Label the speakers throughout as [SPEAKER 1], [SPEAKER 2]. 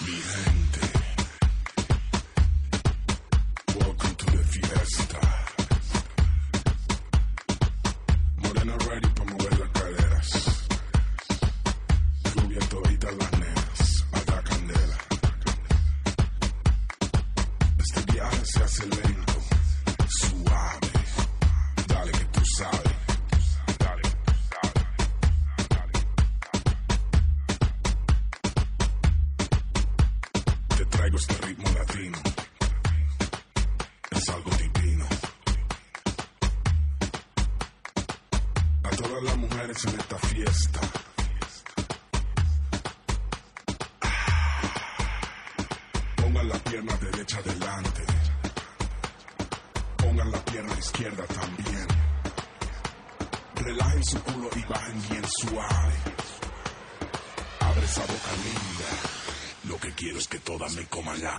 [SPEAKER 1] Vigente. Welcome to the fiesta. Morena ready para mover las caderas. Rubia todita las nenas. A la candela. Este viaje se hace lento. Suave. Dale que tú sabes. Dale que tú sabes. Dale que tú sabes. Te traigo este ritmo latino. Es algo divino. A todas las mujeres en esta fiesta. Pongan la pierna derecha delante. Pongan la pierna izquierda también. Relajen su culo y bajen bien suave. Abre esa boca linda. Lo que quiero es que todas me coman la.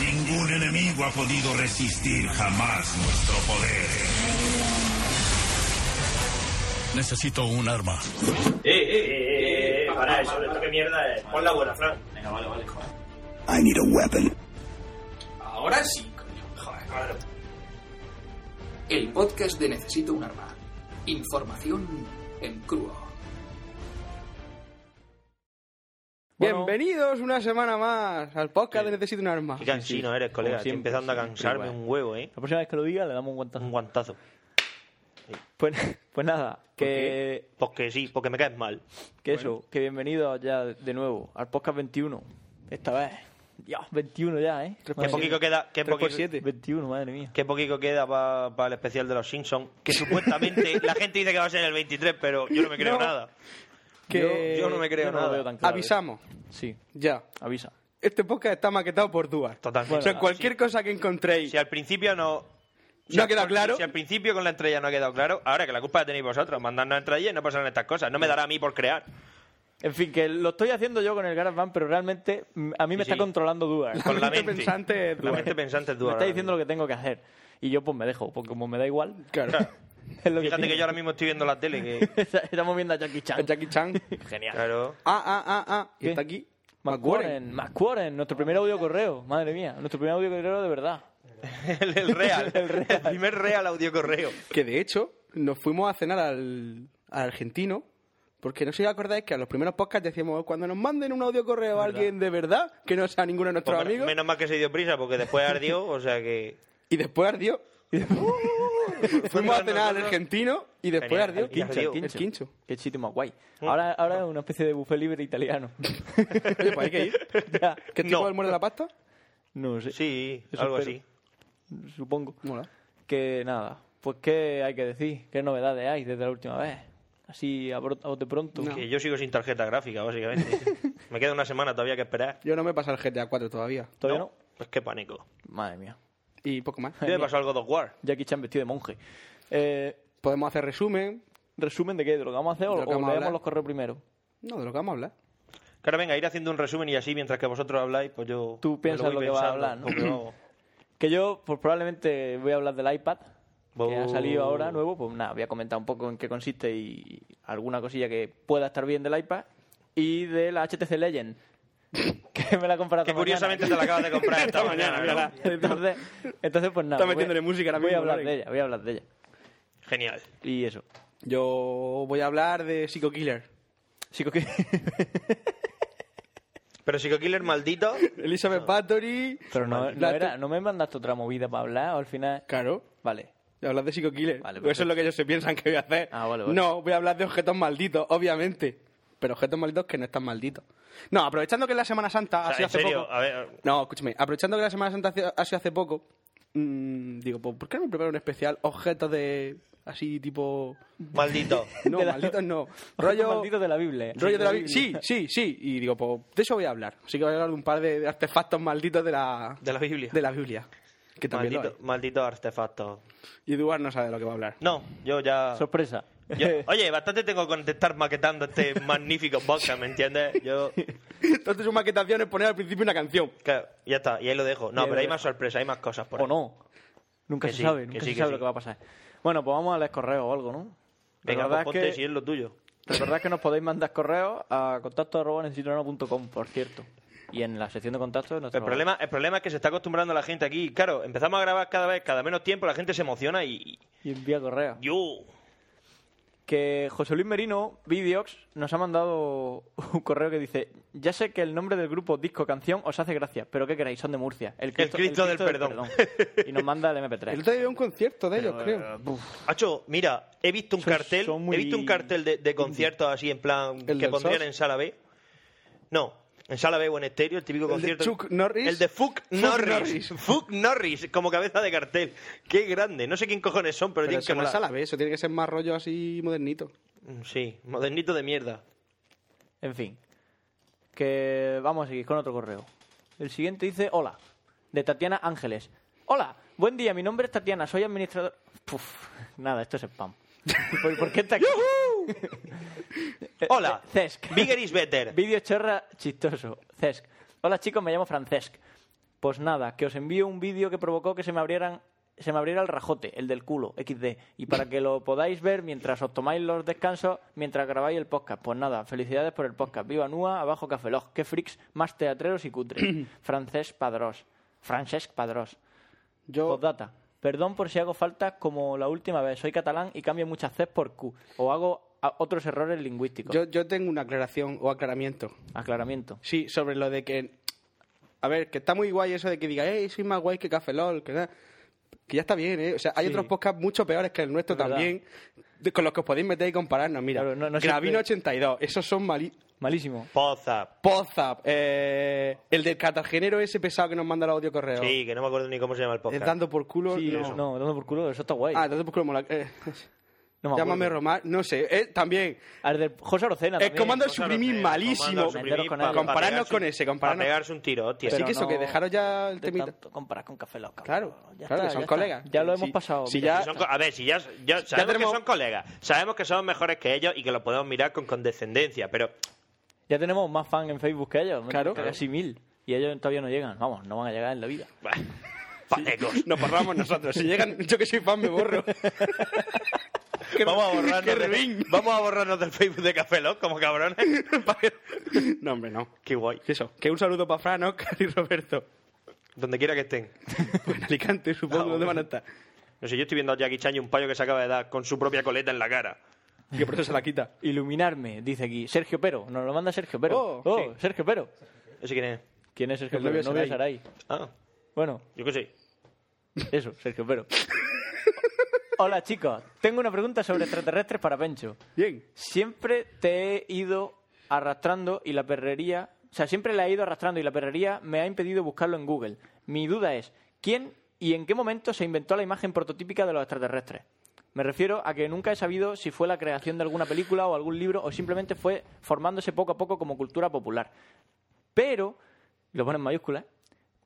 [SPEAKER 2] Ningún enemigo ha podido resistir jamás nuestro poder.
[SPEAKER 3] Necesito un arma.
[SPEAKER 4] Eh, eh, eh, eh, eh, para eso, esto que mierda es. Pon la buena, Fran.
[SPEAKER 5] Venga, vale, vale, joder.
[SPEAKER 6] I need a weapon.
[SPEAKER 4] Ahora sí, coño. Joder, claro.
[SPEAKER 7] El podcast de Necesito un Arma. Información en crudo.
[SPEAKER 8] Bueno. Bienvenidos una semana más al podcast de Necesito un arma.
[SPEAKER 5] Qué cansino eres, colega.
[SPEAKER 9] como
[SPEAKER 5] Estoy
[SPEAKER 9] siempre,
[SPEAKER 5] empezando a
[SPEAKER 9] siempre
[SPEAKER 5] cansarme
[SPEAKER 9] igual.
[SPEAKER 5] un huevo, ¿eh?
[SPEAKER 9] La próxima vez que lo diga le damos un
[SPEAKER 5] Un
[SPEAKER 9] guantazo.
[SPEAKER 5] guantazo.
[SPEAKER 9] Pues, pues nada, que,
[SPEAKER 5] Porque sí, porque me caes mal.
[SPEAKER 9] que eso, que bienvenidos ya de nuevo al podcast 21. Esta vez. Dios, 21 ya, ¿eh?
[SPEAKER 8] Tres
[SPEAKER 5] Qué
[SPEAKER 8] Madre
[SPEAKER 5] poquito
[SPEAKER 8] mía.
[SPEAKER 5] queda, qué
[SPEAKER 8] Tres por
[SPEAKER 5] poquito,
[SPEAKER 8] siete.
[SPEAKER 9] 21, madre mía.
[SPEAKER 5] qué poquito queda para el especial de los Simpsons. Que supuestamente la gente dice que va a ser el 23, pero yo no me creo
[SPEAKER 8] No.
[SPEAKER 5] nada.
[SPEAKER 9] Que-
[SPEAKER 5] yo no me creo
[SPEAKER 9] yo no
[SPEAKER 5] nada.
[SPEAKER 9] lo veo tan claro.
[SPEAKER 8] Avisamos,
[SPEAKER 9] Sí,
[SPEAKER 8] ya.
[SPEAKER 9] avisa.
[SPEAKER 8] Este podcast está maquetado por Duar.
[SPEAKER 5] Totalmente.
[SPEAKER 8] o sea,
[SPEAKER 5] Bueno,
[SPEAKER 8] cualquier cosa que encontréis.
[SPEAKER 5] Si al principio no. si
[SPEAKER 8] ¿No ha
[SPEAKER 5] al-
[SPEAKER 8] quedado claro?
[SPEAKER 5] Si al principio con la estrella no ha quedado claro, ahora que la culpa la tenéis vosotros, mandadnos estrellas y no pasan estas cosas. No me dará a mí por crear.
[SPEAKER 9] En fin, que lo estoy haciendo yo con el GarageBand, pero realmente mm, a mí me
[SPEAKER 5] Sí,
[SPEAKER 9] está
[SPEAKER 5] sí.
[SPEAKER 9] controlando dudas.
[SPEAKER 5] Con la mente.
[SPEAKER 8] pensante es
[SPEAKER 5] La
[SPEAKER 8] Duar.
[SPEAKER 5] mente pensante es
[SPEAKER 9] Me
[SPEAKER 5] Duarte.
[SPEAKER 9] está diciendo lo que tengo que hacer. Y yo pues me dejo, porque como me da igual,
[SPEAKER 8] Claro.
[SPEAKER 9] es lo
[SPEAKER 5] Fíjate que yo
[SPEAKER 9] tiene.
[SPEAKER 5] ahora mismo estoy viendo la tele. Que...
[SPEAKER 9] Estamos viendo a Jackie Chan.
[SPEAKER 8] Jackie Chan.
[SPEAKER 9] Genial.
[SPEAKER 5] Claro.
[SPEAKER 8] Ah, ah, ah, ah. Y
[SPEAKER 9] ¿Qué?
[SPEAKER 8] está aquí.
[SPEAKER 9] McQuarren, McQuarren, nuestro primer audio correo, madre mía, nuestro primer audio correo de verdad.
[SPEAKER 5] El, el real. el,
[SPEAKER 9] El real.
[SPEAKER 5] primer real audio correo.
[SPEAKER 8] Que de hecho, nos fuimos a cenar al, al argentino. Porque no sé si os acordáis que a los primeros podcasts decíamos cuando nos manden un audio correo a alguien de verdad, que no sea ninguno de nuestros
[SPEAKER 5] Hombre,
[SPEAKER 8] amigos.
[SPEAKER 5] Menos mal que se dio prisa porque después ardió, o sea que.
[SPEAKER 8] Y después ardió. Fuimos a cenar al argentino y después
[SPEAKER 5] Genial.
[SPEAKER 8] ardió.
[SPEAKER 5] Al quincho, al
[SPEAKER 8] El quincho. Ah.
[SPEAKER 9] Qué sitio más guay. Ahora, ahora es una especie de buffet libre italiano.
[SPEAKER 8] Oye, pues hay que ir.
[SPEAKER 9] Ya,
[SPEAKER 8] ¿Qué tipo
[SPEAKER 5] No.
[SPEAKER 8] del muerde la pasta?
[SPEAKER 9] no sé,
[SPEAKER 5] Sí,
[SPEAKER 9] Eso
[SPEAKER 5] algo
[SPEAKER 9] espero.
[SPEAKER 5] así.
[SPEAKER 9] supongo.
[SPEAKER 8] Mola.
[SPEAKER 9] Que nada, pues qué hay que decir, qué novedades hay desde la última vez. Así a bro- a bote pronto.
[SPEAKER 5] Que yo sigo sin tarjeta gráfica, básicamente. Me queda una semana todavía que esperar.
[SPEAKER 8] Yo no me he pasado el GTA 4 todavía.
[SPEAKER 9] Todavía no.
[SPEAKER 5] Pues qué pánico.
[SPEAKER 9] Madre mía.
[SPEAKER 8] Y poco más.
[SPEAKER 5] Yo me pasó algo de War.
[SPEAKER 9] Jackie Chan vestido de monje. Eh,
[SPEAKER 8] Podemos hacer resumen.
[SPEAKER 9] ¿Resumen de qué? ¿De lo que vamos a hacer o,
[SPEAKER 8] De lo que
[SPEAKER 9] o
[SPEAKER 8] vamos a
[SPEAKER 9] leemos
[SPEAKER 8] hablar.
[SPEAKER 9] los correos primero?
[SPEAKER 8] No, de lo que vamos a hablar.
[SPEAKER 5] Claro, venga, ir haciendo un resumen y así mientras que vosotros habláis, pues yo.
[SPEAKER 9] Tú
[SPEAKER 5] me
[SPEAKER 9] piensas
[SPEAKER 5] voy
[SPEAKER 9] lo que vas a
[SPEAKER 5] pensando,
[SPEAKER 9] hablar, ¿no?
[SPEAKER 5] porque luego-
[SPEAKER 9] Que yo, pues probablemente voy a hablar del iPad, que ha
[SPEAKER 5] Oh.
[SPEAKER 9] salido ahora nuevo. Pues nada, voy a comentar un poco en qué consiste y alguna cosilla que pueda estar bien del iPad. Y de la HTC Legend, que me la he comprado
[SPEAKER 5] Que
[SPEAKER 9] esta mañana.
[SPEAKER 5] curiosamente te la acabas de comprar esta mañana, ¿verdad?
[SPEAKER 9] Entonces, entonces, pues nada.
[SPEAKER 8] Está
[SPEAKER 9] voy a-
[SPEAKER 8] metiéndole música ahora
[SPEAKER 9] Voy a
[SPEAKER 8] mismo,
[SPEAKER 9] hablar
[SPEAKER 8] Loren.
[SPEAKER 9] de ella, voy a hablar de ella.
[SPEAKER 5] Genial.
[SPEAKER 9] Y eso.
[SPEAKER 8] Yo voy a hablar de Psycho Killer.
[SPEAKER 9] Chico, que...
[SPEAKER 5] Pero Psycho Killer maldito.
[SPEAKER 8] Elizabeth Bathory.
[SPEAKER 9] Pero no, no,
[SPEAKER 8] La-
[SPEAKER 9] era, no me mandaste otra movida para hablar, o al final...
[SPEAKER 8] Claro.
[SPEAKER 9] Vale.
[SPEAKER 8] Hablar de Psycho Killer.
[SPEAKER 9] Vale,
[SPEAKER 8] Eso es lo que ellos se piensan que voy a hacer.
[SPEAKER 9] Ah, vale, vale.
[SPEAKER 8] No, voy a hablar de objetos malditos, obviamente. Pero objetos malditos que no están malditos. No, aprovechando que es la Semana Santa
[SPEAKER 5] O
[SPEAKER 8] ha
[SPEAKER 5] sea, en
[SPEAKER 8] sido Ah, hace
[SPEAKER 5] serio,
[SPEAKER 8] poco.
[SPEAKER 5] a ver.
[SPEAKER 8] No, escúchame. Aprovechando que la Semana Santa ha sido- ha sido hace poco, mm, digo, pues, ¿por qué no me preparo un especial objetos de. así tipo.
[SPEAKER 5] Maldito.
[SPEAKER 8] No,
[SPEAKER 9] De la-
[SPEAKER 8] malditos no.
[SPEAKER 9] Rollo...
[SPEAKER 8] Rollo.
[SPEAKER 9] Maldito de la Biblia.
[SPEAKER 8] Rollo de la Biblia. Sí, sí, sí. Y digo, pues de eso voy a hablar. Así que voy a hablar de un par de, de artefactos malditos de la,
[SPEAKER 5] De la Biblia.
[SPEAKER 8] de la Biblia. Que también lo
[SPEAKER 5] Maldito, maldito artefacto.
[SPEAKER 8] hay. Y Eduard no sabe de lo que va a hablar.
[SPEAKER 5] No, yo ya.
[SPEAKER 9] Sorpresa.
[SPEAKER 5] yo- oye, bastante tengo con estar maquetando este magnífico podcast, ¿me entiendes? Yo.
[SPEAKER 8] Entonces su maquetación es poner al principio una canción.
[SPEAKER 5] claro, ya está, y ahí lo dejo. No,
[SPEAKER 8] Ya
[SPEAKER 5] pero
[SPEAKER 8] lo
[SPEAKER 5] hay
[SPEAKER 8] dejo.
[SPEAKER 5] más sorpresas, hay más cosas por
[SPEAKER 9] o
[SPEAKER 5] ahí.
[SPEAKER 9] no. Nunca
[SPEAKER 5] Que
[SPEAKER 9] se
[SPEAKER 5] sí,
[SPEAKER 9] sabe,
[SPEAKER 5] que
[SPEAKER 9] nunca
[SPEAKER 5] sí,
[SPEAKER 9] se
[SPEAKER 5] que
[SPEAKER 9] sabe
[SPEAKER 5] sí.
[SPEAKER 9] lo que va a pasar. Bueno, pues vamos a leer correos o algo, ¿no?
[SPEAKER 5] Venga, pues
[SPEAKER 9] Recordad
[SPEAKER 5] ponte si es lo tuyo.
[SPEAKER 9] Recordad que nos podéis mandar correos a contacto arroba necesitounarma.com, por cierto. Y en la sección de contactos...
[SPEAKER 5] El problema, el problema es que se está acostumbrando la gente aquí. Claro, empezamos a grabar cada vez, cada menos tiempo, la gente se emociona y.
[SPEAKER 9] Y envía correos.
[SPEAKER 5] Yo.
[SPEAKER 9] Que José Luis Merino, Videox, nos ha mandado un correo que dice Ya sé que el nombre del grupo, disco, canción os hace gracia, pero ¿qué queréis? Son de Murcia. El Cristo,
[SPEAKER 5] Cristo del perdón.
[SPEAKER 9] Y nos manda el MP3.
[SPEAKER 8] El otro día había un concierto de ellos, creo.
[SPEAKER 5] Hacho, mira, he visto un
[SPEAKER 9] Son-
[SPEAKER 5] cartel,
[SPEAKER 9] son muy-
[SPEAKER 5] he visto un cartel de, de conciertos así en plan
[SPEAKER 8] ¿El
[SPEAKER 5] que
[SPEAKER 8] del
[SPEAKER 5] pondrían
[SPEAKER 8] Sos?
[SPEAKER 5] en sala B. No, en sala B o en estéreo, el típico
[SPEAKER 8] ¿El de
[SPEAKER 5] concierto.
[SPEAKER 8] Chuck Norris?
[SPEAKER 5] El de Fuck Norris. Fuck Norris, como cabeza de cartel. Qué grande. No sé quién cojones son, pero, tienen
[SPEAKER 8] Pero
[SPEAKER 5] que
[SPEAKER 8] eso no es a
[SPEAKER 5] molar.
[SPEAKER 8] la vez, eso tiene que ser más rollo así modernito.
[SPEAKER 5] Sí, modernito de mierda.
[SPEAKER 9] En fin, que vamos a seguir con otro correo. El siguiente dice, hola, de Tatiana Ángeles. Hola, buen día, mi nombre es Tatiana, soy administrador... Puf, nada, esto es spam. ¿Por, por qué está aquí?
[SPEAKER 8] Eh,
[SPEAKER 9] Eh,
[SPEAKER 5] Hola.
[SPEAKER 9] Cesc.
[SPEAKER 5] Bigger is better.
[SPEAKER 9] Vídeo chorra chistoso. Cesc. Hola chicos, me llamo Francesc. Pues nada, que os envío un vídeo que provocó que se me abrieran se me abriera el rajote, el del culo, XD. Y para que lo podáis ver mientras os tomáis los descansos, mientras grabáis el podcast. Pues nada, felicidades por el podcast. Viva Nua, abajo Cafelog. Qué frics más teatreros y cutres. Francesc Padrós. Francesc Padrós.
[SPEAKER 8] Yo,
[SPEAKER 9] Postdata. Perdón por si hago faltas como la última vez. Soy catalán y cambio muchas Cs por Q. O hago a- otros errores lingüísticos.
[SPEAKER 8] yo, yo tengo una aclaración o aclaramiento.
[SPEAKER 9] Aclaramiento.
[SPEAKER 8] Sí, sobre lo de que. A ver, que está muy guay eso de que diga, hey, soy más guay que Café LOL, que nada. Que ya está bien, ¿eh? O sea, hay
[SPEAKER 9] Sí.
[SPEAKER 8] otros podcasts mucho peores que el nuestro
[SPEAKER 9] Es verdad.
[SPEAKER 8] también, de- con los que os podéis meter y compararnos. Mira,
[SPEAKER 9] Claro, no- no
[SPEAKER 8] Gravino
[SPEAKER 9] siempre-
[SPEAKER 8] 82, esos son malí.
[SPEAKER 9] Malísimo.
[SPEAKER 5] Poza.
[SPEAKER 8] Pozap, eh, el del catagénero ese pesado que nos manda el audio correo.
[SPEAKER 5] Sí, que no me acuerdo ni cómo se llama el
[SPEAKER 8] Es
[SPEAKER 5] podcast.
[SPEAKER 8] dando por culo.
[SPEAKER 9] Sí,
[SPEAKER 8] no.
[SPEAKER 9] eso. no, dando por culo, eso está guay.
[SPEAKER 8] Ah, entonces por culo mola. eh,
[SPEAKER 9] No me acuerdo.
[SPEAKER 8] llámame Romar, no sé, eh, también.
[SPEAKER 9] Al de José Arocena.
[SPEAKER 8] El
[SPEAKER 9] también.
[SPEAKER 8] comando
[SPEAKER 5] Cosa
[SPEAKER 8] suprimir
[SPEAKER 5] no sé, eh,
[SPEAKER 8] malísimo.
[SPEAKER 5] comando suprimir
[SPEAKER 9] con
[SPEAKER 5] pa-
[SPEAKER 9] él.
[SPEAKER 5] pa
[SPEAKER 8] Compararnos
[SPEAKER 5] pegarse
[SPEAKER 8] con
[SPEAKER 5] un-
[SPEAKER 8] ese, compararnos.
[SPEAKER 5] pa pegarse un tiro, hostia.
[SPEAKER 8] Así
[SPEAKER 9] Pero
[SPEAKER 8] que eso,
[SPEAKER 9] no
[SPEAKER 8] que dejaros ya el
[SPEAKER 9] de
[SPEAKER 8] temita.
[SPEAKER 9] tanto comparar con Café Loca.
[SPEAKER 8] Claro,
[SPEAKER 9] Ya
[SPEAKER 8] claro,
[SPEAKER 9] está,
[SPEAKER 8] que son
[SPEAKER 9] ya
[SPEAKER 8] colegas.
[SPEAKER 9] está. Ya lo
[SPEAKER 8] Sí,
[SPEAKER 9] hemos pasado.
[SPEAKER 8] sí,
[SPEAKER 9] mira.
[SPEAKER 8] ya-
[SPEAKER 5] Si son co- a ver, si ya, ya sabemos
[SPEAKER 8] tenemos-
[SPEAKER 5] que son colegas, sabemos que somos mejores que ellos y que lo podemos mirar con condescendencia, pero
[SPEAKER 9] Ya tenemos más fan en Facebook que ellos.
[SPEAKER 8] Claro.
[SPEAKER 9] menos que Casi mil. Y ellos todavía no llegan. Vamos, no van a llegar en la vida.
[SPEAKER 5] bah, patecos.
[SPEAKER 8] Nos borramos nosotros. Si llegan, yo que soy fan me borro. Qué-
[SPEAKER 5] Vamos ¿eh? a, borrarnos
[SPEAKER 8] qué
[SPEAKER 5] de-
[SPEAKER 8] ruin.
[SPEAKER 5] vamos a borrarnos del Facebook de Café Lock como cabrones.
[SPEAKER 8] No, hombre, no.
[SPEAKER 5] Qué guay.
[SPEAKER 8] Eso, que un saludo para Fran, Oscar y Roberto.
[SPEAKER 5] Donde quiera que estén.
[SPEAKER 8] En Alicante, supongo,
[SPEAKER 5] Ah,
[SPEAKER 8] ¿dónde
[SPEAKER 5] bueno.
[SPEAKER 8] van a estar?
[SPEAKER 5] No sé, yo estoy viendo a Jackie Chan y un payo que se acaba de dar con su propia coleta en la cara.
[SPEAKER 8] Y que por eso se la quita.
[SPEAKER 9] Iluminarme, dice aquí. Sergio Pero. Nos lo manda Sergio Pero.
[SPEAKER 8] Oh, sí.
[SPEAKER 9] Sergio Pero.
[SPEAKER 5] No sé quién es.
[SPEAKER 9] ¿Quién es Sergio
[SPEAKER 8] El
[SPEAKER 9] Pero?
[SPEAKER 8] novio
[SPEAKER 9] El novio de
[SPEAKER 8] Sarai.
[SPEAKER 9] Sarai.
[SPEAKER 5] Ah,
[SPEAKER 9] Bueno,
[SPEAKER 5] yo qué sé.
[SPEAKER 9] Eso, Sergio Pero. Hola chicos, tengo una pregunta sobre extraterrestres para Pencho.
[SPEAKER 8] Bien.
[SPEAKER 9] Siempre te he ido arrastrando y la perrería, o sea, siempre la he ido arrastrando y la perrería me ha impedido buscarlo en Google. Mi duda es, ¿quién y en qué momento se inventó la imagen prototípica de los extraterrestres? Me refiero a que nunca he sabido si fue la creación de alguna película o algún libro o simplemente fue formándose poco a poco como cultura popular. Pero, lo pone en mayúsculas,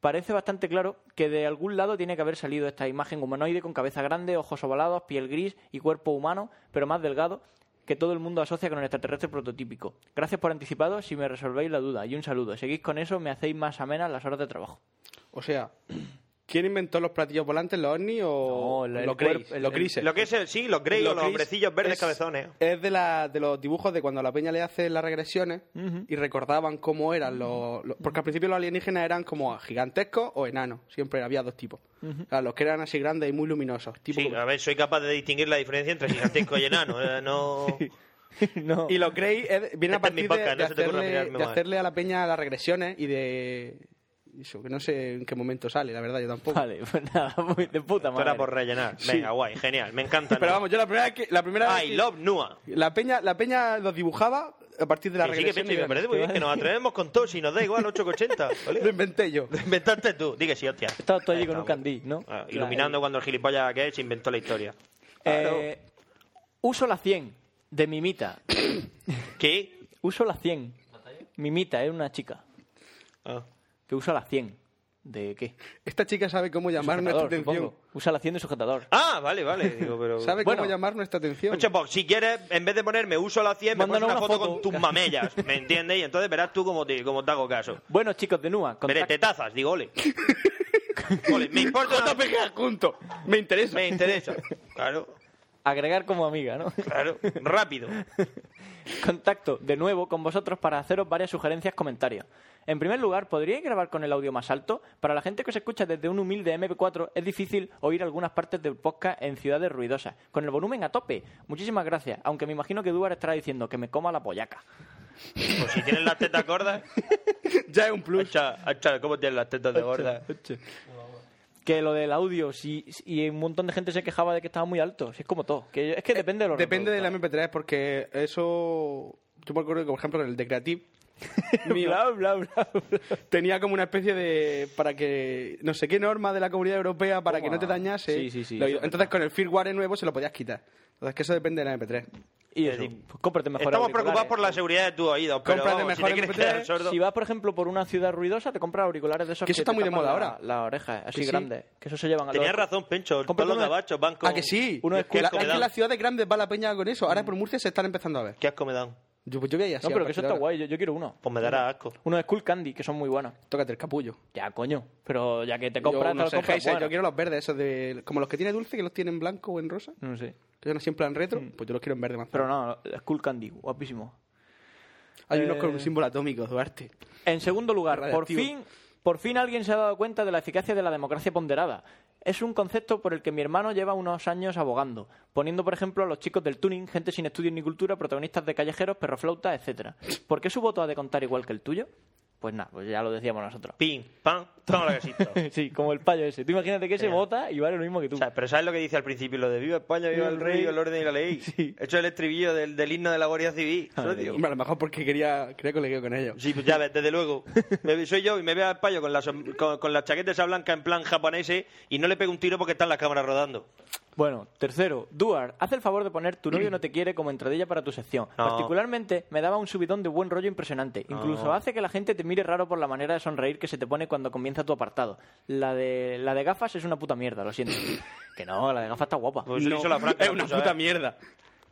[SPEAKER 9] parece bastante claro que de algún lado tiene que haber salido esta imagen humanoide con cabeza grande, ojos ovalados, piel gris y cuerpo humano, pero más delgado, que todo el mundo asocia con el extraterrestre prototípico. Gracias por anticipado si me resolvéis la duda y un saludo. Seguís con eso, me hacéis más amenas las horas de trabajo.
[SPEAKER 8] O sea, ¿quién inventó los platillos volantes, los ovnis o
[SPEAKER 9] No, el- el
[SPEAKER 8] los Greys?
[SPEAKER 9] cuerpo- el-
[SPEAKER 8] Los
[SPEAKER 9] el-
[SPEAKER 8] grises.
[SPEAKER 5] Lo que es el, sí, los Grey o
[SPEAKER 8] Los
[SPEAKER 5] los
[SPEAKER 8] Greys
[SPEAKER 5] hombrecillos verdes
[SPEAKER 8] es-
[SPEAKER 5] cabezones.
[SPEAKER 8] Es de, la, de los dibujos de cuando a la peña le hace las regresiones y recordaban cómo eran los, los- Porque al principio los alienígenas eran como gigantescos o enanos. Siempre había dos tipos. Claro, los que eran así grandes y muy luminosos. Tipo
[SPEAKER 5] Sí,
[SPEAKER 8] como-
[SPEAKER 5] a ver, soy capaz de distinguir la diferencia entre gigantesco y enano. eh, No.
[SPEAKER 9] no.
[SPEAKER 8] Y los Grey es- viene a
[SPEAKER 5] Este es mi
[SPEAKER 8] partir de,
[SPEAKER 5] podcast,
[SPEAKER 8] de
[SPEAKER 5] no se te ocurra
[SPEAKER 8] hacerle,
[SPEAKER 5] mirarme
[SPEAKER 8] de
[SPEAKER 5] mal.
[SPEAKER 8] hacerle a la peña las regresiones y de... Eso, que no sé en qué momento sale, la verdad, yo tampoco.
[SPEAKER 9] Vale, pues nada, muy de puta
[SPEAKER 5] Esto
[SPEAKER 9] madre.
[SPEAKER 5] era por rellenar. Venga, guay, genial. Me encanta. ¿no?
[SPEAKER 8] Pero vamos, yo la primera vez que... La primera vez
[SPEAKER 5] I
[SPEAKER 8] que-
[SPEAKER 5] love Nua.
[SPEAKER 8] La peña, la peña los dibujaba a partir de la
[SPEAKER 5] Que sí, que
[SPEAKER 8] regresión.
[SPEAKER 5] pinche, me parece muy bien que nos atrevemos con todo, si nos da igual 880. ¿vale?
[SPEAKER 8] Lo inventé yo.
[SPEAKER 5] Lo inventaste tú, di que sí, hostia.
[SPEAKER 9] Estabas tú allí
[SPEAKER 5] Ahí
[SPEAKER 9] con un
[SPEAKER 5] estamos.
[SPEAKER 9] candí, ¿no?
[SPEAKER 5] Ah, iluminando cuando el gilipollas que es se inventó la historia.
[SPEAKER 9] Eh, uso la 100 de Mimita.
[SPEAKER 5] ¿Qué?
[SPEAKER 9] Uso la 100. Mimita, es una eh, chica
[SPEAKER 5] Ah,
[SPEAKER 9] que usa la 100 ¿De qué?
[SPEAKER 8] Esta chica sabe cómo llamar nuestra
[SPEAKER 9] Sujetador,
[SPEAKER 8] atención.
[SPEAKER 9] supongo. Usa la acción de sujetador.
[SPEAKER 5] Ah, vale, vale. Digo, pero...
[SPEAKER 8] Sabe
[SPEAKER 9] Bueno.
[SPEAKER 8] cómo llamar nuestra atención.
[SPEAKER 5] Oye, pues, si quieres, en vez de ponerme uso a la 100, me pones
[SPEAKER 9] Mándanos
[SPEAKER 5] una
[SPEAKER 9] una
[SPEAKER 5] foto,
[SPEAKER 9] foto.
[SPEAKER 5] con tus mamellas, ¿me entiendes? Y entonces verás tú cómo te, cómo te hago caso.
[SPEAKER 9] Bueno, chicos de NUA,
[SPEAKER 5] Pero
[SPEAKER 9] contacta-
[SPEAKER 5] tetazas, digo, ole. Ole, me importa. una-
[SPEAKER 8] JPG junto. Me interesa.
[SPEAKER 5] Me interesa. Claro,
[SPEAKER 9] agregar como amiga, ¿no?
[SPEAKER 5] claro. Rápido.
[SPEAKER 9] Contacto de nuevo con vosotros para haceros varias sugerencias, comentarios. En primer lugar, ¿podríais grabar con el audio más alto? Para la gente que os escucha desde un humilde MP4 es difícil oír algunas partes del podcast en ciudades ruidosas. Con el volumen a tope. Muchísimas gracias, aunque me imagino que Duar estará diciendo que me coma la pollaca.
[SPEAKER 5] Pues si tienes las tetas gordas.
[SPEAKER 8] Ya es un plus.
[SPEAKER 5] Hacha, hacha, ¿cómo tienes las tetas de gorda?
[SPEAKER 9] Que lo del audio, si, y un montón de gente se quejaba de que estaba muy alto. Si es como todo. Que es que depende de los
[SPEAKER 8] Eh, Depende de la
[SPEAKER 9] reproductores.
[SPEAKER 8] MP3 porque eso... Yo me acuerdo que, por ejemplo, en el de Creative mío.
[SPEAKER 9] Bla, bla, bla, bla.
[SPEAKER 8] tenía como una especie de... Para que... No sé qué norma de la Comunidad Europea para que no te dañase.
[SPEAKER 9] Sí, sí, sí,
[SPEAKER 8] lo-
[SPEAKER 9] eso es
[SPEAKER 8] Entonces, con el firmware nuevo se lo podías quitar. Entonces, que eso depende de la MP3.
[SPEAKER 9] Y eso, pues cómprate mejor
[SPEAKER 5] Estamos
[SPEAKER 9] auriculares.
[SPEAKER 5] preocupados por la seguridad de tus oídos, pero
[SPEAKER 8] Cómprate
[SPEAKER 5] vamos, si
[SPEAKER 8] mejor
[SPEAKER 5] te quieres
[SPEAKER 8] MP3,
[SPEAKER 5] quedar sordo...
[SPEAKER 9] Si vas, por ejemplo, por una ciudad ruidosa, te compras auriculares de esos
[SPEAKER 8] Que eso está
[SPEAKER 9] te
[SPEAKER 8] muy de
[SPEAKER 9] tapan
[SPEAKER 8] moda
[SPEAKER 9] la-
[SPEAKER 8] ahora.
[SPEAKER 9] Las orejas, así
[SPEAKER 8] Que sí.
[SPEAKER 9] grandes. Que eso se llevan a
[SPEAKER 5] Tenías
[SPEAKER 9] los-
[SPEAKER 5] razón, Pencho.
[SPEAKER 9] Cómprate
[SPEAKER 5] Todos los
[SPEAKER 9] uno de-
[SPEAKER 5] gabachos van con...
[SPEAKER 8] ¿A Ah, que sí?
[SPEAKER 9] uno
[SPEAKER 5] Uno
[SPEAKER 9] es
[SPEAKER 5] es
[SPEAKER 8] La-
[SPEAKER 9] culata.
[SPEAKER 8] es que en las ciudades grandes va la peña con eso. Ahora por Murcia se están empezando a ver.
[SPEAKER 5] Qué asco me dan.
[SPEAKER 8] Yo, pues yo voy a ir así
[SPEAKER 9] No,
[SPEAKER 8] a
[SPEAKER 9] pero que eso
[SPEAKER 8] partir de
[SPEAKER 9] está
[SPEAKER 8] ahora.
[SPEAKER 9] guay. Yo, yo quiero uno.
[SPEAKER 5] Pues me dará asco.
[SPEAKER 9] Uno de Cool Candy, que son muy buenos.
[SPEAKER 8] Tócate el capullo.
[SPEAKER 9] Ya, coño. Pero ya que te
[SPEAKER 8] yo,
[SPEAKER 9] compras,
[SPEAKER 8] no
[SPEAKER 9] te
[SPEAKER 8] sé,
[SPEAKER 9] lo compras
[SPEAKER 8] Heiser,
[SPEAKER 9] bueno.
[SPEAKER 8] yo quiero los verdes, esos de. Como los que tiene dulce, que los tiene en blanco o en rosa.
[SPEAKER 9] No sé.
[SPEAKER 8] Que son así en plan retro.
[SPEAKER 5] Mm.
[SPEAKER 8] Pues yo los quiero en verde más.
[SPEAKER 9] Pero no, es Cool Candy, guapísimo.
[SPEAKER 8] Hay
[SPEAKER 9] eh,
[SPEAKER 8] unos con un símbolo atómico, Duarte.
[SPEAKER 9] En segundo lugar, por
[SPEAKER 8] Radiactivo.
[SPEAKER 9] fin, por fin alguien se ha dado cuenta de la eficacia de la democracia ponderada. Es un concepto por el que mi hermano lleva unos años abogando, poniendo por ejemplo a los chicos del tuning, gente sin estudios ni cultura, protagonistas de callejeros, perroflautas, etcétera. ¿Por qué su voto ha de contar igual que el tuyo? Pues nada, pues ya lo decíamos nosotros.
[SPEAKER 5] Pim, pam, toma la casita.
[SPEAKER 9] Sí, como el payo ese. Tú imagínate que se vota y vale lo mismo que tú.
[SPEAKER 5] O sea, pero ¿sabes lo que dice al principio? Lo de viva España, viva el rey, el orden y la ley.
[SPEAKER 9] Sí.
[SPEAKER 5] Hecho el estribillo del, del himno de la Guardia Civil.
[SPEAKER 8] Ah,
[SPEAKER 5] Eso, tío.
[SPEAKER 8] Hombre, a lo mejor porque quería, quería colegueo con ellos.
[SPEAKER 5] Sí, pues ya ves, desde luego. Me- soy yo y me veo al payo con la, som- con, con la chaqueta esa blanca en plan japonés eh, y no le pego un tiro porque están las cámaras rodando.
[SPEAKER 9] Bueno, tercero, Duar, haz el favor de poner Tu novio no te quiere como entradilla para tu sección.
[SPEAKER 5] No.
[SPEAKER 9] Particularmente me daba un subidón de buen rollo impresionante. Incluso hace que la gente te mire raro por la manera de sonreír que se te pone cuando comienza tu apartado. La de, la de gafas es una puta mierda, lo siento. que no, la de gafas está guapa.
[SPEAKER 5] Pues eso lo hizo la Franca,
[SPEAKER 8] es una
[SPEAKER 5] tú sabes.
[SPEAKER 8] puta mierda.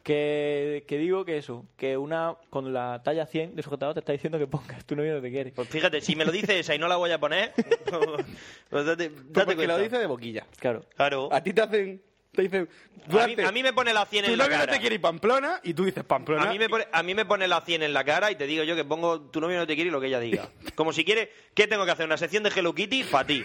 [SPEAKER 9] Que, que digo que eso, que una con la talla 100 de sujetado te está diciendo que pongas Tu novio no te quiere.
[SPEAKER 5] Pues fíjate, si me lo dice esa y no la voy a poner, pues date, date
[SPEAKER 8] Porque
[SPEAKER 5] cuenta.
[SPEAKER 8] lo dice de boquilla.
[SPEAKER 9] Claro.
[SPEAKER 5] Claro.
[SPEAKER 8] A ti te hacen. Te dicen.
[SPEAKER 5] A mí,
[SPEAKER 8] Duarte,
[SPEAKER 5] a mí me pone la 100
[SPEAKER 8] tu
[SPEAKER 5] en la
[SPEAKER 8] novio no
[SPEAKER 5] cara.
[SPEAKER 8] te quiere ir Pamplona y tú dices Pamplona.
[SPEAKER 5] A mí, me pone, a mí me pone la 100 en la cara y te digo yo que pongo tu novio no te quiere y lo que ella diga. Como si quiere, ¿qué tengo que hacer? ¿Una sección de Hello Kitty? Para ti.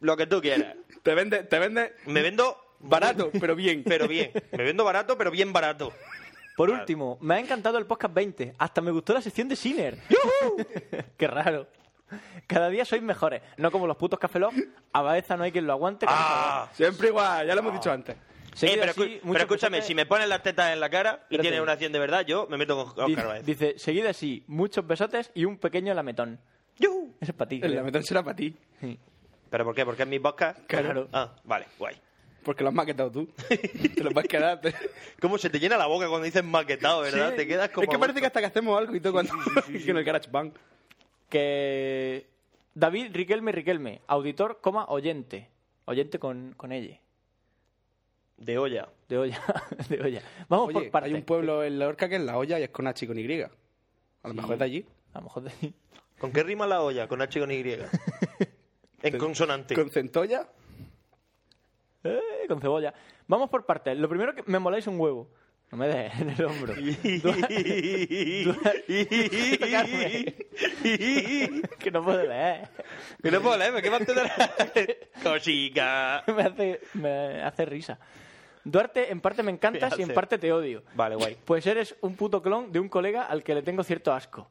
[SPEAKER 5] Lo que tú quieras.
[SPEAKER 8] Te vende, te vende
[SPEAKER 5] Me vendo
[SPEAKER 8] barato, pero bien.
[SPEAKER 5] pero bien. Me vendo barato, pero bien barato.
[SPEAKER 9] Por último, me ha encantado el podcast 20. Hasta me gustó la sección de Sinner. ¡Qué raro! Cada día sois mejores. No como los putos cafelos. A Baeza no hay quien lo aguante.
[SPEAKER 5] Ah.
[SPEAKER 8] Siempre igual, ya lo hemos dicho antes.
[SPEAKER 5] Eh, pero, escu- pero escúchame, si me pones las tetas en la cara y
[SPEAKER 9] Espérate.
[SPEAKER 5] tienes una 100 de verdad, yo me meto con Oscar
[SPEAKER 9] Dice,
[SPEAKER 5] Baez.
[SPEAKER 9] dice, seguida así, muchos besotes y un pequeño lametón.
[SPEAKER 5] Yuhu.
[SPEAKER 9] Ese es para ti.
[SPEAKER 8] El
[SPEAKER 9] creo.
[SPEAKER 8] lametón será para ti.
[SPEAKER 5] ¿Pero por qué? ¿Porque es mi podcast?
[SPEAKER 9] Claro.
[SPEAKER 5] Ah, vale, guay.
[SPEAKER 8] Porque lo has maquetado tú. Te lo vas a quedar. te-
[SPEAKER 5] ¿Cómo se te llena la boca cuando dices maquetado, verdad?
[SPEAKER 8] Sí.
[SPEAKER 5] Te quedas como...
[SPEAKER 8] Es que parece que hasta que hacemos algo y todo cuando. con el GarageBand.
[SPEAKER 9] Que David Riquelme Riquelme, auditor, coma, oyente. Oyente con, con ella.
[SPEAKER 5] De olla.
[SPEAKER 9] De olla. De olla. Vamos por
[SPEAKER 8] Oye,
[SPEAKER 9] partes.
[SPEAKER 8] hay un pueblo en Lorca que es La Olla y es con H y con Y. A lo mejor es de allí.
[SPEAKER 9] A lo mejor de...
[SPEAKER 5] ¿Con qué rima la olla? Con H y con Y. En consonante.
[SPEAKER 8] Con centolla.
[SPEAKER 9] Eh, con cebolla. Vamos por partes. Lo primero que me moláis un huevo. No me dejes en el hombro. Tocarme. que no puedo leer.
[SPEAKER 5] Que no ¿eh? puedo leerme, ¿qué más te dará? Cosica.
[SPEAKER 9] Me hace, me hace risa. Duarte, en parte me encantas y en
[SPEAKER 5] hace.
[SPEAKER 9] parte te odio.
[SPEAKER 5] Vale, guay.
[SPEAKER 9] Pues eres un puto clon de un colega al que le tengo cierto asco.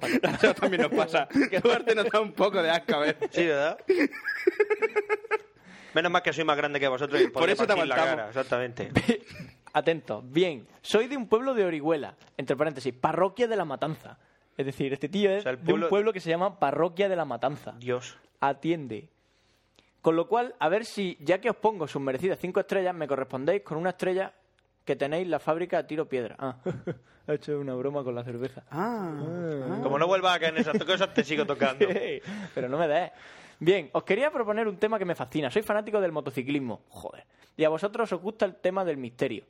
[SPEAKER 8] Eso también nos pasa. Que Duarte nos da un poco de asco a veces.
[SPEAKER 5] Sí, ¿verdad? Menos mal que soy más grande que vosotros y os
[SPEAKER 8] Por
[SPEAKER 5] podré
[SPEAKER 8] eso te
[SPEAKER 5] partir la
[SPEAKER 8] aguantamos.
[SPEAKER 5] cara, exactamente.
[SPEAKER 9] Atento. Bien. Soy de un pueblo de Orihuela. Entre paréntesis, parroquia de la Matanza. Es decir, este tío es
[SPEAKER 5] sea, el
[SPEAKER 9] de un
[SPEAKER 5] pueblo-
[SPEAKER 9] pueblo que se llama Parroquia de la Matanza.
[SPEAKER 5] Dios.
[SPEAKER 9] atiende. Con lo cual, a ver si, ya que os pongo sus merecidas cinco estrellas, me correspondéis con una estrella que tenéis la fábrica a tiro piedra. Ah, ha hecho una broma con la cerveza.
[SPEAKER 8] Ah,
[SPEAKER 5] Como no vuelvas a caer en esas cosas, te sigo tocando.
[SPEAKER 9] Ey, Pero no me des. Bien, os quería proponer un tema que me fascina. Soy fanático del motociclismo. Joder. Y a vosotros os gusta el tema del misterio.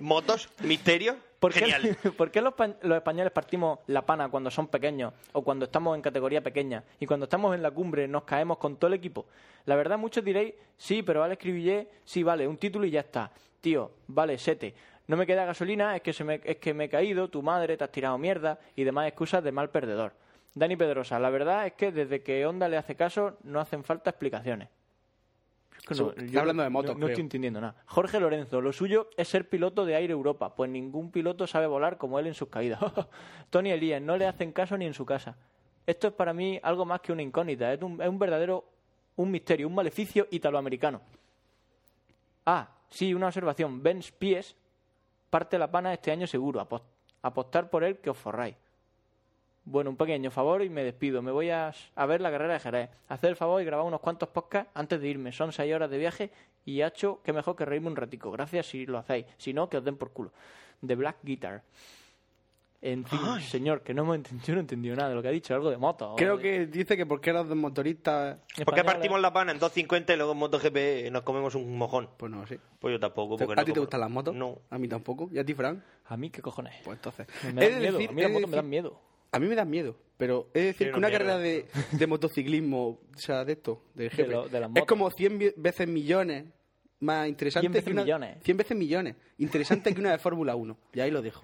[SPEAKER 5] Motos, misterio,
[SPEAKER 9] ¿Por
[SPEAKER 5] genial.
[SPEAKER 9] qué, por qué los, pa- los españoles partimos la pana cuando son pequeños o cuando estamos en categoría pequeña y cuando estamos en la cumbre nos caemos con todo el equipo? La verdad, muchos diréis, sí, pero vale escribillé, sí, vale, un título y ya está. Tío, vale, sete. No me queda gasolina, es que, se me, es que me he caído, tu madre te has tirado mierda y demás excusas de mal perdedor. Dani Pedrosa, la verdad es que desde que Honda le hace caso no hacen falta explicaciones. Es que
[SPEAKER 8] Su- está hablando de motos,
[SPEAKER 9] No, no
[SPEAKER 8] creo.
[SPEAKER 9] estoy entendiendo nada. Jorge Lorenzo, lo suyo es ser piloto de Aire Europa, pues ningún piloto sabe volar como él en sus caídas. Tony Elías, no le hacen caso ni en su casa. Esto es para mí algo más que una incógnita, es un, es un verdadero un misterio, un maleficio italoamericano. Ah, sí, una observación. Ben Spies parte la pana este año seguro. Apos- apostar por él que os forráis. Bueno, un pequeño favor y me despido. Me voy a, s- a ver la carrera de Jerez. Hacer el favor y grabar unos cuantos podcasts antes de irme. Son seis horas de viaje y hacho que mejor que reírme un ratico. Gracias si lo hacéis. Si no, que os den por culo. The Black Guitar. En fin, señor, que no me entendió, yo no he entendido nada de lo que ha dicho. Algo de moto. o
[SPEAKER 8] creo
[SPEAKER 9] de-
[SPEAKER 8] que dice que porque eras de motorista.
[SPEAKER 5] ¿Por qué
[SPEAKER 9] española.
[SPEAKER 5] partimos la pana en 2.50 y luego en MotoGP nos comemos un mojón?
[SPEAKER 8] Pues no, sí.
[SPEAKER 5] Pues yo tampoco. Porque
[SPEAKER 8] ¿A
[SPEAKER 5] no
[SPEAKER 8] ti te
[SPEAKER 5] como-
[SPEAKER 8] gustan las motos?
[SPEAKER 5] No.
[SPEAKER 8] A mí tampoco. ¿Y a ti, Fran?
[SPEAKER 9] ¿A mí qué cojones?
[SPEAKER 8] Pues entonces.
[SPEAKER 9] Me
[SPEAKER 8] He de
[SPEAKER 9] dan miedo.
[SPEAKER 8] decir-
[SPEAKER 9] a mí las
[SPEAKER 8] he de
[SPEAKER 9] motos
[SPEAKER 8] decir-
[SPEAKER 9] me dan miedo.
[SPEAKER 8] A mí me dan miedo, pero es decir
[SPEAKER 5] Sí,
[SPEAKER 8] que
[SPEAKER 5] no
[SPEAKER 8] una
[SPEAKER 5] miedo,
[SPEAKER 8] carrera de, de motociclismo, o sea, de esto, de jefe,
[SPEAKER 9] lo- de las
[SPEAKER 8] es
[SPEAKER 9] motos.
[SPEAKER 8] como 100 vi- veces millones más interesante
[SPEAKER 9] 100 veces
[SPEAKER 8] que una,
[SPEAKER 9] millones.
[SPEAKER 8] 100 veces millones, interesante que una de Fórmula 1. Y ahí lo dejo.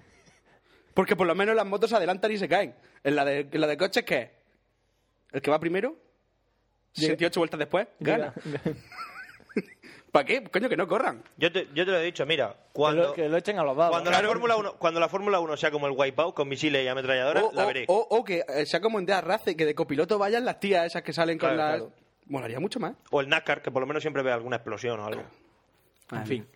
[SPEAKER 8] Porque por lo menos las motos se adelantan y se caen. En la de, en la de coches, ¿qué es? El que va primero, 68 vueltas después, gana. ¿Para qué? Coño, que no corran.
[SPEAKER 5] Yo te, yo te lo he dicho, mira,
[SPEAKER 9] Que
[SPEAKER 5] cuando,
[SPEAKER 9] lo, que lo echen a los babos.
[SPEAKER 5] cuando, la Fórmula 1, cuando la Fórmula 1 sea como el Wipeout con misiles y ametralladoras,
[SPEAKER 8] O,
[SPEAKER 5] la
[SPEAKER 8] o-
[SPEAKER 5] veré.
[SPEAKER 8] o- o que eh, sea como en Dead Race, que de copiloto vayan las tías esas que salen con
[SPEAKER 5] Claro,
[SPEAKER 8] las... Molaría mucho más.
[SPEAKER 5] O el NASCAR, que por lo menos siempre ve alguna explosión o algo.
[SPEAKER 9] En fin.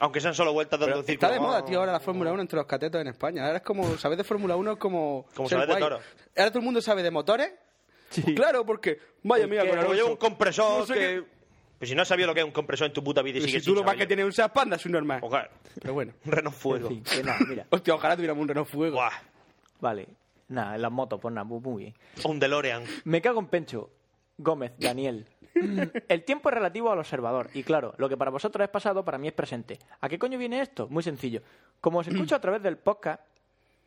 [SPEAKER 5] Aunque sean solo vueltas dando un círculo.
[SPEAKER 8] Está de moda, tío, ahora la Fórmula 1 entre los catetos en España. Ahora es como, ¿sabes de Fórmula 1? Es como.
[SPEAKER 5] Como
[SPEAKER 8] ser
[SPEAKER 5] sabes de
[SPEAKER 8] guay.
[SPEAKER 5] toro.
[SPEAKER 8] Ahora todo el mundo sabe de motores. Pues
[SPEAKER 9] Sí.
[SPEAKER 8] Claro, porque. Vaya mía,
[SPEAKER 5] Que
[SPEAKER 8] con
[SPEAKER 5] luego lleva
[SPEAKER 8] Alonso.
[SPEAKER 5] un compresor
[SPEAKER 8] No sé
[SPEAKER 5] que...
[SPEAKER 8] qué-
[SPEAKER 5] Pues si no has sabido lo que es un compresor en tu puta vida y
[SPEAKER 8] Pero
[SPEAKER 5] sigues
[SPEAKER 8] si tú
[SPEAKER 5] sin
[SPEAKER 8] lo más
[SPEAKER 5] saberlo.
[SPEAKER 8] que tienes un Seat Panda es un normal.
[SPEAKER 5] Ojalá.
[SPEAKER 8] Pero bueno.
[SPEAKER 5] Renault Fuego.
[SPEAKER 9] En fin, que nada, mira.
[SPEAKER 8] Hostia, ojalá tuviéramos un Renault Fuego.
[SPEAKER 5] Buah,
[SPEAKER 9] Vale. Nada, en las motos, pues nada, muy muy bien.
[SPEAKER 5] un DeLorean.
[SPEAKER 9] Me cago en Pencho. Gómez, Daniel. Mm, El tiempo es relativo al observador. Y claro, lo que para vosotros es pasado, para mí es presente. ¿A qué coño viene esto? Muy sencillo. Como os escucho a través del podcast,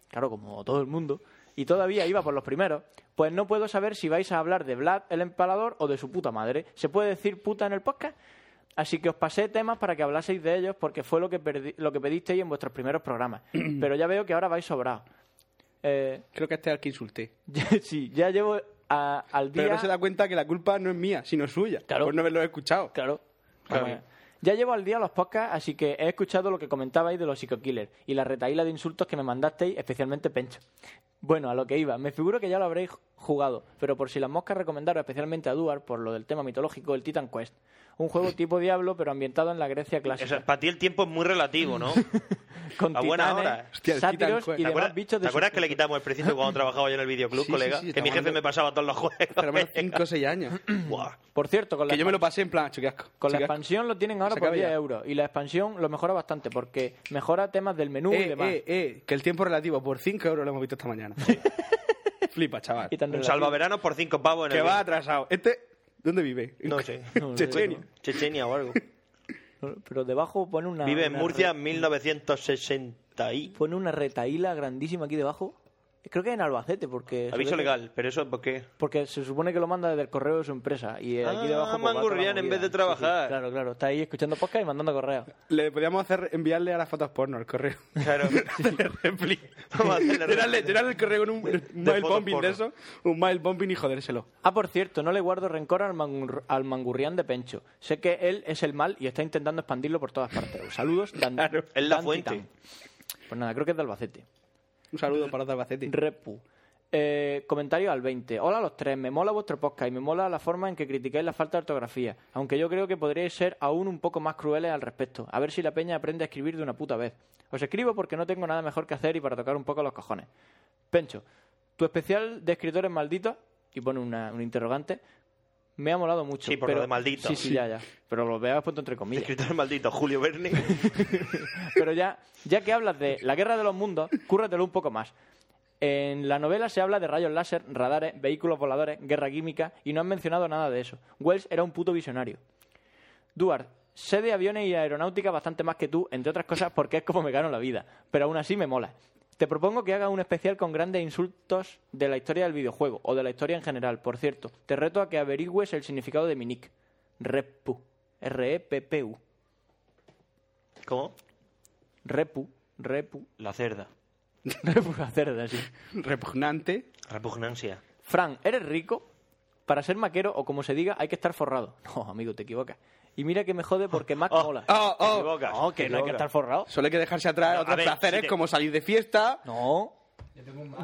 [SPEAKER 9] claro, como todo el mundo, y todavía iba por los primeros, pues no puedo saber si vais a hablar de Vlad el empalador o de su puta madre. ¿Se puede decir puta en el podcast? Así que os pasé temas para que hablaseis de ellos porque fue lo que, perdi- lo que pedisteis en vuestros primeros programas. Pero ya veo que ahora vais sobrados. Eh,
[SPEAKER 8] Creo que este es al que insulté.
[SPEAKER 9] ya- sí, ya llevo a- al día...
[SPEAKER 8] Pero no se da cuenta que la culpa no es mía, sino suya.
[SPEAKER 9] Claro.
[SPEAKER 8] Por no haberlo escuchado.
[SPEAKER 9] Claro.
[SPEAKER 5] Claro.
[SPEAKER 9] Vamos a ver. Ya llevo al día los podcasts, así que he escuchado lo que comentabais de los psico-killers y la retaíla de insultos que me mandasteis, especialmente Pencho. Bueno, a lo que iba. Me figuro que ya lo habréis jugado, pero por si las moscas recomendaros especialmente a Duar por lo del tema mitológico, el Titan Quest. Un juego tipo Diablo, pero ambientado en la Grecia
[SPEAKER 5] O sea,
[SPEAKER 9] clásica.
[SPEAKER 5] para ti el tiempo es muy relativo, ¿no?
[SPEAKER 9] Con
[SPEAKER 5] a buena hora.
[SPEAKER 9] titanes,
[SPEAKER 8] Hostia, el Titan
[SPEAKER 9] sátiros
[SPEAKER 8] Quest.
[SPEAKER 9] y
[SPEAKER 5] ¿Te
[SPEAKER 9] demás
[SPEAKER 5] acuerdas,
[SPEAKER 9] bichos de
[SPEAKER 5] te acuerdas
[SPEAKER 9] sus-
[SPEAKER 5] que le quitamos el precinto cuando trabajaba yo en el videoclub,
[SPEAKER 8] Sí,
[SPEAKER 5] colega?
[SPEAKER 8] sí, sí,
[SPEAKER 5] que mi
[SPEAKER 8] estamos
[SPEAKER 5] jefe
[SPEAKER 8] hablando-
[SPEAKER 5] me pasaba todos los
[SPEAKER 8] Pero
[SPEAKER 5] juegos.
[SPEAKER 8] menos 5 o 6 años.
[SPEAKER 5] Buah.
[SPEAKER 9] Por cierto, con la
[SPEAKER 8] que yo me lo pasé en plan, "Ah, chuquiasco.
[SPEAKER 9] Con la
[SPEAKER 8] chuquiasco.
[SPEAKER 9] expansión lo tienen ahora
[SPEAKER 8] Se
[SPEAKER 9] por
[SPEAKER 8] acaba
[SPEAKER 9] 10
[SPEAKER 8] ya.
[SPEAKER 9] euros. Y la expansión lo mejora bastante porque mejora temas del menú y
[SPEAKER 8] Eh,
[SPEAKER 9] demás.
[SPEAKER 8] eh, eh, que el tiempo relativo por 5 euros lo hemos visto esta mañana. Flipa, chaval.
[SPEAKER 9] Y tan
[SPEAKER 5] Un
[SPEAKER 9] relativo.
[SPEAKER 5] salvaveranos por cinco pavos en
[SPEAKER 8] Que
[SPEAKER 5] el...
[SPEAKER 8] va atrasado. Este, ¿dónde vive?
[SPEAKER 5] No sé.
[SPEAKER 8] Chechenia.
[SPEAKER 5] Chechenia o algo.
[SPEAKER 9] Pero debajo pone una.
[SPEAKER 5] Vive en
[SPEAKER 9] una
[SPEAKER 5] Murcia
[SPEAKER 9] re- Pues,
[SPEAKER 5] en 1960 y...
[SPEAKER 9] pone una retaíla grandísima aquí debajo. Creo que en Albacete, porque.
[SPEAKER 5] Aviso
[SPEAKER 9] se ve que-
[SPEAKER 5] legal, pero eso es porque...
[SPEAKER 9] Porque se supone que lo manda desde el correo de su empresa. Y eh, aquí
[SPEAKER 5] Ah,
[SPEAKER 9] debajo. pues, va toda la
[SPEAKER 5] mangurrián en
[SPEAKER 9] movida.
[SPEAKER 5] vez de trabajar.
[SPEAKER 9] claro, claro. Está ahí escuchando podcast y mandando correos.
[SPEAKER 8] Le podíamos hacer enviarle a las fotos porno el correo.
[SPEAKER 5] Claro.
[SPEAKER 8] Repli.
[SPEAKER 5] Vamos a hacerle
[SPEAKER 8] Tirarle,
[SPEAKER 5] repli.
[SPEAKER 8] tirarle el correo con un mail
[SPEAKER 5] fotos
[SPEAKER 8] bombing de
[SPEAKER 5] porno.
[SPEAKER 8] eso, un mail bombing y jodérselo.
[SPEAKER 9] Ah, por cierto, no le guardo rencor al, mangur- al mangurrián de Pencho. Sé que él es el mal y está intentando expandirlo por todas partes. Saludos, Dan.
[SPEAKER 8] Claro.
[SPEAKER 5] Es la
[SPEAKER 9] Dan
[SPEAKER 5] fuente.
[SPEAKER 9] Titán. Pues nada, creo que es de Albacete.
[SPEAKER 8] Un saludo para los de Albacete.
[SPEAKER 9] Repu. Eh, comentario al 20. Hola a los tres, me mola vuestro podcast y me mola la forma en que critiquéis la falta de ortografía, aunque yo creo que podríais ser aún un poco más crueles al respecto. A ver si la peña aprende a escribir de una puta vez. Os escribo porque no tengo nada mejor que hacer y para tocar un poco los cojones. Pencho, tu especial de escritores malditos, y pone una- un interrogante, me ha molado mucho.
[SPEAKER 5] Sí, por lo
[SPEAKER 9] pero...
[SPEAKER 5] de maldito.
[SPEAKER 9] Sí, sí, ya, ya. Pero lo veas puesto entre comillas.
[SPEAKER 5] Escritor maldito, Julio Verne.
[SPEAKER 9] Pero ya, ya que hablas de la guerra de los mundos, cúrratelo un poco más. En la novela se habla de rayos láser, radares, vehículos voladores, guerra química y no han mencionado nada de eso. Wells era un puto visionario. Duarte, sé de aviones y aeronáutica bastante más que tú, entre otras cosas porque es como me gano la vida, pero aún así me mola. Te propongo que hagas un especial con grandes insultos de la historia del videojuego o de la historia en general. Por cierto, te reto a que averigües el significado de mi nick. Repu. E R-E-P-P-U.
[SPEAKER 5] ¿Cómo?
[SPEAKER 9] Repu. Repu.
[SPEAKER 5] La cerda.
[SPEAKER 9] Repu la cerda, sí.
[SPEAKER 8] Repugnante.
[SPEAKER 5] Repugnancia.
[SPEAKER 9] Fran, ¿eres rico? Para ser maquero o como se diga, hay que estar forrado. No, amigo, te equivocas. Y mira que me jode porque Mac mola.
[SPEAKER 5] Ah,
[SPEAKER 8] oh,
[SPEAKER 5] Te
[SPEAKER 8] oh.
[SPEAKER 5] equivocas,
[SPEAKER 9] no,
[SPEAKER 5] te
[SPEAKER 9] que no hay que
[SPEAKER 5] equivocas.
[SPEAKER 9] estar forrado.
[SPEAKER 8] Solo hay que dejarse atrás
[SPEAKER 5] No, a
[SPEAKER 8] otros
[SPEAKER 5] ver,
[SPEAKER 8] placeres
[SPEAKER 5] si te-
[SPEAKER 8] como salir de fiesta,
[SPEAKER 9] No,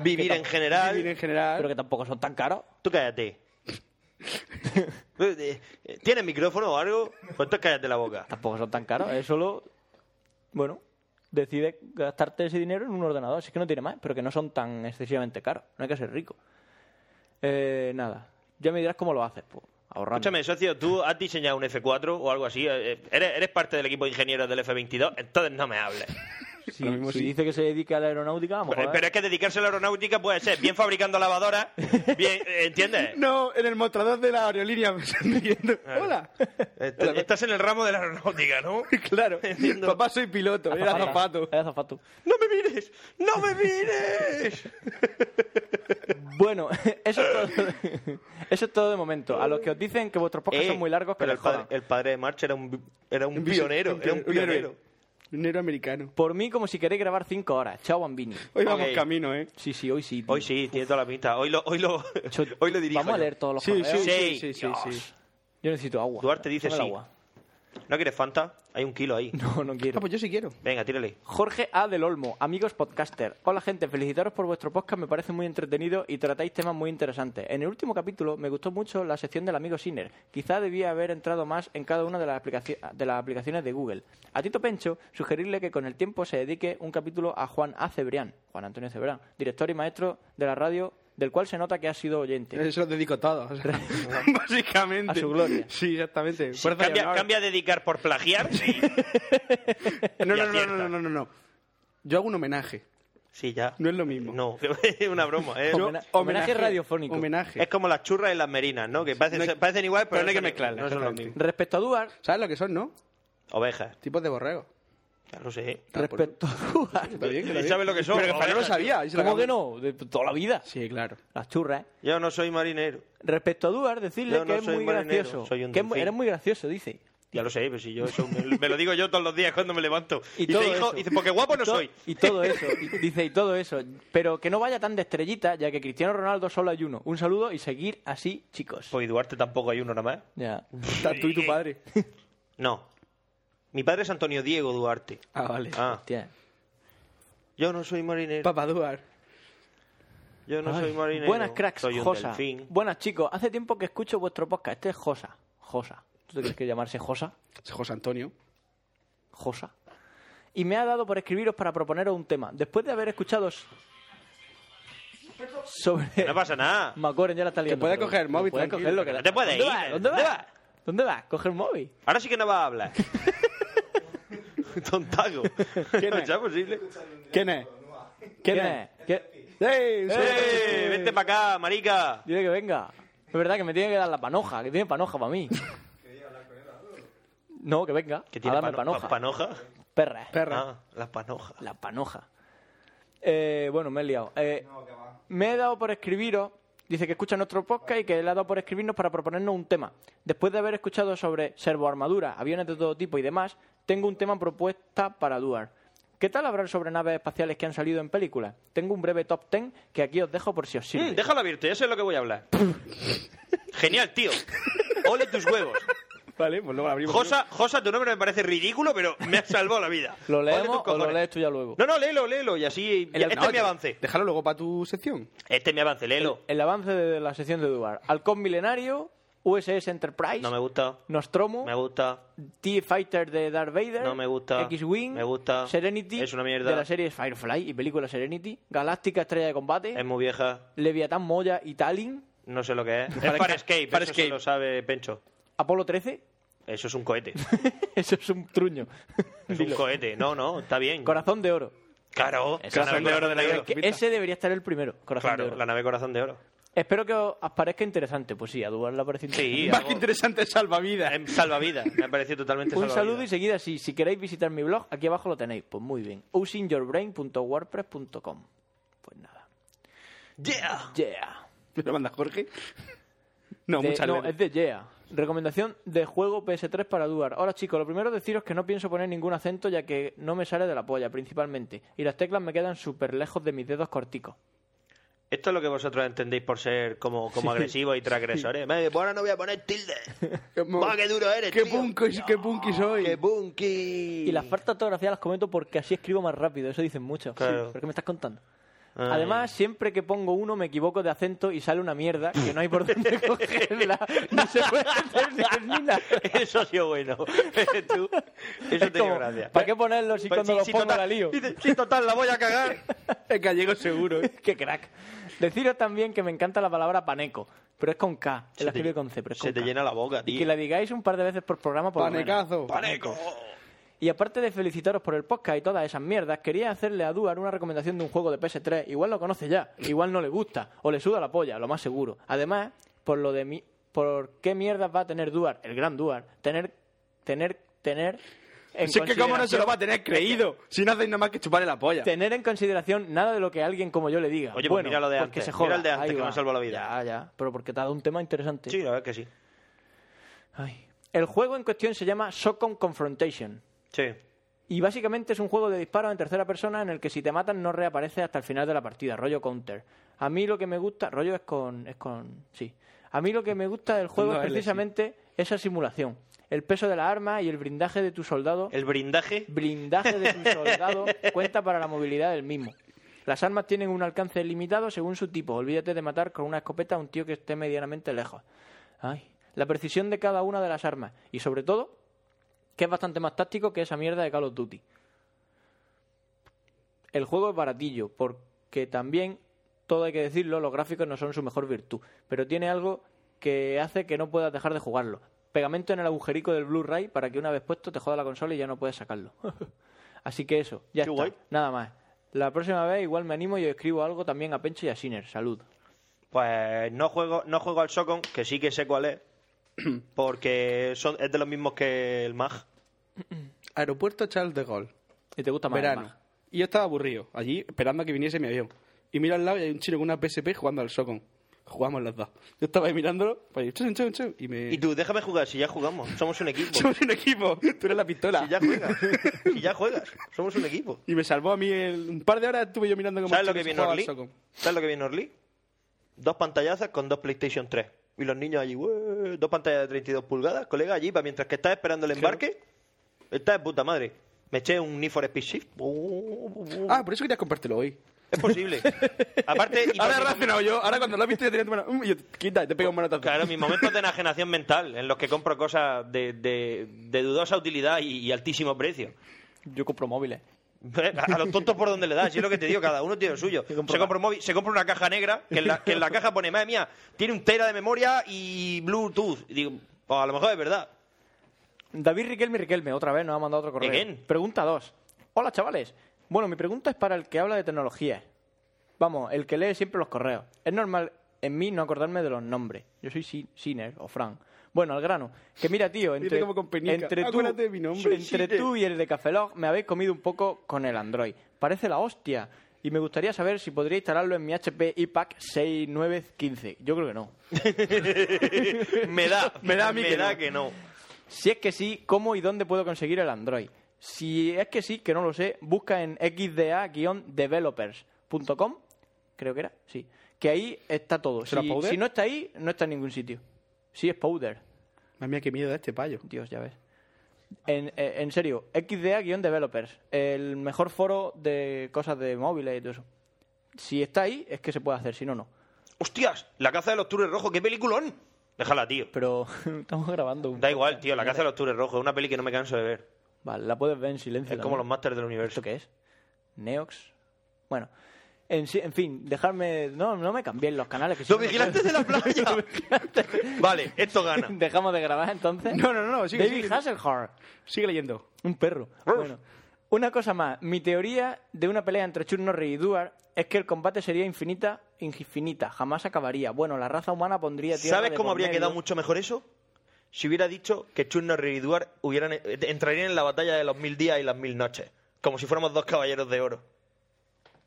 [SPEAKER 5] Vivir en general.
[SPEAKER 8] vivir en general.
[SPEAKER 9] pero que tampoco son tan caros.
[SPEAKER 5] Tú cállate. Eh, eh, ¿Tienes micrófono o algo? Pues tú cállate la boca.
[SPEAKER 9] Tampoco son tan caros. Es solo, bueno, decide gastarte ese dinero en un ordenador. Si es que no tiene más, pero que no son tan excesivamente caros. No hay que ser rico. Eh, nada. Ya me dirás cómo lo haces, pues, ahorrando.
[SPEAKER 5] Escúchame, socio, tú has diseñado un F4 o algo así. eh, eh, Eres, eres parte del equipo de ingenieros del F22, entonces no me hables.
[SPEAKER 9] si,
[SPEAKER 8] lo mismo
[SPEAKER 9] si
[SPEAKER 8] sí.
[SPEAKER 9] dice que se dedica a la aeronáutica, vamos.
[SPEAKER 5] Pero, pero es que dedicarse a la aeronáutica puede ser bien fabricando lavadoras, bien, eh, ¿entiendes?
[SPEAKER 8] No, en el mostrador de la aerolínea me están diciendo, hola.
[SPEAKER 5] Est- Estás en el ramo de la aeronáutica, ¿no?
[SPEAKER 8] claro,
[SPEAKER 5] Entiendo.
[SPEAKER 8] papá soy piloto, era zapato.
[SPEAKER 9] zapato.
[SPEAKER 5] ¡No me mires! ¡No me mires!
[SPEAKER 9] Bueno, eso es todo. eso es todo de momento. A los que os dicen que vuestros podcasts
[SPEAKER 5] Eh,
[SPEAKER 9] son muy largos, que
[SPEAKER 5] pero
[SPEAKER 9] les
[SPEAKER 5] el padre,
[SPEAKER 9] jodan.
[SPEAKER 5] el padre de March era un, bi- era un
[SPEAKER 8] Un vision-
[SPEAKER 5] pionero, era un
[SPEAKER 8] héroe.
[SPEAKER 5] pionero.
[SPEAKER 8] Un héroe americano.
[SPEAKER 9] Por mí, como si queréis grabar cinco horas. Chao, Bambini.
[SPEAKER 8] Hoy vamos
[SPEAKER 5] Ok.
[SPEAKER 8] camino, ¿eh?
[SPEAKER 9] Sí, sí, hoy sí. tío.
[SPEAKER 5] Hoy sí, tiene toda la pinta. Hoy lo, hoy lo,
[SPEAKER 9] Cho-
[SPEAKER 5] hoy lo dirijo
[SPEAKER 9] Vamos a
[SPEAKER 5] yo.
[SPEAKER 9] leer todos los
[SPEAKER 8] Sí, sí,
[SPEAKER 9] correos.
[SPEAKER 8] sí,
[SPEAKER 5] Sí,
[SPEAKER 8] sí, sí, sí.
[SPEAKER 9] Yo necesito agua.
[SPEAKER 5] Duarte dice
[SPEAKER 9] Dame el
[SPEAKER 5] sí.
[SPEAKER 9] agua.
[SPEAKER 5] ¿No quieres Fanta? Hay un kilo ahí.
[SPEAKER 9] No, no quiero.
[SPEAKER 8] Ah, pues yo sí quiero.
[SPEAKER 5] Venga, tírale.
[SPEAKER 9] Jorge A. del Olmo, amigos podcaster. Hola gente, felicitaros por vuestro podcast, me parece muy entretenido y tratáis temas muy interesantes. En el último capítulo me gustó mucho la sección del amigo Sinner. Quizá debía haber entrado más en cada una de las, aplicaci- de las aplicaciones de Google. A Tito Pencho, sugerirle que con el tiempo se dedique un capítulo a Juan A. Cebrián, Juan Antonio Cebrián, director y maestro de la radio, del cual se nota que ha sido oyente.
[SPEAKER 8] Eso lo dedico todo. o sea, básicamente.
[SPEAKER 9] A su gloria.
[SPEAKER 8] Sí, exactamente. Fuerza y
[SPEAKER 5] Cambia,
[SPEAKER 8] honor.
[SPEAKER 5] cambia dedicar por plagiar. Sí,
[SPEAKER 8] No,
[SPEAKER 5] y
[SPEAKER 8] no, no,
[SPEAKER 5] acierta.
[SPEAKER 8] no, no, no, no, no. Yo hago un homenaje.
[SPEAKER 5] sí ya.
[SPEAKER 8] No es lo mismo.
[SPEAKER 5] No, es una broma. ¿eh?
[SPEAKER 9] Yo- Homena- homenaje radiofónico.
[SPEAKER 8] Homenaje.
[SPEAKER 5] Es como las churras y las merinas, ¿no? Que parecen,
[SPEAKER 8] No hay-
[SPEAKER 5] parecen igual, pero,
[SPEAKER 8] pero no hay que
[SPEAKER 5] son-
[SPEAKER 8] mezclarlas,
[SPEAKER 5] No son lo
[SPEAKER 8] exactamente.
[SPEAKER 5] mismo.
[SPEAKER 9] Respecto a Duarte,
[SPEAKER 8] ¿Sabes lo que son, no?
[SPEAKER 5] Ovejas,
[SPEAKER 8] Tipos de borrego.
[SPEAKER 5] ya lo sé.
[SPEAKER 9] respecto a Duarte.
[SPEAKER 8] Está bien, está bien.
[SPEAKER 5] ¿Sabes lo que son?
[SPEAKER 8] Pero que no lo
[SPEAKER 5] Ovejas,
[SPEAKER 8] sabía. y se lo
[SPEAKER 9] ¿Cómo
[SPEAKER 8] acabo-
[SPEAKER 9] que no? De toda la vida.
[SPEAKER 8] Sí, claro.
[SPEAKER 9] Las churras. ¿eh?
[SPEAKER 5] Yo no soy marinero.
[SPEAKER 9] Respecto a Duarte, decirle
[SPEAKER 5] Yo
[SPEAKER 9] que
[SPEAKER 5] no
[SPEAKER 9] es
[SPEAKER 5] soy
[SPEAKER 9] muy
[SPEAKER 5] marinero,
[SPEAKER 9] gracioso.
[SPEAKER 5] soy un
[SPEAKER 9] que es muy-
[SPEAKER 5] delfín.
[SPEAKER 9] eres muy gracioso, dice.
[SPEAKER 5] Ya lo sé, pero si yo eso me, me lo digo yo todos los días cuando me levanto.
[SPEAKER 9] Y,
[SPEAKER 5] dice,
[SPEAKER 9] todo
[SPEAKER 5] hijo,
[SPEAKER 9] eso.
[SPEAKER 5] dice, porque guapo
[SPEAKER 9] Y
[SPEAKER 5] no
[SPEAKER 9] to-
[SPEAKER 5] soy.
[SPEAKER 9] Y todo eso. Y dice, y todo eso. Pero que no vaya tan de estrellita, ya que Cristiano Ronaldo solo hay uno. Un saludo y seguir así, chicos.
[SPEAKER 5] Pues y Duarte tampoco hay uno nada más.
[SPEAKER 9] Ya.
[SPEAKER 8] Estás tú y tu padre.
[SPEAKER 5] No. Mi padre es Antonio Diego Duarte.
[SPEAKER 8] Ah, vale.
[SPEAKER 5] Ah,
[SPEAKER 9] Hostia.
[SPEAKER 5] yo no soy marinero.
[SPEAKER 8] Papá Duar.
[SPEAKER 5] Yo no
[SPEAKER 9] Ay,
[SPEAKER 5] soy marinero.
[SPEAKER 9] Buenas cracks,
[SPEAKER 5] soy un
[SPEAKER 9] Josa.
[SPEAKER 5] delfín.
[SPEAKER 9] Buenas chicos, hace tiempo que escucho vuestro podcast. Este es Josa. Josa. ¿Tú te crees que llamarse Josa?
[SPEAKER 8] José Antonio.
[SPEAKER 9] Josa. Y me ha dado por escribiros para proponeros un tema. Después de haber escuchado s- sobre
[SPEAKER 5] No pasa nada.
[SPEAKER 9] Macoren ya la está liando.
[SPEAKER 8] puede
[SPEAKER 9] pero-
[SPEAKER 8] coger el móvil,
[SPEAKER 9] Puede
[SPEAKER 8] tranquilo.
[SPEAKER 9] cogerlo, que la-
[SPEAKER 5] No te puedes
[SPEAKER 9] ¿Dónde
[SPEAKER 5] ir,
[SPEAKER 9] vas?
[SPEAKER 5] eh.
[SPEAKER 9] ¿Dónde
[SPEAKER 5] ¿Dónde
[SPEAKER 9] vas? ¿Dónde vas? Coge el móvil.
[SPEAKER 5] Ahora sí que no vas a hablar. Tontago.
[SPEAKER 8] ¿Quién
[SPEAKER 5] ¿No
[SPEAKER 8] es?
[SPEAKER 5] es posible?
[SPEAKER 8] ¿Quién es?
[SPEAKER 9] ¿Quién es? ¿Qué-
[SPEAKER 8] ¡Ey! soy-
[SPEAKER 5] ¡Eh! ¡Vente para acá, marica!
[SPEAKER 9] Dile que venga. Es verdad que me tiene que dar la panoja, que tiene panoja para mí. No, que venga.
[SPEAKER 5] ¿Qué
[SPEAKER 9] a
[SPEAKER 5] tiene
[SPEAKER 9] darme
[SPEAKER 5] pano-
[SPEAKER 9] panoja.
[SPEAKER 5] pa- panoja?
[SPEAKER 9] Perra.
[SPEAKER 8] Perra.
[SPEAKER 5] Ah, las panojas.
[SPEAKER 9] La panoja. Eh, bueno, me he liado. Eh, me he dado por escribiros. Dice que escucha nuestro podcast y que le ha dado por escribirnos para proponernos un tema. Después de haber escuchado sobre servoarmaduras, aviones de todo tipo y demás, tengo un tema propuesta para Duar. ¿Qué tal hablar sobre naves espaciales que han salido en películas? Tengo un breve top 10 que aquí os dejo por si os sirve.
[SPEAKER 5] Mm, déjalo abierto, ya sé lo que voy a hablar. Genial, tío. Ole tus huevos.
[SPEAKER 8] Vale, pues luego la abrimos.
[SPEAKER 5] Josa, Josa, tu nombre me parece ridículo, pero me ha salvado la vida.
[SPEAKER 9] ¿Lo
[SPEAKER 5] Ole tus
[SPEAKER 9] leemos o lo
[SPEAKER 5] cojones.
[SPEAKER 9] lees tú ya luego?
[SPEAKER 5] No, no, léelo, léelo y así...
[SPEAKER 9] El-
[SPEAKER 5] este
[SPEAKER 9] no,
[SPEAKER 5] es mi avance.
[SPEAKER 8] Déjalo luego para tu sección.
[SPEAKER 5] Este es mi avance, léelo.
[SPEAKER 9] El avance de la sesión de Duar. Halcón Milenario, USS Enterprise,
[SPEAKER 5] No me gusta.
[SPEAKER 9] Nostromo,
[SPEAKER 5] Me gusta.
[SPEAKER 9] T-Fighter de Darth Vader.
[SPEAKER 5] No me gusta.
[SPEAKER 9] X-Wing.
[SPEAKER 5] Me gusta.
[SPEAKER 9] Serenity.
[SPEAKER 5] Es una mierda.
[SPEAKER 9] De la serie Firefly y película Serenity. Galáctica Estrella de Combate.
[SPEAKER 5] Es muy vieja.
[SPEAKER 9] Leviatán Moya y Talin.
[SPEAKER 5] No sé lo que es. Es
[SPEAKER 8] Faresca-
[SPEAKER 5] Farescape, eso
[SPEAKER 8] Farescape.
[SPEAKER 5] se lo sabe Pencho.
[SPEAKER 9] ¿Apolo 13?
[SPEAKER 5] Eso es un cohete.
[SPEAKER 9] Eso es un truño.
[SPEAKER 5] Es un
[SPEAKER 9] Dilo.
[SPEAKER 5] cohete. No, no, está bien.
[SPEAKER 9] Corazón de oro.
[SPEAKER 5] Claro,
[SPEAKER 9] Ese
[SPEAKER 5] la
[SPEAKER 9] es
[SPEAKER 5] nave
[SPEAKER 9] el
[SPEAKER 5] corazón de la
[SPEAKER 9] Pero
[SPEAKER 5] oro.
[SPEAKER 9] es que ese debería estar el primero, Corazón de
[SPEAKER 5] Claro,
[SPEAKER 9] oro.
[SPEAKER 5] la nave corazón de oro.
[SPEAKER 9] Espero que os parezca interesante. Pues sí, a Duval le ha parecido
[SPEAKER 5] Sí,
[SPEAKER 9] interesante.
[SPEAKER 8] Más
[SPEAKER 5] algo-
[SPEAKER 8] que interesante salvavidas.
[SPEAKER 5] en Em, salvavidas. Me ha parecido totalmente
[SPEAKER 9] Un
[SPEAKER 5] salvavidas.
[SPEAKER 9] saludo y seguida, si, si queréis visitar mi blog, aquí abajo lo tenéis. Pues muy bien. usinyourbrain.wordpress.com Pues nada.
[SPEAKER 5] Yeah.
[SPEAKER 9] Yeah.
[SPEAKER 8] ¿Me lo manda Jorge? No,
[SPEAKER 9] De-
[SPEAKER 8] muchas
[SPEAKER 9] no,
[SPEAKER 8] letras.
[SPEAKER 9] es de Yeah. Recomendación de juego PS3 para Duar. Ahora, chicos, lo primero deciros que no pienso poner ningún acento ya que no me sale de la polla, principalmente. Y las teclas me quedan súper lejos de mis dedos corticos.
[SPEAKER 5] Esto es lo que vosotros entendéis por ser como, como agresivos y transgresores. Me- Bueno, no voy a poner tilde.
[SPEAKER 8] Qué mo-
[SPEAKER 5] Va, qué duro eres,
[SPEAKER 8] Qué
[SPEAKER 5] tío.
[SPEAKER 8] punky, qué punky soy.
[SPEAKER 5] ¡Qué punky!
[SPEAKER 9] Y las faltas de ortografía las comento porque así escribo más rápido, eso dicen muchos.
[SPEAKER 5] Claro.
[SPEAKER 9] ¿Pero qué me estás contando?
[SPEAKER 5] Ay.
[SPEAKER 9] Además, siempre que pongo uno me equivoco de acento y sale una mierda que no hay por dónde cogerla. No se puede entender ni nada.
[SPEAKER 5] Eso ha sido bueno. Tú, eso
[SPEAKER 9] Es
[SPEAKER 5] te dio
[SPEAKER 9] como,
[SPEAKER 5] gracia.
[SPEAKER 9] ¿Para qué ponerlo si
[SPEAKER 5] Pues
[SPEAKER 9] cuando
[SPEAKER 5] sí,
[SPEAKER 9] los
[SPEAKER 5] sí,
[SPEAKER 9] pongo
[SPEAKER 5] total-
[SPEAKER 9] la lío?
[SPEAKER 5] dice, Sí, total, la voy a cagar.
[SPEAKER 8] Es gallego seguro. ¿eh?
[SPEAKER 9] ¡Qué crack! Deciros también que me encanta la palabra paneco, pero es con K.
[SPEAKER 5] Se
[SPEAKER 9] la
[SPEAKER 5] te-
[SPEAKER 9] escribe con C, pero es
[SPEAKER 5] se
[SPEAKER 9] con
[SPEAKER 5] te
[SPEAKER 9] K.
[SPEAKER 5] llena la boca,
[SPEAKER 9] Y
[SPEAKER 5] tío.
[SPEAKER 9] que la digáis un par de veces por programa por lo menos.
[SPEAKER 8] Panecazo.
[SPEAKER 5] ¡Paneco!
[SPEAKER 9] Y aparte de felicitaros por el podcast y todas esas mierdas, quería hacerle a Duar una recomendación de un juego de PS3. Igual lo conoce ya, igual no le gusta, o le suda la polla, lo más seguro. Además, por lo de mi... ¿Por qué mierdas va a tener Duar, el gran Duar, tener... tener... tener... En
[SPEAKER 8] Si es que cómo no se lo
[SPEAKER 9] consideración-
[SPEAKER 8] va a tener creído. Si no hacéis nada más que chuparle la polla.
[SPEAKER 9] Tener en consideración nada de lo que alguien como yo le diga.
[SPEAKER 5] Oye, pues
[SPEAKER 9] bueno,
[SPEAKER 5] mira lo de
[SPEAKER 9] pues
[SPEAKER 5] antes,
[SPEAKER 9] que se
[SPEAKER 5] mira
[SPEAKER 9] joda.
[SPEAKER 5] el de antes
[SPEAKER 9] Ahí
[SPEAKER 5] que
[SPEAKER 9] va.
[SPEAKER 5] me ha salvado la vida.
[SPEAKER 9] Ya, ya. Pero porque te ha dado un tema interesante.
[SPEAKER 5] Sí, la verdad es que sí.
[SPEAKER 9] Ay. El juego en cuestión se llama Socom Confrontation.
[SPEAKER 5] Sí.
[SPEAKER 9] Y básicamente es un juego de disparos en tercera persona en el que si te matan no reapareces hasta el final de la partida, rollo counter. A mí lo que me gusta, rollo es con, es con, sí. A mí lo que me gusta del juego
[SPEAKER 8] No,
[SPEAKER 9] es
[SPEAKER 8] L, sí.
[SPEAKER 9] precisamente esa simulación, el peso de la arma y el blindaje de tu soldado.
[SPEAKER 5] El brindaje.
[SPEAKER 9] este blindaje de tu soldado cuenta para la movilidad del mismo. Las armas tienen un alcance limitado según su tipo. Olvídate de matar con una escopeta a un tío que esté medianamente lejos. Ay, la precisión de cada una de las armas y sobre todo que es bastante más táctico que esa mierda de Call of Duty. El juego es baratillo, porque también, todo hay que decirlo, los gráficos no son su mejor virtud, pero tiene algo que hace que no puedas dejar de jugarlo. Pegamento en el agujerico del Blu-ray para que una vez puesto te joda la consola y ya no puedes sacarlo. Así que eso, ya
[SPEAKER 5] Qué
[SPEAKER 9] está.
[SPEAKER 5] guay.
[SPEAKER 9] Nada más. La próxima vez igual me animo y os escribo algo también a Pencho y a Sinner. Salud.
[SPEAKER 5] Pues no juego, no juego al Socon, que sí que sé cuál es. Porque son, es de los mismos que el MAG.
[SPEAKER 8] Aeropuerto Charles de Gaulle.
[SPEAKER 9] ¿Y te gusta más?
[SPEAKER 8] verano.
[SPEAKER 9] Emma?
[SPEAKER 8] Y yo estaba aburrido allí, esperando a que viniese mi avión. Y miro al lado y hay un chino con una PSP jugando al Socon. Jugamos los dos. Yo estaba ahí mirándolo, pues, chun, chun, chun, y me...
[SPEAKER 5] Y tú, déjame jugar, si ya jugamos. Somos un equipo.
[SPEAKER 8] Somos un equipo, tú eres la pistola.
[SPEAKER 5] Si ya juegas. Si ya juegas. Somos un equipo.
[SPEAKER 8] Y me salvó a mí el... un par de horas, estuve yo mirando cómo
[SPEAKER 5] ¿Sabes
[SPEAKER 8] el
[SPEAKER 5] lo
[SPEAKER 8] chino
[SPEAKER 5] que
[SPEAKER 8] se
[SPEAKER 5] viene
[SPEAKER 8] jugaba al
[SPEAKER 5] Orly?
[SPEAKER 8] Socon.
[SPEAKER 5] ¿Sabes lo que viene Orly? Dos pantallazas con dos PlayStation 3. Y los niños allí, "Ué". dos pantallas de 32 pulgadas, colega, allí, para mientras que estás esperando el embarque, estás de puta madre. Me eché un Need for Speed Shift. Uh,
[SPEAKER 8] Ah, por eso quería compartirlo hoy.
[SPEAKER 5] Es posible. Aparte, y
[SPEAKER 8] Ahora he
[SPEAKER 5] porque-
[SPEAKER 8] relacionado yo, ahora cuando lo has visto ya tenía tu mano. mm, Y yo, quita, y te pego un manotazo.
[SPEAKER 5] Claro, mis momentos de enajenación mental, en los que compro cosas de, de- de dudosa utilidad y, y altísimo precio.
[SPEAKER 9] Yo compro móviles.
[SPEAKER 5] A a los tontos por donde le das, si es lo que te digo, cada uno tiene lo suyo. Se compra, un móvil, se compra una caja negra, que en, la, que en la caja pone, madre mía, tiene un tera de memoria y Bluetooth. Y digo, "Pues a lo mejor es verdad.
[SPEAKER 9] David Riquelme Riquelme, otra vez nos ha mandado otro correo.
[SPEAKER 5] Again.
[SPEAKER 9] Pregunta 2. Hola, chavales. Bueno, mi pregunta es para el que habla de tecnología. Vamos, el que lee siempre los correos. Es normal en mí no acordarme de los nombres. Yo soy Si- Siner o Fran. Bueno, al grano. Que mira, tío, entre,
[SPEAKER 8] como con penica.
[SPEAKER 9] entre tú,
[SPEAKER 8] Acuérdate de mi nombre,
[SPEAKER 9] entre
[SPEAKER 8] Siner.
[SPEAKER 9] tú y el de Cafelog me habéis comido un poco con el Android. Parece la hostia. Y me gustaría saber si podría instalarlo en mi HP IPAC 6915. Yo creo que no.
[SPEAKER 5] Me da,
[SPEAKER 8] Me da a mí que
[SPEAKER 5] da
[SPEAKER 8] no.
[SPEAKER 5] que no.
[SPEAKER 9] Si es que sí, ¿cómo y dónde puedo conseguir el Android? Si es que sí, que no lo sé, busca en xda-developers.com, creo que era, sí. Que ahí está todo. Si,
[SPEAKER 8] ¿Será Powder?
[SPEAKER 9] si no está ahí, no está en ningún sitio. Sí, es Powder.
[SPEAKER 8] Madre mía, qué miedo de este payo.
[SPEAKER 9] Dios, ya ves. En, eh, en serio, xda-developers, el mejor foro de cosas de móviles y todo eso. Si está ahí, es que se puede hacer, si no, no.
[SPEAKER 5] ¡Hostias! La caza de los Tures Rojos, qué peliculón. Déjala, tío.
[SPEAKER 9] Pero estamos grabando un...
[SPEAKER 5] Da igual, tío, la caza de los Tures Rojos, es una peli que no me canso de ver.
[SPEAKER 9] Vale, la puedes ver en silencio.
[SPEAKER 5] Es como
[SPEAKER 9] también.
[SPEAKER 5] los Masters del
[SPEAKER 9] ¿Esto
[SPEAKER 5] Universo.
[SPEAKER 9] qué es? ¿Neox? Bueno, En, sí- en fin, dejarme. No, no me cambien los canales. Que si
[SPEAKER 5] Los
[SPEAKER 9] no, no
[SPEAKER 5] vigilantes
[SPEAKER 9] sé.
[SPEAKER 5] de la playa.
[SPEAKER 9] Los vigilantes.
[SPEAKER 5] Vale, esto gana.
[SPEAKER 9] Dejamos de grabar entonces.
[SPEAKER 8] No, no, no, sigue,
[SPEAKER 9] David
[SPEAKER 8] sigue.
[SPEAKER 9] Hasselhoff.
[SPEAKER 8] Sigue leyendo.
[SPEAKER 9] Un perro. Bueno, una cosa más. Mi teoría de una pelea entre Chuck Norris y Duar es que el combate sería infinita, infinita. Jamás acabaría. Bueno, la raza humana pondría tierra
[SPEAKER 5] ¿Sabes
[SPEAKER 9] de
[SPEAKER 5] cómo
[SPEAKER 9] por
[SPEAKER 5] habría
[SPEAKER 9] medio.
[SPEAKER 5] quedado mucho mejor eso? Si hubiera dicho que Chun Norris y Duar hubieran, eh, entrarían en la batalla de los mil días y las mil noches, como si fuéramos dos caballeros de oro.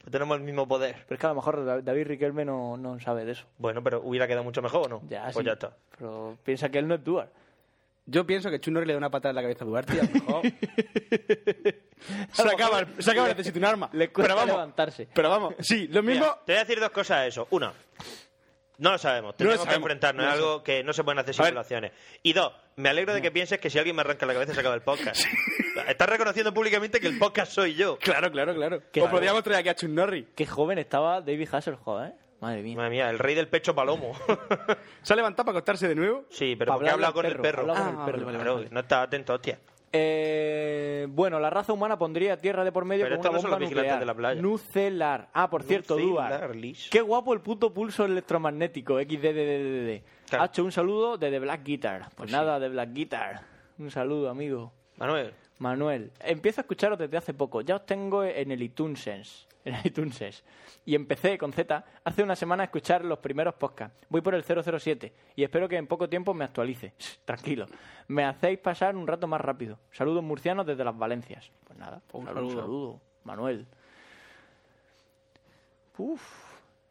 [SPEAKER 5] Que tenemos el mismo poder.
[SPEAKER 9] Pero es que a lo mejor Da- David Riquelme no, no sabe de eso.
[SPEAKER 5] Bueno, pero hubiera quedado mucho mejor, ¿o no?
[SPEAKER 9] Ya,
[SPEAKER 5] pues
[SPEAKER 9] sí.
[SPEAKER 5] ya está.
[SPEAKER 9] Pero piensa que él no es Duar.
[SPEAKER 8] Yo pienso que Chuck Norris le da una patada en la cabeza a Duarte y a lo mejor...
[SPEAKER 9] A
[SPEAKER 8] se
[SPEAKER 9] lo
[SPEAKER 8] acaba,
[SPEAKER 9] mejor-
[SPEAKER 8] se acaba, necesito un arma.
[SPEAKER 9] Le cuesta
[SPEAKER 8] pero vamos,
[SPEAKER 9] levantarse.
[SPEAKER 8] pero vamos, sí, lo mismo...
[SPEAKER 5] Mira, te voy a decir dos cosas de eso. Una, no lo sabemos. Tenemos que
[SPEAKER 8] sabemos.
[SPEAKER 5] enfrentarnos.
[SPEAKER 8] No
[SPEAKER 5] es
[SPEAKER 8] lo
[SPEAKER 5] algo que no se pueden hacer
[SPEAKER 8] A ver.
[SPEAKER 5] simulaciones. Y dos, me alegro de que pienses que si alguien me arranca la cabeza se acaba el podcast. Estás reconociendo públicamente que el podcast soy yo.
[SPEAKER 8] Claro, claro, claro.
[SPEAKER 9] Qué
[SPEAKER 8] o
[SPEAKER 9] raro.
[SPEAKER 8] podríamos traer aquí a Chuck Norris.
[SPEAKER 9] Qué joven estaba David Hasselhoff, ¿eh? Madre mía.
[SPEAKER 5] Madre mía, el rey del pecho palomo.
[SPEAKER 8] Se ha levantado para acostarse de nuevo.
[SPEAKER 5] sí, pero
[SPEAKER 9] Pa'
[SPEAKER 5] porque ha
[SPEAKER 9] hablarle
[SPEAKER 5] hablado con
[SPEAKER 9] al
[SPEAKER 5] el perro.
[SPEAKER 9] habla con
[SPEAKER 8] Ah,
[SPEAKER 9] el
[SPEAKER 8] vale,
[SPEAKER 9] perro.
[SPEAKER 8] vale,
[SPEAKER 5] Claro, no estás atento, hostia.
[SPEAKER 9] Eh, bueno, la raza humana pondría tierra de por medio
[SPEAKER 5] Pero
[SPEAKER 9] con una
[SPEAKER 5] estos no son
[SPEAKER 9] bomba
[SPEAKER 5] los
[SPEAKER 9] nuclear.
[SPEAKER 5] vigilantes de la playa.
[SPEAKER 9] Nucelar. Ah, por cierto,
[SPEAKER 5] Nucelar,
[SPEAKER 9] Duar.
[SPEAKER 5] liso.
[SPEAKER 9] Qué guapo el puto pulso electromagnético. eh, XDDDD.
[SPEAKER 5] Claro.
[SPEAKER 9] Hacho, un saludo de The Black Guitar. Pues, nada, de Black Guitar. Un saludo, amigo.
[SPEAKER 5] Manuel,
[SPEAKER 9] Manuel, empiezo a escucharos desde hace poco. Ya os tengo en el iTunes. En el iTunes. Y empecé con Z hace una semana a escuchar los primeros podcasts. Voy por el 007 y espero que en poco tiempo me actualice. Tranquilo. Me hacéis pasar un rato más rápido. Saludos murcianos desde las Valencias. Pues nada, pues un saludo, un saludo, Manuel. Uf.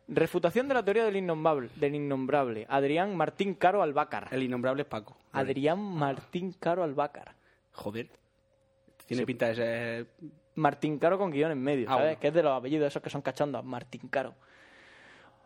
[SPEAKER 9] Refutación de la teoría del innombrable. Del innombrable. Adrián Martín Caro Albácar.
[SPEAKER 8] El innombrable es Paco.
[SPEAKER 9] Adrián Martín Caro Albácar.
[SPEAKER 8] Joder. Tiene pinta de ser...
[SPEAKER 9] Martín Caro con guión en medio,
[SPEAKER 8] Ah,
[SPEAKER 9] ¿sabes?
[SPEAKER 8] bueno.
[SPEAKER 9] Que es de los apellidos esos que son cachondos, Martín Caro.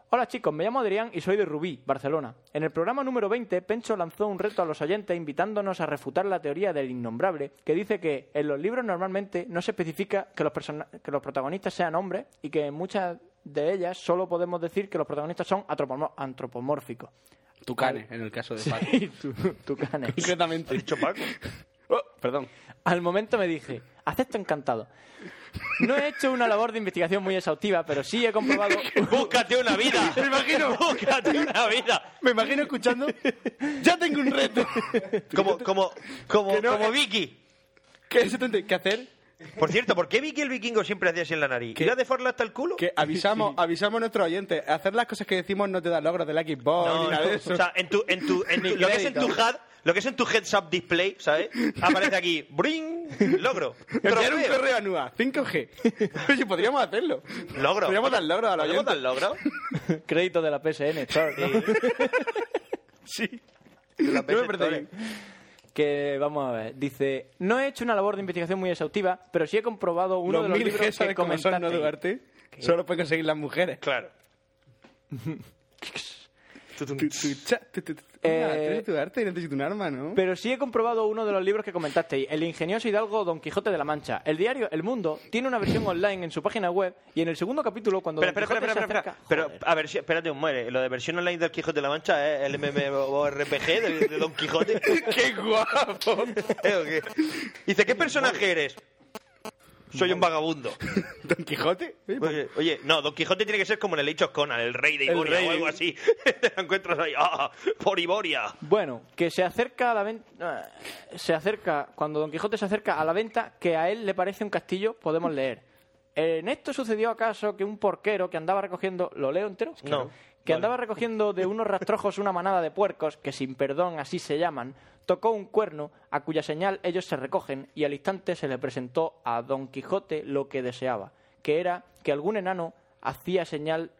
[SPEAKER 9] Hola chicos, me llamo Adrián y soy de Rubí, Barcelona. En el programa número 20, Pencho lanzó un reto a los oyentes invitándonos a refutar la teoría del innombrable, que dice que en los libros normalmente no se especifica que los, persona- que los protagonistas sean hombres y que en muchas de ellas solo podemos decir que los protagonistas son antropomo- antropomórficos.
[SPEAKER 8] Tucanes, en el caso de Paco.
[SPEAKER 9] Sí, tú- tú canes.
[SPEAKER 8] Concretamente.
[SPEAKER 5] dicho Paco.
[SPEAKER 8] Oh, perdón.
[SPEAKER 9] Al momento me dije, acepto encantado. No he hecho una labor de investigación muy exhaustiva, pero sí he comprobado...
[SPEAKER 5] ¡Búscate una vida!
[SPEAKER 8] Me imagino,
[SPEAKER 5] ¡Búscate una vida!
[SPEAKER 8] me imagino escuchando. Ya tengo un reto.
[SPEAKER 5] Como, como, como,
[SPEAKER 8] Que no,
[SPEAKER 5] como
[SPEAKER 8] eh.
[SPEAKER 5] Vicky.
[SPEAKER 8] ¿Qué se tendría que hacer?
[SPEAKER 5] Por cierto, ¿por qué Vicky el vikingo siempre hacía así en la nariz?
[SPEAKER 8] ¿Qué?
[SPEAKER 5] ¿Iba de forla hasta el culo?
[SPEAKER 8] Que avisamos, avisamos a nuestros oyentes. Hacer las cosas que decimos no te da logros del Xbox
[SPEAKER 5] No,
[SPEAKER 8] ni nada
[SPEAKER 5] no,
[SPEAKER 8] de eso.
[SPEAKER 5] O sea, en tu, en tu, en
[SPEAKER 8] Ni
[SPEAKER 5] tu- lo que es en
[SPEAKER 8] crédito.
[SPEAKER 5] tu HUD, lo que es en tu heads up display, ¿sabes? Aparece aquí, bring, logro,
[SPEAKER 8] Enviar un
[SPEAKER 5] trofeo.
[SPEAKER 8] correo a NUA, 5G. Oye, podríamos hacerlo.
[SPEAKER 5] logro.
[SPEAKER 8] Podríamos dar logros a los
[SPEAKER 5] ¿Podríamos dar
[SPEAKER 8] oyentes.
[SPEAKER 5] logro?
[SPEAKER 9] Crédito de la PSN, Store, ¿no?
[SPEAKER 8] Sí.
[SPEAKER 5] La
[SPEAKER 8] Yo me
[SPEAKER 5] PS
[SPEAKER 8] perdería.
[SPEAKER 9] que vamos a ver. Dice, no he hecho una labor de investigación muy exhaustiva, pero sí he comprobado uno
[SPEAKER 8] Los
[SPEAKER 9] de los
[SPEAKER 8] mil G
[SPEAKER 9] libros que
[SPEAKER 8] sabes cómo son, ¿no,
[SPEAKER 9] comentaste".
[SPEAKER 8] Duarte? Solo pueden conseguir las mujeres.
[SPEAKER 5] Claro.
[SPEAKER 8] Tu, tu, cha, tu, tu, tu.
[SPEAKER 9] Eh,
[SPEAKER 8] Ah, tú eres Duarte y necesito un arma, ¿no?
[SPEAKER 9] Pero sí he comprobado uno de los libros que comentasteis, El ingenioso hidalgo Don Quijote de la Mancha. El diario El Mundo tiene una versión online en su página web y en el segundo capítulo cuando
[SPEAKER 5] Espera,
[SPEAKER 9] Don
[SPEAKER 5] espera, espera,
[SPEAKER 9] Quijote
[SPEAKER 5] espera,
[SPEAKER 9] se
[SPEAKER 5] espera.
[SPEAKER 9] acerca-
[SPEAKER 5] Pero,
[SPEAKER 9] Joder.
[SPEAKER 5] a ver, si- espérate un muere. Lo de versión online del Quijote de la Mancha es el MMORPG de, de Don Quijote.
[SPEAKER 8] ¡Qué guapo!
[SPEAKER 5] ¿Eh, o qué? Dice, ¿qué personaje eres? Soy un vagabundo.
[SPEAKER 8] ¿Don Quijote? Oye, pues,
[SPEAKER 5] Oye, oye, no, Don Quijote tiene que ser como en el Hechos Conan, el rey de
[SPEAKER 8] El
[SPEAKER 5] Iboria
[SPEAKER 8] rey.
[SPEAKER 5] o algo así. Te lo encuentras ahí, ¡ah! ¡Por Iboria!
[SPEAKER 9] Bueno, que se acerca a la venta. Se acerca. Cuando Don Quijote se acerca a la venta, que a él le parece un castillo, podemos leer. En esto sucedió acaso que un porquero que andaba recogiendo. ¿Lo leo entero?
[SPEAKER 5] No.
[SPEAKER 9] Que andaba recogiendo de unos rastrojos una manada de puercos, que sin perdón así se llaman, tocó un cuerno, a cuya señal ellos se recogen, y al instante se le presentó a Don Quijote lo que deseaba, que era que algún enano hacía señal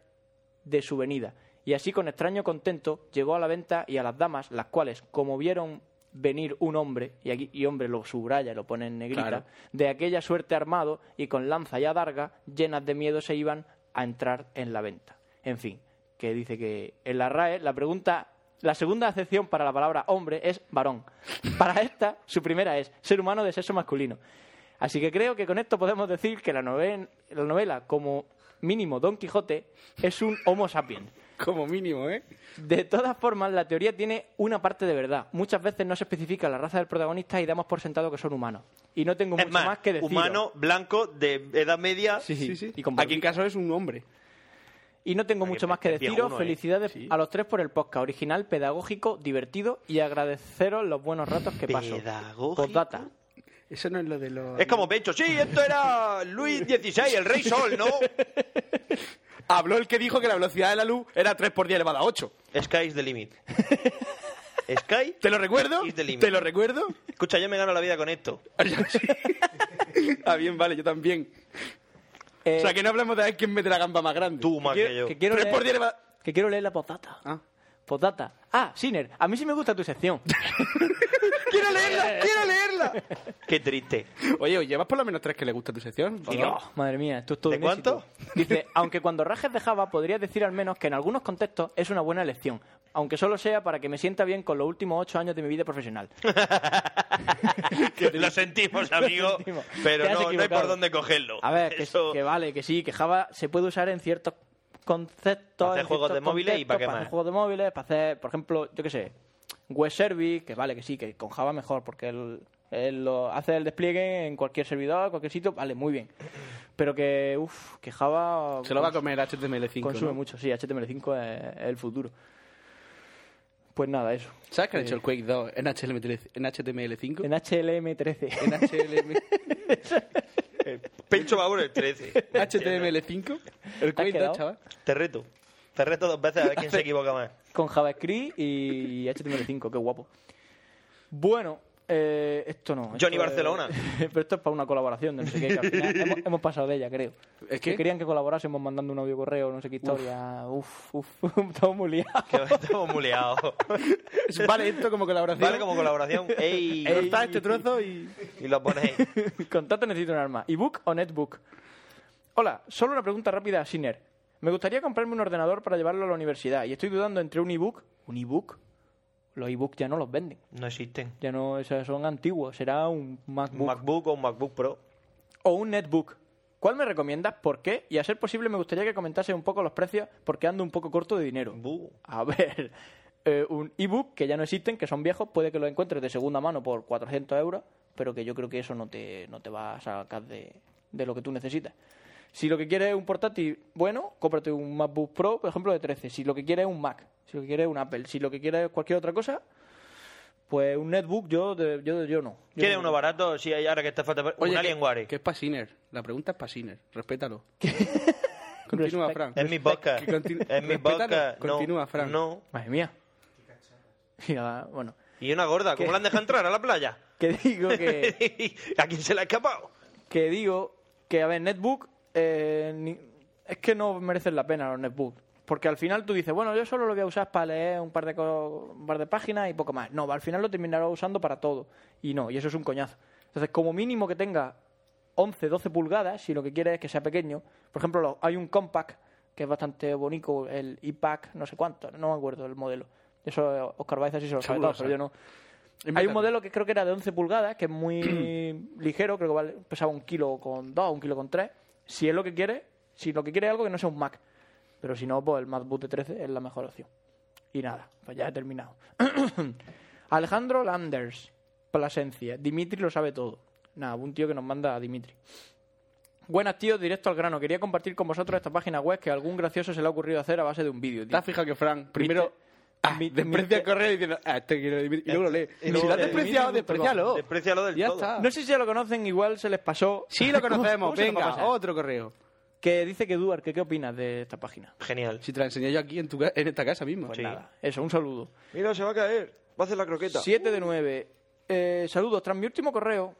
[SPEAKER 9] de su venida. Y así, con extraño contento, llegó a la venta y a las damas, las cuales, como vieron venir un hombre, y, aquí, y hombre lo subraya, lo pone en negrita,
[SPEAKER 8] Claro.
[SPEAKER 9] de aquella suerte armado y con lanza y adarga, llenas de miedo se iban a entrar en la venta. En fin, que dice que en la RAE la pregunta... La segunda acepción para la palabra hombre es varón. Para esta, su primera es ser humano de sexo masculino. Así que creo que con esto podemos decir que la, noven- la novela, como mínimo Don Quijote, es un Homo sapiens.
[SPEAKER 8] como mínimo, ¿eh?
[SPEAKER 9] De todas formas, la teoría tiene una parte de verdad. Muchas veces no se especifica la raza del protagonista y damos por sentado que son humanos. Y no tengo
[SPEAKER 5] Es
[SPEAKER 9] mucho
[SPEAKER 5] más,
[SPEAKER 9] más que decir.
[SPEAKER 5] humano, blanco, de edad media.
[SPEAKER 9] Sí, sí.
[SPEAKER 8] Sí, sí.
[SPEAKER 9] Y con
[SPEAKER 8] Aquí en
[SPEAKER 9] barbita.
[SPEAKER 8] caso es un hombre.
[SPEAKER 9] Y no tengo
[SPEAKER 5] Aquí
[SPEAKER 9] mucho más que
[SPEAKER 5] empe- empieza
[SPEAKER 9] deciros.
[SPEAKER 5] uno, ¿eh?
[SPEAKER 9] Felicidades a los tres por el podcast original, pedagógico, divertido y agradeceros los buenos ratos que paso.
[SPEAKER 5] Pedagógico.
[SPEAKER 9] Postdata.
[SPEAKER 8] Eso no es lo de los.
[SPEAKER 5] Es como Pecho, sí, esto era Luis XVI, el rey sol, ¿no?
[SPEAKER 8] Habló el que dijo que la velocidad de la luz era 3 por 10 elevada a 8.
[SPEAKER 5] Sky is the limit. Sky,
[SPEAKER 8] ¿Te lo recuerdo?
[SPEAKER 5] Is the limit.
[SPEAKER 8] ¿Te lo recuerdo?
[SPEAKER 5] escucha, yo me gano la vida con esto.
[SPEAKER 8] ah, bien, vale, yo también.
[SPEAKER 9] Eh,
[SPEAKER 8] O sea, que no hablemos de quién mete la gamba más grande.
[SPEAKER 5] Tú más que, yo.
[SPEAKER 9] quiero, que, quiero
[SPEAKER 8] 3 por 10
[SPEAKER 9] leer,
[SPEAKER 8] elevada...
[SPEAKER 9] que quiero leer la postdata.
[SPEAKER 8] Ah.
[SPEAKER 9] Postdata. Ah, Siner, a mí sí me gusta tu sección.
[SPEAKER 8] ¡Quiero leerla! ¡Quiero leerla!
[SPEAKER 5] Qué triste.
[SPEAKER 8] Oye, ¿os llevas por lo menos tres que le gusta tu sección.
[SPEAKER 9] Dios, madre mía, esto es todo
[SPEAKER 5] ¿De
[SPEAKER 9] un éxito. Dice, aunque cuando rajes de Java podrías decir al menos que en algunos contextos es una buena elección, aunque solo sea para que me sienta bien con los últimos ocho años de mi vida profesional.
[SPEAKER 5] lo sentimos, amigo,
[SPEAKER 9] sentimos.
[SPEAKER 5] pero
[SPEAKER 9] Te has
[SPEAKER 5] no, no hay
[SPEAKER 9] equivocado.
[SPEAKER 5] por dónde cogerlo.
[SPEAKER 9] A ver, que,
[SPEAKER 5] Eso-
[SPEAKER 9] que vale, que sí, que Java se puede usar en ciertos conceptos.
[SPEAKER 5] Para hacer
[SPEAKER 9] en
[SPEAKER 5] juegos
[SPEAKER 9] ciertos
[SPEAKER 5] de móviles y para
[SPEAKER 9] contextos,
[SPEAKER 5] qué
[SPEAKER 9] para
[SPEAKER 5] más.
[SPEAKER 9] hacer juegos de móviles, para hacer, por ejemplo, yo qué sé, web service, que vale, que sí, que con Java mejor, porque él, él lo hace el despliegue en cualquier servidor, en cualquier sitio, vale, muy bien. Pero que, uff, que Java...
[SPEAKER 8] Se lo va a comer HTML5.
[SPEAKER 9] Consume
[SPEAKER 8] ¿no?
[SPEAKER 9] mucho, sí, HTML5 es, es el futuro. Pues nada, eso.
[SPEAKER 8] ¿Sabes que han hecho el Quake 2 en HTML3 en HTML5?
[SPEAKER 9] En HLM13.
[SPEAKER 8] En HLM...
[SPEAKER 5] Pecho va por el 13.
[SPEAKER 8] HTML5. El
[SPEAKER 9] ¿Te
[SPEAKER 8] Quake
[SPEAKER 9] has
[SPEAKER 8] 2,
[SPEAKER 9] quedado?
[SPEAKER 8] chaval.
[SPEAKER 5] Te reto. Te reto dos veces a ver quién se equivoca más.
[SPEAKER 9] Con JavaScript y HTML5, qué guapo. Bueno, eh, esto no. esto
[SPEAKER 5] Johnny
[SPEAKER 9] es-
[SPEAKER 5] Barcelona.
[SPEAKER 9] pero esto es para una colaboración de no sé qué, que al final hemos, hemos pasado de ella, creo.
[SPEAKER 8] ¿Es
[SPEAKER 9] que
[SPEAKER 8] qué?
[SPEAKER 9] querían que colaborásemos mandando un audio correo, no sé qué historia. Uf, uf, estamos muy liados.
[SPEAKER 5] Que estamos muleados.
[SPEAKER 8] Vale, esto como colaboración.
[SPEAKER 5] Vale como colaboración. Ey,
[SPEAKER 9] Ey.
[SPEAKER 8] Cortad este trozo y...
[SPEAKER 5] Y lo pones ahí.
[SPEAKER 9] Contacto necesito un arma. ¿Ebook o netbook? Hola, solo una pregunta rápida a Siner. Me gustaría comprarme un ordenador para llevarlo a la universidad y estoy dudando entre un ebook. ¿Un ebook? Los ebook ya no los venden.
[SPEAKER 5] No existen.
[SPEAKER 9] Ya no, esos son antiguos. Será un
[SPEAKER 5] Un
[SPEAKER 9] MacBook.
[SPEAKER 5] MacBook o un MacBook Pro.
[SPEAKER 9] o un netbook. ¿Cuál me recomiendas? ¿Por qué? Y a ser posible me gustaría que comentase un poco los precios porque ando un poco corto de dinero.
[SPEAKER 5] Bu.
[SPEAKER 9] A ver, eh, un ebook que ya no existen, que son viejos, puede que lo encuentres de segunda mano por 400 euros, pero que yo creo que eso no te, no te va a sacar de, de lo que tú necesitas. Si lo que quieres es un portátil, bueno, cómprate un MacBook Pro, por ejemplo, de 13. Si lo que quieres es un Mac, si lo que quieres es un Apple, si lo que quieres es cualquier otra cosa, pues un netbook yo, de- yo, yo no. Yo
[SPEAKER 5] ¿Quieres
[SPEAKER 9] no-
[SPEAKER 5] uno barato? Sí, ahora que está falta. un
[SPEAKER 8] que-
[SPEAKER 5] Alienware.
[SPEAKER 8] Que es para Sinner. La pregunta es para Sinner. Respétalo. Continúa,
[SPEAKER 9] Respect-
[SPEAKER 8] Fran.
[SPEAKER 5] Es mi boca.
[SPEAKER 8] que continu-
[SPEAKER 5] Es mi
[SPEAKER 8] respétalo.
[SPEAKER 5] boca. No,
[SPEAKER 8] Continúa, Fran.
[SPEAKER 5] No.
[SPEAKER 9] Madre mía. Mira, bueno,
[SPEAKER 5] Y una gorda. ¿Cómo
[SPEAKER 9] ¿Qué?
[SPEAKER 5] la han dejado entrar a la playa?
[SPEAKER 9] que digo que,
[SPEAKER 5] ¿A quién se le ha escapado?
[SPEAKER 9] que digo que a ver, netbook eh, ni- es que no merecen la pena los netbook, porque al final tú dices, bueno, yo solo lo voy a usar para leer un par de co- un par de páginas y poco más. No, al final lo terminarás usando para todo y no, y eso es un coñazo. Entonces, como mínimo que tenga 11, 12 pulgadas, si lo que quieres es que sea pequeño. Por ejemplo, lo- hay un compact que es bastante bonito, el IPAC, no sé cuánto, no me acuerdo el modelo. Eso eh, Oscar Baeza sí se lo sabe
[SPEAKER 8] Seguro
[SPEAKER 9] todo, pero
[SPEAKER 8] sabe.
[SPEAKER 9] yo no. Hay
[SPEAKER 8] Invéntalo.
[SPEAKER 9] un modelo que creo que era de 11 pulgadas, que es muy ligero, creo que vale- pesaba un kilo con dos, un kilo con tres. Si es lo que quiere, si lo que quiere es algo que no sea un Mac. Pero si no, pues el MacBook de 13 es la mejor opción. Y nada, pues ya he terminado. Alejandro Landers, Plasencia. Dimitri lo sabe todo. Nada, un tío que nos manda a Dimitri. Buenas, tíos, directo al grano. Quería compartir con vosotros esta página web que a algún gracioso se le ha ocurrido hacer a base de un vídeo.
[SPEAKER 8] ¿Te
[SPEAKER 9] tío.
[SPEAKER 8] has fijado que Fran primero ah,
[SPEAKER 9] mi-
[SPEAKER 8] desprecia
[SPEAKER 9] mister-
[SPEAKER 8] el correo diciendo, ah, este quiero dividir", y luego lo lee. Y
[SPEAKER 5] no,
[SPEAKER 8] si lo has
[SPEAKER 5] eh,
[SPEAKER 8] despreciado,
[SPEAKER 9] dividir.com.
[SPEAKER 8] desprecialo.
[SPEAKER 5] Desprecialo del
[SPEAKER 8] Ya
[SPEAKER 5] todo.
[SPEAKER 8] está.
[SPEAKER 9] No sé si ya lo conocen, igual se les pasó.
[SPEAKER 8] Sí, lo
[SPEAKER 9] ¿Cómo-
[SPEAKER 8] conocemos.
[SPEAKER 9] cómo se les va a
[SPEAKER 8] Venga,
[SPEAKER 9] pasar?
[SPEAKER 8] otro correo.
[SPEAKER 9] Que dice que Duar, que qué opinas de esta página.
[SPEAKER 5] Genial.
[SPEAKER 8] Si te la enseñé yo aquí en, tu, ca- en esta casa mismo.
[SPEAKER 9] Pues nada, eso, un saludo.
[SPEAKER 5] Mira, se va a caer. Va a hacer la croqueta.
[SPEAKER 9] 7 de 9. Eh, saludos, tras mi último correo,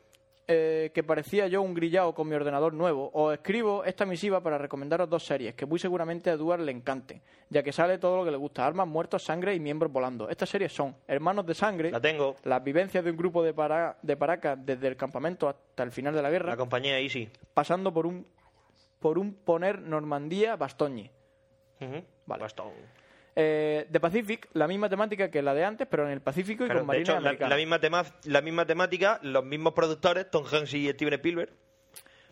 [SPEAKER 9] eh, que parecía yo un grillado con mi ordenador nuevo, os escribo esta misiva para recomendaros dos series que muy seguramente a Duar le encanten, ya que sale todo lo que le gusta, armas, muertos, sangre y miembros volando. Estas series son Hermanos de Sangre,
[SPEAKER 5] La tengo.
[SPEAKER 9] las vivencias de un grupo de, para- de paracas desde el campamento hasta el final de la guerra,
[SPEAKER 5] La compañía Easy.
[SPEAKER 9] pasando por un, por un poner Normandía Bastoñe.
[SPEAKER 5] Ujú.
[SPEAKER 9] Vale.
[SPEAKER 5] Bastón.
[SPEAKER 9] Eh, de Pacific, la misma temática que la de antes, pero en el Pacífico y
[SPEAKER 5] Claro,
[SPEAKER 9] con
[SPEAKER 5] de
[SPEAKER 9] marines
[SPEAKER 5] hecho, la,
[SPEAKER 9] americanos.
[SPEAKER 5] la misma tema, la misma temática, los mismos productores, Tom Hanks y Steven Spielberg.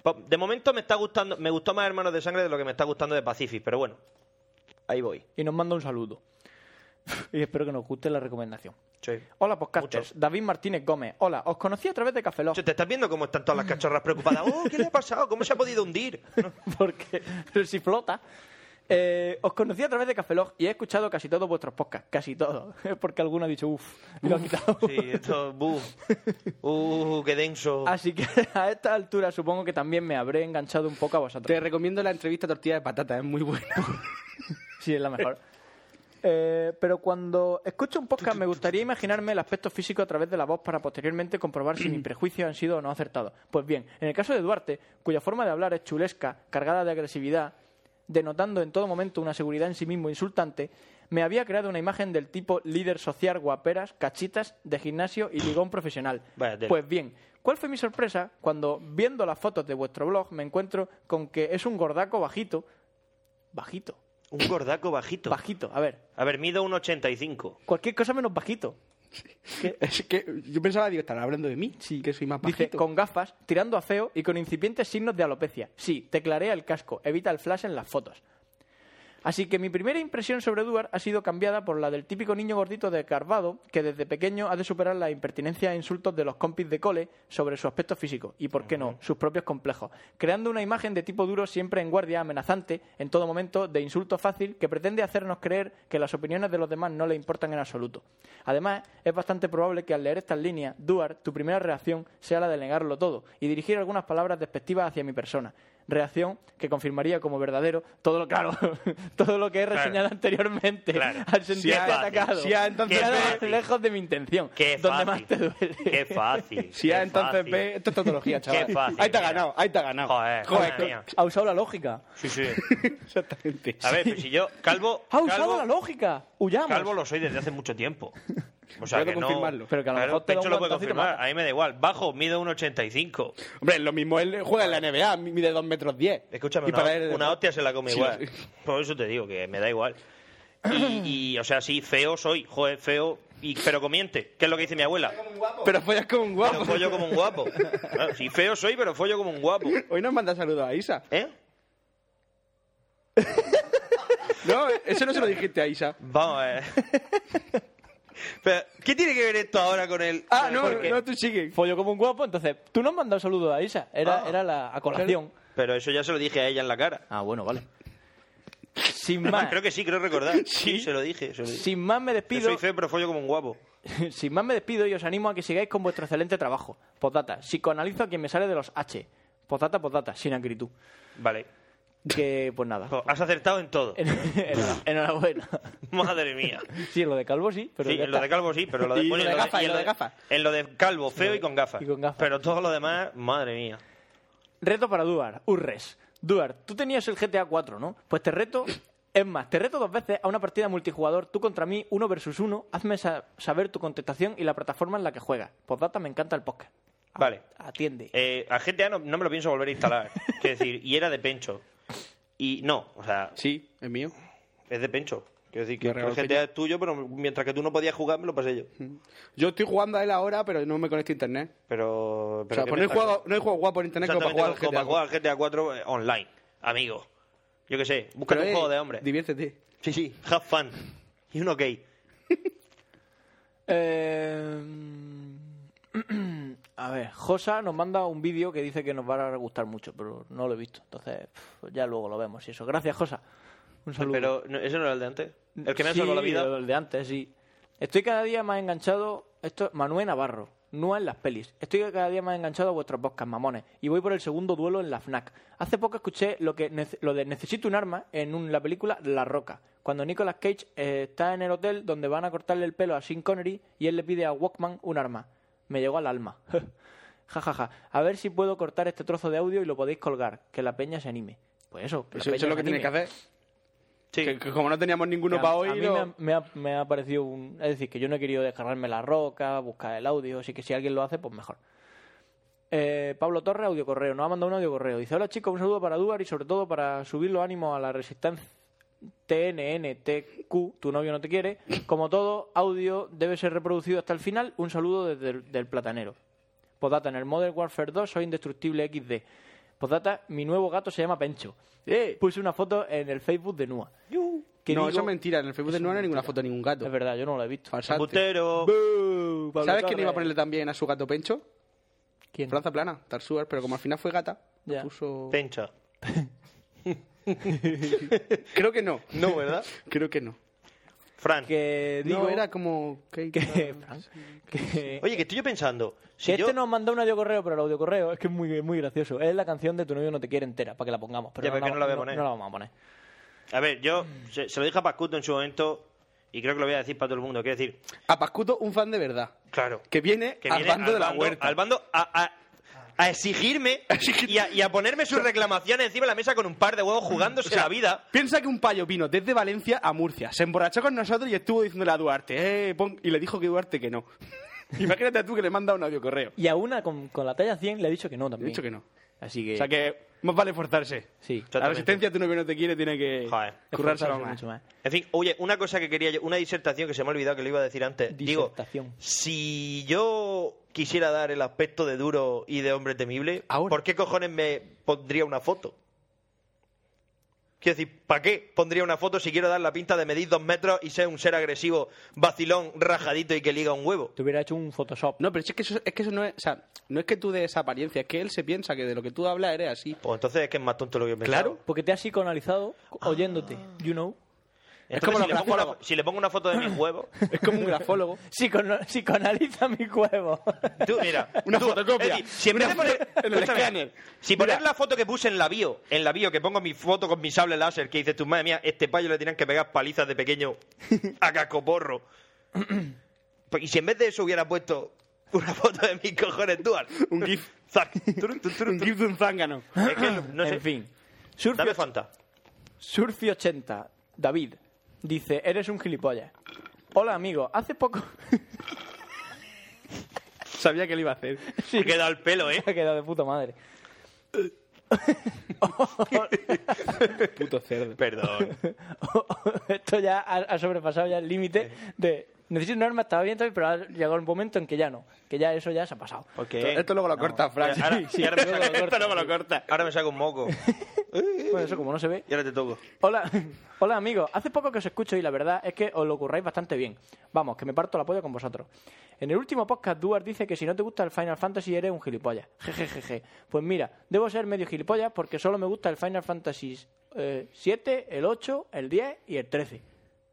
[SPEAKER 5] Pa- De momento me está gustando, me gustó más Hermanos de Sangre de lo que me está gustando de Pacific, pero bueno, ahí voy.
[SPEAKER 9] Y nos manda un saludo. y espero que nos guste la recomendación.
[SPEAKER 5] Sí.
[SPEAKER 9] Hola, podcasters.
[SPEAKER 5] Mucho.
[SPEAKER 9] David Martínez Gómez. Hola, os conocí a través de Café Lock.
[SPEAKER 5] Che, ¿Te estás viendo cómo están todas las cachorras preocupadas? ¡Oh, qué le ha pasado! ¿Cómo se ha podido hundir?
[SPEAKER 9] porque si flota. Eh, os conocí a través de Cafelog y he escuchado casi todos vuestros podcasts, casi todos, porque alguno ha dicho uff y lo ha quitado.
[SPEAKER 5] Sí, esto. buh. Uh, qué denso.
[SPEAKER 9] Así que a esta altura supongo que también me habré enganchado un poco a vosotros.
[SPEAKER 8] Te recomiendo la entrevista tortilla de patata, es muy buena.
[SPEAKER 9] Sí, es la mejor. Eh, pero cuando escucho un podcast me gustaría imaginarme el aspecto físico a través de la voz para posteriormente comprobar si mis prejuicios han sido o no acertados. Pues bien, en el caso de Duarte, cuya forma de hablar es chulesca, cargada de agresividad, denotando en todo momento una seguridad en sí mismo insultante, me había creado una imagen del tipo líder social, guaperas, cachitas, de gimnasio y ligón profesional.
[SPEAKER 5] Vaya tela.
[SPEAKER 9] Pues bien, ¿cuál fue mi sorpresa cuando, viendo las fotos de vuestro blog, me encuentro con que es un gordaco bajito, bajito,
[SPEAKER 5] Un gordaco bajito.
[SPEAKER 9] bajito, a ver,
[SPEAKER 5] A ver, mido un 85.
[SPEAKER 9] Cualquier cosa menos bajito.
[SPEAKER 8] Es que yo pensaba, digo, estará hablando de mí, sí. que soy más bajito.
[SPEAKER 9] Dice, con gafas, tirando a feo y con incipientes signos de alopecia. Sí, teclarea el casco, evita el flash en las fotos. Así que mi primera impresión sobre Duar ha sido cambiada por la del típico niño gordito de Carvado, que desde pequeño ha de superar las impertinencias e insultos de los compis de cole sobre su aspecto físico y, por qué no, sus propios complejos, creando una imagen de tipo duro siempre en guardia, amenazante, en todo momento, de insulto fácil, que pretende hacernos creer que las opiniones de los demás no le importan en absoluto. Además, es bastante probable que al leer estas líneas, Duar, tu primera reacción sea la de negarlo todo y dirigir algunas palabras despectivas hacia mi persona reacción que confirmaría como verdadero todo lo claro todo lo que he reseñado anteriormente
[SPEAKER 5] Claro.
[SPEAKER 9] al sentirme
[SPEAKER 5] Sí, es fácil.
[SPEAKER 9] atacado
[SPEAKER 8] Sí, ah, entonces
[SPEAKER 9] Queda
[SPEAKER 5] ve.
[SPEAKER 9] lejos de mi intención
[SPEAKER 5] Qué
[SPEAKER 9] donde
[SPEAKER 5] fácil.
[SPEAKER 9] más te duele ah,
[SPEAKER 5] Qué fácil.
[SPEAKER 8] Si ya
[SPEAKER 5] qué
[SPEAKER 8] entonces
[SPEAKER 5] fácil.
[SPEAKER 8] ve, esto es tautología, chaval.
[SPEAKER 5] Qué fácil,
[SPEAKER 8] ahí te ha
[SPEAKER 5] mira.
[SPEAKER 8] ganado, ahí te ha ganado.
[SPEAKER 5] Joder,
[SPEAKER 8] Joder,
[SPEAKER 5] madre mía.
[SPEAKER 9] ha usado la lógica
[SPEAKER 5] Sí, sí.
[SPEAKER 8] exactamente.
[SPEAKER 5] A ver, pero si yo. Calvo.
[SPEAKER 9] ha usado
[SPEAKER 5] calvo-
[SPEAKER 9] la lógica huyamos
[SPEAKER 5] Calvo lo soy desde hace mucho tiempo. O sea,
[SPEAKER 8] Puedo
[SPEAKER 5] que no...
[SPEAKER 8] confirmarlo.
[SPEAKER 9] Pero que a lo mejor te da
[SPEAKER 5] Pencho
[SPEAKER 9] un
[SPEAKER 5] lo puede
[SPEAKER 9] guantazo y te
[SPEAKER 5] confirmar.
[SPEAKER 9] mata.
[SPEAKER 5] A mí me da igual. Bajo, mido 1,85.
[SPEAKER 8] Hombre, lo mismo, él juega en la NBA, mide 2 metros 10.
[SPEAKER 5] Escúchame,
[SPEAKER 8] Y
[SPEAKER 5] una,
[SPEAKER 8] para él-
[SPEAKER 5] una hostia se la come
[SPEAKER 8] Sí,
[SPEAKER 5] igual.
[SPEAKER 8] lo-
[SPEAKER 5] Por eso te digo que me da igual. Y, y, o sea, sí, feo soy. Joder, feo. Y, pero comiente. ¿Qué es lo que dice mi abuela?
[SPEAKER 8] Pero follas como un guapo.
[SPEAKER 5] Pero follo como un guapo. Claro, sí, feo soy, pero follo como un guapo.
[SPEAKER 8] Hoy nos manda saludos a Isa.
[SPEAKER 5] ¿Eh?
[SPEAKER 8] No, eso no se lo dijiste a Isa.
[SPEAKER 5] Vamos a ver. Pero, ¿Qué tiene que ver esto ahora con el...?
[SPEAKER 8] Ah, no,
[SPEAKER 5] Porque-
[SPEAKER 8] no, tú sigue.
[SPEAKER 9] follo como un guapo entonces tú no has mandado saludos a Isa era,
[SPEAKER 5] Ah.
[SPEAKER 9] era la a colación
[SPEAKER 5] Pero eso ya se lo dije a ella en la cara.
[SPEAKER 9] ah bueno vale sin
[SPEAKER 5] Además,
[SPEAKER 9] más
[SPEAKER 5] creo que sí, creo recordar. Sí, se lo dije. Se lo dije.
[SPEAKER 9] sin más me
[SPEAKER 5] Yo
[SPEAKER 9] despido
[SPEAKER 5] soy feo, pero follo como un guapo.
[SPEAKER 9] Sin más me despido y os animo a que sigáis con vuestro excelente trabajo. Postdata, psicoanalizo a quien me sale de los H. Postdata, postdata, sin acritud.
[SPEAKER 5] Vale.
[SPEAKER 9] Que, pues nada.
[SPEAKER 5] Jo, Has acertado en todo.
[SPEAKER 9] Enhorabuena. Enhorabuena.
[SPEAKER 5] Madre mía.
[SPEAKER 9] Sí, en lo de Calvo sí, pero
[SPEAKER 5] sí,
[SPEAKER 9] ya
[SPEAKER 5] en lo
[SPEAKER 9] está.
[SPEAKER 5] de calvo sí, pero lo
[SPEAKER 8] Y
[SPEAKER 5] de,
[SPEAKER 8] lo
[SPEAKER 5] bueno,
[SPEAKER 8] de
[SPEAKER 5] en
[SPEAKER 8] gafas, y
[SPEAKER 5] en
[SPEAKER 8] lo de gafas.
[SPEAKER 5] En lo de calvo, feo y con gafas.
[SPEAKER 9] y con gafas.
[SPEAKER 5] Pero todo lo demás, madre mía.
[SPEAKER 9] Reto para Duar, Urres. Duar, tú tenías el GTA 4, ¿no? Pues te reto... Es más, te reto dos veces a una partida multijugador, tú contra mí, uno versus uno. Hazme sa- saber tu contestación y la plataforma en la que juegas. Postdata, me encanta el podcast.
[SPEAKER 5] Vale.
[SPEAKER 9] Atiende.
[SPEAKER 5] Eh, a GTA no, no me lo pienso volver a instalar. Quiero decir, y era de Pencho. Y no, o sea,
[SPEAKER 8] Sí, es mío.
[SPEAKER 5] es de Pencho. Quiero decir que
[SPEAKER 8] Me
[SPEAKER 5] el
[SPEAKER 8] regaló
[SPEAKER 5] GTA es tuyo, pero mientras que tú no podías jugar, me lo pasé yo.
[SPEAKER 8] Mm. Yo estoy jugando a él ahora, pero no me conecto a internet.
[SPEAKER 5] Pero.
[SPEAKER 8] O
[SPEAKER 5] pero
[SPEAKER 8] sea,
[SPEAKER 5] ¿qué
[SPEAKER 8] pues
[SPEAKER 5] me
[SPEAKER 8] no hay,
[SPEAKER 5] pasa?
[SPEAKER 8] juego, no hay juego guapo en internet como para jugar al
[SPEAKER 5] Exactamente, como
[SPEAKER 8] GTA.
[SPEAKER 5] para jugar al GTA 4 eh, online, amigo. Yo qué sé, busca
[SPEAKER 8] Pero,
[SPEAKER 5] un
[SPEAKER 8] eh,
[SPEAKER 5] juego de hombre.
[SPEAKER 8] Diviértete.
[SPEAKER 5] Sí, sí, have fun. Y uno gay.
[SPEAKER 9] Eh, a ver, Josa nos manda un vídeo que dice que nos va a gustar mucho, pero no lo he visto. Entonces, pf, ya luego lo vemos y eso. Gracias, Josa. Un saludo.
[SPEAKER 5] Pero no, ese no era el de antes. El que me ha
[SPEAKER 9] Sí,
[SPEAKER 5] salvado la vida.
[SPEAKER 9] El de antes, sí. Estoy cada día más enganchado. Esto es Manuel Navarro. No en las pelis. Estoy cada día más enganchado a vuestros podcasts, mamones. Y voy por el segundo duelo en la FNAC. Hace poco escuché lo, que nece- lo de Necesito un arma en un- la película La Roca. Cuando Nicolas Cage eh, está en el hotel donde van a cortarle el pelo a Sean Connery y él le pide a Walkman un arma. Me llegó al alma. Ja, ja, ja. A ver si puedo cortar este trozo de audio y lo podéis colgar. Que la peña se anime. Pues eso. que la
[SPEAKER 8] Eso,
[SPEAKER 9] peña
[SPEAKER 8] eso es lo
[SPEAKER 9] se
[SPEAKER 8] que tienes que
[SPEAKER 9] anime.
[SPEAKER 8] hacer.
[SPEAKER 5] Sí.
[SPEAKER 8] Que, que como no teníamos ninguno
[SPEAKER 9] Que a-
[SPEAKER 8] para hoy,
[SPEAKER 9] a mí
[SPEAKER 8] lo-
[SPEAKER 9] me, ha, me ha- me ha parecido un... Es decir, que yo no he querido descargarme la roca, buscar el audio, así que si alguien lo hace, pues mejor. Eh, Pablo Torres, audio correo. Nos ha mandado un audio correo. Dice, hola chicos, un saludo para Duar y sobre todo para subir los ánimos a la resistencia. TNNTQ, tu novio no te quiere. Como todo, audio debe ser reproducido hasta el final. Un saludo desde el del platanero. Podata, en el Modern Warfare 2 soy indestructible XD. Podata, mi nuevo gato se llama Pencho.
[SPEAKER 8] ¡Eh!
[SPEAKER 9] Puse una foto en el Facebook de Nua. Que
[SPEAKER 8] no,
[SPEAKER 9] digo-
[SPEAKER 8] eso es mentira. En el Facebook de no hay ninguna foto de ningún gato.
[SPEAKER 9] Es verdad, yo no lo he visto.
[SPEAKER 8] Farsante.
[SPEAKER 5] Butero.
[SPEAKER 9] Buu, Pablo
[SPEAKER 8] ¿Sabes quién
[SPEAKER 9] Torres.
[SPEAKER 8] iba a ponerle también a su gato Pencho?
[SPEAKER 9] ¿Quién?
[SPEAKER 8] Franza Plana, Tarsuar, pero como al final fue gata,
[SPEAKER 9] Ya.
[SPEAKER 8] puso...
[SPEAKER 5] Pencha.
[SPEAKER 8] Creo que no.
[SPEAKER 5] No, ¿verdad?
[SPEAKER 8] Creo que no.
[SPEAKER 5] Fran.
[SPEAKER 9] Que digo
[SPEAKER 8] no, era como... que-
[SPEAKER 9] que, Fran, que-
[SPEAKER 5] Oye, que estoy yo pensando. Si
[SPEAKER 9] que
[SPEAKER 5] yo...
[SPEAKER 9] este nos mandó un audio correo, pero el audio correo es que es muy, muy gracioso. Es la canción de Tu novio no te quiere entera, para que la pongamos. Pero
[SPEAKER 5] Ya, pero que no la voy a
[SPEAKER 9] no-
[SPEAKER 5] poner.
[SPEAKER 9] no la vamos a poner.
[SPEAKER 5] A ver, yo se, se lo dije a Pascuto en su momento y creo que lo voy a decir para todo el mundo. Quiero decir,
[SPEAKER 8] A Pascuto, un fan de verdad.
[SPEAKER 5] claro,
[SPEAKER 8] Que viene,
[SPEAKER 5] que
[SPEAKER 8] al
[SPEAKER 5] viene
[SPEAKER 8] bando de la huerta.
[SPEAKER 5] Al bando a, a- a exigirme y a, y a ponerme sus reclamaciones encima de la mesa con un par de huevos jugándose la vida.
[SPEAKER 8] Piensa que un payo vino desde Valencia a Murcia, se emborrachó con nosotros y estuvo diciéndole a Duarte, eh, pon- y le dijo que Duarte que no. Imagínate tú que le manda un audio correo.
[SPEAKER 9] Y a una con, con la talla 100 le he dicho que no
[SPEAKER 8] He
[SPEAKER 9] también.
[SPEAKER 8] dicho que no.
[SPEAKER 9] Así que.
[SPEAKER 8] O sea que más vale forzarse.
[SPEAKER 9] Sí.
[SPEAKER 8] La resistencia de tu novio no te quiere, tiene que
[SPEAKER 5] Joder.
[SPEAKER 8] currárselo
[SPEAKER 9] Esforzarse
[SPEAKER 8] más.
[SPEAKER 9] mucho más.
[SPEAKER 5] En fin, oye, una cosa que quería yo, una disertación que se me ha olvidado que lo iba a decir antes. Digo,
[SPEAKER 9] Disertación.
[SPEAKER 5] si yo quisiera dar el aspecto de duro y de hombre temible,
[SPEAKER 8] Ahora.
[SPEAKER 5] ¿por qué cojones me pondría una foto? Quiero decir, ¿para qué pondría una foto si quiero dar la pinta de medir dos metros y ser un ser agresivo, vacilón, rajadito y que liga un huevo?
[SPEAKER 9] Te hubiera hecho un Photoshop.
[SPEAKER 8] No, pero es que eso, es que eso no es, o sea, no es que tú des apariencia, es que él se piensa que de lo que tú hablas eres así.
[SPEAKER 5] Pues entonces es que es más tonto lo que he pensado.
[SPEAKER 8] Claro.
[SPEAKER 9] Porque te has psicoanalizado
[SPEAKER 5] Ah.
[SPEAKER 9] oyéndote. You know.
[SPEAKER 5] Entonces,
[SPEAKER 8] como
[SPEAKER 5] si,
[SPEAKER 8] los
[SPEAKER 5] le pongo una,
[SPEAKER 8] grafólogos.
[SPEAKER 5] si le pongo una foto de mis huevos,
[SPEAKER 8] Es como un grafólogo.
[SPEAKER 9] Psicono- psicoanaliza mi huevo.
[SPEAKER 5] Tú, mira,
[SPEAKER 8] Una
[SPEAKER 5] tú,
[SPEAKER 8] fotocopia.
[SPEAKER 5] es decir, si en vez de
[SPEAKER 8] Una
[SPEAKER 5] poner,
[SPEAKER 8] fo- en el
[SPEAKER 5] escúchame,
[SPEAKER 8] escáner.
[SPEAKER 5] si
[SPEAKER 8] Mira.
[SPEAKER 5] poner la foto que puse en la bio, en la bio que pongo mi foto con mi sable láser, que dices tú, madre mía, este payo le tenían que pegar palizas de pequeño a cascoporro. Pues, y si en vez de eso hubiera puesto una foto de mis cojones dual,
[SPEAKER 8] Un gif.
[SPEAKER 5] Zac, turun, turun, turun.
[SPEAKER 8] un gif de un zángano.
[SPEAKER 5] Es que no- no sé.
[SPEAKER 9] En fin. Surfi,
[SPEAKER 5] Dame Fanta.
[SPEAKER 9] Surfi 80, David, dice, eres un gilipollas. Hola amigo, hace poco
[SPEAKER 8] Sabía que lo iba a hacer.
[SPEAKER 5] Me queda el pelo, ¿eh?
[SPEAKER 9] ha quedado de puta madre.
[SPEAKER 8] Puto cerdo.
[SPEAKER 5] Perdón.
[SPEAKER 9] Esto ya ha, ha sobrepasado ya el límite de necesito una arma, estaba bien, tal, pero ha llegado un momento en que ya no, que ya eso ya se ha pasado.
[SPEAKER 5] Porque
[SPEAKER 8] Esto luego lo corta, Frank.
[SPEAKER 5] Ahora,
[SPEAKER 8] Sí,
[SPEAKER 5] y
[SPEAKER 8] sí,
[SPEAKER 5] ahora me saca-
[SPEAKER 8] esto luego lo corta.
[SPEAKER 5] ahora me saco un moco.
[SPEAKER 9] Bueno, eso como no se ve.
[SPEAKER 5] Y ahora te toco.
[SPEAKER 9] Hola, hola amigos, hace poco que os escucho y la verdad es que os lo curráis bastante bien. Vamos, que me parto la polla con vosotros. En el último podcast, Duarte dice que si no te gusta el Final Fantasy eres un gilipollas. Jejejeje. Pues mira, debo ser medio gilipollas porque solo me gusta el Final Fantasy eh, 7, el 8, el 10 y el 13.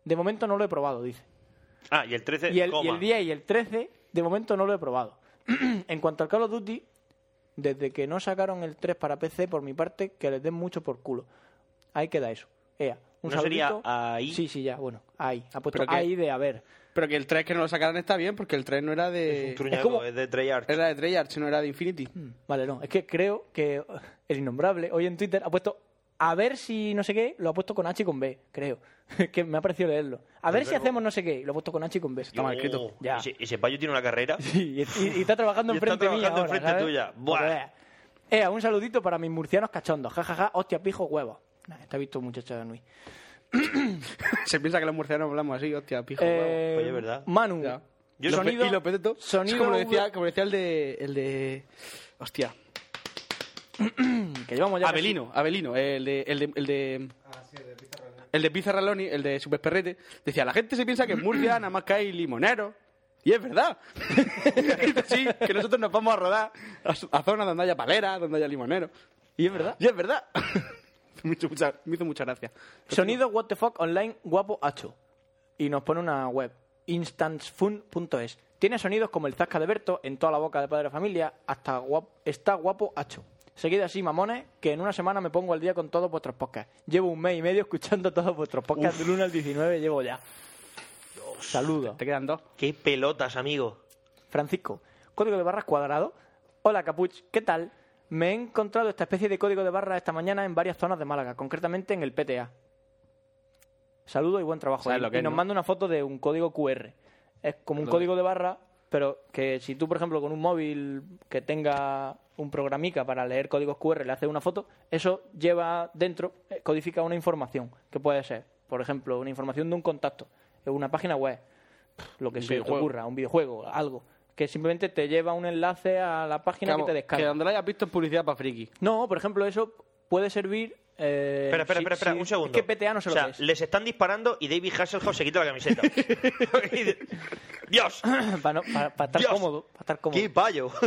[SPEAKER 9] De momento no lo he probado, dice.
[SPEAKER 5] Ah, y el 13,
[SPEAKER 9] Y el, y
[SPEAKER 5] coma.
[SPEAKER 9] el 10 y el 13, de momento no lo he probado. en cuanto al Call of Duty, desde que no sacaron el 3 para PC, por mi parte, que les den mucho por culo. Ahí queda eso. Ea, un
[SPEAKER 5] ¿No sería
[SPEAKER 9] saludito.
[SPEAKER 5] ahí?
[SPEAKER 9] Sí, sí, ya, bueno, ahí. Ha puesto
[SPEAKER 8] Pero que-
[SPEAKER 9] ahí de haber.
[SPEAKER 8] Pero que el 3 que no lo sacaran está bien, porque el 3 no era de...
[SPEAKER 5] Truñaco,
[SPEAKER 9] Eh, es como-
[SPEAKER 5] es de Treyarch.
[SPEAKER 8] Era de Treyarch, no era de Infinity.
[SPEAKER 9] Vale, no, es que creo que el innombrable hoy en Twitter ha puesto a ver si no sé qué, lo ha puesto con H y con B, creo. Es que me ha parecido leerlo. A ver si hacemos no sé qué, lo ha puesto con H y con B. Está
[SPEAKER 5] Oh,
[SPEAKER 9] Ya.
[SPEAKER 5] Ese, ese payo tiene una carrera.
[SPEAKER 9] Sí, y, y- y está trabajando
[SPEAKER 5] Y está
[SPEAKER 9] enfrente mía
[SPEAKER 5] trabajando
[SPEAKER 9] ahora,
[SPEAKER 5] enfrente
[SPEAKER 9] ¿sabes?
[SPEAKER 5] tuya. Buah.
[SPEAKER 9] Porque, vea. Ea, un saludito para mis murcianos cachondos. Ja, ja, ja, hostia, pijo, huevo. Nah, te ha visto muchacho de Nui.
[SPEAKER 8] Se piensa que los murcianos hablamos así, hostia, pijo. guau.
[SPEAKER 9] Eh,
[SPEAKER 5] Pues es verdad.
[SPEAKER 9] Manu.
[SPEAKER 8] Ya.
[SPEAKER 5] Yo
[SPEAKER 8] Lo pe-
[SPEAKER 9] sonido,
[SPEAKER 8] y lo peteto. Es
[SPEAKER 9] Sonido
[SPEAKER 8] como, lo decía, como decía el de... El de... Hostia.
[SPEAKER 9] que llevamos ya casi-
[SPEAKER 8] Abelino, Abelino, el de, el de, el de, Ah, el de Pizzarraloni, el de Super Perrete, decía, la gente se piensa que en Murcia nada más que hay limoneros. Y es verdad. Dice, sí, que nosotros nos vamos a rodar a, su- a zonas donde haya paleras, donde haya limoneros.
[SPEAKER 9] Y es verdad.
[SPEAKER 8] Y es verdad. me, hizo mucha, me hizo mucha gracia.
[SPEAKER 9] Sonido What the Fuck Online Guapo Hacho. Y nos pone una web, instantfun.es. Tiene sonidos como el zasca de Berto en toda la boca de padre de familia, hasta guap- está guapo Hacho. Seguid así, mamones, que en una semana me pongo al día con todos vuestros podcasts. Llevo un mes y medio escuchando todos vuestros podcasts, del 1 al 19 llevo ya. Saludos.
[SPEAKER 8] Te quedan dos.
[SPEAKER 5] Qué pelotas, amigo.
[SPEAKER 9] Eh, Francisco, código de barras cuadrado. Hola, Capuch, ¿qué tal? Me he encontrado esta especie de código de barras esta mañana en varias zonas de Málaga, concretamente en el PTA. Saludo y buen trabajo.
[SPEAKER 8] Sabes
[SPEAKER 9] Y,
[SPEAKER 8] lo que
[SPEAKER 9] y
[SPEAKER 8] es,
[SPEAKER 9] nos
[SPEAKER 8] ¿no?
[SPEAKER 9] manda una foto de un código QR. Es como un código de barra, pero que si tú, por ejemplo, con un móvil que tenga un programica para leer códigos QR le haces una foto, eso lleva dentro, eh, codifica una información, que puede ser, por ejemplo, una información de un contacto, eh, una página web, lo que se te
[SPEAKER 8] videojuego.
[SPEAKER 9] ocurra, un videojuego, algo, que simplemente te lleva un enlace a la página
[SPEAKER 8] Vamos,
[SPEAKER 9] que te
[SPEAKER 8] que
[SPEAKER 9] descarga.
[SPEAKER 8] donde lo hayas visto es publicidad para friki.
[SPEAKER 9] No, por ejemplo, eso puede servir... eh,
[SPEAKER 5] Espera, espera,
[SPEAKER 9] si-
[SPEAKER 5] espera, espera,
[SPEAKER 9] si-
[SPEAKER 5] un segundo.
[SPEAKER 9] Es que PTA no se
[SPEAKER 5] o
[SPEAKER 9] lo
[SPEAKER 5] sea,
[SPEAKER 9] que es.
[SPEAKER 5] les están disparando y David Hasselhoff se quita la camiseta. Y dice, ¡Dios!
[SPEAKER 9] para, no- para- para estar
[SPEAKER 5] Dios.
[SPEAKER 9] cómodo. Para estar cómodo.
[SPEAKER 5] ¡Qué payo!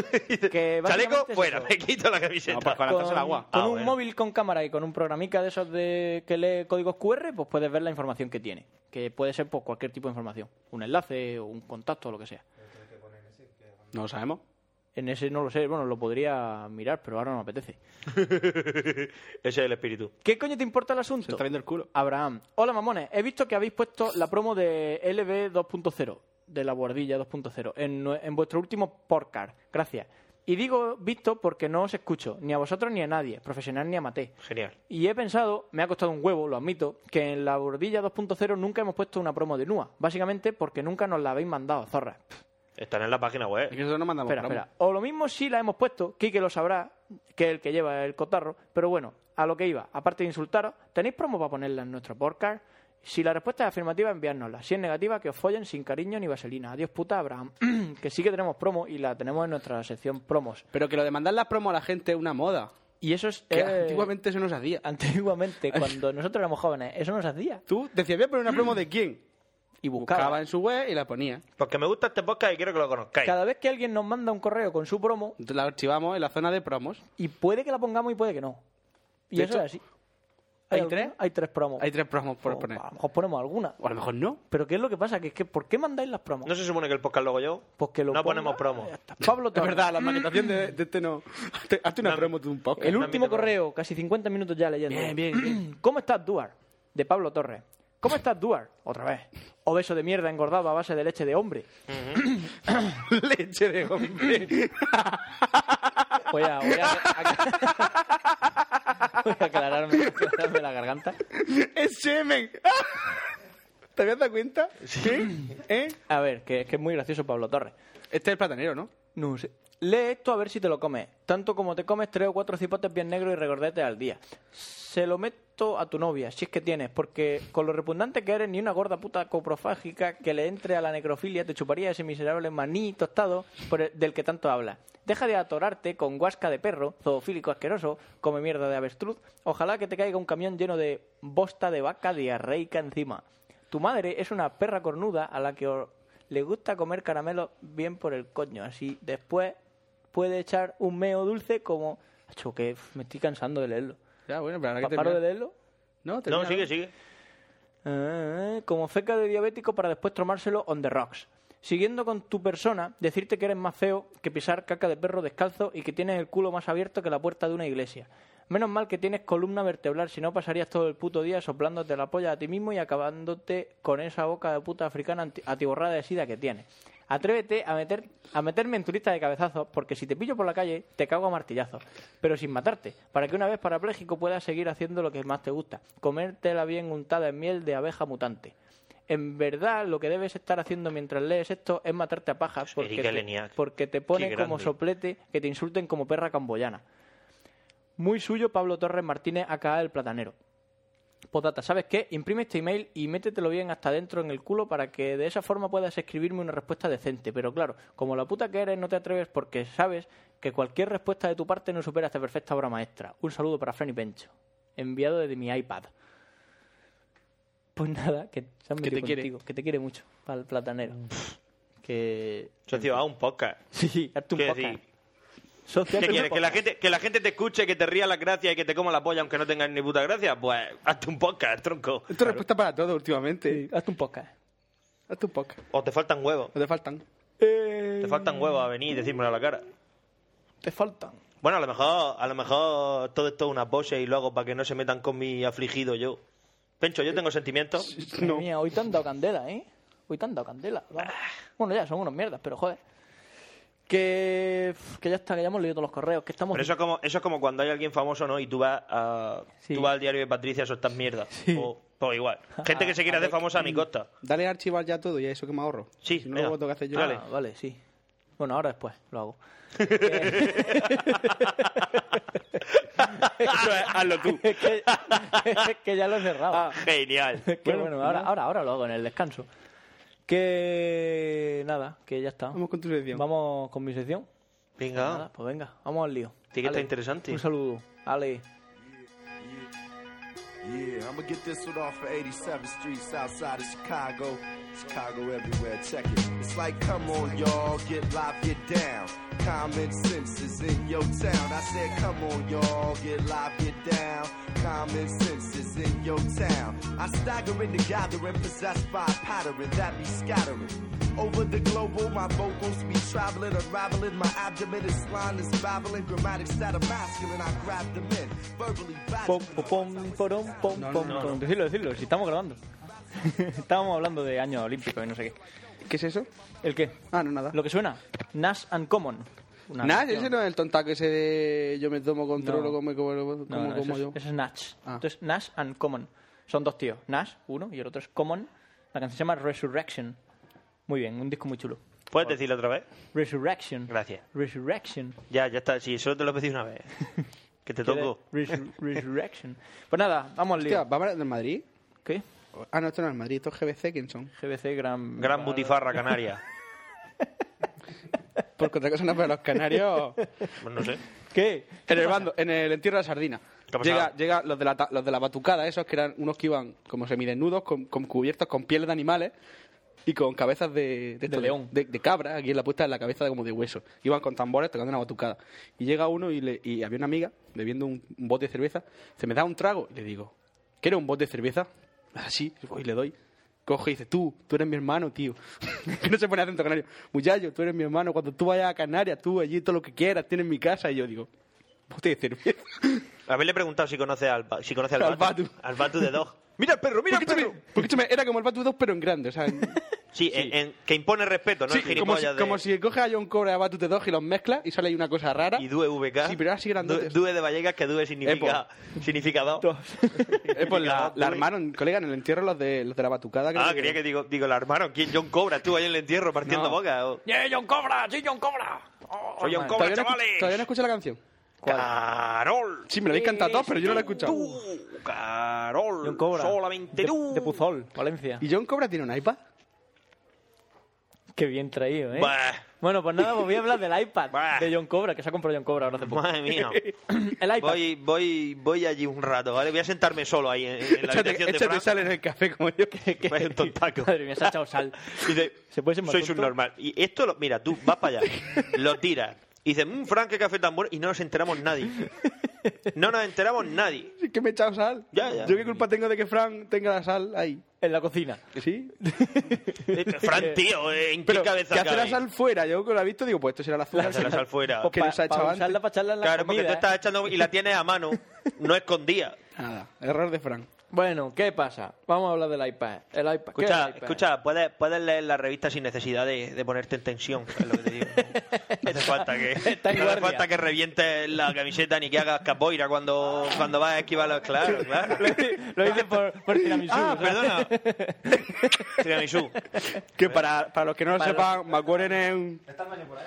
[SPEAKER 9] Que básicamente
[SPEAKER 5] Chaleco,
[SPEAKER 9] es
[SPEAKER 5] fuera,
[SPEAKER 9] eso.
[SPEAKER 5] me quito la camiseta.
[SPEAKER 10] No, pues con la taza
[SPEAKER 9] con,
[SPEAKER 10] del agua.
[SPEAKER 9] con
[SPEAKER 5] Ah,
[SPEAKER 9] un
[SPEAKER 5] bueno.
[SPEAKER 9] móvil con cámara y con un programica de esos de que lee códigos QR, pues puedes ver la información que tiene. Que puede ser pues, cualquier tipo de información. Un enlace o un contacto o lo que sea.
[SPEAKER 8] No lo sabemos.
[SPEAKER 9] En ese no lo sé, bueno, lo podría mirar, pero ahora no me apetece.
[SPEAKER 5] Ese es el espíritu.
[SPEAKER 9] ¿Qué coño te importa el asunto?
[SPEAKER 8] Se está viendo el culo.
[SPEAKER 9] Abraham. Hola, mamones. He visto que habéis puesto la promo de LB 2.0, de la guardilla 2.0, en, nue- en vuestro último podcast. Gracias. Y digo visto porque no os escucho, ni a vosotros ni a nadie, profesional ni amateur.
[SPEAKER 5] Genial.
[SPEAKER 9] Y he pensado, me ha costado un huevo, lo admito, que en la bordilla 2.0 nunca hemos puesto una promo de Nua. Básicamente porque nunca nos la habéis mandado, zorra. Pff,
[SPEAKER 5] Están en la página
[SPEAKER 8] Es
[SPEAKER 5] web.
[SPEAKER 8] que nosotros no mandamos
[SPEAKER 9] espera,
[SPEAKER 8] promo.
[SPEAKER 9] espera. O lo mismo sí la hemos puesto, Kike lo sabrá, que es el que lleva el cotarro. Pero bueno, a lo que iba, aparte de insultaros, ¿tenéis promo para ponerla en nuestro podcast? Si la respuesta es afirmativa, enviárnosla. Si es negativa, que os follen sin cariño ni vaselina. Adiós, puta Abraham. que sí que tenemos promo y la tenemos en nuestra sección promos.
[SPEAKER 8] Pero que lo de mandar las promos a la gente es una moda.
[SPEAKER 9] Y eso es...
[SPEAKER 8] Que
[SPEAKER 9] eh,
[SPEAKER 8] antiguamente eso no se hacía.
[SPEAKER 9] Antiguamente, cuando nosotros éramos jóvenes, eso nos hacía.
[SPEAKER 8] Tú decías, voy a poner una promo de quién.
[SPEAKER 9] Y
[SPEAKER 8] Buscaba.
[SPEAKER 9] buscaba.
[SPEAKER 8] en su web y la ponía.
[SPEAKER 5] Porque me gusta este podcast y quiero que lo conozcáis.
[SPEAKER 9] Cada vez que alguien nos manda un correo con su promo,
[SPEAKER 8] Entonces la archivamos en la zona de promos.
[SPEAKER 9] y puede que la pongamos y puede que no. Y
[SPEAKER 8] De
[SPEAKER 9] eso
[SPEAKER 8] hecho,
[SPEAKER 9] es así.
[SPEAKER 8] ¿hay
[SPEAKER 9] alguna-
[SPEAKER 8] tres?
[SPEAKER 9] Hay tres promos.
[SPEAKER 8] Hay tres promos por
[SPEAKER 9] O,
[SPEAKER 8] poner.
[SPEAKER 9] A lo mejor ponemos alguna.
[SPEAKER 8] O a lo mejor no.
[SPEAKER 9] Pero ¿qué es lo que pasa? Que es que ¿por qué mandáis las promos?
[SPEAKER 5] ¿No se supone que el podcast lo hago yo?
[SPEAKER 9] Porque lo
[SPEAKER 5] no
[SPEAKER 9] ponga-
[SPEAKER 5] ponemos promo.
[SPEAKER 9] Ya está. Pablo
[SPEAKER 8] Es
[SPEAKER 9] Torres. Mm.
[SPEAKER 8] verdad, la maquetación de, de este no. Hazte, hazte una
[SPEAKER 5] No,
[SPEAKER 8] promo de un podcast.
[SPEAKER 9] El
[SPEAKER 5] Una
[SPEAKER 9] último
[SPEAKER 5] mitad para-
[SPEAKER 9] correo, casi 50 minutos ya leyendo.
[SPEAKER 8] Bien, bien, bien.
[SPEAKER 9] ¿Cómo estás, Duar? De Pablo Torres. ¿Cómo estás, Duar? Otra vez. Obeso de mierda engordado a base de leche de hombre.
[SPEAKER 8] Leche de hombre.
[SPEAKER 9] Voy a, voy a- voy a aclararme, aclararme la garganta.
[SPEAKER 8] es semen. ¿Te habías dado cuenta? Sí. ¿Eh?
[SPEAKER 9] A ver, que, que es muy gracioso Pablo Torres.
[SPEAKER 8] Este es el platanero, ¿no?
[SPEAKER 9] No sé. Lee esto a ver si te lo comes. Tanto como te comes tres o cuatro cipotes bien negros y regordetes al día. Se lo meto a tu novia, si es que tienes, porque con lo repugnante que eres, ni una gorda puta coprofágica que le entre a la necrofilia te chuparía ese miserable maní tostado por el- del que tanto habla. Deja de atorarte con guasca de perro, zoofílico asqueroso, come mierda de avestruz. Ojalá que te caiga un camión lleno de bosta de vaca diarreica encima. Tu madre es una perra cornuda a la que o- le gusta comer caramelo bien por el coño. Así después puede echar un meo dulce como... Acho, que uf, me estoy cansando de leerlo.
[SPEAKER 8] Ya, bueno, pero ahora
[SPEAKER 9] Pa-
[SPEAKER 8] que
[SPEAKER 9] ¿Paro de
[SPEAKER 8] termina-
[SPEAKER 9] leerlo?
[SPEAKER 8] No,
[SPEAKER 5] No,
[SPEAKER 8] termina,
[SPEAKER 5] sigue, sigue.
[SPEAKER 9] Ah, como feca de diabético para después tomárselo on the rocks. Siguiendo con tu persona, decirte que eres más feo que pisar caca de perro descalzo y que tienes el culo más abierto que la puerta de una iglesia. Menos mal que tienes columna vertebral, si no pasarías todo el puto día soplándote la polla a ti mismo y acabándote con esa boca de puta africana anti- atiborrada de sida que tienes. Atrévete a, meter, a meterme en tu lista de cabezazos, porque si te pillo por la calle, te cago a martillazos, pero sin matarte, para que una vez parapléjico puedas seguir haciendo lo que más te gusta, comértela bien untada en miel de abeja mutante. En verdad, lo que debes estar haciendo mientras lees esto es matarte a pajas, porque,
[SPEAKER 5] Erika
[SPEAKER 9] te,
[SPEAKER 5] Leniac.
[SPEAKER 9] porque te
[SPEAKER 5] Qué
[SPEAKER 9] pone
[SPEAKER 5] grande.
[SPEAKER 9] como soplete que te insulten como perra camboyana. Muy suyo Pablo Torres Martínez, acá el platanero. Podata, ¿sabes qué? Imprime este email y métetelo bien hasta dentro en el culo para que de esa forma puedas escribirme una respuesta decente. Pero claro, como la puta que eres no te atreves porque sabes que cualquier respuesta de tu parte no supera esta perfecta obra maestra. Un saludo para Fran y Pencho, enviado desde mi iPad. Pues nada, que se han
[SPEAKER 8] Que te
[SPEAKER 9] metido
[SPEAKER 8] quiere.
[SPEAKER 9] contigo, que te quiere mucho, para el platanero. que...
[SPEAKER 5] Mm. Socio, a un podcast.
[SPEAKER 9] Sí, hazte un
[SPEAKER 5] ¿Qué
[SPEAKER 9] podcast.
[SPEAKER 5] decir?
[SPEAKER 9] Socio, hazte
[SPEAKER 5] ¿Qué
[SPEAKER 9] un
[SPEAKER 5] quieres? ¿Que la,
[SPEAKER 9] podcast.
[SPEAKER 5] gente, que la gente te escuche, que te ría las gracias y que te coma la polla aunque no tengas ni puta gracia. Pues hazte un podcast, tronco.
[SPEAKER 8] Esto es respuesta para todo últimamente.
[SPEAKER 9] Hazte un podcast.
[SPEAKER 8] Hazte un podcast.
[SPEAKER 5] O te faltan huevos.
[SPEAKER 8] No te faltan.
[SPEAKER 5] Te faltan huevos a venir y decírmelo a la cara.
[SPEAKER 9] Te faltan.
[SPEAKER 5] Bueno, a lo mejor, a lo mejor todo esto es una pose y lo hago para que no se metan con mi afligido yo. Pencho, yo tengo sentimientos.
[SPEAKER 9] Madre mía, hoy te han dado candela, ¿eh? Hoy te han dado candela. vamos.
[SPEAKER 5] Ah.
[SPEAKER 9] Bueno, ya, son unos mierdas, pero joder. Que, que ya está, que ya hemos leído todos los correos, que estamos...
[SPEAKER 5] Pero eso es como, eso es como cuando hay alguien famoso, ¿no? Y tú vas a,
[SPEAKER 9] Sí.
[SPEAKER 5] tú vas al diario de Patricia a soltar mierda. O, o igual. Gente que se quiere hacer famosa Ah, a mi costa.
[SPEAKER 8] Dale a archivar ya todo y a eso que me ahorro.
[SPEAKER 5] Sí,
[SPEAKER 8] Si no,
[SPEAKER 5] venga.
[SPEAKER 8] luego tengo que hacer yo.
[SPEAKER 5] Dale.
[SPEAKER 9] Ah, vale, sí. Bueno, ahora después lo hago.
[SPEAKER 5] Eso es, hazlo tú. Ah.
[SPEAKER 9] es, que, es que ya lo he cerrado.
[SPEAKER 5] Genial.
[SPEAKER 9] Es que bueno,
[SPEAKER 5] pues
[SPEAKER 9] ahora, ahora, ahora lo hago en el descanso. Que... nada, que ya está.
[SPEAKER 8] Vamos con tu sección.
[SPEAKER 9] Vamos con mi sección.
[SPEAKER 5] Venga.
[SPEAKER 9] Nada, pues venga, vamos al lío.
[SPEAKER 5] Ah. Sí que está
[SPEAKER 9] Ale,
[SPEAKER 5] interesante.
[SPEAKER 9] Un saludo. Ale.
[SPEAKER 1] Yeah, I'm gonna get this one off of 87th Street, south side of Chicago.
[SPEAKER 10] Chicago everywhere, check it. It's like, come on, y'all, get live, get down. Common sense is in your town. I said, come on, y'all, get live, get down. Common sense is in your town. I stagger in the gathering, possessed by a pattern that be scattering. Over the global, my vocals be traveling, unraveling. My abdomen is slime, is babbling. Grammatics that are masculine, I grab them in. Verbally
[SPEAKER 9] Pom,
[SPEAKER 10] battling.
[SPEAKER 9] pom, pom, porom, pom, pom, pom. Decidlo, decidlo, si estamos grabando. Estábamos hablando de años olímpicos y no sé qué.
[SPEAKER 8] ¿Qué es eso?
[SPEAKER 9] ¿El qué?
[SPEAKER 8] Ah, no, nada.
[SPEAKER 9] Lo que suena, Nash and Common. Una
[SPEAKER 8] Nah,
[SPEAKER 9] canción.
[SPEAKER 8] ese no es el tontaco ese de yo me tomo control
[SPEAKER 9] No.
[SPEAKER 8] como me como, como,
[SPEAKER 9] No, no,
[SPEAKER 8] como
[SPEAKER 9] eso,
[SPEAKER 8] yo.
[SPEAKER 9] Es, eso es Nash.
[SPEAKER 8] Ah.
[SPEAKER 9] Entonces, Nash and Common. Son dos tíos. Nash, uno, y el otro es Common. La canción se llama Resurrection. Muy bien, un disco muy chulo.
[SPEAKER 5] ¿Puedes decirlo otra vez?
[SPEAKER 9] Resurrection.
[SPEAKER 5] Gracias.
[SPEAKER 9] Resurrection.
[SPEAKER 5] Ya, ya está. Si solo te lo pedí una vez. Que te toco.
[SPEAKER 9] Resu- Resurrection. Pues nada, vamos al lío.
[SPEAKER 8] Hostia, ¿va para el del Madrid?
[SPEAKER 9] ¿Qué?
[SPEAKER 8] Ah, no, esto no es el Madrid, esto es GBC, ¿quién son?
[SPEAKER 9] GBC Gran...
[SPEAKER 5] Gran butifarra canaria.
[SPEAKER 8] Porque otra cosa no, pero los canarios...
[SPEAKER 5] Pues no sé.
[SPEAKER 9] ¿Qué?
[SPEAKER 8] en, el bando, en el entierro de la sardina.
[SPEAKER 5] ¿Qué ha pasado?
[SPEAKER 8] Llega, llega los, de la, ta- los de la batucada, esos que eran unos que iban como semidesnudos, con, con cubiertos con pieles de animales y con cabezas de, esto,
[SPEAKER 9] león.
[SPEAKER 8] De, de cabra, aquí en la puesta en la cabeza como de hueso. Iban con tambores tocando una batucada. Y llega uno y, le, y había una amiga bebiendo un, un bote de cerveza. Se me da un trago y le digo, ¿quieres un bote de cerveza? Así, y le doy. Coge y dice, tú, tú eres mi hermano, tío. que no se pone acento canario. Muchacho, tú eres mi hermano. Cuando tú vayas a Canarias, tú allí todo lo que quieras, tienes mi casa. Y yo digo, bote de cerveza.
[SPEAKER 5] Haberle preguntado si conoce al, ba- si conoce al,
[SPEAKER 8] Al
[SPEAKER 5] Batu.
[SPEAKER 8] Batu.
[SPEAKER 5] Al Batu de Dog. ¡Mira el perro, mira el
[SPEAKER 8] Porque,
[SPEAKER 5] perro!
[SPEAKER 8] escúchame, porque, escúchame, era como el Batu 2, pero en grande. O sea, en-
[SPEAKER 5] Sí, en- en- que impone respeto, ¿no?
[SPEAKER 8] sí,
[SPEAKER 5] el
[SPEAKER 8] como,
[SPEAKER 5] gilipollas
[SPEAKER 8] si,
[SPEAKER 5] de...
[SPEAKER 8] como si coges a John Cobra y a Batu 2 y los mezclas y sale ahí una cosa rara.
[SPEAKER 5] Y Due VK.
[SPEAKER 8] Sí, pero ahora sí grandotes.
[SPEAKER 5] Du- Due de Vallecas, que Due significa... significa dos.
[SPEAKER 8] Eh, pues la,
[SPEAKER 5] Significa
[SPEAKER 8] la
[SPEAKER 5] Due.
[SPEAKER 8] armaron, colega, en el entierro los de, los de la batucada. creo
[SPEAKER 5] Ah, quería que digo, digo, la armaron. ¿Quién? John Cobra, tú ahí en el entierro partiendo
[SPEAKER 8] No.
[SPEAKER 5] boca. o-
[SPEAKER 9] ¡Yeah, ¡Eh, John Cobra! ¡Sí, John Cobra! Oh,
[SPEAKER 5] Soy John
[SPEAKER 9] man.
[SPEAKER 5] Cobra,
[SPEAKER 8] ¿Todavía no, escu-
[SPEAKER 5] chavales.
[SPEAKER 8] todavía no escuché la canción.
[SPEAKER 5] Ah, Carol.
[SPEAKER 8] Sí, me la habéis cantado todos, pero yo no la he escuchado.
[SPEAKER 5] Tú, Carol.
[SPEAKER 9] John Cobra.
[SPEAKER 5] Solamente
[SPEAKER 9] de,
[SPEAKER 5] tú.
[SPEAKER 9] de Puzol, Valencia.
[SPEAKER 8] ¿Y John Cobra tiene un iPad?
[SPEAKER 9] Qué bien traído, ¿eh?
[SPEAKER 5] Bah.
[SPEAKER 9] Bueno, pues nada, pues voy a hablar del iPad
[SPEAKER 5] Bah.
[SPEAKER 9] de John Cobra, que se ha comprado John Cobra ahora hace poco.
[SPEAKER 5] Madre mía.
[SPEAKER 9] El iPad.
[SPEAKER 5] Voy, voy, voy allí un rato, ¿vale? Voy a sentarme solo ahí en, en la
[SPEAKER 8] échate
[SPEAKER 5] habitación de Pues
[SPEAKER 8] échate
[SPEAKER 5] Fran.
[SPEAKER 8] sal en el café como yo.
[SPEAKER 9] que-
[SPEAKER 5] Vaya un tontaco.
[SPEAKER 9] Madre mía, se ha echado sal.
[SPEAKER 5] Y dice,
[SPEAKER 9] ¿Se puede ser más
[SPEAKER 5] soy
[SPEAKER 9] tonto?
[SPEAKER 5] subnormal. Y esto, lo- mira, tú vas para allá, lo tiras. Y dices, mmm, Frank, qué café tan bueno. Y no nos enteramos nadie. No nos enteramos nadie.
[SPEAKER 8] Sí, que me he echado sal.
[SPEAKER 5] Ya, ya.
[SPEAKER 8] Yo qué culpa tengo de que Fran tenga la sal ahí.
[SPEAKER 9] En la cocina.
[SPEAKER 8] ¿Sí?
[SPEAKER 5] Eh, Fran, tío, eh, ¿en qué
[SPEAKER 8] Pero
[SPEAKER 5] cabeza
[SPEAKER 8] que hace la
[SPEAKER 5] cabe?
[SPEAKER 8] sal fuera. Yo que lo he visto digo, pues esto será la azúcar.
[SPEAKER 5] Hace la sal fuera.
[SPEAKER 8] Que nos ha echado antes.
[SPEAKER 9] Pues usarla para echarla en la
[SPEAKER 5] Claro, porque
[SPEAKER 9] comida,
[SPEAKER 5] tú estás
[SPEAKER 9] ¿eh?
[SPEAKER 5] echando y la tienes a mano, no escondida.
[SPEAKER 8] Nada, error de Fran.
[SPEAKER 9] ¿eh? Bueno, ¿qué pasa? Vamos a hablar del iPad. El iPad. ¿qué
[SPEAKER 5] Escucha,
[SPEAKER 9] es el iPad?
[SPEAKER 5] escucha puedes, puedes leer la revista sin necesidad de, de ponerte en tensión, es lo que te digo? No, no hace falta que,
[SPEAKER 9] Está en
[SPEAKER 5] no hace
[SPEAKER 9] guardia.
[SPEAKER 5] falta que revientes la camiseta ni que hagas capoeira cuando, cuando vas a esquivarlos, claro, claro.
[SPEAKER 9] Lo hice- Lo hice por, por tiramisú.
[SPEAKER 5] Ah,
[SPEAKER 9] o sea.
[SPEAKER 5] perdona. Tiramisú.
[SPEAKER 8] Que para, para los que no lo
[SPEAKER 9] Para
[SPEAKER 8] sepan, McWarren es un...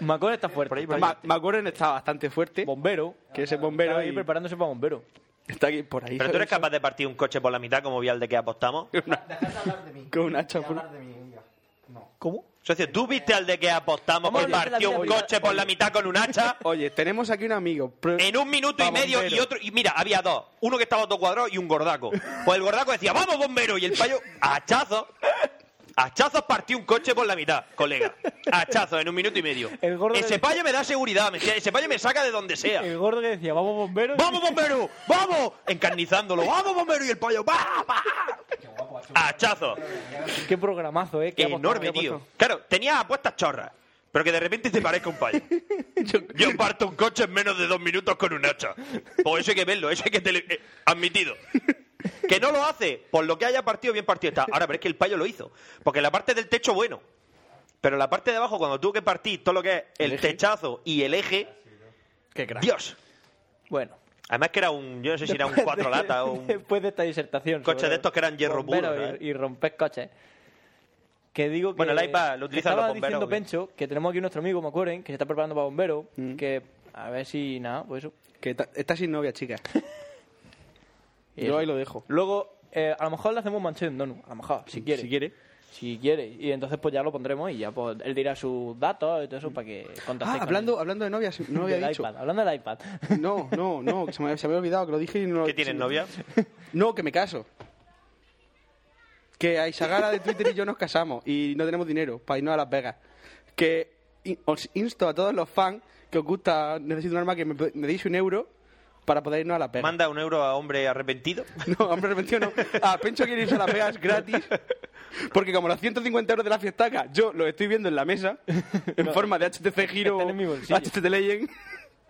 [SPEAKER 9] Macón está fuerte.
[SPEAKER 5] Por ahí, por ahí.
[SPEAKER 8] Ma- McWarren está bastante fuerte.
[SPEAKER 9] Bombero.
[SPEAKER 8] Que ese bombero
[SPEAKER 9] Está ahí
[SPEAKER 8] y-
[SPEAKER 9] preparándose para bombero.
[SPEAKER 8] Está aquí por ahí.
[SPEAKER 5] Pero tú eres capaz de partir un coche por la mitad como vial de que apostamos.
[SPEAKER 8] Con un hacha por-
[SPEAKER 9] ¿Cómo?
[SPEAKER 5] Socio, ¿tú viste al de que apostamos
[SPEAKER 9] Vamos
[SPEAKER 5] que
[SPEAKER 9] a hablar de
[SPEAKER 5] partió
[SPEAKER 9] la
[SPEAKER 5] un
[SPEAKER 9] vida
[SPEAKER 5] coche por la mitad con un hacha?
[SPEAKER 8] Oye, tenemos aquí un amigo. pro-
[SPEAKER 5] En un minuto
[SPEAKER 8] pa'
[SPEAKER 5] y medio
[SPEAKER 8] bombero.
[SPEAKER 5] y otro. Y mira, había dos. Uno que estaba todo cuadrado y un gordaco. Pues el gordaco decía, vamos, bombero. Y el payo, hachazo. Hachazos partió un coche por la mitad, colega. Hachazos en un minuto y medio.
[SPEAKER 9] El gordo
[SPEAKER 5] Ese
[SPEAKER 9] del-
[SPEAKER 5] payo me da seguridad, me- ese payo me saca de donde sea.
[SPEAKER 9] El gordo que decía, vamos bombero.
[SPEAKER 5] ¡Vamos, bombero! ¡Vamos! Encarnizándolo. ¡Vamos, bombero! Y el payo, ¡va, va! Hachazo.
[SPEAKER 9] Qué programazo, ¿eh? Qué
[SPEAKER 5] Que
[SPEAKER 9] apostado,
[SPEAKER 5] enorme,
[SPEAKER 9] qué
[SPEAKER 5] tío.
[SPEAKER 9] apostado.
[SPEAKER 5] Claro, tenías apuestas chorras, pero que de repente te parezca un payo.
[SPEAKER 8] Yo-
[SPEAKER 5] Yo parto un coche en menos de dos minutos con un hacha. Pues eso hay que verlo, eso hay que tele- eh, admitido. Que no lo hace, por lo que haya partido, bien partido está. Ahora, pero es que el payo lo hizo. Porque la parte del techo, bueno. Pero la parte de abajo, cuando tuvo que partir todo lo que es el, techazo y el eje,
[SPEAKER 8] Qué crack.
[SPEAKER 5] Dios.
[SPEAKER 9] Bueno.
[SPEAKER 5] Además que era un, yo no sé si era un cuatro lata o un...
[SPEAKER 9] Después de esta disertación.
[SPEAKER 5] Coches
[SPEAKER 9] sobre
[SPEAKER 5] de estos que eran hierro
[SPEAKER 9] bomberos
[SPEAKER 5] puro, ¿sabes?
[SPEAKER 9] Y, y romper coches. Que digo que.
[SPEAKER 5] Bueno, el iPad lo utilizan
[SPEAKER 9] estaba
[SPEAKER 5] los bomberos,
[SPEAKER 9] diciendo
[SPEAKER 5] ¿o qué?
[SPEAKER 9] Pencho que tenemos aquí nuestro amigo, me acuerden, que se está preparando para bombero.
[SPEAKER 8] Mm.
[SPEAKER 9] Que a ver si. Nada, pues eso.
[SPEAKER 8] Que ta- está sin novia, chica.
[SPEAKER 9] Y
[SPEAKER 8] Yo
[SPEAKER 9] eso.
[SPEAKER 8] ahí lo dejo. Mm,
[SPEAKER 9] Luego, eh, a lo mejor le hacemos un manchón Donu. A lo mejor, si quiere.
[SPEAKER 8] Si quiere.
[SPEAKER 9] Si quiere. Y entonces, pues ya lo pondremos y ya pues, él dirá sus datos y todo eso para que contactéis.
[SPEAKER 8] Ah,
[SPEAKER 9] con
[SPEAKER 8] hablando,
[SPEAKER 9] él.
[SPEAKER 8] hablando de novias, no lo
[SPEAKER 9] Del
[SPEAKER 8] había dicho.
[SPEAKER 9] iPad, hablando del iPad.
[SPEAKER 8] No, no, no, que se me, se me había olvidado, que lo dije y no...
[SPEAKER 5] ¿Qué tienes,
[SPEAKER 8] se-
[SPEAKER 5] novia?
[SPEAKER 8] No, que me caso. Que Aisagara de Twitter y yo nos casamos y no tenemos dinero para irnos a Las Vegas. Que in- os insto a todos los fans que os gusta, necesito un arma que me, pe- me deis un euro para poder irnos a Las Vegas.
[SPEAKER 5] Manda un euro a hombre arrepentido.
[SPEAKER 8] No, hombre, arrepentido no. Ah, A Pencho quiere irse a Las Vegas gratis. Porque como los 150 euros de la fiestaca, yo los estoy viendo en la mesa, en forma de HTC Giro,
[SPEAKER 9] están en mi bolsillo.
[SPEAKER 8] HTC Legend,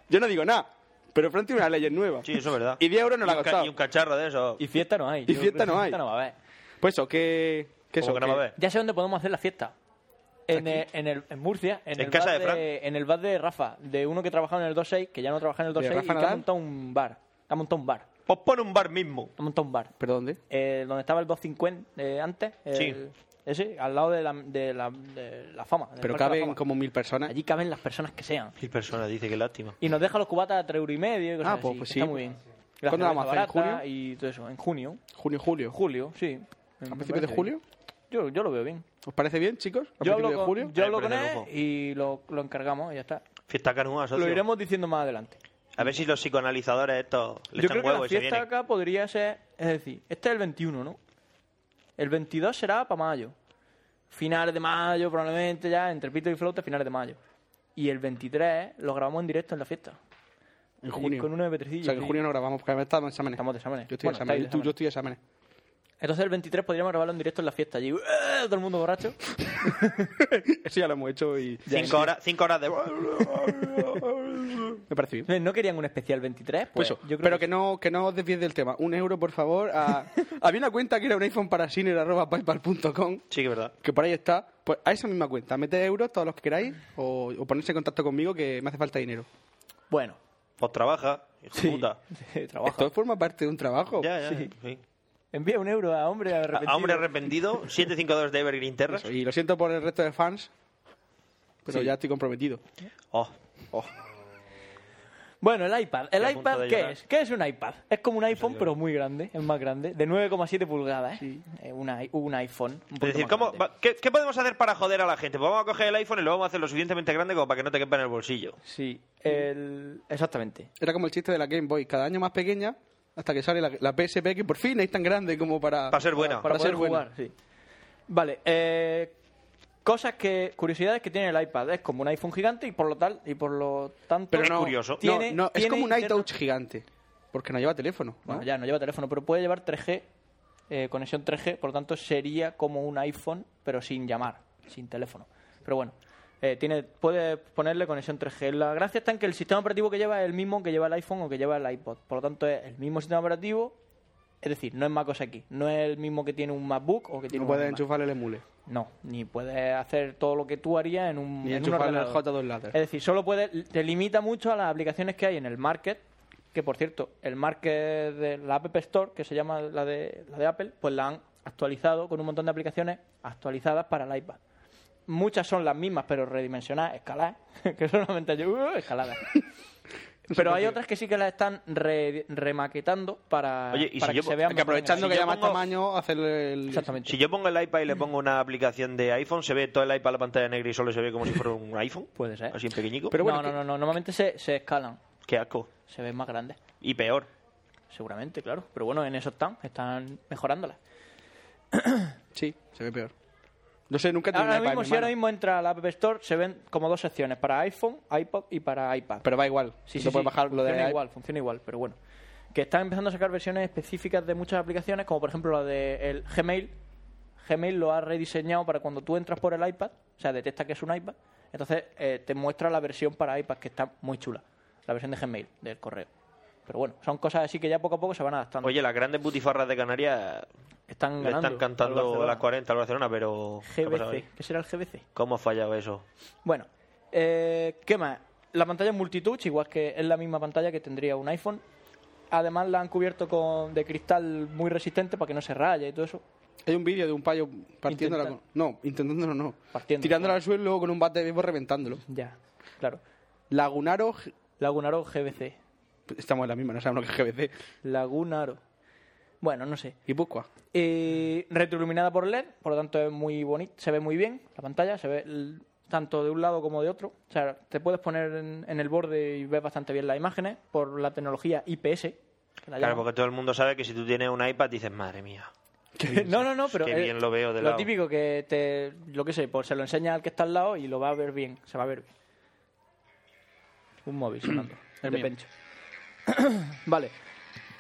[SPEAKER 8] yo no digo nada. Pero Fran tiene una Legend nueva.
[SPEAKER 5] Sí, eso es verdad.
[SPEAKER 8] Y 10 euros no
[SPEAKER 5] Y
[SPEAKER 8] la ha
[SPEAKER 5] un ca-
[SPEAKER 8] costado.
[SPEAKER 5] Y un cacharro de eso.
[SPEAKER 9] Y fiesta no hay.
[SPEAKER 8] Y
[SPEAKER 9] Yo
[SPEAKER 8] fiesta
[SPEAKER 9] creo que
[SPEAKER 8] no hay.
[SPEAKER 9] Fiesta no va a haber.
[SPEAKER 8] Pues eso, que... que eso,
[SPEAKER 5] Como que no va a haber.
[SPEAKER 9] Ya sé dónde podemos hacer la fiesta. En, eh, en, el, en Murcia, en,
[SPEAKER 5] En
[SPEAKER 9] el
[SPEAKER 5] casa
[SPEAKER 9] bar
[SPEAKER 5] de Fran.
[SPEAKER 9] en el bar de Rafa, de uno que trabajaba en el 26, que ya no trabaja en el
[SPEAKER 8] ¿De
[SPEAKER 9] 26, y que
[SPEAKER 8] Rafa
[SPEAKER 9] ha
[SPEAKER 8] Nadal?
[SPEAKER 9] montado un bar. Ha montado un bar.
[SPEAKER 5] Pues pon un bar mismo.
[SPEAKER 9] Ha montado un bar.
[SPEAKER 8] ¿Pero dónde?
[SPEAKER 9] Eh, donde estaba el 250 eh, antes. el-
[SPEAKER 5] Sí.
[SPEAKER 9] Ese, al lado de la, de la, de la fama. del
[SPEAKER 8] Pero
[SPEAKER 9] Parque de la
[SPEAKER 8] caben
[SPEAKER 9] Fama.
[SPEAKER 8] como mil personas.
[SPEAKER 9] Allí caben las personas que sean.
[SPEAKER 5] Mil personas, dice, qué lástima.
[SPEAKER 9] Y nos deja los cubatas a 3 euros y medio. y cosas
[SPEAKER 8] Ah, pues- pues
[SPEAKER 9] así, que
[SPEAKER 8] sí.
[SPEAKER 9] Está muy bien. Y la
[SPEAKER 8] ¿Cuándo la
[SPEAKER 9] cerveza
[SPEAKER 8] vamos a hacer? ¿En junio?
[SPEAKER 9] barata Y todo eso, en junio.
[SPEAKER 8] Junio, julio.
[SPEAKER 9] Julio, sí.
[SPEAKER 8] ¿A principios de julio?
[SPEAKER 9] Yo, yo lo veo bien.
[SPEAKER 8] ¿Os parece bien, chicos? ¿A
[SPEAKER 9] Yo
[SPEAKER 8] principios
[SPEAKER 9] hablo,
[SPEAKER 8] de
[SPEAKER 9] con,
[SPEAKER 8] julio?
[SPEAKER 9] yo
[SPEAKER 5] Me
[SPEAKER 9] hablo con
[SPEAKER 5] parece
[SPEAKER 9] él
[SPEAKER 5] lujo.
[SPEAKER 9] y lo, lo encargamos y ya está.
[SPEAKER 5] Fiesta canúa, socio.
[SPEAKER 9] Lo iremos diciendo más adelante.
[SPEAKER 5] A ver si los psicoanalizadores estos le
[SPEAKER 9] Yo
[SPEAKER 5] echan
[SPEAKER 9] creo que
[SPEAKER 5] huevo
[SPEAKER 9] la
[SPEAKER 5] y se
[SPEAKER 9] fiesta
[SPEAKER 5] vienen.
[SPEAKER 9] acá podría ser... Es decir, este es el 21, ¿no? El 22 será para mayo. Finales de mayo, probablemente ya, entre pito y flauta, finales de mayo. Y el 23 lo grabamos en directo en la fiesta.
[SPEAKER 8] En junio.
[SPEAKER 9] Con uno de
[SPEAKER 8] O sea, que en junio no grabamos porque estamos en exámenes.
[SPEAKER 9] Estamos de exámenes.
[SPEAKER 8] Yo estoy de
[SPEAKER 9] Bueno,
[SPEAKER 8] exámenes. Tú-
[SPEAKER 9] estáis de
[SPEAKER 8] Yo
[SPEAKER 9] exámenes.
[SPEAKER 8] estoy de exámenes.
[SPEAKER 9] Entonces el 23 podríamos grabarlo en directo en la fiesta. Allí, ¡eh! todo el mundo borracho.
[SPEAKER 8] Eso ya lo hemos hecho y...
[SPEAKER 5] Cinco horas, cinco horas de...
[SPEAKER 8] Me parece bien.
[SPEAKER 9] Entonces, ¿No querían un especial 23?
[SPEAKER 8] Pues
[SPEAKER 9] Pues
[SPEAKER 8] eso,
[SPEAKER 9] yo creo
[SPEAKER 8] pero que, no que no os desviéis del tema. Un euro, por favor. a- Había una cuenta que era un iPhone para Siner, arroba paypal.com,
[SPEAKER 5] Sí, que es verdad.
[SPEAKER 8] que por ahí está. Pues a esa misma cuenta, meted euros, todos los que queráis, o, o ponerse en contacto conmigo que me hace falta dinero.
[SPEAKER 9] Bueno.
[SPEAKER 5] Pues trabaja, hijo de
[SPEAKER 9] Sí.
[SPEAKER 5] puta.
[SPEAKER 9] Trabaja.
[SPEAKER 8] Esto forma parte de un trabajo.
[SPEAKER 5] Ya, ya,
[SPEAKER 9] Sí.
[SPEAKER 5] sí.
[SPEAKER 9] Envía un euro a hombre arrepentido.
[SPEAKER 5] A hombre arrepentido, 752 de Evergreen Terra.
[SPEAKER 8] Eso, Y lo siento por el resto de fans, pero ya estoy comprometido.
[SPEAKER 5] Oh,
[SPEAKER 9] Bueno, el iPad.
[SPEAKER 5] Estoy a
[SPEAKER 9] ¿El
[SPEAKER 5] punto
[SPEAKER 9] iPad
[SPEAKER 5] de
[SPEAKER 9] qué
[SPEAKER 5] llorar.
[SPEAKER 9] es? ¿Qué es un iPad? Es como un iPhone, pero muy grande. Es más grande. De 9,7 pulgadas. ¿eh? Eh, una- un iPhone. un poquito
[SPEAKER 5] Es decir,
[SPEAKER 9] más
[SPEAKER 5] ¿cómo,
[SPEAKER 9] grande.
[SPEAKER 5] va- ¿qué, qué podemos hacer para joder a la gente? Pues vamos a coger el iPhone y lo vamos a hacer lo suficientemente grande como para que no te quepa en el bolsillo.
[SPEAKER 9] Sí. el- Exactamente.
[SPEAKER 8] Era como el chiste de la Game Boy, cada año más pequeña, hasta que sale la, la PSP, que por fin es tan grande como para...
[SPEAKER 5] Para ser buena.
[SPEAKER 9] Para,
[SPEAKER 8] Para ser
[SPEAKER 9] poder jugar, sí. Vale. eh, cosas que... Curiosidades que tiene el iPad. Es como un iPhone gigante y por lo tal... Y por lo tanto...
[SPEAKER 5] Pero no- curioso.
[SPEAKER 8] No,
[SPEAKER 9] tiene-
[SPEAKER 8] no, es
[SPEAKER 9] tiene
[SPEAKER 8] como un
[SPEAKER 9] interno-
[SPEAKER 8] iTouch gigante, porque no lleva teléfono. ¿no?
[SPEAKER 9] Bueno, ya no lleva teléfono, pero puede llevar 3G, eh, conexión 3G, por lo tanto sería como un iPhone, pero sin llamar, sin teléfono. Pero bueno, eh, tiene, puede ponerle conexión 3G. La gracia está en que el sistema operativo que lleva es el mismo que lleva el iPhone o que lleva el iPod. Por lo tanto, es el mismo sistema operativo. Es decir, no es más cosa aquí. No es el mismo que tiene un MacBook o que tiene
[SPEAKER 8] No
[SPEAKER 9] un
[SPEAKER 8] puedes
[SPEAKER 9] iMac.
[SPEAKER 8] enchufar el emule.
[SPEAKER 9] No, ni puedes hacer todo lo que tú harías Mm, en un,
[SPEAKER 8] Ni
[SPEAKER 9] en un
[SPEAKER 8] enchufarle al
[SPEAKER 9] ordenador. Eh,
[SPEAKER 8] J2 Ladder.
[SPEAKER 9] Es decir, solo puedes, te limita mucho a las aplicaciones que hay en el Market, que por cierto, el Market de la App Store, que se llama la de, la de Apple, pues la han actualizado con un montón de aplicaciones actualizadas para el iPad. Muchas son las mismas, pero redimensionadas, escaladas, que solamente yo, ¡uh! escaladas. Pero hay otras que sí que las están re- remaquetando para,
[SPEAKER 5] Oye, y
[SPEAKER 9] para
[SPEAKER 5] si
[SPEAKER 9] que
[SPEAKER 5] yo-
[SPEAKER 9] se vean
[SPEAKER 5] que
[SPEAKER 9] mejor en el
[SPEAKER 8] Aprovechando
[SPEAKER 5] Si
[SPEAKER 8] que
[SPEAKER 5] yo
[SPEAKER 8] haya más
[SPEAKER 5] pongo-
[SPEAKER 8] tamaño, hacer el...
[SPEAKER 9] Exactamente.
[SPEAKER 5] Si yo pongo el iPad y le pongo una aplicación de iPhone, ¿se ve todo el iPad a la pantalla negra y solo se ve como si fuera un iPhone?
[SPEAKER 9] Puede ser.
[SPEAKER 5] Así en pequeñico.
[SPEAKER 8] Pero bueno,
[SPEAKER 9] no, no,
[SPEAKER 8] que-
[SPEAKER 9] no, no, normalmente se, se escalan,
[SPEAKER 5] Qué asco.
[SPEAKER 9] se ven más grandes.
[SPEAKER 5] Y peor.
[SPEAKER 9] Seguramente, claro. Pero bueno, en eso están, están mejorándolas.
[SPEAKER 8] Sí, se ve peor. No sé, nunca he tenido
[SPEAKER 9] Ahora
[SPEAKER 8] un iPad en
[SPEAKER 9] mismo,
[SPEAKER 8] mi
[SPEAKER 9] si ahora
[SPEAKER 8] mano,
[SPEAKER 9] mismo entra a la App Store, se ven como dos secciones, para iPhone, iPod y para iPad.
[SPEAKER 8] Pero va igual. Si
[SPEAKER 9] sí, sí,
[SPEAKER 8] puedes
[SPEAKER 9] sí,
[SPEAKER 8] bajar lo de
[SPEAKER 9] funciona
[SPEAKER 8] iPad.
[SPEAKER 9] igual, funciona igual, pero bueno. Que están empezando a sacar versiones específicas de muchas aplicaciones, como por ejemplo la de el Gmail. Gmail lo ha rediseñado para cuando tú entras por el iPad, o sea, detecta que es un iPad, entonces eh, te muestra la versión para iPad, que está muy chula. La versión de Gmail, del correo. Pero bueno, son cosas así que ya poco a poco se van adaptando.
[SPEAKER 5] Oye, las grandes butifarras de Canarias
[SPEAKER 9] están
[SPEAKER 5] le
[SPEAKER 9] ganando
[SPEAKER 5] están
[SPEAKER 9] al
[SPEAKER 5] cantando
[SPEAKER 9] Barcelona.
[SPEAKER 5] las 40 al Barcelona, pero... ¿qué ha pasado
[SPEAKER 9] GBC.
[SPEAKER 5] ahí?
[SPEAKER 9] ¿Qué será el GBC?
[SPEAKER 5] ¿Cómo ha fallado eso?
[SPEAKER 9] Bueno, eh, ¿qué más? La pantalla es multitouch, igual que es la misma pantalla que tendría un iPhone. Además la han cubierto con de cristal muy resistente para que no se raye y todo eso.
[SPEAKER 8] Hay un vídeo de un payo partiéndola
[SPEAKER 9] Intenta-
[SPEAKER 8] con- No, intentándolo no.
[SPEAKER 9] Partiendo.
[SPEAKER 8] Tirándola al suelo luego con un bate de béisbol reventándolo.
[SPEAKER 9] Ya, claro.
[SPEAKER 8] Lagunaro... G-
[SPEAKER 9] Lagunaro GBC.
[SPEAKER 8] Estamos en la misma, no sabemos lo que es GBC.
[SPEAKER 9] Lagunaro. Bueno, no sé.
[SPEAKER 8] Y Buscua.
[SPEAKER 9] Eh, retroiluminada por LED, por lo tanto es muy bonito, se ve muy bien la pantalla, se ve el- tanto de un lado como de otro. O sea, te puedes poner en, en el borde y ves bastante bien las imágenes por la tecnología IPS. que la
[SPEAKER 5] Claro,
[SPEAKER 9] llaman.
[SPEAKER 5] porque todo el mundo sabe que si tú tienes un iPad dices, madre mía,
[SPEAKER 9] no, no, no, pero.
[SPEAKER 5] Qué
[SPEAKER 9] eh,
[SPEAKER 5] bien lo veo de
[SPEAKER 9] Lo
[SPEAKER 5] lado.
[SPEAKER 9] típico que te. Lo que sé, pues se lo enseña al que está al lado y lo va a ver bien. Se va a ver bien. Un móvil sonando. el de
[SPEAKER 8] mío.
[SPEAKER 9] Pencho. vale.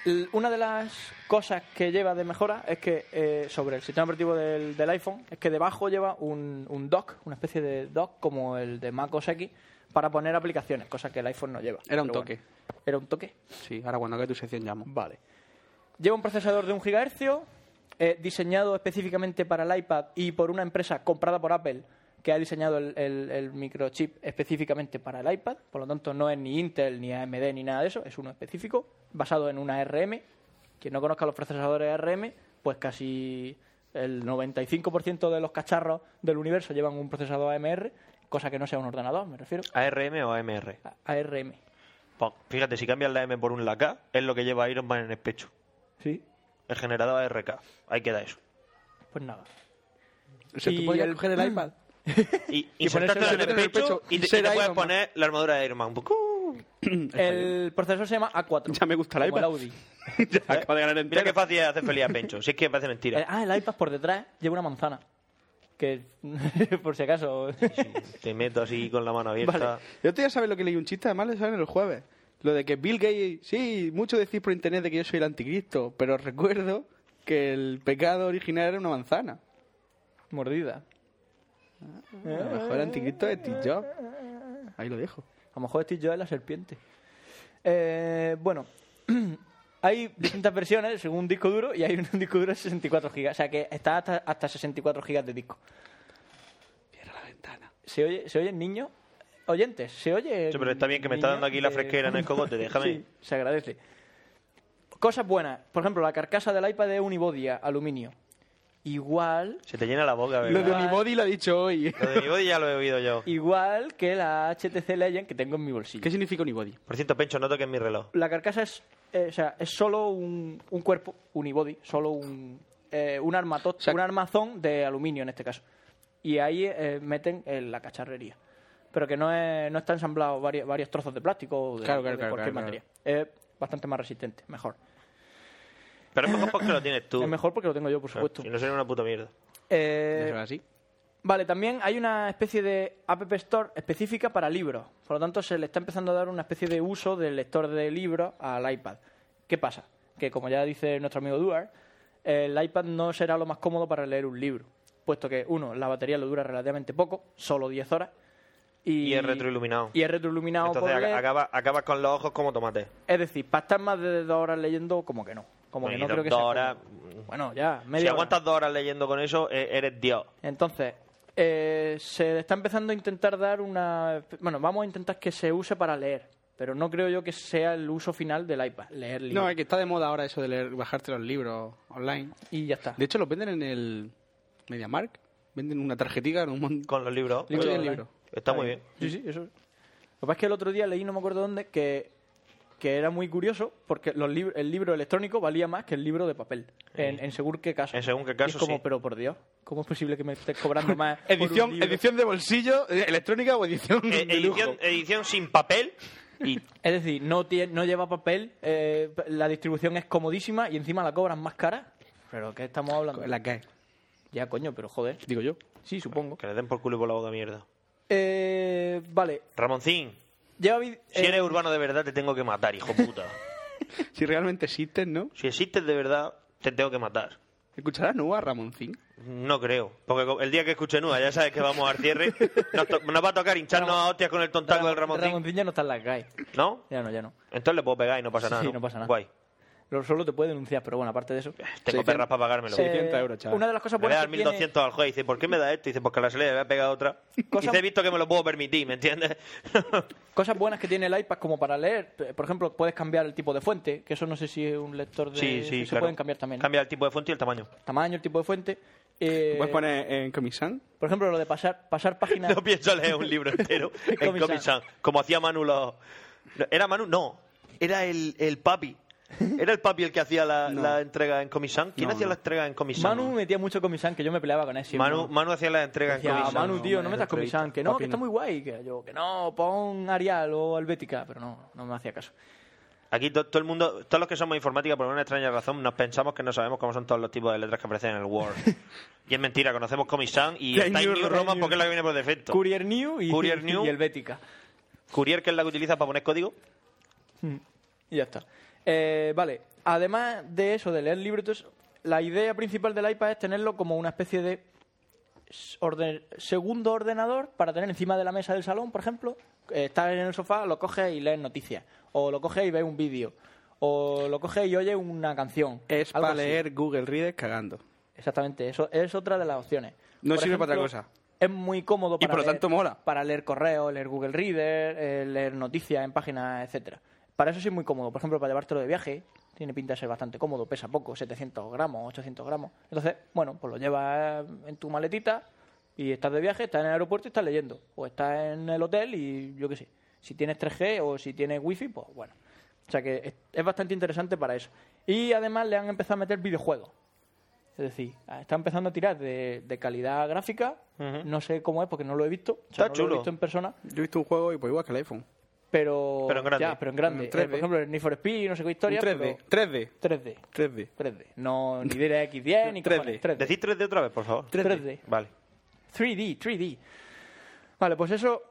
[SPEAKER 9] L- Una de las cosas que lleva de mejora es que eh, sobre el sistema operativo del, del iPhone es que debajo lleva un, un dock, una especie de dock como el de Mac OS X para poner aplicaciones, cosa que el iPhone no lleva.
[SPEAKER 8] Era un
[SPEAKER 9] Pero
[SPEAKER 8] toque.
[SPEAKER 9] Era un toque.
[SPEAKER 8] Sí, ahora cuando acabe tu sección llamo.
[SPEAKER 9] Vale. Lleva un procesador de 1 GHz, eh, diseñado específicamente para el iPad y por una empresa comprada por Apple que ha diseñado el, el- el microchip específicamente para el iPad. Por lo tanto, no es ni Intel, ni AMD, ni nada de eso. Es uno específico, basado en una RM. Quien no conozca los procesadores RM, pues casi el 95% de los cacharros del universo llevan un procesador AMR, cosa que no sea un ordenador, me refiero.
[SPEAKER 5] ¿ARM o AMR?
[SPEAKER 9] A- ARM.
[SPEAKER 5] Pon, Pues, fíjate, si cambias la M por un la K, es lo que lleva Iron Man en el pecho.
[SPEAKER 9] Sí.
[SPEAKER 5] El generador ARK. Ahí queda eso.
[SPEAKER 9] Pues nada.
[SPEAKER 8] O sea,
[SPEAKER 9] Y
[SPEAKER 8] ¿tú podías
[SPEAKER 9] el-
[SPEAKER 8] coger el iPad?
[SPEAKER 5] Y,
[SPEAKER 9] Y ponérselo
[SPEAKER 5] insertártelo en el
[SPEAKER 8] en el
[SPEAKER 5] pecho
[SPEAKER 8] pecho
[SPEAKER 5] y te,
[SPEAKER 8] y ser
[SPEAKER 5] y te puedes
[SPEAKER 8] Iron Man.
[SPEAKER 5] poner la armadura de Iron Man. ¡Uh!
[SPEAKER 9] El procesador se llama A4.
[SPEAKER 8] Ya me gusta el
[SPEAKER 9] como
[SPEAKER 8] iPad.
[SPEAKER 9] Audi.
[SPEAKER 8] Ya acabo de ganar
[SPEAKER 5] Mira qué
[SPEAKER 8] entero.
[SPEAKER 5] fácil es hacer feliz a Pencho. Si es que parece mentira.
[SPEAKER 9] Eh, Ah, el iPad por detrás lleva una manzana. Que, por si acaso.
[SPEAKER 5] Te meto así con la mano abierta.
[SPEAKER 8] Yo te ya sabes lo que leí un chiste, además le saben el jueves. Lo de que Bill Gates, sí, mucho decís por internet de que yo soy el anticristo, pero recuerdo que el pecado original era una manzana.
[SPEAKER 9] Mordida.
[SPEAKER 8] A lo mejor el anticristo es Steve Jobs. Ahí lo dejo.
[SPEAKER 9] A lo mejor estoy yo de la serpiente. Eh, bueno, hay distintas versiones según un disco duro y hay un disco duro de 64 gigas. O sea que está hasta, hasta 64 gigas de disco.
[SPEAKER 8] Cierra la ventana.
[SPEAKER 9] ¿Se oye, ¿se oyen niños? Oyentes, ¿se oye?
[SPEAKER 5] Sí, pero está bien que me está dando aquí la fresquera en el cogote, déjame.
[SPEAKER 9] Sí, se agradece. Cosas buenas. Por ejemplo, la carcasa del iPad es unibody aluminio. Igual
[SPEAKER 5] Se te llena la boca,
[SPEAKER 8] Lo de
[SPEAKER 5] ¿verdad?
[SPEAKER 8] Unibody lo ha dicho hoy.
[SPEAKER 5] Lo de mi body ya lo he oído yo.
[SPEAKER 9] Igual que la HTC Legend que tengo en mi bolsillo.
[SPEAKER 8] ¿Qué significa Unibody?
[SPEAKER 5] Por cierto, Pencho, no toques mi reloj.
[SPEAKER 9] La carcasa es, eh, o sea, es solo un, un cuerpo, unibody, solo un, eh, un, armatot-
[SPEAKER 8] sea-
[SPEAKER 9] un armazón de aluminio en este caso. Y ahí eh, meten eh, la cacharrería. Pero que no, es, no está ensamblado varios, varios trozos de plástico o de,
[SPEAKER 8] Claro,
[SPEAKER 9] o
[SPEAKER 8] claro,
[SPEAKER 9] de
[SPEAKER 8] claro,
[SPEAKER 9] cualquier
[SPEAKER 8] claro,
[SPEAKER 9] materia. Es bastante más resistente, mejor.
[SPEAKER 5] Pero es mejor porque lo tienes tú.
[SPEAKER 9] Es mejor porque lo tengo yo, por
[SPEAKER 5] Claro,
[SPEAKER 9] supuesto.
[SPEAKER 5] Si no, sería una puta mierda.
[SPEAKER 9] Eh,
[SPEAKER 8] ¿Eso es así?
[SPEAKER 9] Vale, también hay una especie de App Store específica para libros. Por lo tanto, se le está empezando a dar una especie de uso del lector de libros al iPad. ¿Qué pasa? Que como ya dice nuestro amigo Duar, el iPad no será lo más cómodo para leer un libro. Puesto que, uno, la batería lo dura relativamente poco, solo 10 horas. Y,
[SPEAKER 5] Y es retroiluminado.
[SPEAKER 9] Y es retroiluminado. por
[SPEAKER 5] Entonces ac-
[SPEAKER 9] LED.
[SPEAKER 5] acaba- acabas con los ojos como tomate.
[SPEAKER 9] Es decir, para estar más de dos horas leyendo, como que no. Como que
[SPEAKER 5] Bueno, y
[SPEAKER 9] no creo que
[SPEAKER 5] dos
[SPEAKER 9] sea
[SPEAKER 5] horas-
[SPEAKER 9] cómodo. Bueno, ya, media
[SPEAKER 5] Si
[SPEAKER 9] hora.
[SPEAKER 5] aguantas dos horas leyendo con eso, e- eres Dios.
[SPEAKER 9] Entonces, eh, se está empezando a intentar dar una... Bueno, vamos a intentar que se use para leer, pero no creo yo que sea el uso final del iPad, leer libros.
[SPEAKER 8] No, es que está de moda ahora eso de leer, bajarte los libros online.
[SPEAKER 9] Y ya está.
[SPEAKER 8] De hecho, los venden en el MediaMark. Venden una tarjetita con un montón
[SPEAKER 5] Con los libros.
[SPEAKER 9] Libro
[SPEAKER 8] de
[SPEAKER 9] online.
[SPEAKER 8] libros.
[SPEAKER 5] Está muy bien.
[SPEAKER 9] Sí, sí, eso. Lo que pasa es que el otro día leí, no me acuerdo dónde, que, que era muy curioso porque los lib- el libro electrónico valía más que el libro de papel, en, en según qué caso.
[SPEAKER 5] En según qué
[SPEAKER 9] Y
[SPEAKER 5] caso,
[SPEAKER 9] es como,
[SPEAKER 5] sí.
[SPEAKER 9] pero por Dios, ¿cómo es posible que me estés cobrando más por un
[SPEAKER 8] Edición,
[SPEAKER 9] libro?
[SPEAKER 8] edición de bolsillo, eh, electrónica o Eh, edición
[SPEAKER 5] E-
[SPEAKER 8] de lujo.
[SPEAKER 5] edición, edición sin papel y
[SPEAKER 9] Es decir, no, tiene, no lleva papel, eh, la distribución es comodísima y encima la cobran más cara. ¿Pero qué estamos hablando?
[SPEAKER 8] La que
[SPEAKER 9] Ya, coño, pero joder.
[SPEAKER 8] digo yo.
[SPEAKER 9] Sí, supongo.
[SPEAKER 5] que le den por culo y por la boca mierda.
[SPEAKER 9] Eh, vale.
[SPEAKER 5] Ramoncín,
[SPEAKER 9] Lleva vi-
[SPEAKER 5] si
[SPEAKER 9] eh,
[SPEAKER 5] eres urbano de verdad, te tengo que matar, hijo puta.
[SPEAKER 8] Si realmente existen, ¿no?
[SPEAKER 5] si existes de verdad, te tengo que matar.
[SPEAKER 8] ¿Escucharás Nua, Ramoncín?
[SPEAKER 5] No creo, porque co- el día que escuche Nuda ya sabes que vamos al cierre. Nos, to- nos va a tocar hincharnos a hostias con el tontaco del Ramoncín.
[SPEAKER 9] Ramoncín ya no está en las GAE.
[SPEAKER 5] ¿No?
[SPEAKER 9] Ya no, ya no.
[SPEAKER 5] Entonces le puedo pegar y no pasa nada.
[SPEAKER 9] Sí, no pasa nada.
[SPEAKER 5] Guay.
[SPEAKER 9] Lo- Solo te puede denunciar, pero bueno, aparte de eso. Eh,
[SPEAKER 5] Tengo perras para pagármelo.
[SPEAKER 8] Sí. 600 euros, chaval.
[SPEAKER 9] Una de las cosas
[SPEAKER 5] Le voy a
[SPEAKER 9] buenas
[SPEAKER 5] dar
[SPEAKER 9] que tiene-
[SPEAKER 5] 1200 al juez. Dice, ¿por qué me da esto? Dice, porque a la salida le voy a pegar otra.
[SPEAKER 9] Cosa-
[SPEAKER 5] Dice, he visto que me lo puedo permitir, ¿me entiendes?
[SPEAKER 9] Cosas buenas que tiene el iPad como para leer. eh, Por ejemplo, puedes cambiar el tipo de fuente, que eso no sé si es un lector de...
[SPEAKER 5] sí, sí,
[SPEAKER 9] Se
[SPEAKER 5] claro.
[SPEAKER 9] pueden cambiar también. ¿no?
[SPEAKER 5] Cambia el tipo de fuente y el tamaño.
[SPEAKER 9] Tamaño, el tipo de fuente. Eh,
[SPEAKER 8] ¿Puedes poner en Comic-Sans?
[SPEAKER 9] Por ejemplo, lo de pasar, pasar páginas...
[SPEAKER 5] No pienso leer un libro entero en
[SPEAKER 9] Comic
[SPEAKER 5] Comic Sans, como hacía Manu los... ¿Era Manu? No, era el, el papi. Era el papi el que hacía la, la entrega en Comic Sans. ¿Quién
[SPEAKER 8] No,
[SPEAKER 5] hacía
[SPEAKER 8] no.
[SPEAKER 5] la entrega en Comic Sans?
[SPEAKER 9] Manu metía mucho comisán, que yo me peleaba con él siempre.
[SPEAKER 5] Manu, Manu hacía la entrega en
[SPEAKER 9] Decía,
[SPEAKER 5] Comic Sans.
[SPEAKER 9] Manu, tío, no
[SPEAKER 8] no,
[SPEAKER 9] metas
[SPEAKER 8] no,
[SPEAKER 9] comisán, que no,
[SPEAKER 8] papi,
[SPEAKER 9] que está
[SPEAKER 8] no.
[SPEAKER 9] muy guay. Que yo, que no, pon Arial o Helvética, pero no, no me hacía caso.
[SPEAKER 5] Aquí to- todo el mundo, todos los que somos informática, por una extraña razón, nos pensamos que no sabemos cómo son todos los tipos de letras que aparecen en el Word. y es mentira, conocemos Comic Sans y
[SPEAKER 9] Time
[SPEAKER 5] Time New,
[SPEAKER 9] New
[SPEAKER 5] Roman
[SPEAKER 9] Roman.
[SPEAKER 5] porque es la que viene por defecto.
[SPEAKER 9] Courier New y,
[SPEAKER 5] Courier New.
[SPEAKER 9] y Helvética.
[SPEAKER 5] Courier, que es la que utilizas para poner código.
[SPEAKER 9] Y ya está. Eh, vale, además de eso, de leer libros, la idea principal del iPad es tenerlo como una especie de s- orden- segundo ordenador para tener encima de la mesa del salón, por ejemplo. Eh, Estás en el sofá, lo coges y lees noticias. O lo coges y ves un vídeo. O lo coges y oyes una canción.
[SPEAKER 8] Es
[SPEAKER 9] Algo
[SPEAKER 8] para
[SPEAKER 9] así.
[SPEAKER 8] leer Google Reader cagando.
[SPEAKER 9] Exactamente, eso es otra de las opciones.
[SPEAKER 8] No sirve para otra cosa.
[SPEAKER 9] Es muy cómodo para
[SPEAKER 8] por lo
[SPEAKER 9] leer-
[SPEAKER 8] tanto mola.
[SPEAKER 9] Para leer correo, leer Google Reader, eh, leer noticias en páginas, etcétera. Para eso sí es muy cómodo. Por ejemplo, para llevártelo de viaje, tiene pinta de ser bastante cómodo, pesa poco, 700 gramos, 800 gramos. Entonces, bueno, pues lo llevas en tu maletita y estás de viaje, estás en el aeropuerto y estás leyendo. O estás en el hotel y yo qué sé. Si tienes 3G o si tienes wifi, pues bueno. O sea que es- es bastante interesante para eso. Y además le han empezado a meter videojuegos. Es decir, ah, está empezando a tirar de, de calidad gráfica. No sé cómo es porque no lo he visto. O
[SPEAKER 5] Está
[SPEAKER 9] sea, no Lo
[SPEAKER 5] chulo.
[SPEAKER 9] he visto en persona,
[SPEAKER 8] Yo he visto un juego y pues igual que el iPhone.
[SPEAKER 9] pero.
[SPEAKER 5] Pero en grande.
[SPEAKER 9] Ya, pero en grande.
[SPEAKER 8] En 3D.
[SPEAKER 9] Eh, por ejemplo, el Need for Speed, no sé qué
[SPEAKER 8] Un
[SPEAKER 9] historia.
[SPEAKER 8] 3D, 3D,
[SPEAKER 9] pero 3D.
[SPEAKER 8] 3D.
[SPEAKER 9] 3D. No, ni DirectX 10, ni
[SPEAKER 8] 3D.
[SPEAKER 9] cojones, 3D.
[SPEAKER 5] Decid 3D otra vez, por favor.
[SPEAKER 9] 3D.
[SPEAKER 5] Vale.
[SPEAKER 9] 3D, 3D. Vale, pues eso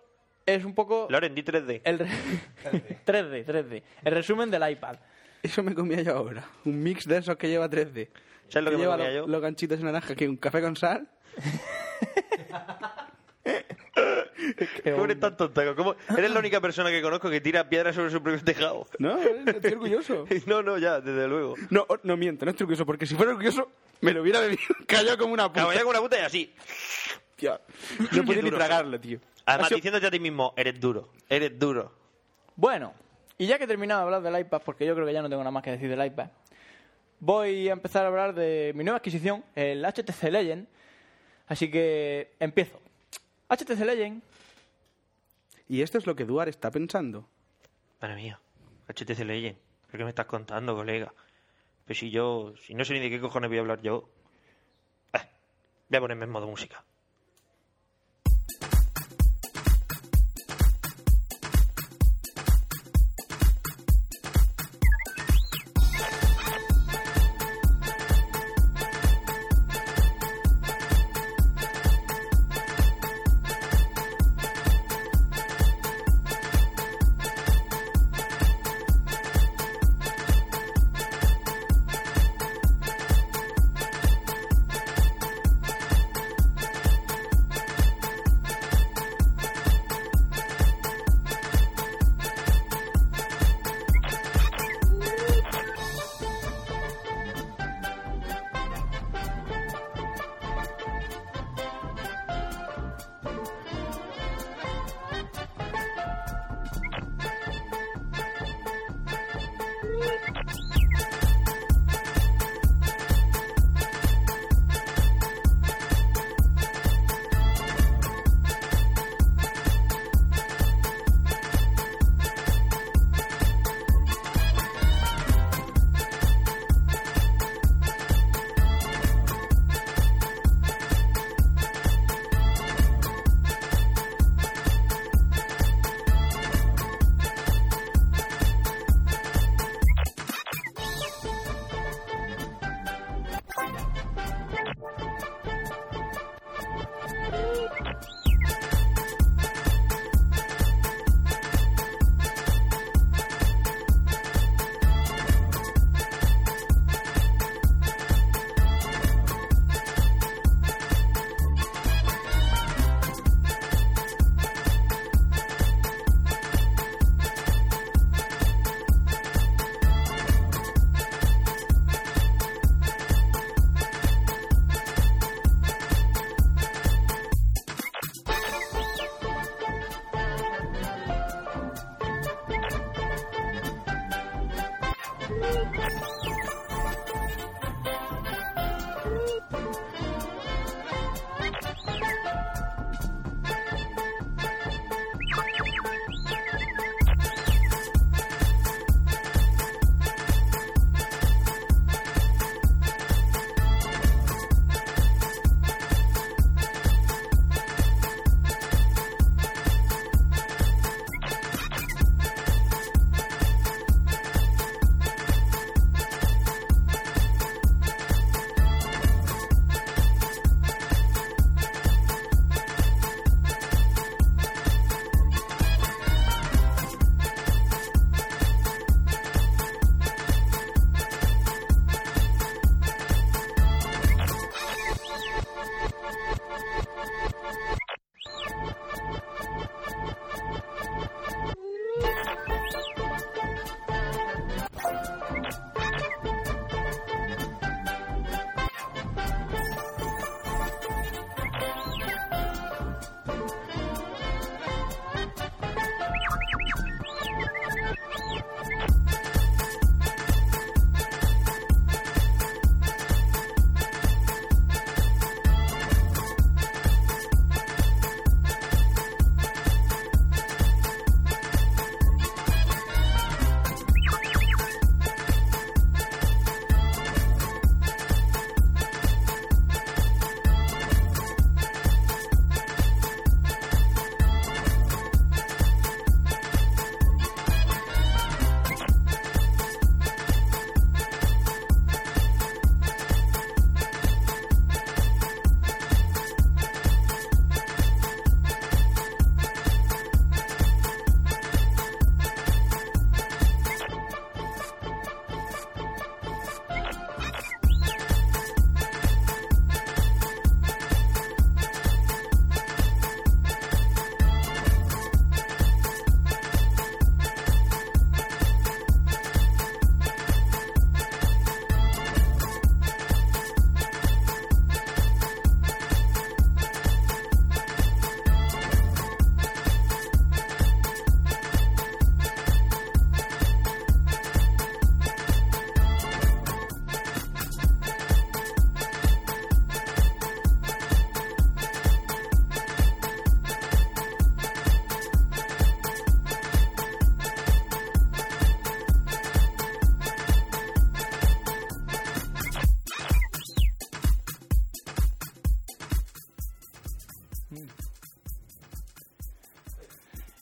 [SPEAKER 9] es un poco.
[SPEAKER 5] Loren, di
[SPEAKER 8] Eh,
[SPEAKER 5] 3D.
[SPEAKER 9] El re- 3D, 3D. El resumen del iPad.
[SPEAKER 8] Eso me comía yo ahora. Un mix de esos que lleva 3D.
[SPEAKER 5] ¿Sabes lo que me
[SPEAKER 8] lleva
[SPEAKER 5] comía
[SPEAKER 8] los-
[SPEAKER 5] yo?
[SPEAKER 8] los ganchitos de naranja que un café con sal.
[SPEAKER 5] Tú eres tan tontaco. ¿Cómo? Eres la única persona que conozco que tira piedras sobre su propio tejado.
[SPEAKER 8] No, estoy orgulloso.
[SPEAKER 5] No, no, ya, desde luego.
[SPEAKER 8] No, o- no miento, no estoy orgulloso, porque si fuera orgulloso me lo hubiera bebido callado como una puta.
[SPEAKER 5] Caballar con una puta y así.
[SPEAKER 8] Tío, No podía ni
[SPEAKER 5] duro,
[SPEAKER 8] tragarlo, tío.
[SPEAKER 5] Además,
[SPEAKER 8] Ha sido-
[SPEAKER 5] diciéndote a ti mismo, eres duro, eres duro.
[SPEAKER 9] Bueno, y ya que he terminado de hablar del iPad, porque yo creo que ya no tengo nada más que decir del iPad, voy a empezar a hablar de mi nueva adquisición, el HTC Legend. Así que empiezo. HTC Legend,
[SPEAKER 8] Y esto es lo que Duar está pensando.
[SPEAKER 5] Madre mía, HTC Legend. ¿Pero qué me estás contando, colega? Pues si yo, si no sé ni de qué cojones voy a hablar yo. Ah, voy a ponerme en modo música.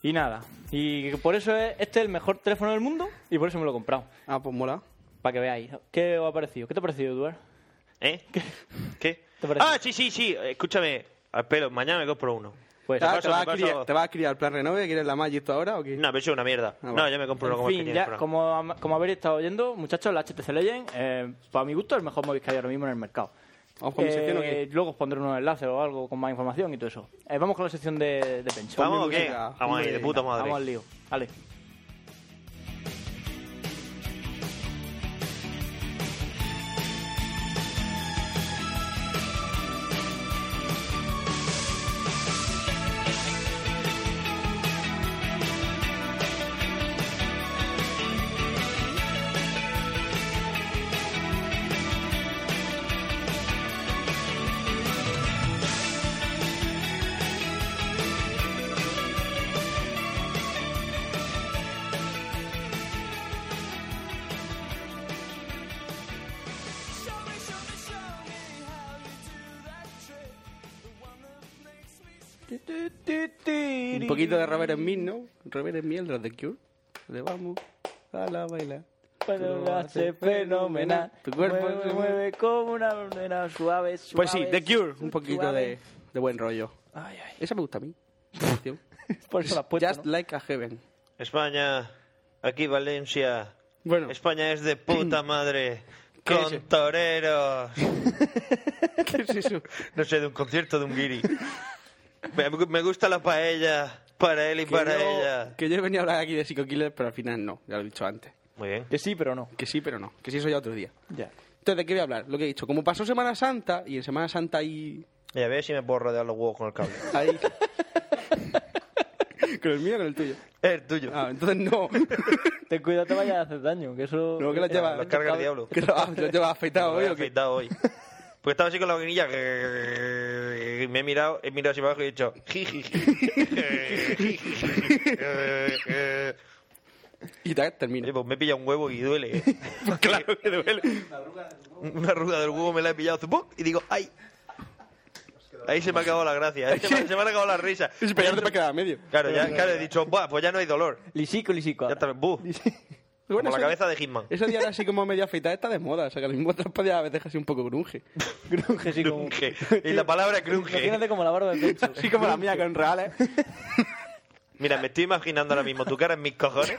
[SPEAKER 9] Y nada. Y por eso es, este es el mejor teléfono del mundo y por eso me lo he comprado.
[SPEAKER 8] Ah, pues mola.
[SPEAKER 9] Para que veáis. ¿Qué os ha parecido? ¿Qué te ha parecido, Eduard?
[SPEAKER 5] ¿Eh? ¿Qué?
[SPEAKER 9] ¿Te parece?
[SPEAKER 5] Ah, sí, sí, sí. Escúchame. Al pelo. Mañana me compro uno.
[SPEAKER 9] Pues,
[SPEAKER 5] Te
[SPEAKER 8] Ah,
[SPEAKER 5] paso,
[SPEAKER 8] ¿Te, vas
[SPEAKER 5] te
[SPEAKER 8] a
[SPEAKER 5] paso.
[SPEAKER 8] criar, ¿Te vas a criar el plan renove? ¿Quieres la Magic tú ahora o qué?
[SPEAKER 5] No, pero eso es una mierda.
[SPEAKER 8] Ah,
[SPEAKER 5] No,
[SPEAKER 8] bueno.
[SPEAKER 5] ya me compro uno
[SPEAKER 9] en
[SPEAKER 5] como el que
[SPEAKER 9] fin,
[SPEAKER 5] tiene
[SPEAKER 9] ya,
[SPEAKER 5] Fran.
[SPEAKER 9] como, am- como habéis estado oyendo, muchachos, la HTC Legend, eh, para mi gusto, es el mejor móvil que hay ahora mismo en el mercado. Eh,
[SPEAKER 8] ¿Vamos con mi sección o qué?
[SPEAKER 9] Luego os pondré unos enlaces o algo con más información y todo eso. Eh, vamos con la sección de, de Pencho.
[SPEAKER 5] ¿Vamos o qué?
[SPEAKER 8] música,
[SPEAKER 5] Vamos ahí, de
[SPEAKER 8] hombre.
[SPEAKER 5] puta madre.
[SPEAKER 9] Vamos al lío. Vale.
[SPEAKER 8] Un poquito de Robert Smith, ¿no? Robert Smith, el de The Cure. Le vamos a la baila.
[SPEAKER 9] Pero
[SPEAKER 8] Tú
[SPEAKER 9] lo hace fenomenal.
[SPEAKER 8] Tu cuerpo
[SPEAKER 9] mueve,
[SPEAKER 8] se
[SPEAKER 9] mueve como una nena suave, suave.
[SPEAKER 8] Pues sí, The Cure. Un poquito
[SPEAKER 9] suave.
[SPEAKER 8] de, de buen rollo.
[SPEAKER 9] Ay, ay.
[SPEAKER 8] Esa me gusta a mí. esa canción.
[SPEAKER 9] Por eso la has puesto,
[SPEAKER 8] Just
[SPEAKER 9] ¿no?
[SPEAKER 8] like a heaven.
[SPEAKER 5] España, aquí Valencia.
[SPEAKER 8] Bueno.
[SPEAKER 5] España es de puta madre.
[SPEAKER 8] ¿Qué
[SPEAKER 5] Con
[SPEAKER 8] es?
[SPEAKER 5] toreros.
[SPEAKER 8] ¿Qué es eso?
[SPEAKER 5] No sé, de un concierto de un guiri. me, me gusta la paella. Para él y para
[SPEAKER 8] que yo,
[SPEAKER 5] ella.
[SPEAKER 8] Que yo he venido a hablar aquí de Psycho Killer, pero al final no. Ya lo he dicho antes.
[SPEAKER 5] Muy bien.
[SPEAKER 9] Que sí, pero no.
[SPEAKER 8] Que sí, pero no. Que sí, eso ya otro día.
[SPEAKER 9] Ya.
[SPEAKER 8] Entonces, ¿de qué voy a hablar? Lo que he dicho. Como pasó Semana Santa, y en Semana Santa hay...
[SPEAKER 5] Ya ves si me puedo rodear los huevos con el cable.
[SPEAKER 8] hay... con el mío o con el tuyo.
[SPEAKER 5] El tuyo.
[SPEAKER 8] Ah, entonces no.
[SPEAKER 9] Ten cuidado, te vayas a hacer daño. Que eso.
[SPEAKER 8] No, que lo lleva...
[SPEAKER 5] Los carga el diablo.
[SPEAKER 8] Que lo, lo lleva afeitado,
[SPEAKER 5] Me
[SPEAKER 8] ¿eh?
[SPEAKER 5] he
[SPEAKER 8] ¿o qué?
[SPEAKER 5] afeitado hoy. Porque estaba así con la vainilla. y Me he mirado, he mirado hacia abajo y he dicho.
[SPEAKER 8] Y tal, termina.
[SPEAKER 5] Oye, pues me he pillado un huevo y duele. ¿eh?
[SPEAKER 8] claro que duele.
[SPEAKER 5] Una arruga del huevo me la he pillado zupuc, y digo, ¡ay! Ahí se me ha acabado la gracia, ahí se me, se me han acabado la risa.
[SPEAKER 8] Es peor te quedar a medio.
[SPEAKER 5] Claro, ya, claro, he dicho, Buah, pues ya no hay dolor.
[SPEAKER 9] Lisico, lisico.
[SPEAKER 5] Ya
[SPEAKER 9] ahora.
[SPEAKER 5] está, buh, como la cabeza de Hitman.
[SPEAKER 8] Ese día era así como medio afeitada, está de moda. O sea, que al mismo otras podías a veces casi un poco grunge.
[SPEAKER 9] Grunge, sí, como.
[SPEAKER 5] Crunge. Y la palabra crunge.
[SPEAKER 9] Imagínate como la barba de Pencho.
[SPEAKER 8] Así como la mía con reales.
[SPEAKER 5] Mira, me estoy imaginando ahora mismo tu cara en mis cojones.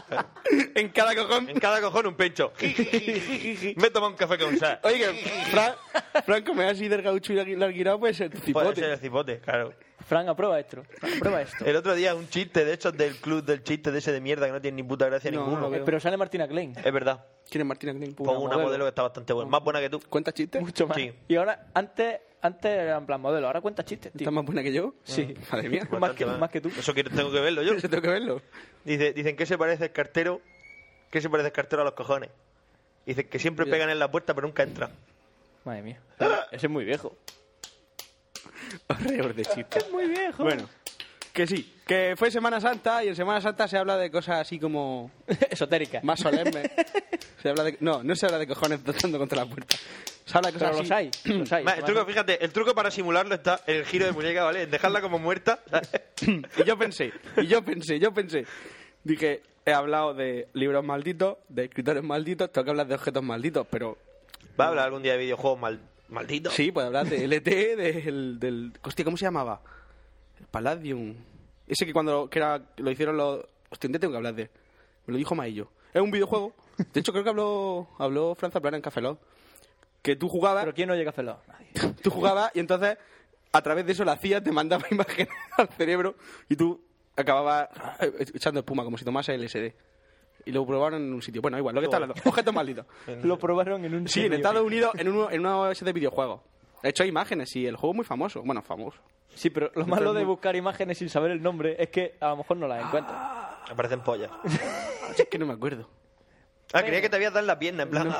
[SPEAKER 8] en cada cojón.
[SPEAKER 5] En cada cojón un pencho. Me he tomado un café con sal.
[SPEAKER 8] Oye, que Fran, Fran, como es así del gaucho y largui- larguirado, puede ser pues, tu
[SPEAKER 5] Puede ser
[SPEAKER 8] cipote.
[SPEAKER 5] el cipote, claro.
[SPEAKER 9] Fran, aprueba esto. Aprueba esto.
[SPEAKER 5] El otro día un chiste de estos del club del chiste de ese de mierda que no tiene ni puta gracia
[SPEAKER 8] No,
[SPEAKER 5] ninguno.
[SPEAKER 8] no lo veo.
[SPEAKER 9] Pero sale Martina Klein.
[SPEAKER 5] Es verdad.
[SPEAKER 8] ¿Quién es Martina Klein?
[SPEAKER 5] Pongo una modelo. que está bastante buena. Más buena que tú.
[SPEAKER 8] ¿Cuenta chistes?
[SPEAKER 9] Mucho más.
[SPEAKER 5] Sí.
[SPEAKER 9] Y ahora, antes, antes era en plan modelo, ahora cuenta chistes, tío.
[SPEAKER 8] ¿Estás más buena que yo? Sí. Madre mía.
[SPEAKER 9] Más que- más que tú.
[SPEAKER 5] Eso quiero- tengo que verlo yo.
[SPEAKER 8] Eso tengo que verlo.
[SPEAKER 5] Dice, dicen que se parece el cartero. ¿Qué se parece el cartero a los cojones? Dicen que siempre pegan en la puerta pero nunca entran.
[SPEAKER 9] Madre mía. Ese es muy viejo.
[SPEAKER 8] Horror de chistes.
[SPEAKER 9] Muy viejo.
[SPEAKER 8] Bueno, que sí. Que fue Semana Santa y en Semana Santa se habla de cosas así como
[SPEAKER 9] Esotérica.
[SPEAKER 8] más solemnes. se habla de... No, no se habla de cojones tocando contra la puerta. Se habla de cosas
[SPEAKER 9] Pero los hay.
[SPEAKER 8] así.
[SPEAKER 9] Los hay.
[SPEAKER 5] Ma, el truco, fíjate, el truco para simularlo está en el giro de muñeca, ¿vale? En dejarla como muerta. ¿sabes?
[SPEAKER 8] Y yo pensé, y yo pensé, yo pensé. Dije, he hablado de libros malditos, de escritores malditos, tengo que hablar de objetos malditos, pero
[SPEAKER 5] Va a hablar algún día de videojuegos mal, malditos.
[SPEAKER 8] sí, puedo hablar de LT, del, del... Hostia, ¿cómo se llamaba? El Palladium. Ese que cuando que era, lo hicieron los... Hostia, un día tengo que hablar de... él. Me lo dijo Maillo. Es un videojuego. De hecho, creo que habló, habló Franza Plana en Café Lock. Que tú jugabas...
[SPEAKER 9] Pero ¿quién no llega a Feló? Nadie.
[SPEAKER 8] tú jugabas y entonces a través de eso la CIA te mandaba imágenes al cerebro y tú acababas eh, echando espuma como si tomases LSD. Y lo probaron en un sitio. Bueno, igual, lo que está hablando. Objetos malditos.
[SPEAKER 9] Lo probaron en un
[SPEAKER 8] Sí, en Estados Unidos, en, uno, en una OS de videojuegos. He hecho imágenes y el juego es muy famoso. Bueno, famoso.
[SPEAKER 9] Sí, pero lo malo de buscar imágenes sin saber el nombre es que a lo mejor no
[SPEAKER 8] Ah.
[SPEAKER 9] las encuentras.
[SPEAKER 5] Aparecen pollas.
[SPEAKER 8] Es que no me acuerdo.
[SPEAKER 5] Ah, creía que te habías dado en la pierna, en plan.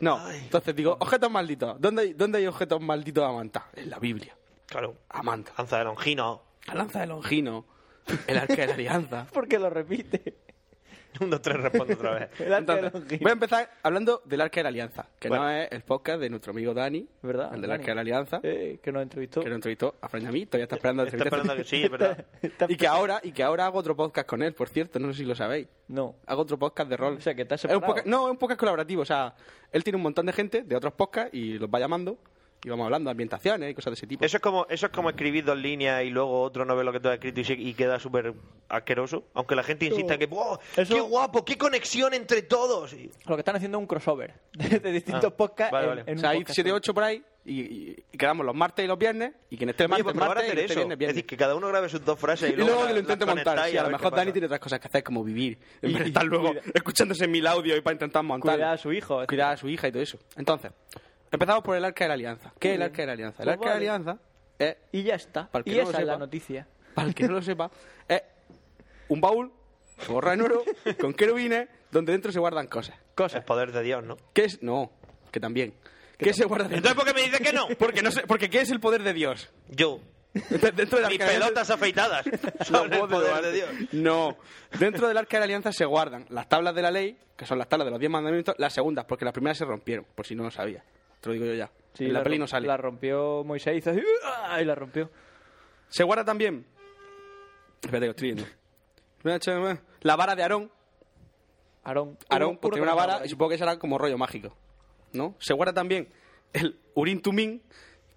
[SPEAKER 8] No, entonces digo, objetos malditos. ¿Dónde hay, dónde hay objetos malditos a manta? En la Biblia.
[SPEAKER 5] Claro,
[SPEAKER 8] A manta.
[SPEAKER 5] lanza de Longino.
[SPEAKER 8] La lanza de Longino. El arca de la alianza.
[SPEAKER 9] Porque lo repite.
[SPEAKER 5] Un, dos, tres, respondo otra vez.
[SPEAKER 9] El arca
[SPEAKER 8] Entonces,
[SPEAKER 9] de Longin.
[SPEAKER 8] voy a empezar hablando del Arca de la Alianza, que
[SPEAKER 9] Bueno.
[SPEAKER 8] no es el podcast de nuestro amigo Dani,
[SPEAKER 9] ¿Verdad?
[SPEAKER 8] el del
[SPEAKER 9] Dani?
[SPEAKER 8] Arca de la Alianza,
[SPEAKER 9] Eh, que nos entrevistó.
[SPEAKER 8] que lo entrevistó a Fran y a mí, todavía está esperando la
[SPEAKER 5] Está
[SPEAKER 8] entrevista.
[SPEAKER 5] esperando que sí, es verdad.
[SPEAKER 9] Está-
[SPEAKER 8] y que ahora y que ahora hago otro podcast con él, por cierto, no sé si lo sabéis.
[SPEAKER 9] No.
[SPEAKER 8] Hago otro podcast de rol.
[SPEAKER 9] O sea, que te has
[SPEAKER 8] Es un
[SPEAKER 9] separado.
[SPEAKER 8] podcast- No, es un podcast colaborativo, o sea, él tiene un montón de gente de otros podcasts y los va llamando y vamos hablando de ambientaciones y cosas de ese tipo.
[SPEAKER 5] Eso es como, eso es como escribir dos líneas y luego otro novelo que tú has escrito y, se- y queda súper asqueroso. Aunque la gente insista en que, "Wow,
[SPEAKER 9] Eso-
[SPEAKER 5] ¡Qué guapo! ¡Qué conexión entre todos! Y-
[SPEAKER 9] Lo que están haciendo es un crossover de, de distintos
[SPEAKER 5] Ah,
[SPEAKER 9] podcasts.
[SPEAKER 5] vale,
[SPEAKER 9] en-
[SPEAKER 5] vale.
[SPEAKER 9] en un
[SPEAKER 8] o sea, hay
[SPEAKER 9] podcast.
[SPEAKER 8] 7 8 por ahí y, y- y quedamos los martes y los viernes y quien esté el
[SPEAKER 5] Oye,
[SPEAKER 8] martes,
[SPEAKER 5] pues probar a
[SPEAKER 8] martes y
[SPEAKER 5] hacer
[SPEAKER 8] quien esté
[SPEAKER 5] eso.
[SPEAKER 8] viernes,
[SPEAKER 5] Es
[SPEAKER 8] viernes.
[SPEAKER 5] decir, que cada uno grabe sus dos frases y,
[SPEAKER 8] Y luego que
[SPEAKER 5] las-
[SPEAKER 8] lo intente
[SPEAKER 5] las
[SPEAKER 8] montar.
[SPEAKER 5] conectáis
[SPEAKER 8] Sí, a lo
[SPEAKER 5] ver
[SPEAKER 8] mejor
[SPEAKER 5] qué pasa.
[SPEAKER 8] Dani tiene otras cosas que hacer, como vivir. En vez de
[SPEAKER 9] Y-
[SPEAKER 8] estar
[SPEAKER 9] y
[SPEAKER 8] luego
[SPEAKER 9] cuida-
[SPEAKER 8] escuchándose mil audios y para intentar montar.
[SPEAKER 9] Cuidar a su hijo. etc.
[SPEAKER 8] Cuidar a su hija y todo eso. Entonces, empezamos por el Arca de la Alianza. ¿Qué es el Arca de la Alianza? El
[SPEAKER 9] Pues
[SPEAKER 8] Arca de la
[SPEAKER 9] vale.
[SPEAKER 8] Alianza es,
[SPEAKER 9] Y ya está.
[SPEAKER 8] Para el que
[SPEAKER 9] Y
[SPEAKER 8] no lo
[SPEAKER 9] esa es la
[SPEAKER 8] sepa.
[SPEAKER 9] noticia.
[SPEAKER 8] para el que no lo sepa, es un baúl, borra en oro, con querubines, donde dentro se guardan cosas.
[SPEAKER 5] El poder de Dios, ¿no?
[SPEAKER 8] ¿Qué es? No, que también. ¿Qué se guarda dentro?
[SPEAKER 5] Entonces, ¿por qué me dices que no?
[SPEAKER 8] Porque, no sé, porque ¿qué es el poder de Dios?
[SPEAKER 5] Yo.
[SPEAKER 8] Entonces, Dentro del
[SPEAKER 5] Mis
[SPEAKER 8] Arca de la Alianza-
[SPEAKER 5] pelotas afeitadas. Son el poder de Dios.
[SPEAKER 8] No. Dentro del arca de la alianza se guardan las tablas de la ley, que son las tablas de los diez mandamientos, las segundas, porque las primeras se rompieron, por si no lo sabía. Te lo digo yo ya.
[SPEAKER 9] Sí,
[SPEAKER 8] en la, peli
[SPEAKER 9] rom-
[SPEAKER 8] no sale.
[SPEAKER 9] La rompió Moisés. hizo así, ¡ah! Y la rompió.
[SPEAKER 8] Se guarda también. Espérate, que lo estoy leyendo. Una chava más. La vara de Aarón.
[SPEAKER 9] Aarón.
[SPEAKER 8] Aarón
[SPEAKER 9] Uno-
[SPEAKER 8] pues,
[SPEAKER 9] uno
[SPEAKER 8] tiene una
[SPEAKER 9] con
[SPEAKER 8] vara y supongo que será como rollo mágico. ¿No? Se guarda también el Urim Tumim,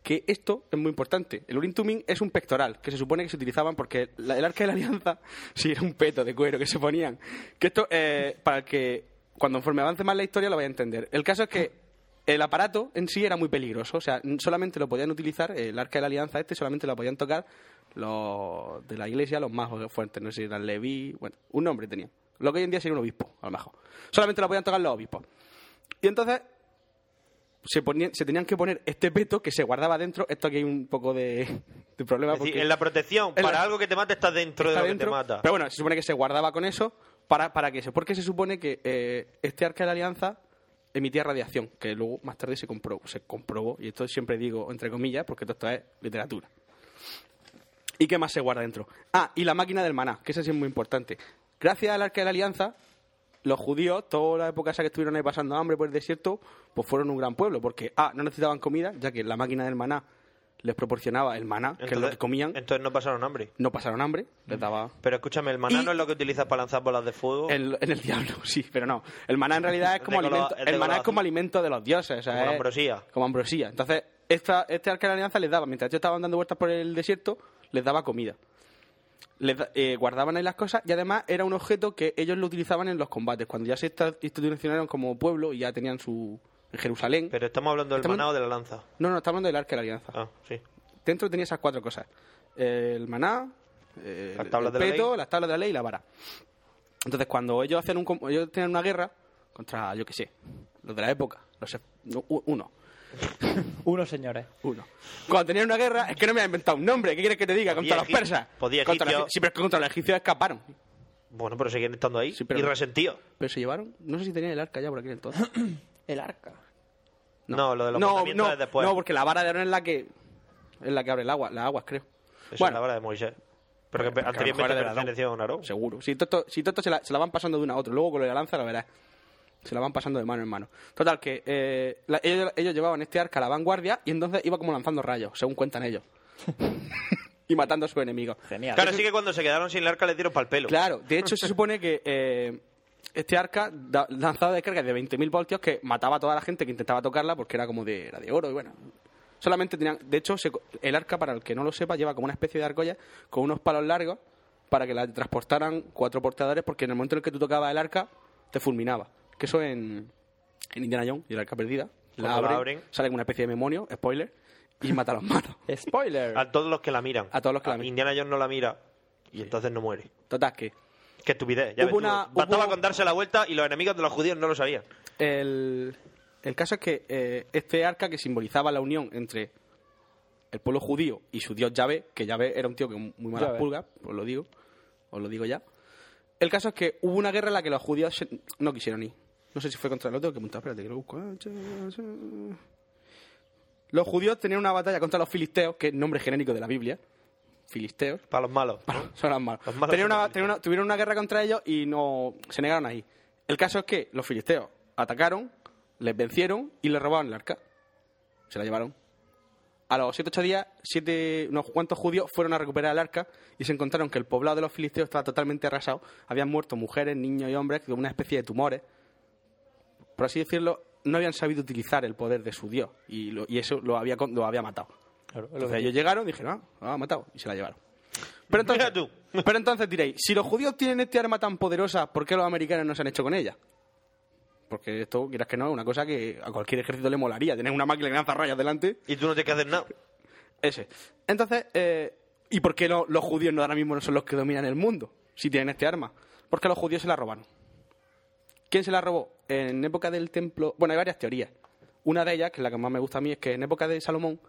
[SPEAKER 8] que esto es muy importante. El Urim Tumim es un pectoral que se supone que se utilizaban porque la- el arca de la alianza, sí, era un peto de cuero que se ponían. Que esto, eh, para que cuando conforme avance más la historia lo vaya a entender. El caso es que el aparato en sí era muy peligroso, o sea, n- solamente lo podían utilizar, el arca de la alianza este, solamente lo podían tocar los de la iglesia, los más fuertes, no sé si eran Leví, bueno, un nombre tenía. Lo que hoy en día sería un obispo, a lo mejor. Solamente lo podían tocar los obispos. Y entonces se, ponían- se tenían que poner este peto que se guardaba dentro. Esto aquí hay un poco de, de problema.
[SPEAKER 5] Es decir,
[SPEAKER 8] porque
[SPEAKER 5] en la protección,
[SPEAKER 8] en la-
[SPEAKER 5] para algo que te mata estás dentro
[SPEAKER 8] está
[SPEAKER 5] de lo que
[SPEAKER 8] dentro,
[SPEAKER 5] te mata.
[SPEAKER 8] Pero bueno, se supone que se guardaba con eso. ¿Para, para qué? Porque se supone que eh, este arca de la alianza emitía radiación, que luego más tarde se comprobó, se comprobó. Y esto siempre digo entre comillas, porque todo esto es literatura. ¿Y qué más se guarda dentro? Ah, y la máquina del maná, que esa sí es muy importante. Gracias al Arca de la Alianza, los judíos, toda la época esa que estuvieron ahí pasando hambre por el desierto, pues fueron un gran pueblo, porque A, no necesitaban comida, ya que la máquina del maná les proporcionaba el maná, que es lo que comían,
[SPEAKER 5] entonces no pasaron hambre.
[SPEAKER 8] no pasaron hambre, les daba...
[SPEAKER 5] Pero escúchame, el maná
[SPEAKER 8] Y-
[SPEAKER 5] no es lo que utilizas para lanzar bolas de fuego.
[SPEAKER 8] En, en el diablo, sí, pero no. El maná en realidad es
[SPEAKER 5] Es
[SPEAKER 8] como
[SPEAKER 5] de color-
[SPEAKER 8] alimento,
[SPEAKER 5] es de
[SPEAKER 8] el maná
[SPEAKER 5] color
[SPEAKER 8] es como
[SPEAKER 5] azul.
[SPEAKER 8] alimento de los dioses, o sea,
[SPEAKER 5] Como la
[SPEAKER 8] es-
[SPEAKER 5] ambrosía.
[SPEAKER 8] Como ambrosía. Entonces, esta, este arca de la alianza les daba, mientras ellos estaban dando vueltas por el desierto, les daba comida. Les da- eh, guardaban ahí las cosas y además era un objeto que ellos lo utilizaban en los combates. Cuando ya se esta- institucionalizaron como pueblo y ya tenían su en Jerusalén.
[SPEAKER 5] Pero estamos hablando del
[SPEAKER 8] Estamos-
[SPEAKER 5] maná o de la lanza.
[SPEAKER 8] No, no, estamos hablando del arca de la alianza.
[SPEAKER 5] Ah, sí.
[SPEAKER 8] Dentro tenía esas cuatro cosas. El maná, eh,
[SPEAKER 5] Las tablas
[SPEAKER 8] el
[SPEAKER 5] de la
[SPEAKER 8] peto,
[SPEAKER 5] ley.
[SPEAKER 8] las tablas de la ley y la vara. Entonces, cuando ellos hacen un com- ellos tienen una guerra contra, yo qué sé, los de la época, los ef- no, u- uno,
[SPEAKER 9] Unos señores.
[SPEAKER 8] uno. Cuando tenían una guerra, es que no me ha inventado un nombre, ¿qué quieres que te diga?
[SPEAKER 5] Podía
[SPEAKER 8] Contra los
[SPEAKER 5] egip-
[SPEAKER 8] persas.
[SPEAKER 5] podía
[SPEAKER 8] Contra los
[SPEAKER 5] egipcios.
[SPEAKER 8] egip- sí, pero es que contra los egipcios escaparon.
[SPEAKER 5] Bueno, pero siguen estando ahí.
[SPEAKER 8] Sí, pero-
[SPEAKER 5] Y resentidos.
[SPEAKER 8] Pero se llevaron, no sé si tenían el arca ya por aquí entonces.
[SPEAKER 9] El arca.
[SPEAKER 5] No. lo de los
[SPEAKER 8] no,
[SPEAKER 5] mandamientos
[SPEAKER 8] no,
[SPEAKER 5] es después.
[SPEAKER 8] no, porque la vara de Aarón es la que es la que abre el agua, las aguas, creo.
[SPEAKER 5] Eso es la vara de Moisés. Pero que
[SPEAKER 8] Porque a lo
[SPEAKER 5] anteriormente
[SPEAKER 8] mejor era de Adán.
[SPEAKER 5] pertenecía a un aro.
[SPEAKER 8] Seguro. Si todo esto, si todo esto se, la, se la van pasando de una a otra, luego con lo de la lanza lo verás. Se la van pasando de mano en mano. Total, que eh, la- ellos, ellos llevaban este arca a la vanguardia y entonces iba como lanzando rayos, según cuentan ellos. y matando a su enemigo.
[SPEAKER 9] Genial.
[SPEAKER 5] Claro, sí que cuando se quedaron sin el arca les dieron pa'l pelo.
[SPEAKER 8] Claro, de hecho se supone que eh, este arca da- lanzaba descargas de 20.000 voltios que mataba a toda la gente que intentaba tocarla porque era como de, era de oro y bueno. Solamente tenían, de hecho, se co- el arca, para el que no lo sepa, lleva como una especie de argolla con unos palos largos para que la transportaran cuatro portadores porque en el momento en el que tú tocabas el arca te fulminaba. Que eso en, en Indiana Jones y el arca perdida. La
[SPEAKER 5] Cuando la
[SPEAKER 8] abren,
[SPEAKER 5] abren.
[SPEAKER 8] sale como una especie de demonio, spoiler, y mata a los malos.
[SPEAKER 9] Spoiler.
[SPEAKER 5] A todos los que la miran.
[SPEAKER 8] A todos los que la miran.
[SPEAKER 5] Indiana Jones no la mira y entonces no muere.
[SPEAKER 8] Total, que
[SPEAKER 5] Qué estupidez. Ya ves
[SPEAKER 8] Hubo
[SPEAKER 5] tú.
[SPEAKER 8] una-
[SPEAKER 5] Bastaba
[SPEAKER 8] hubo-
[SPEAKER 5] con darse la vuelta y los enemigos de los judíos no lo sabían.
[SPEAKER 8] El, el caso es que eh, este arca que simbolizaba la unión entre el pueblo judío y su dios Yahvé, que Yahvé era un tío que muy malas
[SPEAKER 9] Yahvé.
[SPEAKER 8] pulgas, os lo digo, os lo digo ya. El caso es que hubo una guerra en la que los judíos se- no quisieron ir. No sé si fue contra el otro, que apuntar, espérate, que lo busco. Los judíos tenían una batalla contra los filisteos, que es nombre genérico de la Biblia, filisteos.
[SPEAKER 5] Para los malos.
[SPEAKER 8] Son las malas.
[SPEAKER 5] Los malos
[SPEAKER 8] Tenían
[SPEAKER 5] son
[SPEAKER 8] una-
[SPEAKER 5] los
[SPEAKER 8] tenían una- tuvieron una guerra contra ellos y no se negaron ahí. El caso es que los filisteos atacaron, les vencieron y les robaron el arca. Se la llevaron. A los 7 ocho días, siete, unos cuantos judíos fueron a recuperar el arca y se encontraron que el poblado de los filisteos estaba totalmente arrasado. Habían muerto mujeres, niños y hombres con una especie de tumores. Por así decirlo, no habían sabido utilizar el poder de su dios y, lo- y eso lo había, con- lo había matado. Entonces ellos llegaron y dijeron, ah, lo han matado, y se la llevaron. Pero entonces,
[SPEAKER 5] Mira tú.
[SPEAKER 8] pero entonces diréis, si los judíos tienen este arma tan poderosa, ¿por qué los americanos no se han hecho con ella? Porque esto, quieras que no, es una cosa que a cualquier ejército le molaría, tener una máquina que lanza rayas delante,
[SPEAKER 5] Y tú no tienes que hacer nada.
[SPEAKER 8] ese. Entonces, eh, ¿y por qué no- los judíos no ahora mismo no son los que dominan el mundo si tienen este arma? Porque los judíos se la robaron. ¿Quién se la robó? En época del templo. Bueno, hay varias teorías. Una de ellas, que es la que más me gusta a mí, es que en época de Salomón,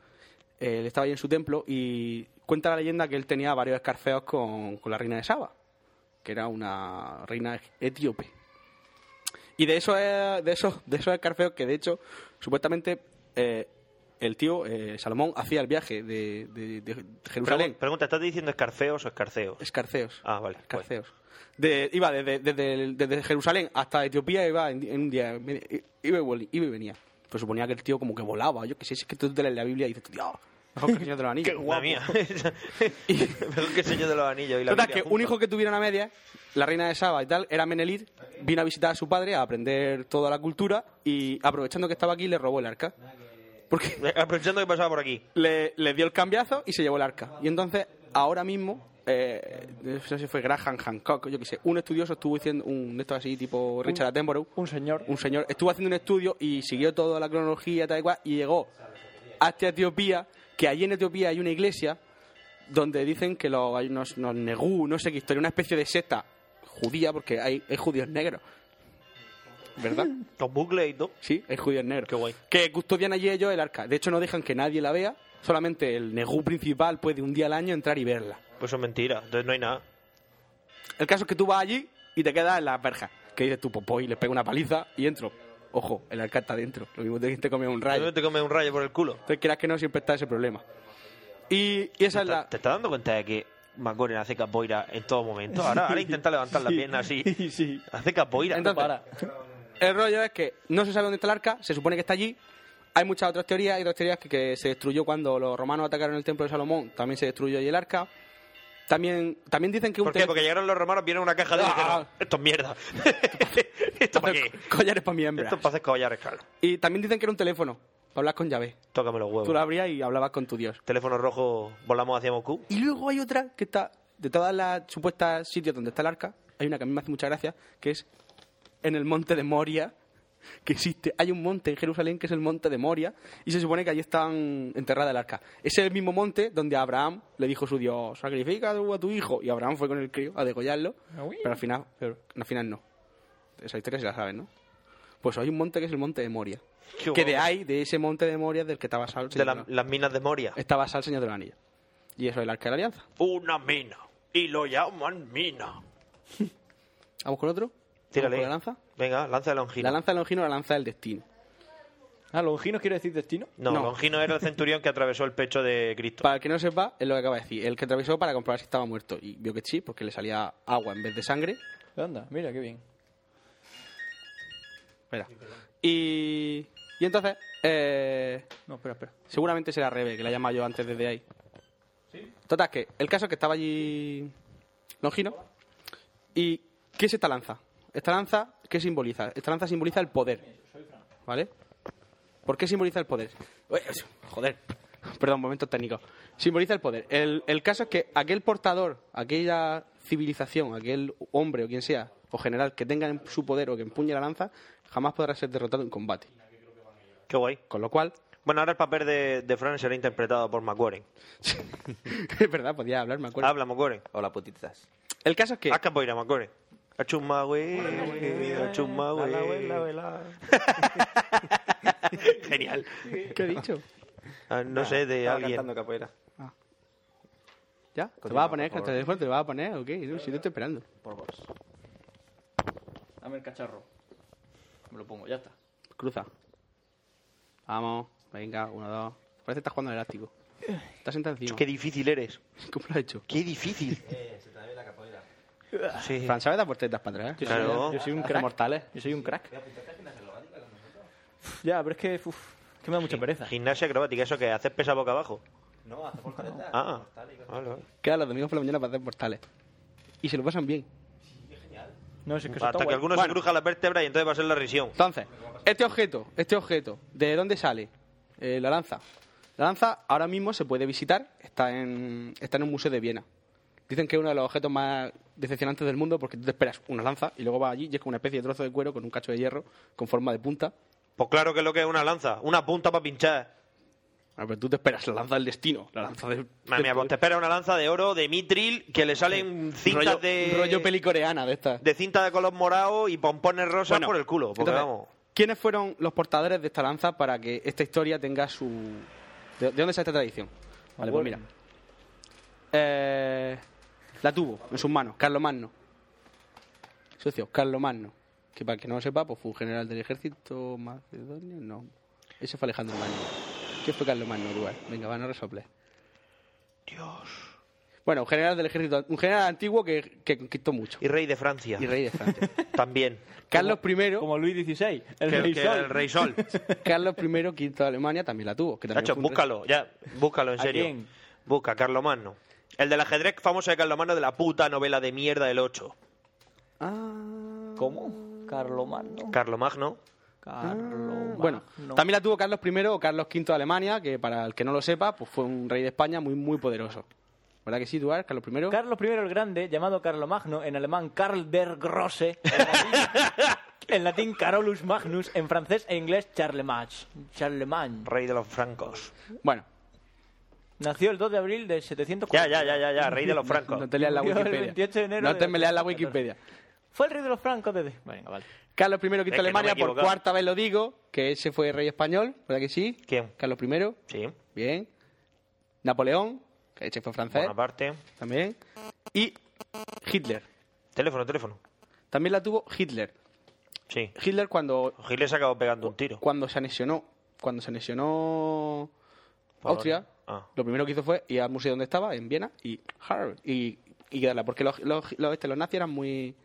[SPEAKER 8] eh, él estaba ahí en su templo y cuenta la leyenda que él tenía varios escarceos con, con la reina de Saba, que era una reina etíope. Y de esos, eh, de esos, de esos escarceos que, de hecho, supuestamente eh, el tío eh, Salomón hacía el viaje de, de- de Jerusalén.
[SPEAKER 5] Pregun- Pregunta, ¿estás diciendo escarceos o escarceos?
[SPEAKER 8] Escarceos.
[SPEAKER 5] Ah, vale,
[SPEAKER 8] Escarceos. De- iba desde, desde el- desde Jerusalén hasta Etiopía, iba en, en un día. me- Iba y, vol- iba y venía. Pero suponía que el tío como que volaba. Yo que sé, si es que tú te lees la Biblia y dices, tío, mejor que el Señor de los Anillos.
[SPEAKER 5] La mía. Mejor que el Señor de los Anillos. Y la Biblia
[SPEAKER 8] Total, que un
[SPEAKER 5] juntos.
[SPEAKER 8] hijo que tuvieron a media, la reina de Saba y tal, era Menelit, vino a visitar a su padre a aprender toda la cultura y aprovechando que estaba aquí le robó el arca. Porque
[SPEAKER 5] Aprovechando que pasaba por aquí.
[SPEAKER 8] le, le dio el cambiazo y se llevó el arca. Y entonces, ahora mismo, eh, no sé si fue Graham Hancock, yo qué sé, un estudioso estuvo haciendo un de estos así, tipo Richard Attenborough,
[SPEAKER 9] Un señor.
[SPEAKER 8] un señor, estuvo haciendo un estudio y siguió toda la cronología tal y cual, y llegó hasta Etiopía, que allí en Etiopía hay una iglesia donde dicen que los, hay unos, unos negú, no sé qué historia, una especie de secta judía, porque hay, hay judíos negros, ¿verdad?
[SPEAKER 5] Con bucles y todo.
[SPEAKER 8] Sí, hay judíos negros.
[SPEAKER 5] Qué guay.
[SPEAKER 8] Que custodian allí ellos el arca. De hecho, no dejan que nadie la vea. Solamente el negú principal puede un día al año entrar y verla.
[SPEAKER 5] Pues eso es mentira. Entonces no hay nada.
[SPEAKER 8] El caso es que tú vas allí y te quedas en las verjas. Que dices tú, popó, y le pego una paliza y entro. Ojo, el arca está dentro. Lo mismo te, te come un rayo.
[SPEAKER 5] No te comes un rayo por el culo.
[SPEAKER 8] Entonces, quieras que no, siempre está ese problema. Y, y esa es la...
[SPEAKER 5] ¿Te estás dando cuenta de que McGoren hace capoeira en todo momento? Ahora, ahora intenta levantar la pierna así.
[SPEAKER 9] sí.
[SPEAKER 5] Hace capoeira.
[SPEAKER 8] Entonces, el rollo es que no se sabe dónde está el arca, se supone que está allí. Hay muchas otras teorías, hay otras teorías que, que se destruyó cuando los romanos atacaron el templo de Salomón, también se destruyó allí el arca. También, también dicen que un
[SPEAKER 5] ¿Por qué?
[SPEAKER 8] tem-
[SPEAKER 5] Porque llegaron los romanos, vieron una caja de...
[SPEAKER 8] Ah.
[SPEAKER 5] dijeron, Esto es mierda. ¿Esto para qué?
[SPEAKER 8] Collares para mi hembra.
[SPEAKER 5] Esto es para hacer collares, claro.
[SPEAKER 8] Y también dicen que era un teléfono, para hablar con llave.
[SPEAKER 5] Tócame los huevos.
[SPEAKER 8] Tú lo abrías y hablabas con tu dios.
[SPEAKER 5] Teléfono rojo, volamos hacia Moscú.
[SPEAKER 8] Y luego hay otra que está, de todas las supuestas sitios donde está el arca, hay una que a mí me hace mucha gracia, que es en el monte de Moria, que existe. Hay un monte en Jerusalén que es el monte de Moria, y se supone que allí están enterrada el arca. Es el mismo monte donde Abraham le dijo a su Dios, sacrifica tú a tu hijo, y Abraham fue con el crío a degollarlo, pero al final, pero al final no. Esa historia se la saben, ¿no? Pues hay un monte que es el monte de Moria.
[SPEAKER 5] Qué
[SPEAKER 8] que de
[SPEAKER 5] guapo.
[SPEAKER 8] ahí, de ese monte de Moria, del que está basado el
[SPEAKER 5] De
[SPEAKER 8] Señor
[SPEAKER 5] la-
[SPEAKER 8] de la-
[SPEAKER 5] las minas de Moria.
[SPEAKER 8] está basado el Señor de los Anillos. Y eso es el arca de la alianza.
[SPEAKER 5] Una mina. Y lo llaman mina.
[SPEAKER 8] Vamos con otro. ¿Vamos
[SPEAKER 5] Tírale.
[SPEAKER 8] con la lanza.
[SPEAKER 5] Venga, lanza de Longino.
[SPEAKER 8] La lanza de Longino, la lanza del destino.
[SPEAKER 9] Ah, Longinos quiere decir destino.
[SPEAKER 5] No,
[SPEAKER 8] no.
[SPEAKER 5] Longino era el centurión que atravesó el pecho de Cristo.
[SPEAKER 8] Para el que no sepa, es lo que acaba de decir. El que atravesó para comprobar si estaba muerto. Y vio que sí, porque le salía agua en vez de sangre.
[SPEAKER 9] Anda, mira qué bien.
[SPEAKER 8] Espera. Y, y entonces, eh,
[SPEAKER 9] No, espera, espera.
[SPEAKER 8] seguramente será Rebe, que la he llamado yo antes desde ahí. Total, que el caso es que estaba allí Longino. ¿Y qué es esta lanza? Esta lanza, ¿qué simboliza? Esta lanza simboliza el poder. ¿Vale? ¿Por qué simboliza el poder? Ué, Joder. Perdón, momento técnico. Simboliza el poder. El, el caso es que aquel portador, aquella civilización, aquel hombre o quien sea, o general, que tenga en su poder o que empuñe la lanza, jamás podrá ser derrotado en combate.
[SPEAKER 5] Qué guay.
[SPEAKER 8] Con lo cual,
[SPEAKER 5] Bueno, ahora el papel de, de Fran será interpretado por McGoren.
[SPEAKER 8] es verdad, podía hablar, me acuerdo.
[SPEAKER 5] Habla, Ah, McGoren.
[SPEAKER 11] Hola, putitas.
[SPEAKER 8] El caso es que...
[SPEAKER 5] Haz capoeira, McGoren. Achuma, güey. Achuma, güey. Genial.
[SPEAKER 8] ¿Qué he dicho?
[SPEAKER 5] Ah, No sé, de
[SPEAKER 11] Estaba
[SPEAKER 5] alguien.
[SPEAKER 11] cantando capoeira.
[SPEAKER 8] ¿Ya? ¿Te
[SPEAKER 11] Continúa,
[SPEAKER 8] vas a poner
[SPEAKER 11] por favor.
[SPEAKER 8] cartas de fuerte? ¿Te vas a poner o qué? Si te estoy esperando.
[SPEAKER 11] Por vos.
[SPEAKER 9] Dame el cacharro. Me lo pongo, ya está.
[SPEAKER 8] Cruza. Vamos. Venga, uno, dos. Parece que estás jugando al elástico. Está sentado encima.
[SPEAKER 5] Qué difícil eres.
[SPEAKER 8] ¿Cómo lo has hecho?
[SPEAKER 5] Qué difícil. Sí.
[SPEAKER 8] Fran, ¿sabes dar vueltas para atrás?
[SPEAKER 9] Yo
[SPEAKER 5] Claro.
[SPEAKER 9] soy, yo soy un
[SPEAKER 8] Hacer
[SPEAKER 9] crack.
[SPEAKER 8] mortales.
[SPEAKER 9] Yo soy un crack. Uf, Ya, pero es que, uf, que me da mucha pereza.
[SPEAKER 5] Gimnasia acrobática, ¿eso que haces pesa boca abajo? No, haces fortaleza. Ah, vale, vale.
[SPEAKER 8] Queda los domingos por la mañana para hacer mortales. Y se lo pasan bien.
[SPEAKER 9] No, si es que eso
[SPEAKER 5] Hasta
[SPEAKER 9] está
[SPEAKER 5] que
[SPEAKER 9] guay.
[SPEAKER 5] alguno se
[SPEAKER 8] Bueno.
[SPEAKER 5] cruja la vértebra y entonces va a ser la risión.
[SPEAKER 8] Entonces, este objeto, este objeto, ¿de dónde sale? Eh, la lanza. La lanza ahora mismo se puede visitar, está en, está en un museo de Viena. Dicen que es uno de los objetos más decepcionantes del mundo porque tú te esperas una lanza y luego vas allí y es como una especie de trozo de cuero con un cacho de hierro con forma de punta.
[SPEAKER 5] Pues claro que es lo que es una lanza, una punta para pinchar.
[SPEAKER 8] Bueno, pero tú te esperas la lanza del destino, la lanza de...
[SPEAKER 5] Madre mía,
[SPEAKER 8] de-
[SPEAKER 5] pues te espera una lanza de oro de mitril que le salen cintas
[SPEAKER 8] rollo,
[SPEAKER 5] de.
[SPEAKER 8] rollo pelicoreana de estas.
[SPEAKER 5] de cinta de color morado y pompones rosas
[SPEAKER 8] Bueno,
[SPEAKER 5] por el culo. Porque
[SPEAKER 8] entonces,
[SPEAKER 5] vamos.
[SPEAKER 8] ¿Quiénes fueron los portadores de esta lanza para que esta historia tenga su. ¿De, de dónde sale esta tradición? Vale, pues mira. Eh, la tuvo en sus manos, Carlomagno. Socio, Carlomagno. Que para que no lo sepa, pues fue un general del ejército macedonio. No. Ese fue Alejandro Magno. ¿Qué fue Carlomagno, lugar? Venga, van a resoples. Dios. Bueno, un general del ejército. Un general antiguo que, que conquistó mucho.
[SPEAKER 5] Y rey de Francia.
[SPEAKER 8] Y rey de Francia.
[SPEAKER 5] También.
[SPEAKER 8] Carlos I.
[SPEAKER 9] Como Luis XVI, el
[SPEAKER 5] Que-
[SPEAKER 9] rey
[SPEAKER 5] que
[SPEAKER 9] sol.
[SPEAKER 5] el rey sol.
[SPEAKER 8] Carlos I, quinto de Alemania, también la tuvo. Que también
[SPEAKER 5] Nacho,
[SPEAKER 8] fue un rey.
[SPEAKER 5] búscalo, ya, búscalo, en
[SPEAKER 9] ¿A
[SPEAKER 5] serio.
[SPEAKER 9] quién?
[SPEAKER 5] Busca, Carlomagno. El del ajedrez famoso de Carlomagno de la puta novela de mierda del 8.
[SPEAKER 8] Ah,
[SPEAKER 9] ¿Cómo? Carlomagno.
[SPEAKER 5] Carlomagno.
[SPEAKER 8] Mm,
[SPEAKER 9] Carlomagno.
[SPEAKER 8] Bueno, también la tuvo Carlos I o Carlos V de Alemania, que para el que no lo sepa, pues fue un rey de España muy, muy poderoso. ¿Verdad que sí, Duarte? Carlos I.
[SPEAKER 9] Carlos I el Grande, llamado Carlomagno, en alemán Karl der Grosse, en latín, en latín Carolus Magnus, en francés e inglés Charlemagne. Charlemagne.
[SPEAKER 5] Rey de los francos.
[SPEAKER 8] Bueno,
[SPEAKER 9] Nació el 2 de abril de 740.
[SPEAKER 5] Ya, ya, ya, ya, ya, rey de los francos.
[SPEAKER 8] no te leas la
[SPEAKER 9] Murió el
[SPEAKER 8] Wikipedia.
[SPEAKER 9] 28 de enero
[SPEAKER 8] no
[SPEAKER 9] de
[SPEAKER 8] te me leas la
[SPEAKER 9] 814.
[SPEAKER 8] Wikipedia.
[SPEAKER 9] Fue el rey de los francos desde... Venga, vale.
[SPEAKER 8] Carlos I, quinto
[SPEAKER 5] que no
[SPEAKER 8] de
[SPEAKER 5] me he
[SPEAKER 8] Alemania, por
[SPEAKER 5] equivocado.
[SPEAKER 8] cuarta vez lo digo, que ese fue rey español, ¿verdad que sí?
[SPEAKER 5] ¿Quién?
[SPEAKER 8] Carlos I,
[SPEAKER 5] Sí,
[SPEAKER 8] bien. Napoleón, que ese fue francés,
[SPEAKER 5] buena parte.
[SPEAKER 8] también. Y Hitler.
[SPEAKER 5] Teléfono, teléfono.
[SPEAKER 8] También la tuvo Hitler.
[SPEAKER 5] Sí.
[SPEAKER 8] Hitler cuando,
[SPEAKER 5] Gil le se acabó pegando un tiro.
[SPEAKER 8] cuando se anexionó, cuando se anexionó
[SPEAKER 5] Polonia.
[SPEAKER 8] Austria,
[SPEAKER 5] Ah.
[SPEAKER 8] lo primero que hizo fue ir al museo donde estaba, en Viena, y Harvard, y, y quedarla, porque los, los, los, este, los nazis eran muy...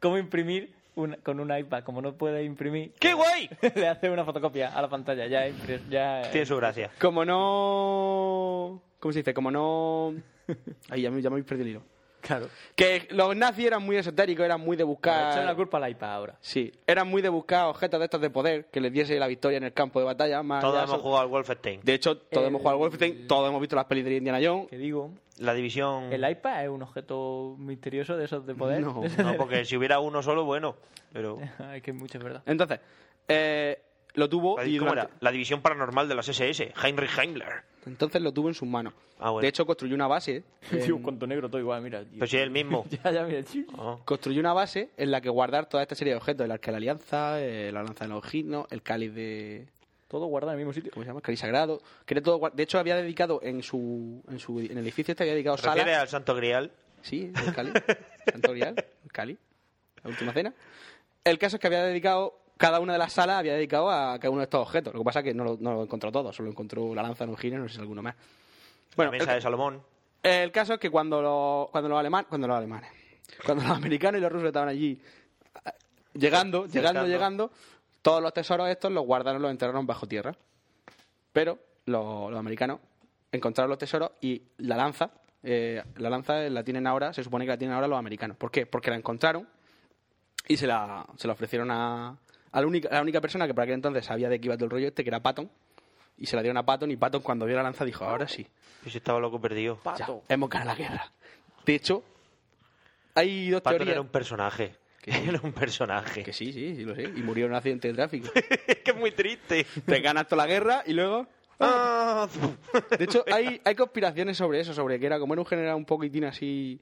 [SPEAKER 9] ¿Cómo imprimir una- con un iPad? Como no puede imprimir...
[SPEAKER 5] ¡Qué guay!
[SPEAKER 9] Le hace una fotocopia a la pantalla, ya, impres- ya eh,
[SPEAKER 5] Tiene su gracia.
[SPEAKER 8] Como no... ¿Cómo se dice? Como no... Ahí ya me, ya me habéis perdido el hilo.
[SPEAKER 9] claro.
[SPEAKER 8] Que los nazis eran muy esotéricos, eran muy de
[SPEAKER 9] Echan la
[SPEAKER 8] buscar...
[SPEAKER 9] culpa al iPad ahora.
[SPEAKER 8] Sí, eran muy de buscar objetos de estos de poder que les diese la victoria en el campo de batalla. Más allá
[SPEAKER 5] Todos
[SPEAKER 8] de
[SPEAKER 5] hemos
[SPEAKER 8] eso.
[SPEAKER 5] jugado al Wolfenstein.
[SPEAKER 8] Ah, De hecho, todos hemos jugado al Wolfenstein, todos hemos visto las pelis de Indiana Jones,
[SPEAKER 9] Que digo,
[SPEAKER 5] La división...
[SPEAKER 9] el iPad es un objeto misterioso de esos de poder.
[SPEAKER 8] No.
[SPEAKER 5] No, porque si hubiera uno solo, bueno. Pero...
[SPEAKER 9] Ay, que mucho, es verdad.
[SPEAKER 8] Entonces, eh, lo tuvo
[SPEAKER 5] La,
[SPEAKER 8] y
[SPEAKER 5] ¿Cómo era?
[SPEAKER 8] durante-
[SPEAKER 5] La división paranormal de las SS. Heinrich Heimler.
[SPEAKER 8] entonces lo tuvo en sus manos.
[SPEAKER 5] Ah, bueno.
[SPEAKER 8] De hecho, construyó una base. en-
[SPEAKER 9] Tío, cuanto negro todo igual, mira. tío.
[SPEAKER 5] Pero si es el mismo.
[SPEAKER 9] Eh, Ya, ya, mira. sí.
[SPEAKER 5] Ah.
[SPEAKER 8] construyó una base en la que guardar toda esta serie de objetos, el arca de la alianza, eh, la lanza de los ginos, el cáliz de
[SPEAKER 9] Todo guardado en el mismo sitio.
[SPEAKER 8] ¿cómo se llama? El cáliz sagrado. Que era todo guar- de hecho había dedicado en su en su en el edificio este había dedicado
[SPEAKER 5] ¿Te refieres
[SPEAKER 8] salas.
[SPEAKER 5] al Santo Grial?
[SPEAKER 8] Sí, el cáliz, Santo Grial, el cáliz, la última cena. El caso es que había dedicado cada una de las salas había dedicado a cada uno de estos objetos. Lo que pasa es que no lo, no lo encontró todo, solo encontró la lanza de los ginos, no sé si alguno más. Bueno,
[SPEAKER 5] la mesa
[SPEAKER 8] el-
[SPEAKER 5] de Salomón.
[SPEAKER 8] El caso es que cuando los, cuando los alemanes, cuando los alemanes, cuando los americanos y los rusos estaban allí eh, llegando, llegando,
[SPEAKER 5] Cercando.
[SPEAKER 8] llegando, todos los tesoros estos los guardaron, los enterraron bajo tierra. Pero los, los americanos encontraron los tesoros y la lanza, eh, la lanza la tienen ahora, se supone que la tienen ahora los americanos. ¿Por qué? Porque la encontraron y se la, se la ofrecieron a, a la, única, a la única persona que por aquel entonces sabía de qué iba todo el rollo este, que era Patton. Y se la dieron a Patton y Patton cuando vio la lanza dijo, ahora sí.
[SPEAKER 5] Y si estaba loco perdido.
[SPEAKER 8] Ya, hemos ganado la guerra. De hecho, hay dos
[SPEAKER 5] Patton
[SPEAKER 8] teorías.
[SPEAKER 5] era un personaje. Era un personaje.
[SPEAKER 8] Que sí, sí, sí, lo sé. Y murió en un accidente de tráfico.
[SPEAKER 5] Es que es muy triste.
[SPEAKER 8] Te ganas toda la guerra y luego.
[SPEAKER 5] Ah,
[SPEAKER 8] De hecho, hay, hay conspiraciones sobre eso, sobre que era como era un general un poquitín así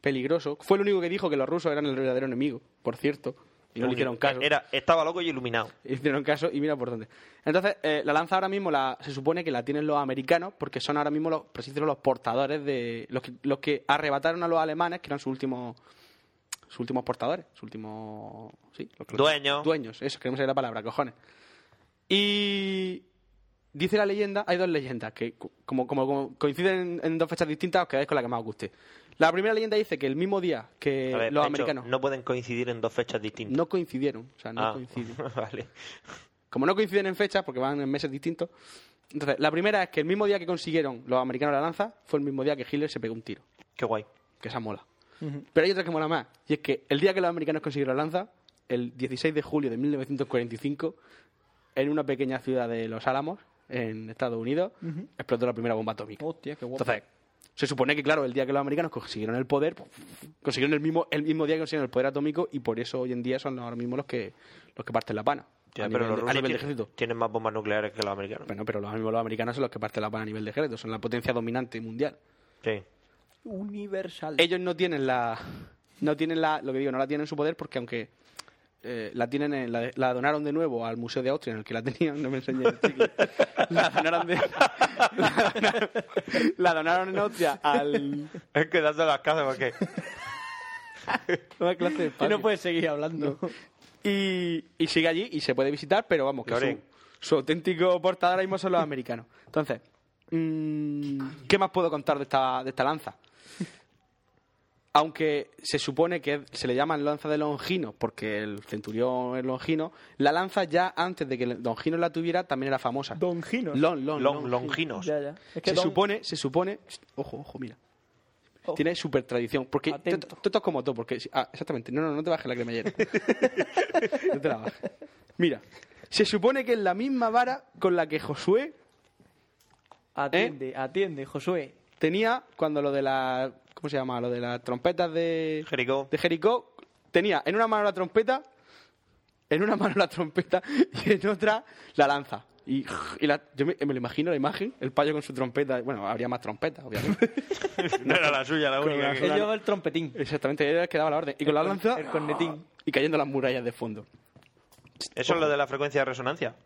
[SPEAKER 8] peligroso. Fue el único que dijo que los rusos eran el verdadero enemigo, por cierto. Y no le hicieron caso.
[SPEAKER 5] Era, estaba loco y iluminado.
[SPEAKER 8] Y Hicieron caso y mira por dónde. Entonces, eh, la lanza ahora mismo la, se supone que la tienen los americanos porque son ahora mismo los, por así decirlo, los portadores de. Los que, los que arrebataron a los alemanes, que eran sus últimos. Sus últimos portadores, sus últimos. Sí, los que-
[SPEAKER 5] Dueños.
[SPEAKER 8] Dueños, eso, queremos saber la palabra, cojones. Y. dice la leyenda, hay dos leyendas que co- como, como, como coinciden en, en dos fechas distintas, os quedáis con la que más os guste. La primera leyenda dice que el mismo día que
[SPEAKER 5] A ver,
[SPEAKER 8] Eh, los
[SPEAKER 5] Pencho,
[SPEAKER 8] americanos no,
[SPEAKER 5] No pueden coincidir en dos fechas distintas.
[SPEAKER 8] coincidieron, o sea, no
[SPEAKER 5] Ah,
[SPEAKER 8] coinciden.
[SPEAKER 5] vale.
[SPEAKER 8] Como no coinciden en fechas, porque van en meses distintos. Entonces, la primera es que el mismo día que consiguieron los americanos la lanza fue el mismo día que Hitler se pegó un tiro,
[SPEAKER 5] Qué guay.
[SPEAKER 8] que esa mola. Pero hay otra que mola más, y es que el día que los americanos consiguieron la lanza, el 16 de julio de 1945, en una pequeña ciudad de Los Álamos, en Estados Unidos, explotó la primera bomba atómica.
[SPEAKER 9] Hostia, qué guapo.
[SPEAKER 8] Entonces, se supone que, claro, el día que los americanos consiguieron el poder, pues, consiguieron el mismo, el mismo día que consiguieron el poder atómico y por eso hoy en día son los- ahora mismo los que, los que parten la pana.
[SPEAKER 5] Tía,
[SPEAKER 8] a
[SPEAKER 5] pero los
[SPEAKER 8] nivel, de- a
[SPEAKER 5] rusos
[SPEAKER 8] nivel de
[SPEAKER 5] tienen-
[SPEAKER 8] ejército.
[SPEAKER 5] tienen más bombas nucleares que los americanos.
[SPEAKER 8] Bueno, pero los, ahora mismo los americanos son los que parten la pana a nivel de ejército, son la potencia dominante mundial.
[SPEAKER 5] Sí.
[SPEAKER 9] Universal.
[SPEAKER 8] Ellos no tienen la. No tienen la. Lo que digo, no la tienen en su poder porque aunque. eh, la tienen en- la, la donaron de nuevo al Museo de Austria en el que la tenían no me enseñé el chicle. la donaron de, la donaron- la donaron en Austria al
[SPEAKER 5] Es que dando las casas porque
[SPEAKER 8] Una clase de
[SPEAKER 9] Que
[SPEAKER 8] padre.
[SPEAKER 9] no puedes seguir hablando.
[SPEAKER 8] y, y sigue allí y se puede visitar, pero vamos, que su,
[SPEAKER 5] Loren.
[SPEAKER 8] su auténtico portador ahora mismo son los americanos. Entonces, mm, ¿qué más puedo contar de esta, de esta lanza? Aunque se supone que se le llaman lanza de Longino porque el centurión es Longino, la lanza ya antes de que Longino la tuviera también era famosa.
[SPEAKER 9] Don Gino.
[SPEAKER 8] Long, long,
[SPEAKER 5] Long-
[SPEAKER 8] long.
[SPEAKER 5] longinos.
[SPEAKER 9] Ya, ya. Es que
[SPEAKER 8] se
[SPEAKER 9] Don-
[SPEAKER 8] supone, se supone, ojo, ojo, mira.
[SPEAKER 9] Ojo.
[SPEAKER 8] Tiene super tradición. Porque
[SPEAKER 9] Oh. Atento.
[SPEAKER 8] tú estás como todo, porque. si- Ah, exactamente. No, no, no te bajes la cremallera. no te la bajes. Mira, se supone que es la misma vara con la que Josué
[SPEAKER 9] Atiende, atiende, Josué.
[SPEAKER 8] tenía cuando lo de la. ¿Cómo se llama? Lo de las trompetas de.
[SPEAKER 5] Jericó.
[SPEAKER 8] De Jericó. Tenía en una mano la trompeta. En una mano la trompeta y en otra la lanza. Y, y la- yo me, me lo imagino la imagen, el payo con su trompeta. Bueno, habría más trompetas, obviamente.
[SPEAKER 5] no era la suya la
[SPEAKER 8] Con
[SPEAKER 5] única.
[SPEAKER 8] la-
[SPEAKER 5] que-
[SPEAKER 9] Él llevaba el trompetín.
[SPEAKER 8] Exactamente, era el que daba la orden. Y con la
[SPEAKER 9] con-
[SPEAKER 8] lanza.
[SPEAKER 9] el cornetín.
[SPEAKER 8] Y cayendo las murallas de fondo.
[SPEAKER 5] Eso es lo de la frecuencia de resonancia.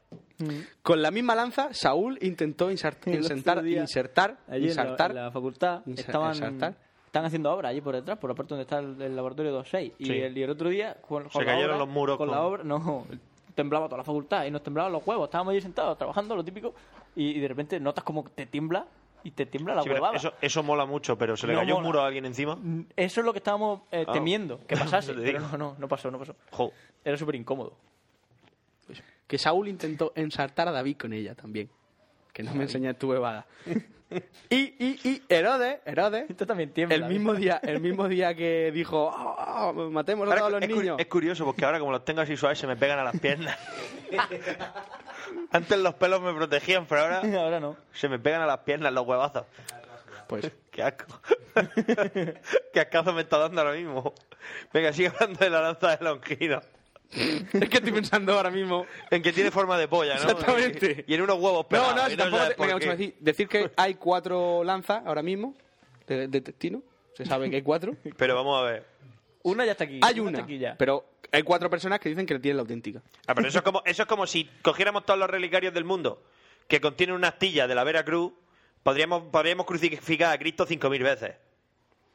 [SPEAKER 8] Con la misma lanza, Saúl intentó insert-
[SPEAKER 9] El otro
[SPEAKER 8] insertar,
[SPEAKER 9] día,
[SPEAKER 8] insertar,
[SPEAKER 9] Allí en la-
[SPEAKER 8] insertar-
[SPEAKER 9] en la, facultad
[SPEAKER 8] Inser-
[SPEAKER 9] estaban,
[SPEAKER 8] insertar.
[SPEAKER 9] están haciendo obra allí por detrás, por la parte donde está el, el laboratorio 26. Y,
[SPEAKER 5] Sí.
[SPEAKER 9] el, y el otro día, con, con
[SPEAKER 5] Se
[SPEAKER 9] la
[SPEAKER 5] cayeron
[SPEAKER 9] obra-
[SPEAKER 5] los muros
[SPEAKER 9] Con,
[SPEAKER 5] con-
[SPEAKER 9] la obra, no, temblaba toda la facultad y nos temblaban los huevos. Estábamos allí sentados trabajando, lo típico, y, y de repente notas como te tiembla y te tiembla la
[SPEAKER 5] Sí, pero
[SPEAKER 9] huevada.
[SPEAKER 5] eso, eso mola mucho, pero se le
[SPEAKER 9] No
[SPEAKER 5] cayó un
[SPEAKER 9] mola.
[SPEAKER 5] muro a alguien encima.
[SPEAKER 9] Mm, Eso es lo que estábamos eh,
[SPEAKER 5] Ah.
[SPEAKER 9] temiendo, que pasase.
[SPEAKER 5] Te
[SPEAKER 9] pero
[SPEAKER 5] digo.
[SPEAKER 9] no, no, no pasó, no pasó.
[SPEAKER 5] Jo.
[SPEAKER 9] Era súper incómodo.
[SPEAKER 8] Que Saúl intentó ensartar a David con ella también. Que no me enseñas tu bebada. y, y, y Herodes, Herodes,
[SPEAKER 9] Esto también tiembla.
[SPEAKER 8] el mismo día, el mismo día que dijo "Ah, ah, matemos a
[SPEAKER 5] Ahora
[SPEAKER 8] todos
[SPEAKER 5] es,
[SPEAKER 8] los
[SPEAKER 5] cu-
[SPEAKER 8] niños.
[SPEAKER 5] es curioso porque ahora como los tengo así suaves se me pegan a las piernas. Antes los pelos me protegían, pero ahora
[SPEAKER 9] Ahora no.
[SPEAKER 5] se me pegan a las piernas los huevazos.
[SPEAKER 8] Pues
[SPEAKER 5] Qué asco. Qué ascazo me está dando ahora mismo. Venga, sigue hablando de la lanza de Longino.
[SPEAKER 8] es que estoy pensando ahora mismo.
[SPEAKER 5] En que tiene forma de polla, ¿no?
[SPEAKER 8] Exactamente.
[SPEAKER 5] Y en unos huevos
[SPEAKER 8] No,
[SPEAKER 5] pelados.
[SPEAKER 8] no,
[SPEAKER 5] y
[SPEAKER 8] si tampoco
[SPEAKER 5] sabes
[SPEAKER 8] te- venga,
[SPEAKER 5] por qué.
[SPEAKER 8] mucho más decir, decir que hay cuatro lanzas ahora mismo de, de destino. Se sabe que hay cuatro.
[SPEAKER 5] Pero vamos a ver.
[SPEAKER 9] Una ya está aquí.
[SPEAKER 8] Hay
[SPEAKER 9] está
[SPEAKER 8] una,
[SPEAKER 9] aquí ya.
[SPEAKER 8] pero hay cuatro personas que dicen que tienen la auténtica.
[SPEAKER 5] Ah, pero eso es como, eso es como si cogiéramos todos los relicarios del mundo que contienen una astilla de la Vera Cruz, podríamos, podríamos crucificar a Cristo 5.000 veces.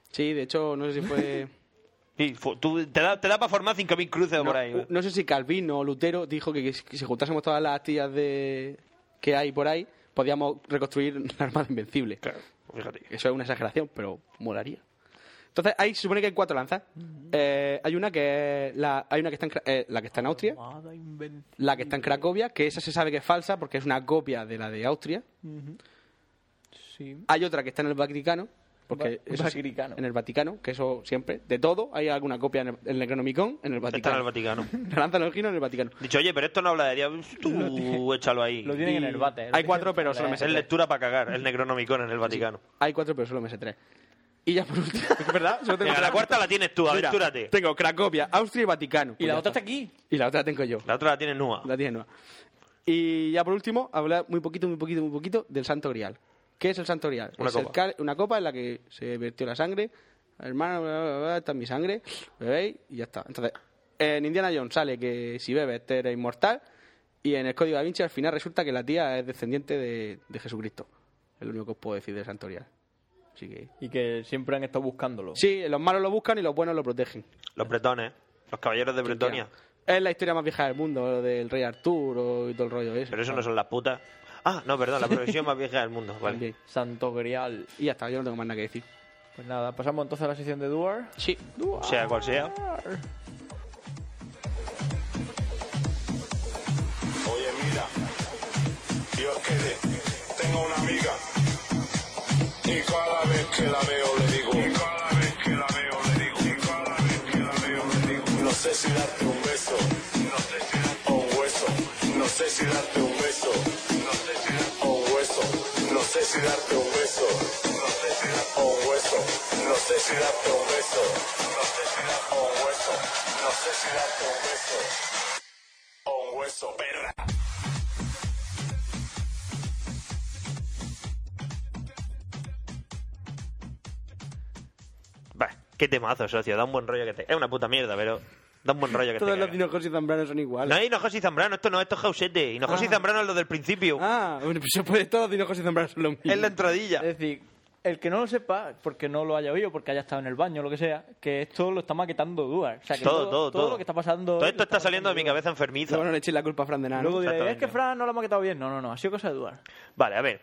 [SPEAKER 8] Sí, de hecho, no sé si fue.
[SPEAKER 5] Sí, fu- tú- te da, te da para formar 5.000 cruces
[SPEAKER 8] no,
[SPEAKER 5] por ahí.
[SPEAKER 8] u- no sé si Calvino o Lutero dijo que, que si juntásemos todas las astillas de... que hay por ahí, podíamos reconstruir la armada invencible.
[SPEAKER 5] Claro, fíjate.
[SPEAKER 8] Eso es una exageración, pero molaría. Entonces, ahí se supone que hay cuatro lanzas.
[SPEAKER 5] Mm.
[SPEAKER 8] Eh, hay una que es la, hay una que está en, Cra- eh, la que está en Austria,
[SPEAKER 9] Nada invent-
[SPEAKER 8] la que está en Cracovia, que esa se sabe que es falsa porque es una copia de la de Austria.
[SPEAKER 9] Sí.
[SPEAKER 8] Hay otra que está en el Vaticano. Porque
[SPEAKER 9] Va-
[SPEAKER 8] eso sí-
[SPEAKER 9] Vaticano.
[SPEAKER 8] en el Vaticano, que eso siempre, de todo, hay alguna copia en el, en el Necronomicon, en el
[SPEAKER 5] Está en el
[SPEAKER 8] Vaticano.
[SPEAKER 5] Vaticano.
[SPEAKER 8] La lanza Longino en el Vaticano.
[SPEAKER 5] Dicho, oye, pero esto no habla de Dios. Tú échalo ahí.
[SPEAKER 9] Lo tienen en el bate. ¿eh? lo
[SPEAKER 8] Hay
[SPEAKER 9] tienen
[SPEAKER 8] cuatro, pero
[SPEAKER 9] en la-
[SPEAKER 8] solo me
[SPEAKER 5] Es lectura para cagar, el Necronomicon en el Vaticano.
[SPEAKER 8] Hay cuatro, pero solo me sé tres. Y ya por último. Es verdad, solo tengo
[SPEAKER 5] Venga, la
[SPEAKER 8] tres.
[SPEAKER 5] cuarta la tienes tú,
[SPEAKER 8] Mira,
[SPEAKER 5] aventúrate.
[SPEAKER 8] Tengo Cracovia, Austria y Vaticano.
[SPEAKER 9] Y
[SPEAKER 8] Pues
[SPEAKER 9] la
[SPEAKER 8] ya
[SPEAKER 9] otra está
[SPEAKER 8] está.
[SPEAKER 9] aquí.
[SPEAKER 8] Y la otra tengo yo.
[SPEAKER 5] La otra la tienes Nua.
[SPEAKER 8] La tiene Noa. Y ya por último, hablar muy poquito, muy poquito, muy poquito del Santo Grial. ¿Qué es el Santo Grial?
[SPEAKER 5] Una
[SPEAKER 8] Es el
[SPEAKER 5] copa.
[SPEAKER 8] cal- una copa en la que se vertió la sangre. Hermano, bla, bla, bla, esta es mi sangre. Bebéis y ya está. Entonces, en Indiana Jones sale que si bebes te eres inmortal. Y en el Código da Vinci al final resulta que la tía es descendiente de, de Jesucristo. Es lo único que os puedo decir del Santo Grial. Así que...
[SPEAKER 9] Y que siempre han estado buscándolo.
[SPEAKER 8] Sí, los malos lo buscan y los buenos lo protegen.
[SPEAKER 5] Los bretones, los caballeros de Bretonia.
[SPEAKER 8] Es la historia más vieja del mundo, lo del rey Arturo y todo el rollo ese.
[SPEAKER 5] Pero eso no son las putas. Ah, no, perdón, la profesión más vieja del mundo. Vale.
[SPEAKER 8] También.
[SPEAKER 9] Santo Grial.
[SPEAKER 8] Y ya está, yo no tengo más nada que decir.
[SPEAKER 9] Pues nada, pasamos entonces a la sección de Duar.
[SPEAKER 8] Sí.
[SPEAKER 5] Sea cual sea.
[SPEAKER 1] Oye, mira, Dios quede, tengo una amiga. Y cada vez que la veo le digo. Y cada vez que la veo le digo. Y cada vez que la veo le digo. No sé si darte un beso. No sé si darte un hueso. No sé si darte un beso. No sé si darte un hueso. No sé si darte un beso. No sé si darte un hueso. No sé si darte un beso. No sé si darte un hueso. No sé si darte un beso. Un hueso, perra.
[SPEAKER 5] Bah, qué temazo, socio. Da un buen rollo que te. Es una puta mierda, pero. Da un buen rollo que te.
[SPEAKER 8] Todos los
[SPEAKER 5] cagas.
[SPEAKER 8] dinojos y zambranos son
[SPEAKER 5] No
[SPEAKER 8] iguales.
[SPEAKER 5] es Hinojos y Zambrano, esto no, esto es Jausete. Hinojos y Zambrano es lo del principio.
[SPEAKER 8] Ah, bueno, pues se puede, todos los dinojos y zambranos son los mismos.
[SPEAKER 5] Es la entradilla.
[SPEAKER 9] Es decir, el que no lo sepa, porque no lo haya oído, porque haya estado en el baño o lo que sea, que esto lo está maquetando Duar. O sea, que
[SPEAKER 5] Todo, todo, todo.
[SPEAKER 9] lo que está pasando.
[SPEAKER 5] Todo
[SPEAKER 9] hoy
[SPEAKER 5] esto
[SPEAKER 9] lo
[SPEAKER 5] está saliendo de mi
[SPEAKER 9] pasando
[SPEAKER 5] cabeza enfermiza.
[SPEAKER 8] Luego no le echéis la culpa a Fran de nada.
[SPEAKER 9] Duar.
[SPEAKER 8] ¿no?
[SPEAKER 9] Luego diréis, es
[SPEAKER 5] Exactamente.
[SPEAKER 9] que Fran no lo ha maquetado bien. No, no, no, ha sido cosa de Duar.
[SPEAKER 5] Vale, a ver.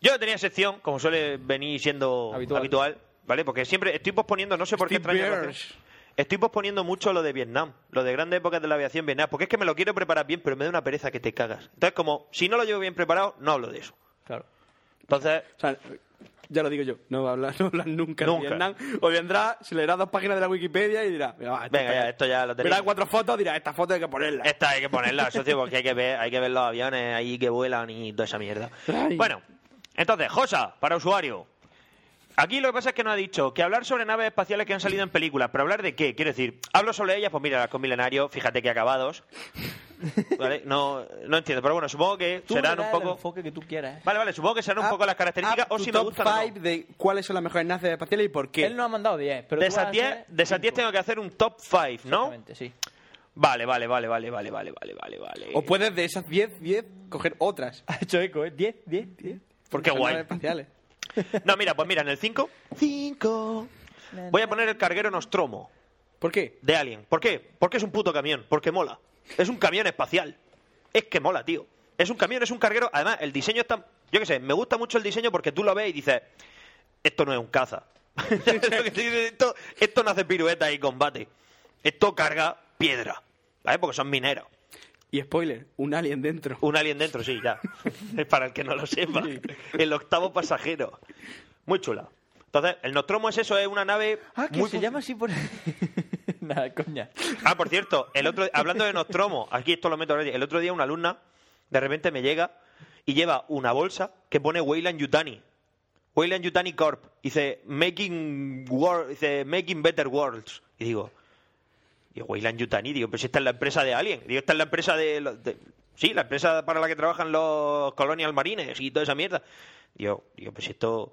[SPEAKER 5] Yo tenía sección, como suele venir siendo
[SPEAKER 9] Habitual.
[SPEAKER 5] habitual, ¿vale? Porque siempre estoy posponiendo, no sé por qué
[SPEAKER 8] Steve
[SPEAKER 5] extraña
[SPEAKER 8] Bears.
[SPEAKER 5] razón, Estoy posponiendo mucho lo de Vietnam, lo de grandes épocas de la aviación vietnam, porque es que me lo quiero preparar bien, pero me da una pereza que te cagas. Entonces, como si no lo llevo bien preparado, no hablo de eso.
[SPEAKER 9] Claro.
[SPEAKER 5] Entonces,
[SPEAKER 8] O sea, ya lo digo yo, no va a hablar, no hablar nunca,
[SPEAKER 5] Nunca.
[SPEAKER 8] de Vietnam. O vendrá, se leerá dos páginas de la Wikipedia y dirá, venga, va,
[SPEAKER 5] Venga, ya, esto ya lo tenéis.
[SPEAKER 8] Verá cuatro fotos, dirá, esta foto hay que ponerla.
[SPEAKER 5] Esta hay que ponerla, socio, porque hay que ver, hay que ver los aviones ahí que vuelan y toda esa mierda.
[SPEAKER 8] Ay.
[SPEAKER 5] Bueno, entonces, Josa, para usuario. Aquí lo que pasa es que no ha dicho que hablar sobre naves espaciales que han salido en películas, pero hablar de qué, quiero decir, hablo sobre ellas, pues mira, las con milenario, fíjate que acabados. ¿Vale? No, no entiendo, pero bueno, supongo que
[SPEAKER 9] Tú
[SPEAKER 5] serán
[SPEAKER 9] le das
[SPEAKER 5] un
[SPEAKER 9] el
[SPEAKER 5] poco.
[SPEAKER 9] enfoque que tú quieras. ¿eh?
[SPEAKER 5] Vale, vale, supongo que serán un
[SPEAKER 8] Up
[SPEAKER 5] poco las características,
[SPEAKER 8] to
[SPEAKER 5] o si me
[SPEAKER 8] top
[SPEAKER 5] gustan o no.
[SPEAKER 8] five de cuáles son las mejores naves espaciales y por qué.
[SPEAKER 9] Él no ha mandado 10, pero.
[SPEAKER 5] De
[SPEAKER 9] tú vas a
[SPEAKER 5] esas 10
[SPEAKER 9] hacer
[SPEAKER 5] de esas 10
[SPEAKER 9] cinco.
[SPEAKER 5] tengo que hacer un top 5, ¿no?
[SPEAKER 9] Exactamente, sí.
[SPEAKER 5] Vale, vale, vale, vale, vale, vale, vale, vale, vale.
[SPEAKER 8] O puedes de esas 10, 10, coger otras.
[SPEAKER 9] Ha hecho eco, ¿eh? 10, 10, 10.
[SPEAKER 5] Porque
[SPEAKER 8] Son
[SPEAKER 5] guay.
[SPEAKER 8] naves espaciales.
[SPEAKER 5] No, mira, pues mira, en el 5. 5. Voy a poner el carguero Nostromo
[SPEAKER 8] ¿Por qué?
[SPEAKER 5] de Alien. ¿Por qué? Porque es un puto camión. Porque mola. Es un camión espacial. Es que mola, tío. Es un camión, es un carguero. Además, el diseño está. Yo qué sé, me gusta mucho el diseño porque tú lo ves y dices: Esto no es un caza. ¿Sabes lo que te dice? esto, esto no hace piruetas y combate. Esto carga piedra. ¿Vale? Porque son mineros.
[SPEAKER 8] Y spoiler, un alien dentro.
[SPEAKER 5] Un alien dentro, sí, ya. Para el que no lo sepa. El octavo pasajero. Muy chula. Entonces, el Nostromo es eso, es una nave.
[SPEAKER 9] Ah, que
[SPEAKER 5] muy
[SPEAKER 9] se
[SPEAKER 5] fun-
[SPEAKER 9] llama así por. Nada, coña.
[SPEAKER 5] Ah, por cierto, el otro, hablando de Nostromo, aquí esto lo meto ahora, El otro día una alumna de repente me llega y lleva una bolsa que pone Weyland Yutani. Weyland Yutani Corp. Dice Making World, dice Making Better Worlds. Y digo, digo Weyland Yutani, digo, pero si esta es la empresa de Alien, digo, esta es la empresa de, lo- de- sí, la empresa para la que trabajan los Colonial Marines y toda esa mierda. Digo, digo, pues si esto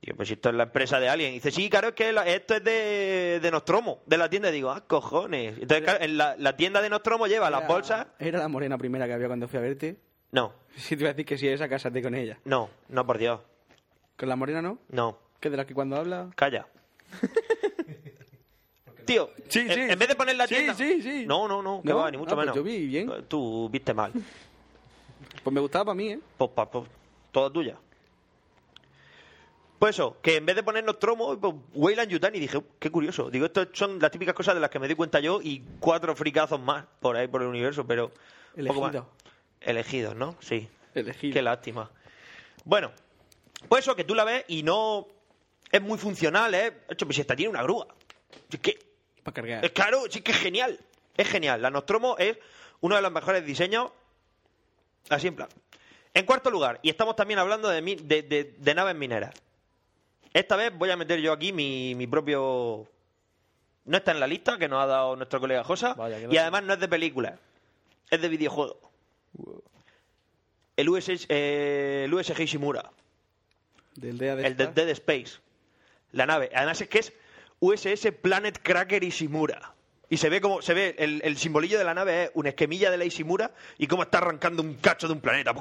[SPEAKER 5] Digo, pues si esto es la empresa de Alien. Y dice, sí, claro, es que la- esto es de, de Nostromo, de la tienda. Y digo, ah, cojones. Entonces, claro, en la, la tienda de Nostromo lleva las
[SPEAKER 8] Era-
[SPEAKER 5] bolsas.
[SPEAKER 8] Era la morena primera que había cuando fui a verte.
[SPEAKER 5] No,
[SPEAKER 8] Sí, te iba a decir que si esa, cásate con ella.
[SPEAKER 5] no, no, por Dios.
[SPEAKER 8] ¿Con la morena no?
[SPEAKER 5] No,
[SPEAKER 8] ¿Que de las que cuando habla?
[SPEAKER 5] calla. Tío,
[SPEAKER 8] Sí,
[SPEAKER 5] en-
[SPEAKER 8] sí.
[SPEAKER 5] en vez de poner la
[SPEAKER 8] Sí,
[SPEAKER 5] tienda.
[SPEAKER 8] sí, sí.
[SPEAKER 5] No, no, no, que
[SPEAKER 8] ¿No?
[SPEAKER 5] va, ni mucho
[SPEAKER 8] Ah, pues
[SPEAKER 5] menos. Eh,
[SPEAKER 8] yo vi bien.
[SPEAKER 5] Tú viste mal.
[SPEAKER 8] Pues me gustaba para mí, ¿eh?
[SPEAKER 5] Pues, pa- pues, toda tuya. Pues eso, que en vez de poner Nostromo, pues, Weyland Yutani, dije, "Uh, qué curioso. Digo, estas son las típicas cosas de las que me di cuenta yo y cuatro fricazos más por ahí, por el universo, pero... un poco más.
[SPEAKER 8] Elegido.
[SPEAKER 5] Elegidos, ¿no? Sí.
[SPEAKER 8] Elegido.
[SPEAKER 5] Qué lástima. Bueno, pues eso, que tú la ves y no... Es muy funcional, ¿eh? De hecho, pues esta tiene una grúa. Es que
[SPEAKER 8] Para cargar.
[SPEAKER 5] es claro, sí que es genial. Es genial. La Nostromo es uno de los mejores diseños. Así en plan. En cuarto lugar, y estamos también hablando de, mi- de, de- de naves mineras. Esta vez voy a meter yo aquí mi, mi propio. No está en la lista que nos ha dado nuestro colega Josa.
[SPEAKER 9] Vaya, qué
[SPEAKER 5] y
[SPEAKER 9] lástima.
[SPEAKER 5] además no es de película. Es de videojuego. El USS, eh, el USG Shimura.
[SPEAKER 8] Del DEA de
[SPEAKER 5] El de
[SPEAKER 8] esta.
[SPEAKER 5] Dead Space. La nave. Además es que es USS Planet Cracker Ishimura. Y se ve como, se ve, el, el simbolillo de la nave es una esquemilla de la Ishimura y cómo está arrancando un cacho de un planeta.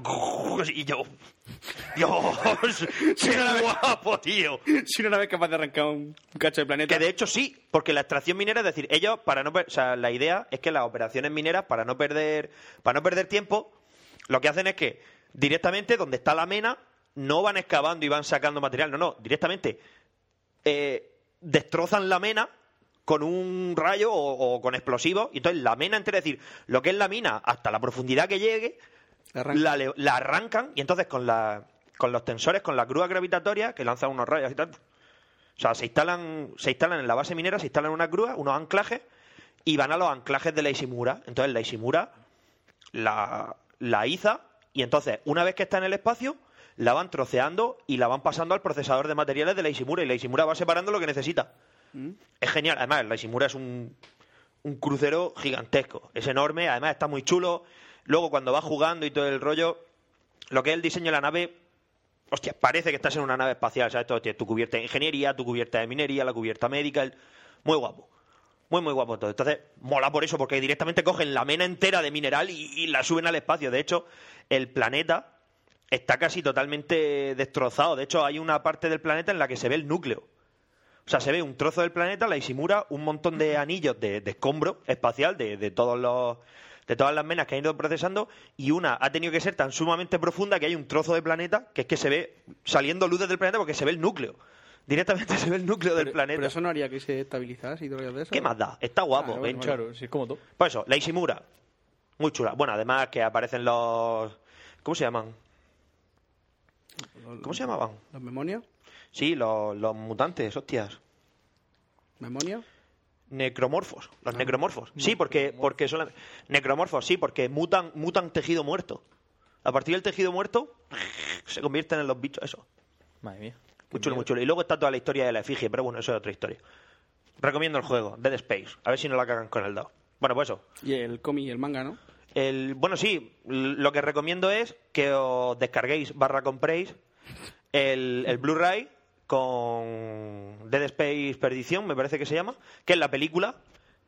[SPEAKER 5] Y yo, Dios, qué guapo, tío.
[SPEAKER 8] Si no la ves capaz de arrancar un un cacho de planeta.
[SPEAKER 5] Que de hecho sí, porque la extracción minera, es decir, ellos para no, per- o sea, la idea es que las operaciones mineras para no perder para no perder tiempo, lo que hacen es que directamente donde está la mena no van excavando y van sacando material, no, no, directamente eh, destrozan la mena con un rayo o, o con explosivos y entonces la mena entera, es decir, lo que es la mina hasta la profundidad que llegue, la,
[SPEAKER 8] La arrancan.
[SPEAKER 5] le- la arrancan y entonces con, la, con los tensores, con la grúa gravitatoria que lanzan unos rayos y tal, o sea, se instalan, se instalan en la base minera, se instalan unas grúas, unos anclajes, y van a los anclajes de la Isimura. Entonces, la Isimura la, la iza, y entonces, una vez que está en el espacio, la van troceando y la van pasando al procesador de materiales de la Isimura, y la Isimura va separando lo que necesita. Es genial. Además, la Isimura es un, un crucero gigantesco. Es enorme, además está muy chulo. Luego, cuando va jugando y todo el rollo, lo que es el diseño de la nave Hostia, parece que estás en una nave espacial, ¿sabes? Todo tiene tu cubierta de ingeniería, tu cubierta de minería, la cubierta médica. el- Muy guapo. Muy, muy guapo todo. Entonces, mola por eso, porque directamente cogen la mena entera de mineral y, y la suben al espacio. De hecho, el planeta está casi totalmente destrozado. De hecho, hay una parte del planeta en la que se ve el núcleo. O sea, se ve un trozo del planeta, la Isimura, un montón de anillos de, de escombro espacial de, de todos los de todas las menas que han ido procesando y una ha tenido que ser tan sumamente profunda que hay un trozo de planeta que es que se ve saliendo luces del planeta porque se ve el núcleo. Directamente se ve el núcleo del planeta.
[SPEAKER 8] Pero eso no haría que se estabilizase y todo lo de eso.
[SPEAKER 5] ¿Qué más da? Está guapo.
[SPEAKER 8] Ah, bueno,
[SPEAKER 5] ven.
[SPEAKER 9] Claro, sí, es como todo.
[SPEAKER 5] Por Pues eso, la Isimura. Muy chula. Bueno, además que aparecen los... ¿Cómo se llaman? ¿Cómo se llamaban?
[SPEAKER 8] ¿Los memonios?
[SPEAKER 5] Sí, los, los mutantes, hostias.
[SPEAKER 8] ¿Memonios?
[SPEAKER 5] Necromorfos, los necromorfos. Sí, porque, porque son la- necromorfos, sí, porque mutan, mutan tejido muerto. A partir del tejido muerto se convierten en los bichos, eso.
[SPEAKER 9] Madre mía.
[SPEAKER 5] Muy chulo, muy chulo. Y luego está toda la historia de la efigie, pero bueno, eso es otra historia. Recomiendo el juego, Dead Space. A ver si no la cagan con el dado. Bueno, pues eso.
[SPEAKER 8] Y el cómic y el manga, ¿no?
[SPEAKER 5] El, bueno, sí, l- lo que recomiendo es que os descarguéis barra compréis el, el Blu-ray con Dead Space Perdición, me parece que se llama, que es la película,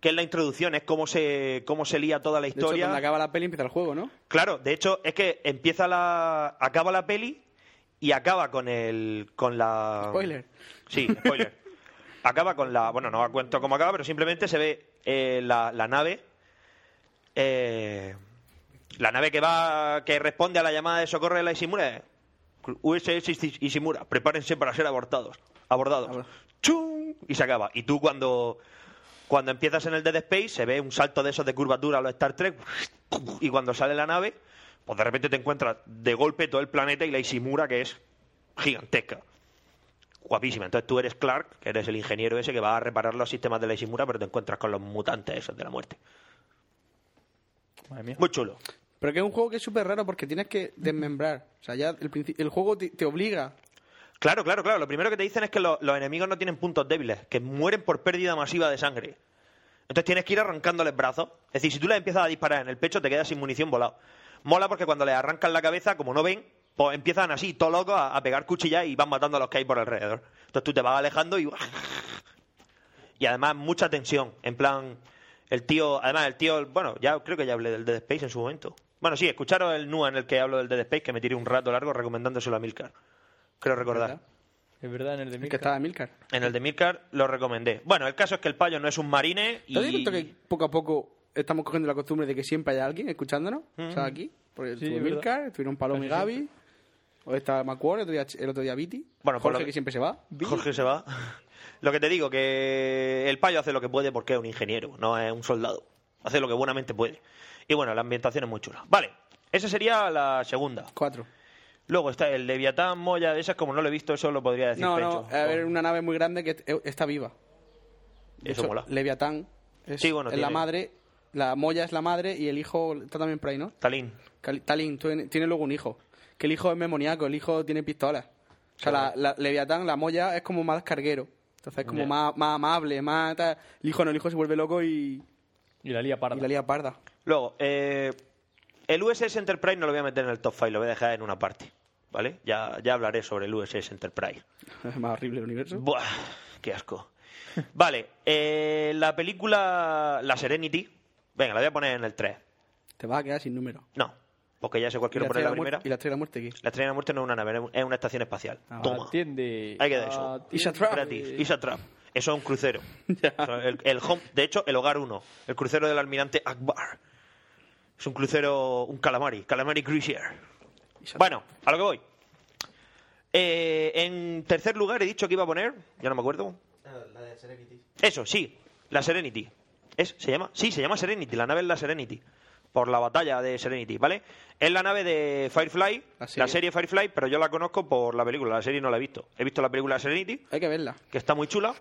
[SPEAKER 5] que es la introducción, es cómo se, cómo se lía toda la
[SPEAKER 8] De hecho,
[SPEAKER 5] historia.
[SPEAKER 8] cuando acaba la peli empieza el juego, ¿no?
[SPEAKER 5] Claro, de hecho, es que empieza la. acaba la peli y acaba con el. con la.
[SPEAKER 8] Spoiler.
[SPEAKER 5] Sí, spoiler. acaba con la. Bueno, no os cuento cómo acaba, pero simplemente se ve eh, la, la nave. eh, la nave que va. que responde a la llamada de socorro de la Isimura. eh, USS Isi- Isimura, prepárense para ser abortados. Abordados.
[SPEAKER 8] Abor-
[SPEAKER 5] ¡Chum! Y se acaba. Y tú cuando. Cuando empiezas en el Dead Space se ve un salto de esos de curvatura a los Star Trek y cuando sale la nave, pues de repente te encuentras de golpe todo el planeta y la Isimura que es gigantesca. Guapísima. Entonces tú eres Clark, que eres el ingeniero ese que va a reparar los sistemas de la Isimura, pero te encuentras con los mutantes esos de la muerte.
[SPEAKER 9] Madre mía.
[SPEAKER 5] Muy chulo.
[SPEAKER 8] Pero que es un juego que es súper raro porque tienes que desmembrar. O sea, ya el, princi- el juego te, te obliga.
[SPEAKER 5] Claro, claro, claro. Lo primero que te dicen es que lo- los enemigos no tienen puntos débiles, que mueren por pérdida masiva de sangre. Entonces tienes que ir arrancándoles brazos. Es decir, si tú les empiezas a disparar en el pecho, te quedas sin munición volado. Mola porque cuando les arrancan la cabeza, como no ven, pues empiezan así, todos locos, a, a pegar cuchillas y van matando a los que hay por alrededor. Entonces tú te vas alejando y... Y además mucha tensión. En plan, el tío... Además, el tío... Bueno, ya creo que ya hablé del Dead Space en su momento. Bueno, sí, escucharos el NUA en el que hablo del Dead Space, que me tiré un rato largo recomendándoselo a Milcar. Creo recordar.
[SPEAKER 8] ¿Verdad?
[SPEAKER 9] Es verdad, en el de
[SPEAKER 8] El que estaba Milcar.
[SPEAKER 5] En el de Milcar lo recomendé. Bueno, el caso es que el payo no es un marine
[SPEAKER 8] ¿Te das
[SPEAKER 5] y...
[SPEAKER 8] cuenta que poco a poco estamos cogiendo la costumbre de que siempre haya alguien escuchándonos? O sea, aquí. Porque estuvo
[SPEAKER 9] es verdad.
[SPEAKER 8] Milcar, estuvieron Paloma y Gaby. Hoy está Macquarie, otro día Ch- el otro día Viti.
[SPEAKER 5] Bueno, por
[SPEAKER 8] Jorge
[SPEAKER 5] lo-
[SPEAKER 8] que siempre se va.
[SPEAKER 5] Jorge se va. Lo que te digo, que el payo hace lo que puede porque es un ingeniero, no es un soldado. Hace lo que buenamente puede. Y bueno, la ambientación es muy chula. Vale, esa sería la segunda.
[SPEAKER 8] Cuatro.
[SPEAKER 5] Luego está el Leviatán, Moya, de esas, como no lo he visto, eso lo podría decir
[SPEAKER 8] No,
[SPEAKER 5] Pencho.
[SPEAKER 8] no, a ver, una nave muy grande que est- e, está viva. De
[SPEAKER 5] Eso
[SPEAKER 8] hecho,
[SPEAKER 5] mola.
[SPEAKER 8] Leviatán es,
[SPEAKER 5] Sí, bueno,
[SPEAKER 8] es
[SPEAKER 5] tiene-
[SPEAKER 8] la madre, la Moya es la madre y el hijo está también por ahí, ¿no?
[SPEAKER 5] Talín.
[SPEAKER 8] Cali- Talín tiene, tiene luego un hijo. Que el hijo es memoniaco, el hijo tiene pistolas. O sea, la, la- Leviatán, la Moya, es como más carguero. Entonces es como
[SPEAKER 5] Ya.
[SPEAKER 8] más, más amable, más... tal. El hijo no, el hijo se vuelve loco y,
[SPEAKER 9] Y la lía parda.
[SPEAKER 8] y la lía parda.
[SPEAKER 5] Luego, eh, el USS Enterprise no lo voy a meter en el top 5, lo voy a dejar en una parte. ¿Vale? Ya, ya hablaré sobre el USS Enterprise.
[SPEAKER 8] Es más horrible el universo.
[SPEAKER 5] Buah, qué asco. Vale, eh, la película La Serenity. Venga, la voy a poner en el 3.
[SPEAKER 8] Te vas a quedar sin número.
[SPEAKER 5] No, porque ya sé cuál quiero
[SPEAKER 8] ¿Y
[SPEAKER 5] poner
[SPEAKER 8] estrella
[SPEAKER 5] la
[SPEAKER 8] de muerte-
[SPEAKER 5] primera.
[SPEAKER 8] ¿Y la estrella de la Ah, muerte qué?
[SPEAKER 5] La estrella de la muerte no es una nave, es una estación espacial.
[SPEAKER 9] Ah,
[SPEAKER 5] Toma.
[SPEAKER 9] Atiende.
[SPEAKER 5] Hay que dar eso.
[SPEAKER 9] Atiende.
[SPEAKER 8] Isha Trap.
[SPEAKER 5] Gratis, Isa Trap. Eso es un crucero. Eso es el, el home- de hecho, el hogar 1. El crucero del almirante Akbar. Es un crucero, un calamari, calamari cruiser. Bueno, a lo que voy. Eh, en tercer lugar he dicho que iba a poner, ya no me acuerdo.
[SPEAKER 11] Ah, La de Serenity.
[SPEAKER 5] Eso, sí, la Serenity. ¿Es? ¿Se llama? Sí, se llama Serenity, la nave es la Serenity. Por la batalla de Serenity, ¿vale? Es la nave de Firefly, la serie. Firefly, pero yo la conozco por la película, la serie no la he visto. He visto la película Serenity,
[SPEAKER 8] Hay que verla.
[SPEAKER 5] que está muy chula,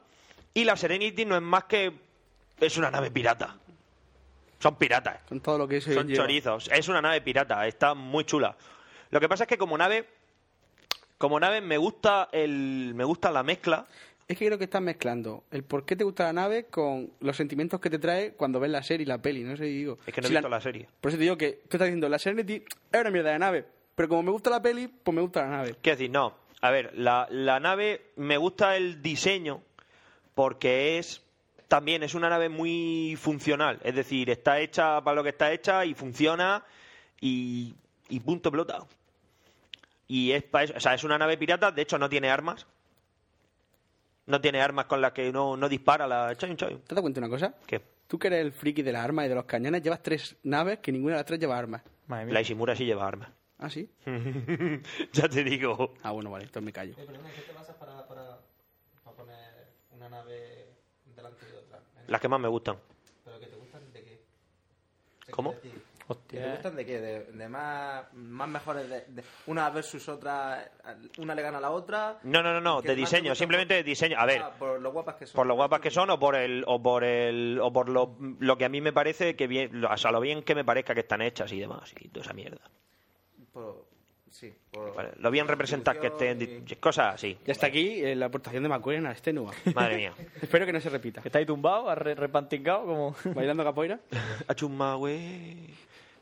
[SPEAKER 5] y la Serenity no es más que... es una nave pirata. Son piratas.
[SPEAKER 8] Con todo lo que eso
[SPEAKER 5] Son
[SPEAKER 8] lleva.
[SPEAKER 5] chorizos. Es una nave pirata, está muy chula. Lo que pasa es que como nave, como nave me gusta el, me gusta la mezcla.
[SPEAKER 8] Es que creo que estás mezclando el por qué te gusta la nave con los sentimientos que te trae cuando ves la serie y la peli, no sé si digo.
[SPEAKER 5] Es que no he
[SPEAKER 8] Si
[SPEAKER 5] visto la serie.
[SPEAKER 8] Por eso te digo que tú estás diciendo, la Serenity es una mierda de nave, pero como me gusta la peli, pues me gusta la nave.
[SPEAKER 5] Quiero decir, no. A ver, la, la nave me gusta el diseño porque es también es una nave muy funcional. Es decir, está hecha para lo que está hecha y funciona y, y punto pelota. Y es para eso. O sea, es una nave pirata, de hecho no tiene armas. No tiene armas con las que no, no dispara la... choin, choin.
[SPEAKER 8] ¿Te das cuenta de una cosa?
[SPEAKER 5] ¿Qué?
[SPEAKER 8] Tú que eres el friki de las armas y de los cañones, llevas tres naves que ninguna de las tres lleva armas.
[SPEAKER 9] Madre mía.
[SPEAKER 5] La Ishimura sí lleva armas.
[SPEAKER 8] ¿Ah, sí?
[SPEAKER 5] ya te digo.
[SPEAKER 8] Ah, bueno, vale, entonces me callo.
[SPEAKER 11] El problema es que te basas para, para, para poner una nave delante de otra.
[SPEAKER 5] Las que más me gustan.
[SPEAKER 11] ¿Pero que te gustan de qué? O sea,
[SPEAKER 5] ¿Cómo?
[SPEAKER 11] quiero decir, ¿Que te
[SPEAKER 9] Hostia. ¿eh?
[SPEAKER 11] gustan de qué? De, de más, más mejores, de, de- una versus otra, una le gana a la otra.
[SPEAKER 5] No, no, no, no,
[SPEAKER 11] ¿Que
[SPEAKER 5] de
[SPEAKER 11] más te
[SPEAKER 5] diseño,
[SPEAKER 11] gustan
[SPEAKER 5] simplemente
[SPEAKER 11] por-
[SPEAKER 5] de diseño. A ver,
[SPEAKER 11] Ah, por lo guapas que son.
[SPEAKER 8] pues,
[SPEAKER 5] por lo guapas que son o por el o por el o por lo, lo que a mí me parece que bien lo- o sea, lo bien que me parezca que están hechas y demás y toda esa mierda
[SPEAKER 11] Por- sí, por-
[SPEAKER 5] Vale, lo bien representas que estén di- cosas así
[SPEAKER 8] Y hasta aquí eh, la aportación de McQueen a este nuba.
[SPEAKER 5] madre mía
[SPEAKER 8] Espero que no se repita.
[SPEAKER 9] Que ¿Estáis tumbados, arre- repantingados? Como...
[SPEAKER 8] ¿Bailando capoeira?
[SPEAKER 5] achumma wey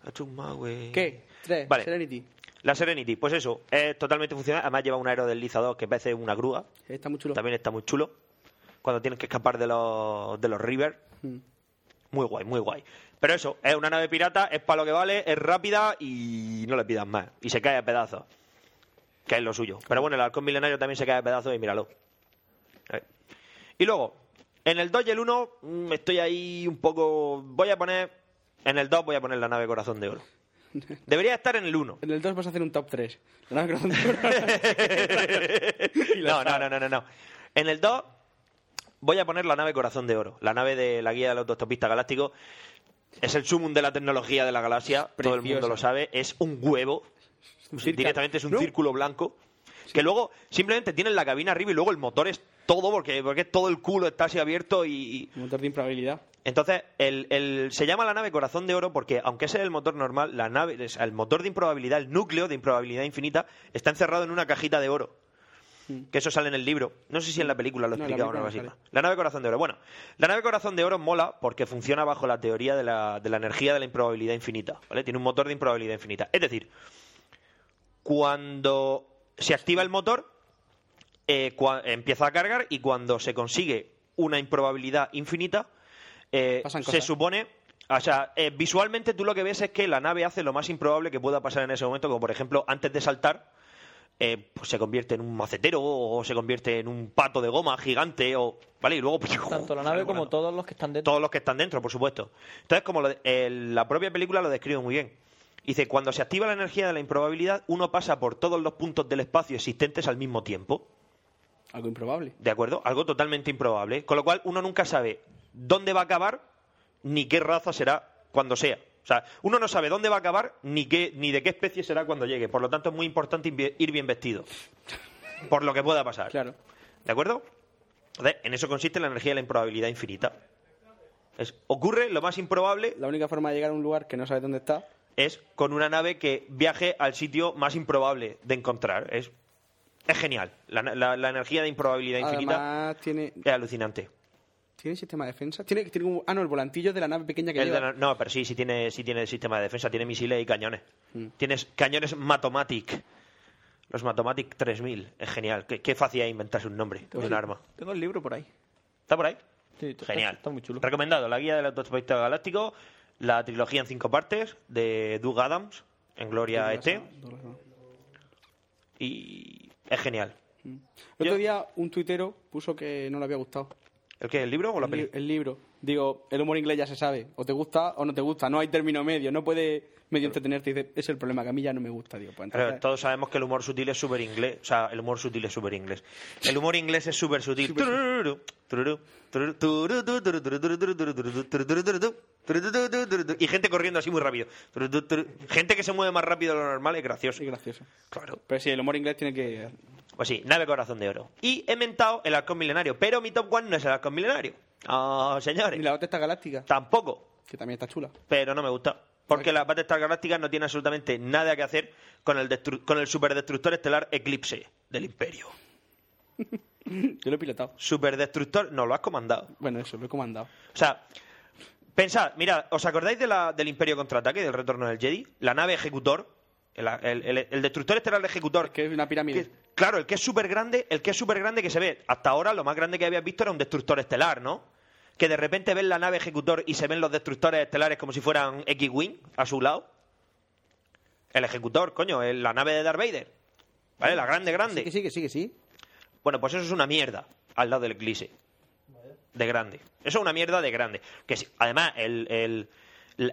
[SPEAKER 5] achumma wey
[SPEAKER 8] ¿Qué? Tres,
[SPEAKER 5] Vale.
[SPEAKER 8] Serenity.
[SPEAKER 5] la Serenity pues eso es totalmente funcional además lleva un aerodeslizador que parece una grúa
[SPEAKER 8] Está muy chulo.
[SPEAKER 5] también está muy chulo cuando tienes que escapar de los de los river
[SPEAKER 8] Mm.
[SPEAKER 5] Muy guay, muy guay. Pero eso, es una nave pirata, es para lo que vale, es rápida y no le pidas más. Y se cae a pedazos. Que es lo suyo. Pero bueno, el halcón milenario también se cae a pedazos y míralo. Eh. Y luego, en el 2 y el 1 mm, estoy ahí un poco... Voy a poner... En el 2 voy a poner la nave corazón de oro. Debería estar en el 1.
[SPEAKER 8] En el 2 vas a hacer un top 3.
[SPEAKER 5] no, no, no, no, no, no. En el 2 voy a poner la nave Corazón de Oro, la nave de la guía del autostopista galáctico. Es el sumum de la tecnología de la galaxia, todo el mundo
[SPEAKER 8] Preciosa.
[SPEAKER 5] lo sabe, es un huevo,
[SPEAKER 8] círculo.
[SPEAKER 5] directamente es un
[SPEAKER 8] No.
[SPEAKER 5] círculo blanco, que luego simplemente tienen la cabina arriba y luego el motor es todo, porque, porque todo el culo está así abierto y, y-
[SPEAKER 8] Un motor de improbabilidad.
[SPEAKER 5] entonces, el, el- se llama la nave Corazón de Oro porque, aunque ese es el motor normal, la nave, es- el motor de improbabilidad, el núcleo de improbabilidad infinita, está encerrado en una cajita de oro. Que eso sale en el libro. No sé si en la película lo
[SPEAKER 8] Hmm. No, en la
[SPEAKER 5] explicaba o
[SPEAKER 8] película
[SPEAKER 5] algo
[SPEAKER 8] no
[SPEAKER 5] así.
[SPEAKER 8] sale.
[SPEAKER 5] La nave Corazón de Oro. Bueno, la nave Corazón de Oro mola porque funciona bajo la teoría de la, de la energía de la improbabilidad infinita. ¿vale? Tiene un motor de improbabilidad infinita. Es decir, cuando se activa el motor, eh, cua- empieza a cargar y cuando se consigue una improbabilidad infinita, eh,
[SPEAKER 8] Pasan
[SPEAKER 5] se
[SPEAKER 8] cosas.
[SPEAKER 5] supone... O sea, eh, visualmente tú lo que ves es que la nave hace lo más improbable que pueda pasar en ese momento, como por ejemplo antes de saltar, eh, pues se convierte en un macetero o se convierte en un pato de goma gigante o... ¿Vale? Y luego...
[SPEAKER 9] Tanto la nave
[SPEAKER 5] sale
[SPEAKER 9] como
[SPEAKER 5] volando.
[SPEAKER 9] todos los que están dentro.
[SPEAKER 5] Todos los que están dentro, por supuesto. Entonces, como lo de- el- la propia película lo describe muy bien. Dice, cuando se activa la energía de la improbabilidad, uno pasa por todos los puntos del espacio existentes al mismo tiempo.
[SPEAKER 8] Algo improbable.
[SPEAKER 5] ¿De acuerdo? Algo totalmente improbable. Con lo cual, uno nunca sabe dónde va a acabar ni qué raza será cuando sea. O sea, uno no sabe dónde va a acabar ni, qué, ni de qué especie será cuando llegue. Por lo tanto, es muy importante invi- ir bien vestido. Por lo que pueda pasar.
[SPEAKER 8] Claro.
[SPEAKER 5] ¿De acuerdo? Entonces, en eso consiste la energía de la improbabilidad infinita. Es- ocurre lo más improbable
[SPEAKER 8] La única forma de llegar a un lugar que no sabes dónde está.
[SPEAKER 5] es con una nave que viaje al sitio más improbable de encontrar. Es, es genial. La, la- la energía de improbabilidad infinita
[SPEAKER 8] Además, tiene,
[SPEAKER 5] es alucinante.
[SPEAKER 8] tiene sistema de defensa. Tiene, tiene un- ah, no, el volantillo de la nave pequeña que
[SPEAKER 5] El de
[SPEAKER 8] lleva.
[SPEAKER 5] la- no, pero sí, sí tiene, sí tiene sistema de defensa, tiene misiles y cañones. Tienes cañones Matomatic. Los Matomatic 3000. Es genial. Qué, qué fácil es inventarse un nombre de un arma.
[SPEAKER 9] Tengo el libro por ahí.
[SPEAKER 5] ¿Está por ahí?
[SPEAKER 9] Sí, está-
[SPEAKER 5] Genial.
[SPEAKER 9] Está muy chulo.
[SPEAKER 5] Recomendado, la guía del autoestopista galáctico, la trilogía en cinco partes de Doug Adams, en Gloria a ET,
[SPEAKER 8] Douglas Adams.
[SPEAKER 5] y es genial.
[SPEAKER 8] El otro
[SPEAKER 5] Yo-
[SPEAKER 8] día un tuitero puso que no le había gustado
[SPEAKER 5] ¿El qué? ¿El libro o la
[SPEAKER 8] el, li-
[SPEAKER 5] peli?
[SPEAKER 8] el libro. Digo, el humor inglés ya se sabe. O te gusta o no te gusta. No hay término medio. No puede medio entretenerte. Y dice, es el problema, que a mí ya no me gusta. Digo, pues
[SPEAKER 5] Claro,
[SPEAKER 8] entonces...
[SPEAKER 5] todos sabemos que el humor sutil es súper inglés. O sea, el humor sutil es súper inglés. El humor inglés es súper sutil. Tururú, tururú, tururú, tururú, tururú, tururú, tururú, tururú, tururú, tururú, tururú, tururú, tururú. Y gente corriendo así muy rápido. Tururú, tururú. Gente que se mueve más rápido de lo normal es gracioso.
[SPEAKER 8] gracioso.
[SPEAKER 5] Claro.
[SPEAKER 8] Pero sí, el humor inglés tiene que...
[SPEAKER 5] Pues sí, nave corazón de oro. Y he mentado el halcón milenario. Pero mi top one no es el halcón milenario. Ah, señores.
[SPEAKER 8] ¿Y la batesta galáctica?
[SPEAKER 5] Tampoco.
[SPEAKER 8] Que también está chula.
[SPEAKER 5] pero no me gusta. Porque las Battlestar Galácticas no tiene absolutamente nada que hacer con el, destru- con el superdestructor estelar Eclipse del Imperio.
[SPEAKER 8] Yo lo he pilotado.
[SPEAKER 5] Superdestructor, no, lo has comandado.
[SPEAKER 8] Bueno, eso, lo he comandado.
[SPEAKER 5] O sea, pensad, mirad, ¿os acordáis de la- del Imperio Contraataque, del Retorno del Jedi? La nave ejecutor, el, el- el- el destructor estelar ejecutor.
[SPEAKER 8] que es una pirámide.
[SPEAKER 5] claro, el que es súper grande, el que es súper grande que se ve. Hasta ahora lo más grande que habías visto era un destructor estelar, ¿no? Que de repente ven la nave ejecutor y se ven los destructores estelares como si fueran X-Wing a su lado. El ejecutor, coño, el- la nave de Darth Vader. ¿Vale? La grande, grande.
[SPEAKER 8] Sí, que sí, que sí.
[SPEAKER 5] Bueno, pues eso es una mierda al lado del Eclipse. De grande. Eso es una mierda de grande. Que si- además, el, el,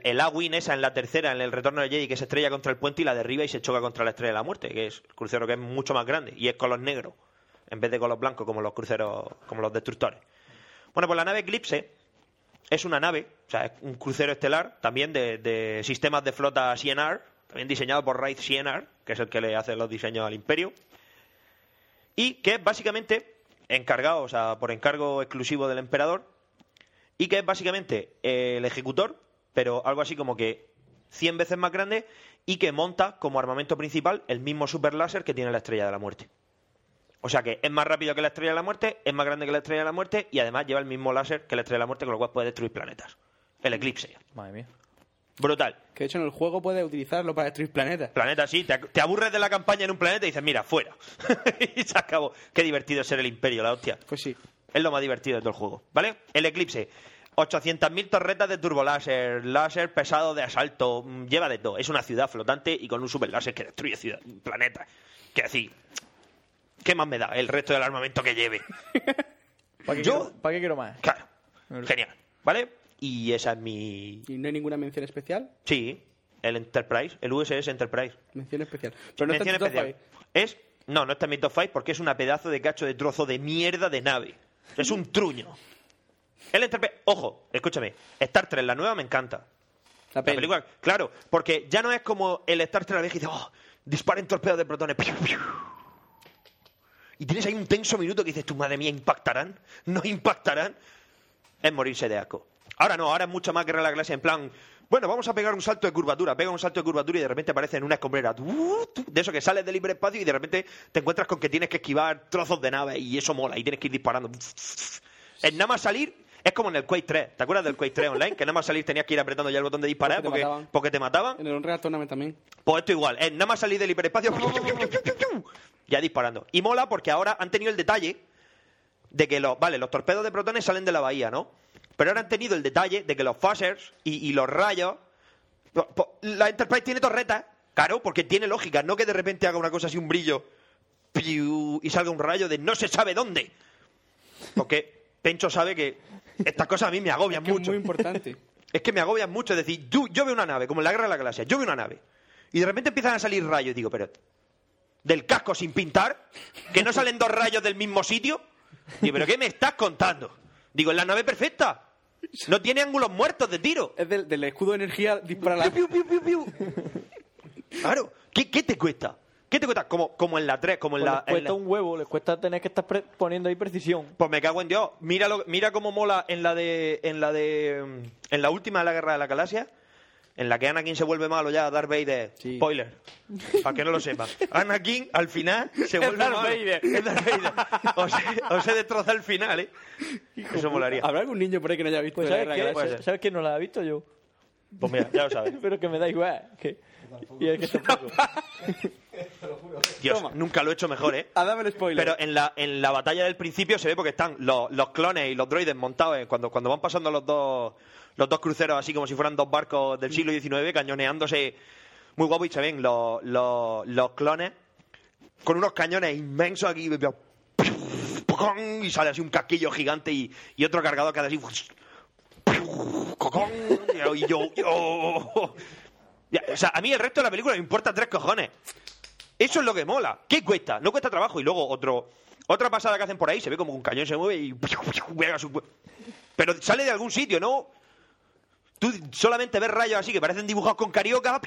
[SPEAKER 5] el A-Wing esa en la tercera, en el retorno de Jedi, que se estrella contra el puente y la derriba y se choca contra la estrella de la muerte, que es el crucero que es mucho más grande y es color negro en vez de color blanco como los cruceros, como los destructores. Bueno, pues la nave Eclipse es una nave, o sea, es un crucero estelar también de, de sistemas de flota CNR, también diseñado por Raid CNR, que es el que le hace los diseños al Imperio y que es básicamente encargado, o sea, por encargo exclusivo del emperador, y que es básicamente eh, el ejecutor, pero algo así como que 100 veces más grande y que monta como armamento principal el mismo super láser que tiene la estrella de la muerte. O sea que es más rápido que la estrella de la muerte, es más grande que la estrella de la muerte y además lleva el mismo láser que la estrella de la muerte, con lo cual puede destruir planetas. El eclipse.
[SPEAKER 9] Madre mía.
[SPEAKER 5] Brutal.
[SPEAKER 8] Que de hecho en el juego puedes utilizarlo para destruir planetas.
[SPEAKER 5] Planeta sí, te, te aburres de la campaña en un planeta y dices, mira, fuera. y se acabó. Qué divertido es ser el imperio, la hostia.
[SPEAKER 8] Pues sí.
[SPEAKER 5] Es lo más divertido de todo el juego, ¿vale? El Eclipse. 800.000 torretas de turboláser, láser pesado de asalto, mm, lleva de todo. Es una ciudad flotante y con un superláser que destruye ciudad, planetas. Que así, ¿qué más me da el resto del armamento que lleve?
[SPEAKER 9] ¿Para qué,
[SPEAKER 5] Yo-
[SPEAKER 9] quiero, para qué quiero más?
[SPEAKER 5] Claro, genial, ¿vale? Y esa es mi...
[SPEAKER 8] Y no hay ninguna mención especial.
[SPEAKER 5] Sí, el Enterprise, el USS Enterprise.
[SPEAKER 8] Mención especial. Pero no está en
[SPEAKER 5] Mención
[SPEAKER 8] tu top
[SPEAKER 5] especial.
[SPEAKER 8] five.
[SPEAKER 5] Es... No, no está en mi top five porque es una pedazo de cacho de trozo de mierda de nave. Es un truño. El Enterprise... Ojo, escúchame. Star Trek, la nueva, me encanta.
[SPEAKER 8] La
[SPEAKER 5] La
[SPEAKER 8] peli.
[SPEAKER 5] película, claro, porque ya no es como el Star Trek la vieja y dice, oh, disparen torpedos de protones. piu, piu". Y tienes ahí un tenso minuto que dices, tu madre mía, ¿impactarán? ¿No impactarán? Es morirse de asco. Ahora no, ahora es mucho más guerra de la clase en plan, bueno, vamos a pegar un salto de curvatura, pega un salto de curvatura y de repente aparece en una escombrera. tu, tu, De eso que sales del libre espacio y de repente te encuentras con que tienes que esquivar trozos de nave y eso mola y tienes que ir disparando. En nada más salir es como en el Quake 3. ¿Te acuerdas del Quake 3 online? Que nada más salir tenías que ir apretando ya el botón de disparar
[SPEAKER 8] Porque
[SPEAKER 5] porque,
[SPEAKER 8] te mataban.
[SPEAKER 5] porque te mataban.
[SPEAKER 8] En el Unreal Tournament también.
[SPEAKER 5] Pues esto igual, es nada más salir del hiperespacio. ya disparando. Y mola porque ahora han tenido el detalle de que los. Vale, los torpedos de protones salen de la bahía, ¿no? Pero ahora han tenido el detalle de que los phasers y, y los rayos. po- po- La Enterprise tiene torretas, claro, porque tiene lógica. No que de repente haga una cosa así, un brillo. piu, Y salga un rayo de no se sabe dónde. Porque Pencho sabe que estas cosas a mí me agobian
[SPEAKER 8] Que es
[SPEAKER 5] mucho.
[SPEAKER 8] muy importante.
[SPEAKER 5] Es que me agobian mucho es decir, yo, yo veo una nave, como en la guerra de la galaxia, yo veo una nave. Y de repente empiezan a salir rayos. Y digo, pero. Del casco sin pintar, que no salen dos rayos del mismo sitio. Digo, ¿pero qué me estás contando? Digo, es la nave perfecta. No tiene ángulos muertos de tiro.
[SPEAKER 8] Es del, del escudo de energía dispara la...
[SPEAKER 5] Piu, piu, piu, piu, piu. Claro, ¿qué, qué te cuesta? ¿Qué te cuesta? Como, como en la 3, como en
[SPEAKER 9] Pues
[SPEAKER 5] la.
[SPEAKER 9] les
[SPEAKER 5] en
[SPEAKER 9] cuesta
[SPEAKER 5] la-
[SPEAKER 9] un huevo, les cuesta tener que estar pre- poniendo ahí precisión.
[SPEAKER 5] Pues me cago en Dios. Mira, lo- mira cómo mola en la de. En la de. En la última de la Guerra de la Galaxia. En la que Anakin se vuelve malo ya, Darth Vader.
[SPEAKER 8] Sí.
[SPEAKER 5] Spoiler. Para que no lo sepa. Anakin al final se
[SPEAKER 9] Es
[SPEAKER 5] vuelve
[SPEAKER 9] Darth
[SPEAKER 5] malo.
[SPEAKER 9] Vader.
[SPEAKER 5] Es Darth Vader. O se, o se destroza al final, ¿eh? Eso molaría.
[SPEAKER 8] ¿Habrá algún niño por ahí que no haya visto
[SPEAKER 9] Pues
[SPEAKER 8] la
[SPEAKER 9] ¿sabes
[SPEAKER 8] Guerra
[SPEAKER 9] qué?
[SPEAKER 8] Galáctica?
[SPEAKER 5] puede ser.
[SPEAKER 9] ¿Sabes que no la he visto yo?
[SPEAKER 5] Pues mira, ya lo sabes.
[SPEAKER 9] Pero que me da igual. que- Y es que tampoco.
[SPEAKER 5] Dios, nunca lo he hecho mejor, ¿eh?
[SPEAKER 8] Ah, dame el spoiler.
[SPEAKER 5] Pero en la, en la batalla del principio se ve porque están los, los clones y los droides montados. eh, Cuando, cuando van pasando los dos, los dos cruceros, así como si fueran dos barcos del siglo XIX, cañoneándose muy guapo. Y se ven los, los, los clones con unos cañones inmensos aquí. Y sale así un casquillo gigante y, y otro cargador que hace así. cocón. Y yo, yo. Ya, o sea, a mí el resto de la película me importa tres cojones. Eso es lo que mola. ¿Qué cuesta? No cuesta trabajo. Y luego otro, otra pasada que hacen por ahí, se ve como un cañón se mueve y... pega su- Pero sale de algún sitio, ¿no? Tú solamente ves rayos así que parecen dibujados con carioca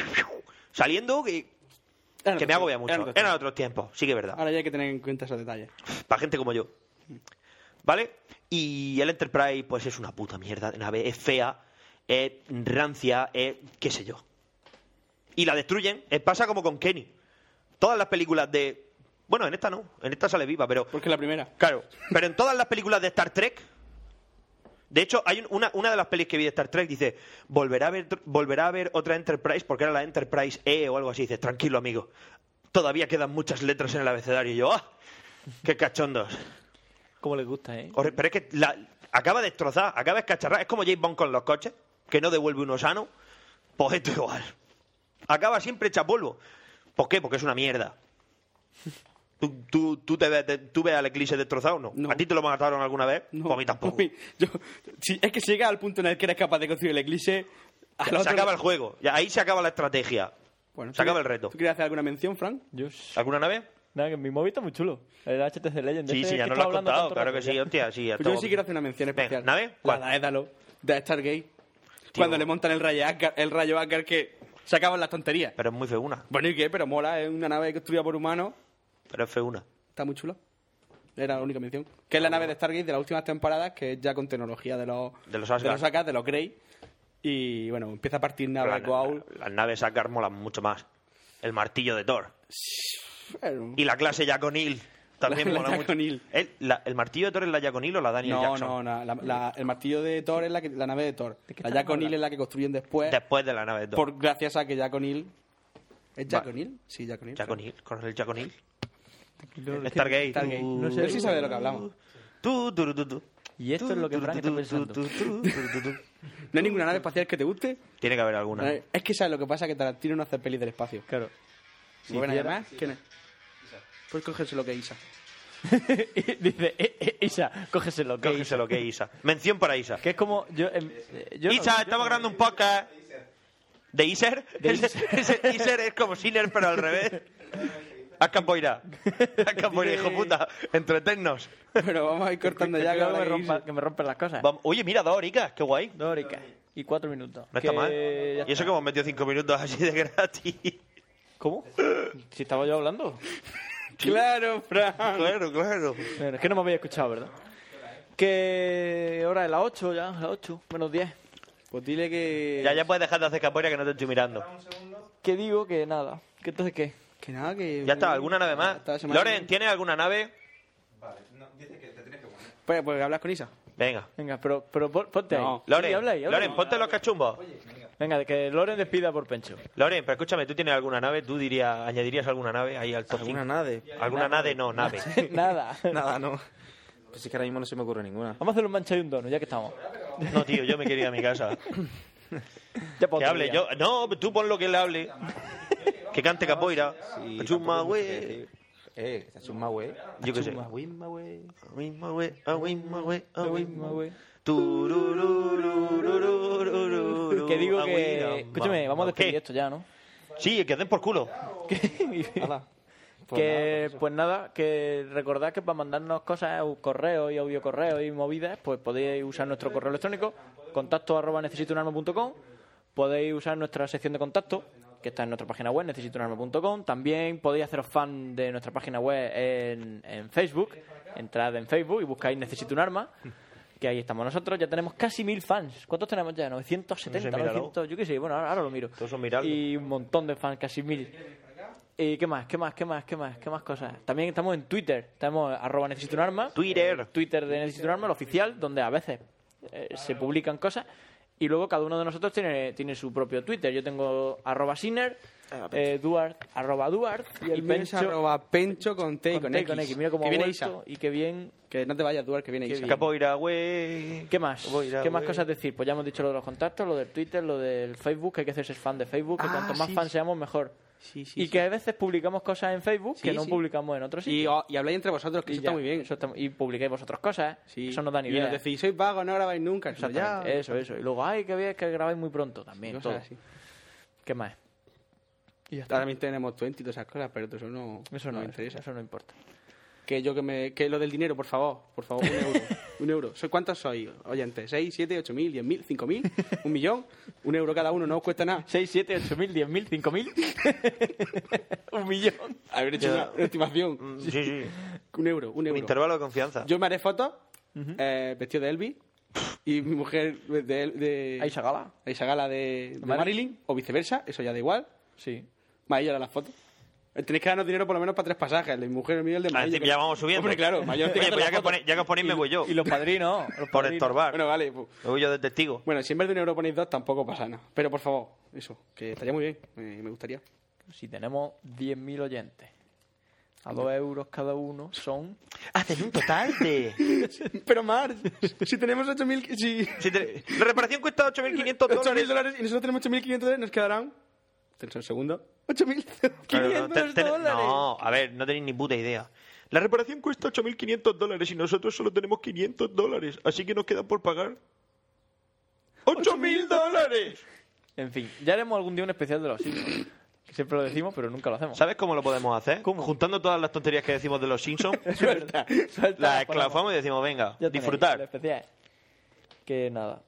[SPEAKER 5] saliendo que, que me agobia mucho. eh.
[SPEAKER 8] Eran otros
[SPEAKER 5] Eran otros tiempos, sí que es verdad.
[SPEAKER 8] Ahora ya hay que tener en cuenta esos detalles.
[SPEAKER 5] Para gente como yo. ¿Vale? Y el Enterprise, pues es una puta mierda de nave. Es fea, es rancia, es qué sé yo. Y la destruyen. Eh, Pasa como con Kenny. Todas las películas de. Bueno, en esta no. En esta sale viva, pero.
[SPEAKER 8] Porque es la primera.
[SPEAKER 5] Claro. Pero en todas las películas de Star Trek. De hecho, hay un- una, una de las pelis que vi de Star Trek dice, volverá a ver volverá a ver otra Enterprise, porque era la Enterprise E o algo así. Dice, tranquilo, amigo. Todavía quedan muchas letras en el abecedario. Y yo, ¡ah! ¡Qué cachondos!
[SPEAKER 9] Como les gusta, ¿eh?
[SPEAKER 5] Horri- Pero es que la, acaba de destrozar, acaba de escacharrar. Es como James Bond con los coches, que no devuelve uno sano. Pues esto igual. Acaba siempre hecha polvo. ¿Por qué? Porque es una mierda. ¿Tú, tú, tú, te ves, te- tú ves al eclipse destrozado o no? ¿A ti te lo mataron alguna vez? Pues a mí tampoco.
[SPEAKER 8] Uy, yo- si- es que si llegas al punto en el que eres capaz de construir el eclipse. al
[SPEAKER 5] se
[SPEAKER 8] otro-
[SPEAKER 5] acaba el juego. Ya, ahí se acaba la estrategia.
[SPEAKER 8] Bueno,
[SPEAKER 5] se
[SPEAKER 8] ¿tú
[SPEAKER 5] acaba el
[SPEAKER 8] quieres-
[SPEAKER 5] reto.
[SPEAKER 8] ¿Tú quieres hacer alguna mención, Frank?
[SPEAKER 9] Yo...
[SPEAKER 5] ¿Alguna nave?
[SPEAKER 9] Nada, que mi móvil está muy chulo. El HTC Legend.
[SPEAKER 5] Sí,
[SPEAKER 9] ese
[SPEAKER 5] sí,
[SPEAKER 9] es
[SPEAKER 5] ya
[SPEAKER 9] que
[SPEAKER 5] nos lo has
[SPEAKER 9] estaba hablando
[SPEAKER 5] contado.
[SPEAKER 9] tanto
[SPEAKER 5] Claro que
[SPEAKER 9] rato
[SPEAKER 5] sí,
[SPEAKER 9] ya.
[SPEAKER 5] hostia. Sí, ya
[SPEAKER 8] Pues yo
[SPEAKER 5] todo-
[SPEAKER 8] sí quiero hacer una mención especial.
[SPEAKER 5] ¿nave?
[SPEAKER 8] La
[SPEAKER 5] ¿Cuál?
[SPEAKER 8] de Daedalo, de Stargate. Cuando le montan el rayo Asgard, el rayo Asgard que se acaban las tonterías.
[SPEAKER 5] Pero es muy feuna.
[SPEAKER 8] Bueno, ¿y qué? Pero mola, es una nave construida por humanos.
[SPEAKER 5] Pero es feuna.
[SPEAKER 8] Está muy chulo. Era la única mención. Que es la nave de Stargate de las últimas temporadas, que es ya con tecnología de los...
[SPEAKER 5] De los
[SPEAKER 8] De
[SPEAKER 5] Asgard.
[SPEAKER 8] los Asgard, de los Grey. Y bueno, empieza a partir nave
[SPEAKER 5] Pero la-
[SPEAKER 8] Goa'uld.
[SPEAKER 5] la- Las naves Asgard molan mucho más. El martillo de Thor.
[SPEAKER 8] Bueno,
[SPEAKER 5] Y la clase Jaconil. También
[SPEAKER 8] La- la
[SPEAKER 5] mola mucho.
[SPEAKER 8] Jaconil.
[SPEAKER 5] ¿El, la- el martillo de Thor es la Jaconil o la Daniel
[SPEAKER 8] No,
[SPEAKER 5] Jackson?
[SPEAKER 8] no, na- la- la- el martillo de Thor es la, que- la nave de Thor. La Jack O'Neill es la que construyen después,
[SPEAKER 5] Después de la nave de Thor.
[SPEAKER 8] por gracias a que Jack O'Neill... ¿Es Jack
[SPEAKER 5] Va-
[SPEAKER 8] O'Neill? Sí, Jack O'Neill.
[SPEAKER 5] Jaconil, con el Jaconil. Stargate.
[SPEAKER 8] Stargate. No sé, él sí sabe de lo que hablamos.
[SPEAKER 5] Tú, tú, tú, tú.
[SPEAKER 9] Y esto es lo que Frank está pensando.
[SPEAKER 8] ¿No hay ninguna nave espacial que te guste?
[SPEAKER 5] Tiene que haber alguna.
[SPEAKER 8] Eh, Es que sabes lo que pasa, que Tarantino no hace pelis del espacio.
[SPEAKER 9] Claro.
[SPEAKER 8] ¿Y bueno,
[SPEAKER 9] hiciera-
[SPEAKER 8] además? ¿Quién es? Pues cogerse lo que es Isa.
[SPEAKER 9] Dice, eh, eh, Isa, cógeselo. que
[SPEAKER 5] Cógese lo que es Isa. Mención para Isa.
[SPEAKER 9] Que es como. Yo, em, eh, yo no-
[SPEAKER 5] Isa,
[SPEAKER 9] yo
[SPEAKER 5] estamos
[SPEAKER 9] no-
[SPEAKER 5] grabando un podcast. ¿De Iser?
[SPEAKER 9] De
[SPEAKER 5] Ese- ese Iser es como Sinner, pero al revés. Haz campoira. Haz campoira, hijo puta. Entretennos.
[SPEAKER 8] Pero vamos a ir cortando
[SPEAKER 9] Que,
[SPEAKER 8] ya.
[SPEAKER 9] que
[SPEAKER 8] que
[SPEAKER 9] luego me
[SPEAKER 8] ahora que
[SPEAKER 9] rompa-
[SPEAKER 8] Isa-
[SPEAKER 9] que me rompen las cosas.
[SPEAKER 5] Vamos- Oye, mira, dos horicas, qué guay.
[SPEAKER 9] Dos horicas y cuatro minutos.
[SPEAKER 5] No está
[SPEAKER 9] Que
[SPEAKER 5] mal.
[SPEAKER 9] ya
[SPEAKER 5] Y eso
[SPEAKER 9] está.
[SPEAKER 5] que hemos metido cinco minutos así de gratis.
[SPEAKER 9] ¿Cómo? Si estaba yo hablando.
[SPEAKER 8] Claro, Fran.
[SPEAKER 5] Claro, claro.
[SPEAKER 9] Bueno, es que no me había escuchado, ¿verdad? Que ahora es las 8 ya, las 8, menos 10.
[SPEAKER 8] Pues dile que...
[SPEAKER 5] Ya, ya puedes dejar de hacer campoira que no te estoy mirando.
[SPEAKER 9] Que digo que nada. Que entonces qué?
[SPEAKER 8] Que nada, que...
[SPEAKER 5] Ya está, ¿alguna nave más?
[SPEAKER 8] Esta semana-
[SPEAKER 5] Loren, ¿tienes alguna nave?
[SPEAKER 8] Pues, pues hablas con Isa.
[SPEAKER 5] Venga.
[SPEAKER 9] Venga, pero, pero pon- ponte
[SPEAKER 8] No.
[SPEAKER 9] ahí. Sí,
[SPEAKER 5] Loren,
[SPEAKER 9] habla ahí, habla
[SPEAKER 5] Loren,
[SPEAKER 9] ahí.
[SPEAKER 5] ponte los cachumbos.
[SPEAKER 9] Venga, que Loren despida por Pencho.
[SPEAKER 5] Loren, pero escúchame, ¿tú tienes alguna nave? ¿Tú dirías, añadirías alguna nave ahí al top
[SPEAKER 11] ¿Alguna
[SPEAKER 5] cinco?
[SPEAKER 11] nave?
[SPEAKER 5] ¿Alguna nave? No, nave.
[SPEAKER 9] nada.
[SPEAKER 11] Nada, no. Pues es que ahora mismo no se me ocurre ninguna.
[SPEAKER 9] Vamos a hacer un mancha y un dono, ya que estamos.
[SPEAKER 5] No, tío, yo me quería ir a mi casa.
[SPEAKER 9] Ya para
[SPEAKER 5] Que
[SPEAKER 9] otro
[SPEAKER 5] hable
[SPEAKER 9] día.
[SPEAKER 5] yo. No, tú pon lo que él hable. Que cante capoeira. Chuma, güey.
[SPEAKER 11] Eh, está chumba, güey.
[SPEAKER 5] Yo qué sé.
[SPEAKER 11] Chumba, güey, güey.
[SPEAKER 5] Awima, güey, awima, güey, awima,
[SPEAKER 9] Awima,
[SPEAKER 5] güey.
[SPEAKER 9] güey.
[SPEAKER 5] Tururururururururu.
[SPEAKER 9] Que digo
[SPEAKER 5] Awima,
[SPEAKER 9] que... Escúchame, vamos a despedir
[SPEAKER 5] ¿Qué?
[SPEAKER 9] esto ya, ¿no?
[SPEAKER 5] Sí, que den por culo.
[SPEAKER 11] Hala. Pues
[SPEAKER 9] que pues nada, que recordad que para mandarnos cosas, eh, correos y audio correos y movidas, pues podéis usar nuestro correo electrónico, contacto arroba necesitounarma.com, podéis usar nuestra sección de contacto, que está en nuestra página web, necesitounarma.com, también podéis haceros fan de nuestra página web en, en Facebook, entrad en Facebook y buscáis Necesito un arma. Que ahí estamos nosotros, ya tenemos casi mil fans. ¿Cuántos tenemos ya? 970,
[SPEAKER 5] No sé, míralo.
[SPEAKER 9] 900, yo qué sé, bueno, ahora, ahora lo miro.
[SPEAKER 5] Todos son mirarlo.
[SPEAKER 9] Y un montón de fans, casi mil. ¿Y qué más? ¿Qué más? ¿Qué más? ¿Qué más? ¿Qué más cosas? También estamos en Twitter. Estamos arroba necesito un arma.
[SPEAKER 5] Twitter.
[SPEAKER 9] Eh, Twitter de necesito un arma, el oficial, donde a veces eh, se publican cosas. Y luego cada uno de nosotros tiene, tiene su propio Twitter. Yo tengo arroba Sinner, eh, Duart, arroba Duart
[SPEAKER 8] Y el mío es arroba pencho con T y
[SPEAKER 9] con
[SPEAKER 8] con,
[SPEAKER 9] T y
[SPEAKER 8] X.
[SPEAKER 9] con X. Mira cómo
[SPEAKER 8] que
[SPEAKER 9] ha
[SPEAKER 8] viene Isa.
[SPEAKER 9] vuelto y qué bien.
[SPEAKER 8] Que no te vayas, Duar, que viene
[SPEAKER 9] Qué
[SPEAKER 8] Isa.
[SPEAKER 9] bien.
[SPEAKER 5] Capoeira, güey.
[SPEAKER 9] ¿Qué más?
[SPEAKER 5] Capoeira,
[SPEAKER 9] ¿Qué más
[SPEAKER 5] güey.
[SPEAKER 9] cosas decir? Pues ya hemos dicho lo de los contactos, lo del Twitter, lo del Facebook, que hay que hacerse fan de Facebook, que
[SPEAKER 8] Ah,
[SPEAKER 9] cuanto más
[SPEAKER 8] sí,
[SPEAKER 9] fan
[SPEAKER 8] sí.
[SPEAKER 9] seamos, mejor. y que a veces publicamos cosas en Facebook que
[SPEAKER 8] Sí,
[SPEAKER 9] no
[SPEAKER 8] sí.
[SPEAKER 9] publicamos en otros
[SPEAKER 8] Y,
[SPEAKER 9] sitios.
[SPEAKER 8] o- y habláis entre vosotros, que
[SPEAKER 9] Y
[SPEAKER 8] eso
[SPEAKER 9] ya,
[SPEAKER 8] está muy bien.
[SPEAKER 9] eso está- y publiquéis vosotros cosas. ¿eh? Eso nos da ni
[SPEAKER 8] Y
[SPEAKER 9] idea.
[SPEAKER 8] nos decís, sois vagos, no grabáis nunca. Eso ya-
[SPEAKER 9] Exactamente, Eso, eso. Y luego, ay, que veis que grabáis muy pronto también.
[SPEAKER 8] cosas
[SPEAKER 9] todo.
[SPEAKER 8] así.
[SPEAKER 9] ¿Qué más? Y ya está.
[SPEAKER 8] También tenemos 20 y todas esas cosas, pero eso no,
[SPEAKER 9] Eso no,
[SPEAKER 8] me
[SPEAKER 9] eso-
[SPEAKER 8] interesa.
[SPEAKER 9] eso no importa.
[SPEAKER 8] Que yo que me... Que lo del dinero, por favor, por favor, un euro. un euro. ¿Soy- ¿Cuántos sois, oyentes? ¿6, 7, 8 mil, 10 mil, 5 mil, un millón? Un euro cada uno, no os cuesta nada.
[SPEAKER 9] 6, 7, 8 mil, 10 mil, 5 mil. un millón.
[SPEAKER 8] Haber hecho una, una estimación.
[SPEAKER 5] Sí, sí.
[SPEAKER 8] Un euro, un
[SPEAKER 5] Un
[SPEAKER 8] euro.
[SPEAKER 5] intervalo de confianza.
[SPEAKER 8] Yo me haré fotos eh, vestido de Elvis y mi mujer de, de
[SPEAKER 9] Ahí se acaba.
[SPEAKER 8] Aisagala de, de
[SPEAKER 9] Mar-
[SPEAKER 8] Marilyn o viceversa, eso ya da igual.
[SPEAKER 9] Sí.
[SPEAKER 8] Mayor a las fotos. Eh, Tenéis que darnos dinero por lo menos para tres pasajes, el de mi mujer, el mío y el de
[SPEAKER 5] Ah,
[SPEAKER 8] Mayor.
[SPEAKER 5] encima ya vamos subiendo.
[SPEAKER 8] Hombre, claro, Mayor te
[SPEAKER 5] Oye, pues
[SPEAKER 8] gana
[SPEAKER 5] ya que,
[SPEAKER 8] las
[SPEAKER 5] pone- ya que os ponéis, me voy yo.
[SPEAKER 9] Y los padrinos. los
[SPEAKER 5] Por
[SPEAKER 9] padrinos.
[SPEAKER 5] estorbar.
[SPEAKER 8] Bueno, vale. pues.
[SPEAKER 5] Me voy yo de testigo.
[SPEAKER 8] Bueno, si en vez de un euro ponéis dos, tampoco pasa nada. Pero por favor, eso, que estaría muy bien, me, me gustaría.
[SPEAKER 9] Si tenemos 10.000 oyentes, a 2 euros cada uno son.
[SPEAKER 5] Hacen Ah, un total de.
[SPEAKER 8] Pero Mar, si tenemos 8.000... Si...
[SPEAKER 5] Si te- La reparación cuesta 8.500
[SPEAKER 8] 8.000
[SPEAKER 5] dólares.
[SPEAKER 8] dólares y nosotros tenemos 8.500 dólares, nos quedarán... Tensa un segundo. 8.500
[SPEAKER 5] Claro, te- te-
[SPEAKER 8] dólares.
[SPEAKER 5] no, a ver, no tenéis ni puta idea. La reparación cuesta 8.500 dólares y nosotros solo tenemos 500 dólares, así que nos quedan por pagar. ¡8.000 dólares!
[SPEAKER 9] En fin, ya haremos algún día un especial de los Simpsons. Que siempre lo decimos, pero nunca lo hacemos.
[SPEAKER 5] ¿Sabes cómo lo podemos hacer? Juntando todas las tonterías que decimos de los Simpsons,
[SPEAKER 9] Suelta
[SPEAKER 5] las
[SPEAKER 9] las
[SPEAKER 5] esclavamos
[SPEAKER 9] palabras.
[SPEAKER 5] y decimos, venga,
[SPEAKER 9] Ya tenéis el
[SPEAKER 5] disfrutar.
[SPEAKER 9] especial. Que nada.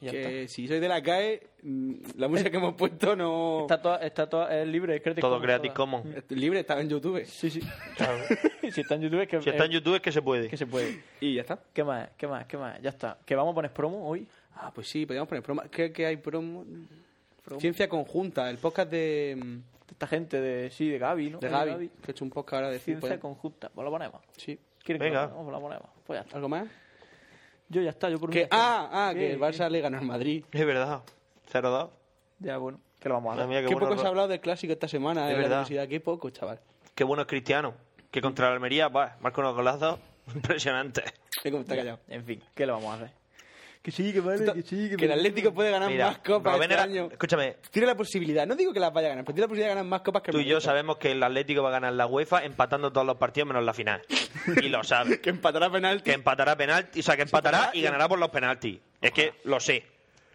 [SPEAKER 9] Ya
[SPEAKER 8] que si soy de la CAE, mm, la música que hemos puesto no...
[SPEAKER 9] está. Está todo, está todo es libre, es Creative
[SPEAKER 5] Todo
[SPEAKER 9] Commons,
[SPEAKER 5] Creative
[SPEAKER 9] toda.
[SPEAKER 5] Commons.
[SPEAKER 8] Libre, estaba en YouTube.
[SPEAKER 9] Sí, sí. si está en YouTube es que,
[SPEAKER 5] Si está en
[SPEAKER 9] es
[SPEAKER 5] YouTube es que se puede.
[SPEAKER 9] que se puede.
[SPEAKER 8] Y ya está.
[SPEAKER 9] ¿Qué más? ¿Qué más? ¿Qué más? Ya está. ¿Que vamos a poner promo hoy?
[SPEAKER 8] Ah, pues sí, podríamos poner promo. Creo que hay promo. Ciencia Conjunta, el podcast de, mm,
[SPEAKER 9] De Esta gente de. Sí, de Gaby, ¿no?
[SPEAKER 8] de Gaby, que ha hecho un podcast ahora de
[SPEAKER 9] Ciencia
[SPEAKER 8] ciencia.
[SPEAKER 9] conjunta. Pues lo ponemos.
[SPEAKER 8] Sí.
[SPEAKER 9] ¿Quieren
[SPEAKER 5] Venga.
[SPEAKER 9] que lo ponemos? Pues lo ponemos. Pues ya está.
[SPEAKER 8] ¿Algo más?
[SPEAKER 9] Yo ya está, yo por mí ya
[SPEAKER 8] Que,
[SPEAKER 9] está.
[SPEAKER 8] ah, ah,
[SPEAKER 9] Sí,
[SPEAKER 8] que el Barça le ganó al Madrid.
[SPEAKER 5] Es verdad. Cero dos.
[SPEAKER 9] Ya, bueno. ¿Qué lo vamos a
[SPEAKER 5] Madre
[SPEAKER 9] hacer?
[SPEAKER 5] mía,
[SPEAKER 8] Qué,
[SPEAKER 5] qué, bueno,
[SPEAKER 8] poco se
[SPEAKER 5] Ro-
[SPEAKER 8] ha hablado del clásico esta semana,
[SPEAKER 5] Es
[SPEAKER 8] de
[SPEAKER 5] verdad.
[SPEAKER 8] la universidad. Qué poco, chaval.
[SPEAKER 5] qué bueno es Cristiano. Que contra la Almería, va, marca unos golazos impresionantes.
[SPEAKER 8] Ve cómo está callado.
[SPEAKER 9] En fin, ¿qué le vamos a hacer? Que sí, que vale, que sí, que
[SPEAKER 8] Que el Atlético puede ganar
[SPEAKER 5] Mira,
[SPEAKER 8] más copas
[SPEAKER 5] Rubén
[SPEAKER 8] este
[SPEAKER 5] era-
[SPEAKER 8] año.
[SPEAKER 5] escúchame,
[SPEAKER 8] Tiene la posibilidad, no digo que las vaya a ganar, pero tiene la posibilidad de ganar más copas que el
[SPEAKER 5] tú y yo
[SPEAKER 8] Madrid.
[SPEAKER 5] sabemos que el Atlético va a ganar la UEFA empatando todos los partidos menos la final. Y lo sabe.
[SPEAKER 8] Que empatará penalti.
[SPEAKER 5] que empatará penalti, o sea, que empatará y ganará por los penaltis. Es que lo sé.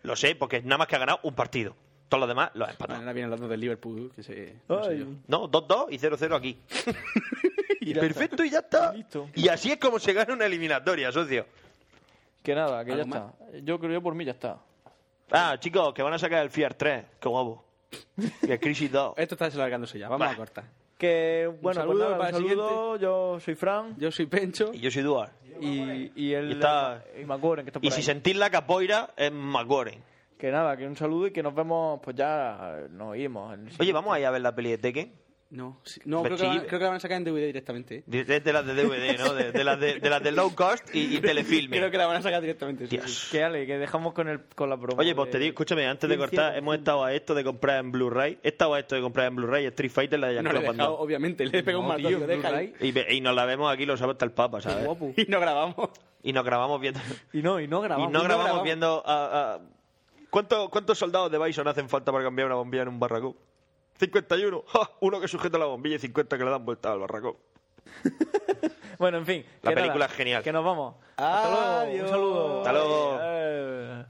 [SPEAKER 5] Lo sé porque nada más que ha ganado un partido. Todos los demás los ha
[SPEAKER 8] Bueno,
[SPEAKER 5] empatado.
[SPEAKER 8] ahora vienen los dos del Liverpool, que se... no sé yo.
[SPEAKER 9] Ay,
[SPEAKER 5] No, 2-2 y 0-0 aquí.
[SPEAKER 9] Y ya
[SPEAKER 5] Perfecto y ya está.
[SPEAKER 9] Listo.
[SPEAKER 5] Y así es como se gana una eliminatoria, socio.
[SPEAKER 9] que nada, que ya
[SPEAKER 8] ¿Algo más?
[SPEAKER 9] está. Yo creo que por mí ya está.
[SPEAKER 5] Ah, chicos, que van a sacar el FIAR 3. Qué guapo. Y el Crisis 2.
[SPEAKER 8] Esto está alargándose ya, vamos
[SPEAKER 5] Bah.
[SPEAKER 8] a cortar.
[SPEAKER 9] Que bueno,
[SPEAKER 8] saludo
[SPEAKER 9] pues nada,
[SPEAKER 8] para
[SPEAKER 9] un
[SPEAKER 8] el
[SPEAKER 9] saludo. Yo soy Fran
[SPEAKER 8] Yo soy Pencho.
[SPEAKER 5] Y yo soy Duar.
[SPEAKER 9] y, y él
[SPEAKER 5] Y está-
[SPEAKER 9] y Macoren, que está por
[SPEAKER 5] Y
[SPEAKER 9] ahí.
[SPEAKER 5] si sentís la capoeira, es McGoren.
[SPEAKER 9] Que nada, que un saludo y que nos vemos, pues ya eh, nos oímos. El-
[SPEAKER 5] Oye, vamos a ir a ver la peli de Tekken.
[SPEAKER 8] No, sí- no creo, que
[SPEAKER 5] Bachiller.
[SPEAKER 8] la van, creo que la van a sacar en DVD directamente. ¿eh?
[SPEAKER 5] De, de- de las de DVD, ¿no? De, de las, de, de las de low cost y, y telefilme.
[SPEAKER 8] Creo que la van a sacar directamente. sí, sí.
[SPEAKER 5] Dios.
[SPEAKER 9] Que ale, que dejamos con, el, con la promo.
[SPEAKER 5] Oye, pues te
[SPEAKER 9] de-
[SPEAKER 5] digo, escúchame, antes de cortar, hemos estado a esto de comprar en Blu-ray. He estado a esto de comprar en Blu-ray Street Fighter, la de Jack
[SPEAKER 8] No le he
[SPEAKER 5] Club
[SPEAKER 8] dejado, obviamente, le he pegado un
[SPEAKER 9] No,
[SPEAKER 8] martillo.
[SPEAKER 9] tío,
[SPEAKER 8] lo deja ahí.
[SPEAKER 9] Blu-ray.
[SPEAKER 5] y, ve- y nos la vemos aquí, lo sabe hasta el Papa, ¿sabes?
[SPEAKER 9] Guapo.
[SPEAKER 8] Y no grabamos.
[SPEAKER 5] Y nos grabamos viendo.
[SPEAKER 9] Y no, y no
[SPEAKER 5] y
[SPEAKER 9] grabamos.
[SPEAKER 5] no grabamos
[SPEAKER 8] grabamos.
[SPEAKER 5] viendo. a- a- ¿Cuánto- ¿Cuántos soldados de Bison hacen falta para cambiar una bombilla en un barracón? 51. ¡Ja! Uno que sujeta la bombilla y 50 que le dan vuelta al barracón.
[SPEAKER 9] Bueno, en fin.
[SPEAKER 5] La
[SPEAKER 9] que nada,
[SPEAKER 5] película es genial.
[SPEAKER 9] Que nos vamos. Hasta luego. Un saludo.
[SPEAKER 5] Hasta luego.
[SPEAKER 9] Eh.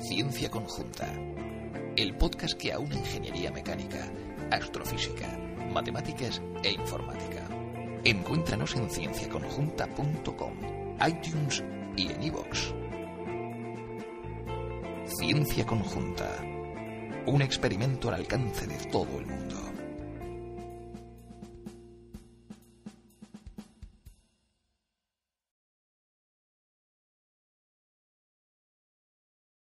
[SPEAKER 7] Ciencia Conjunta. El podcast que aúna ingeniería mecánica, astrofísica, matemáticas e informática. Encuéntranos en cienciaconjunta.com, iTunes y en iVoox. Ciencia Conjunta. Un experimento al alcance de todo el mundo.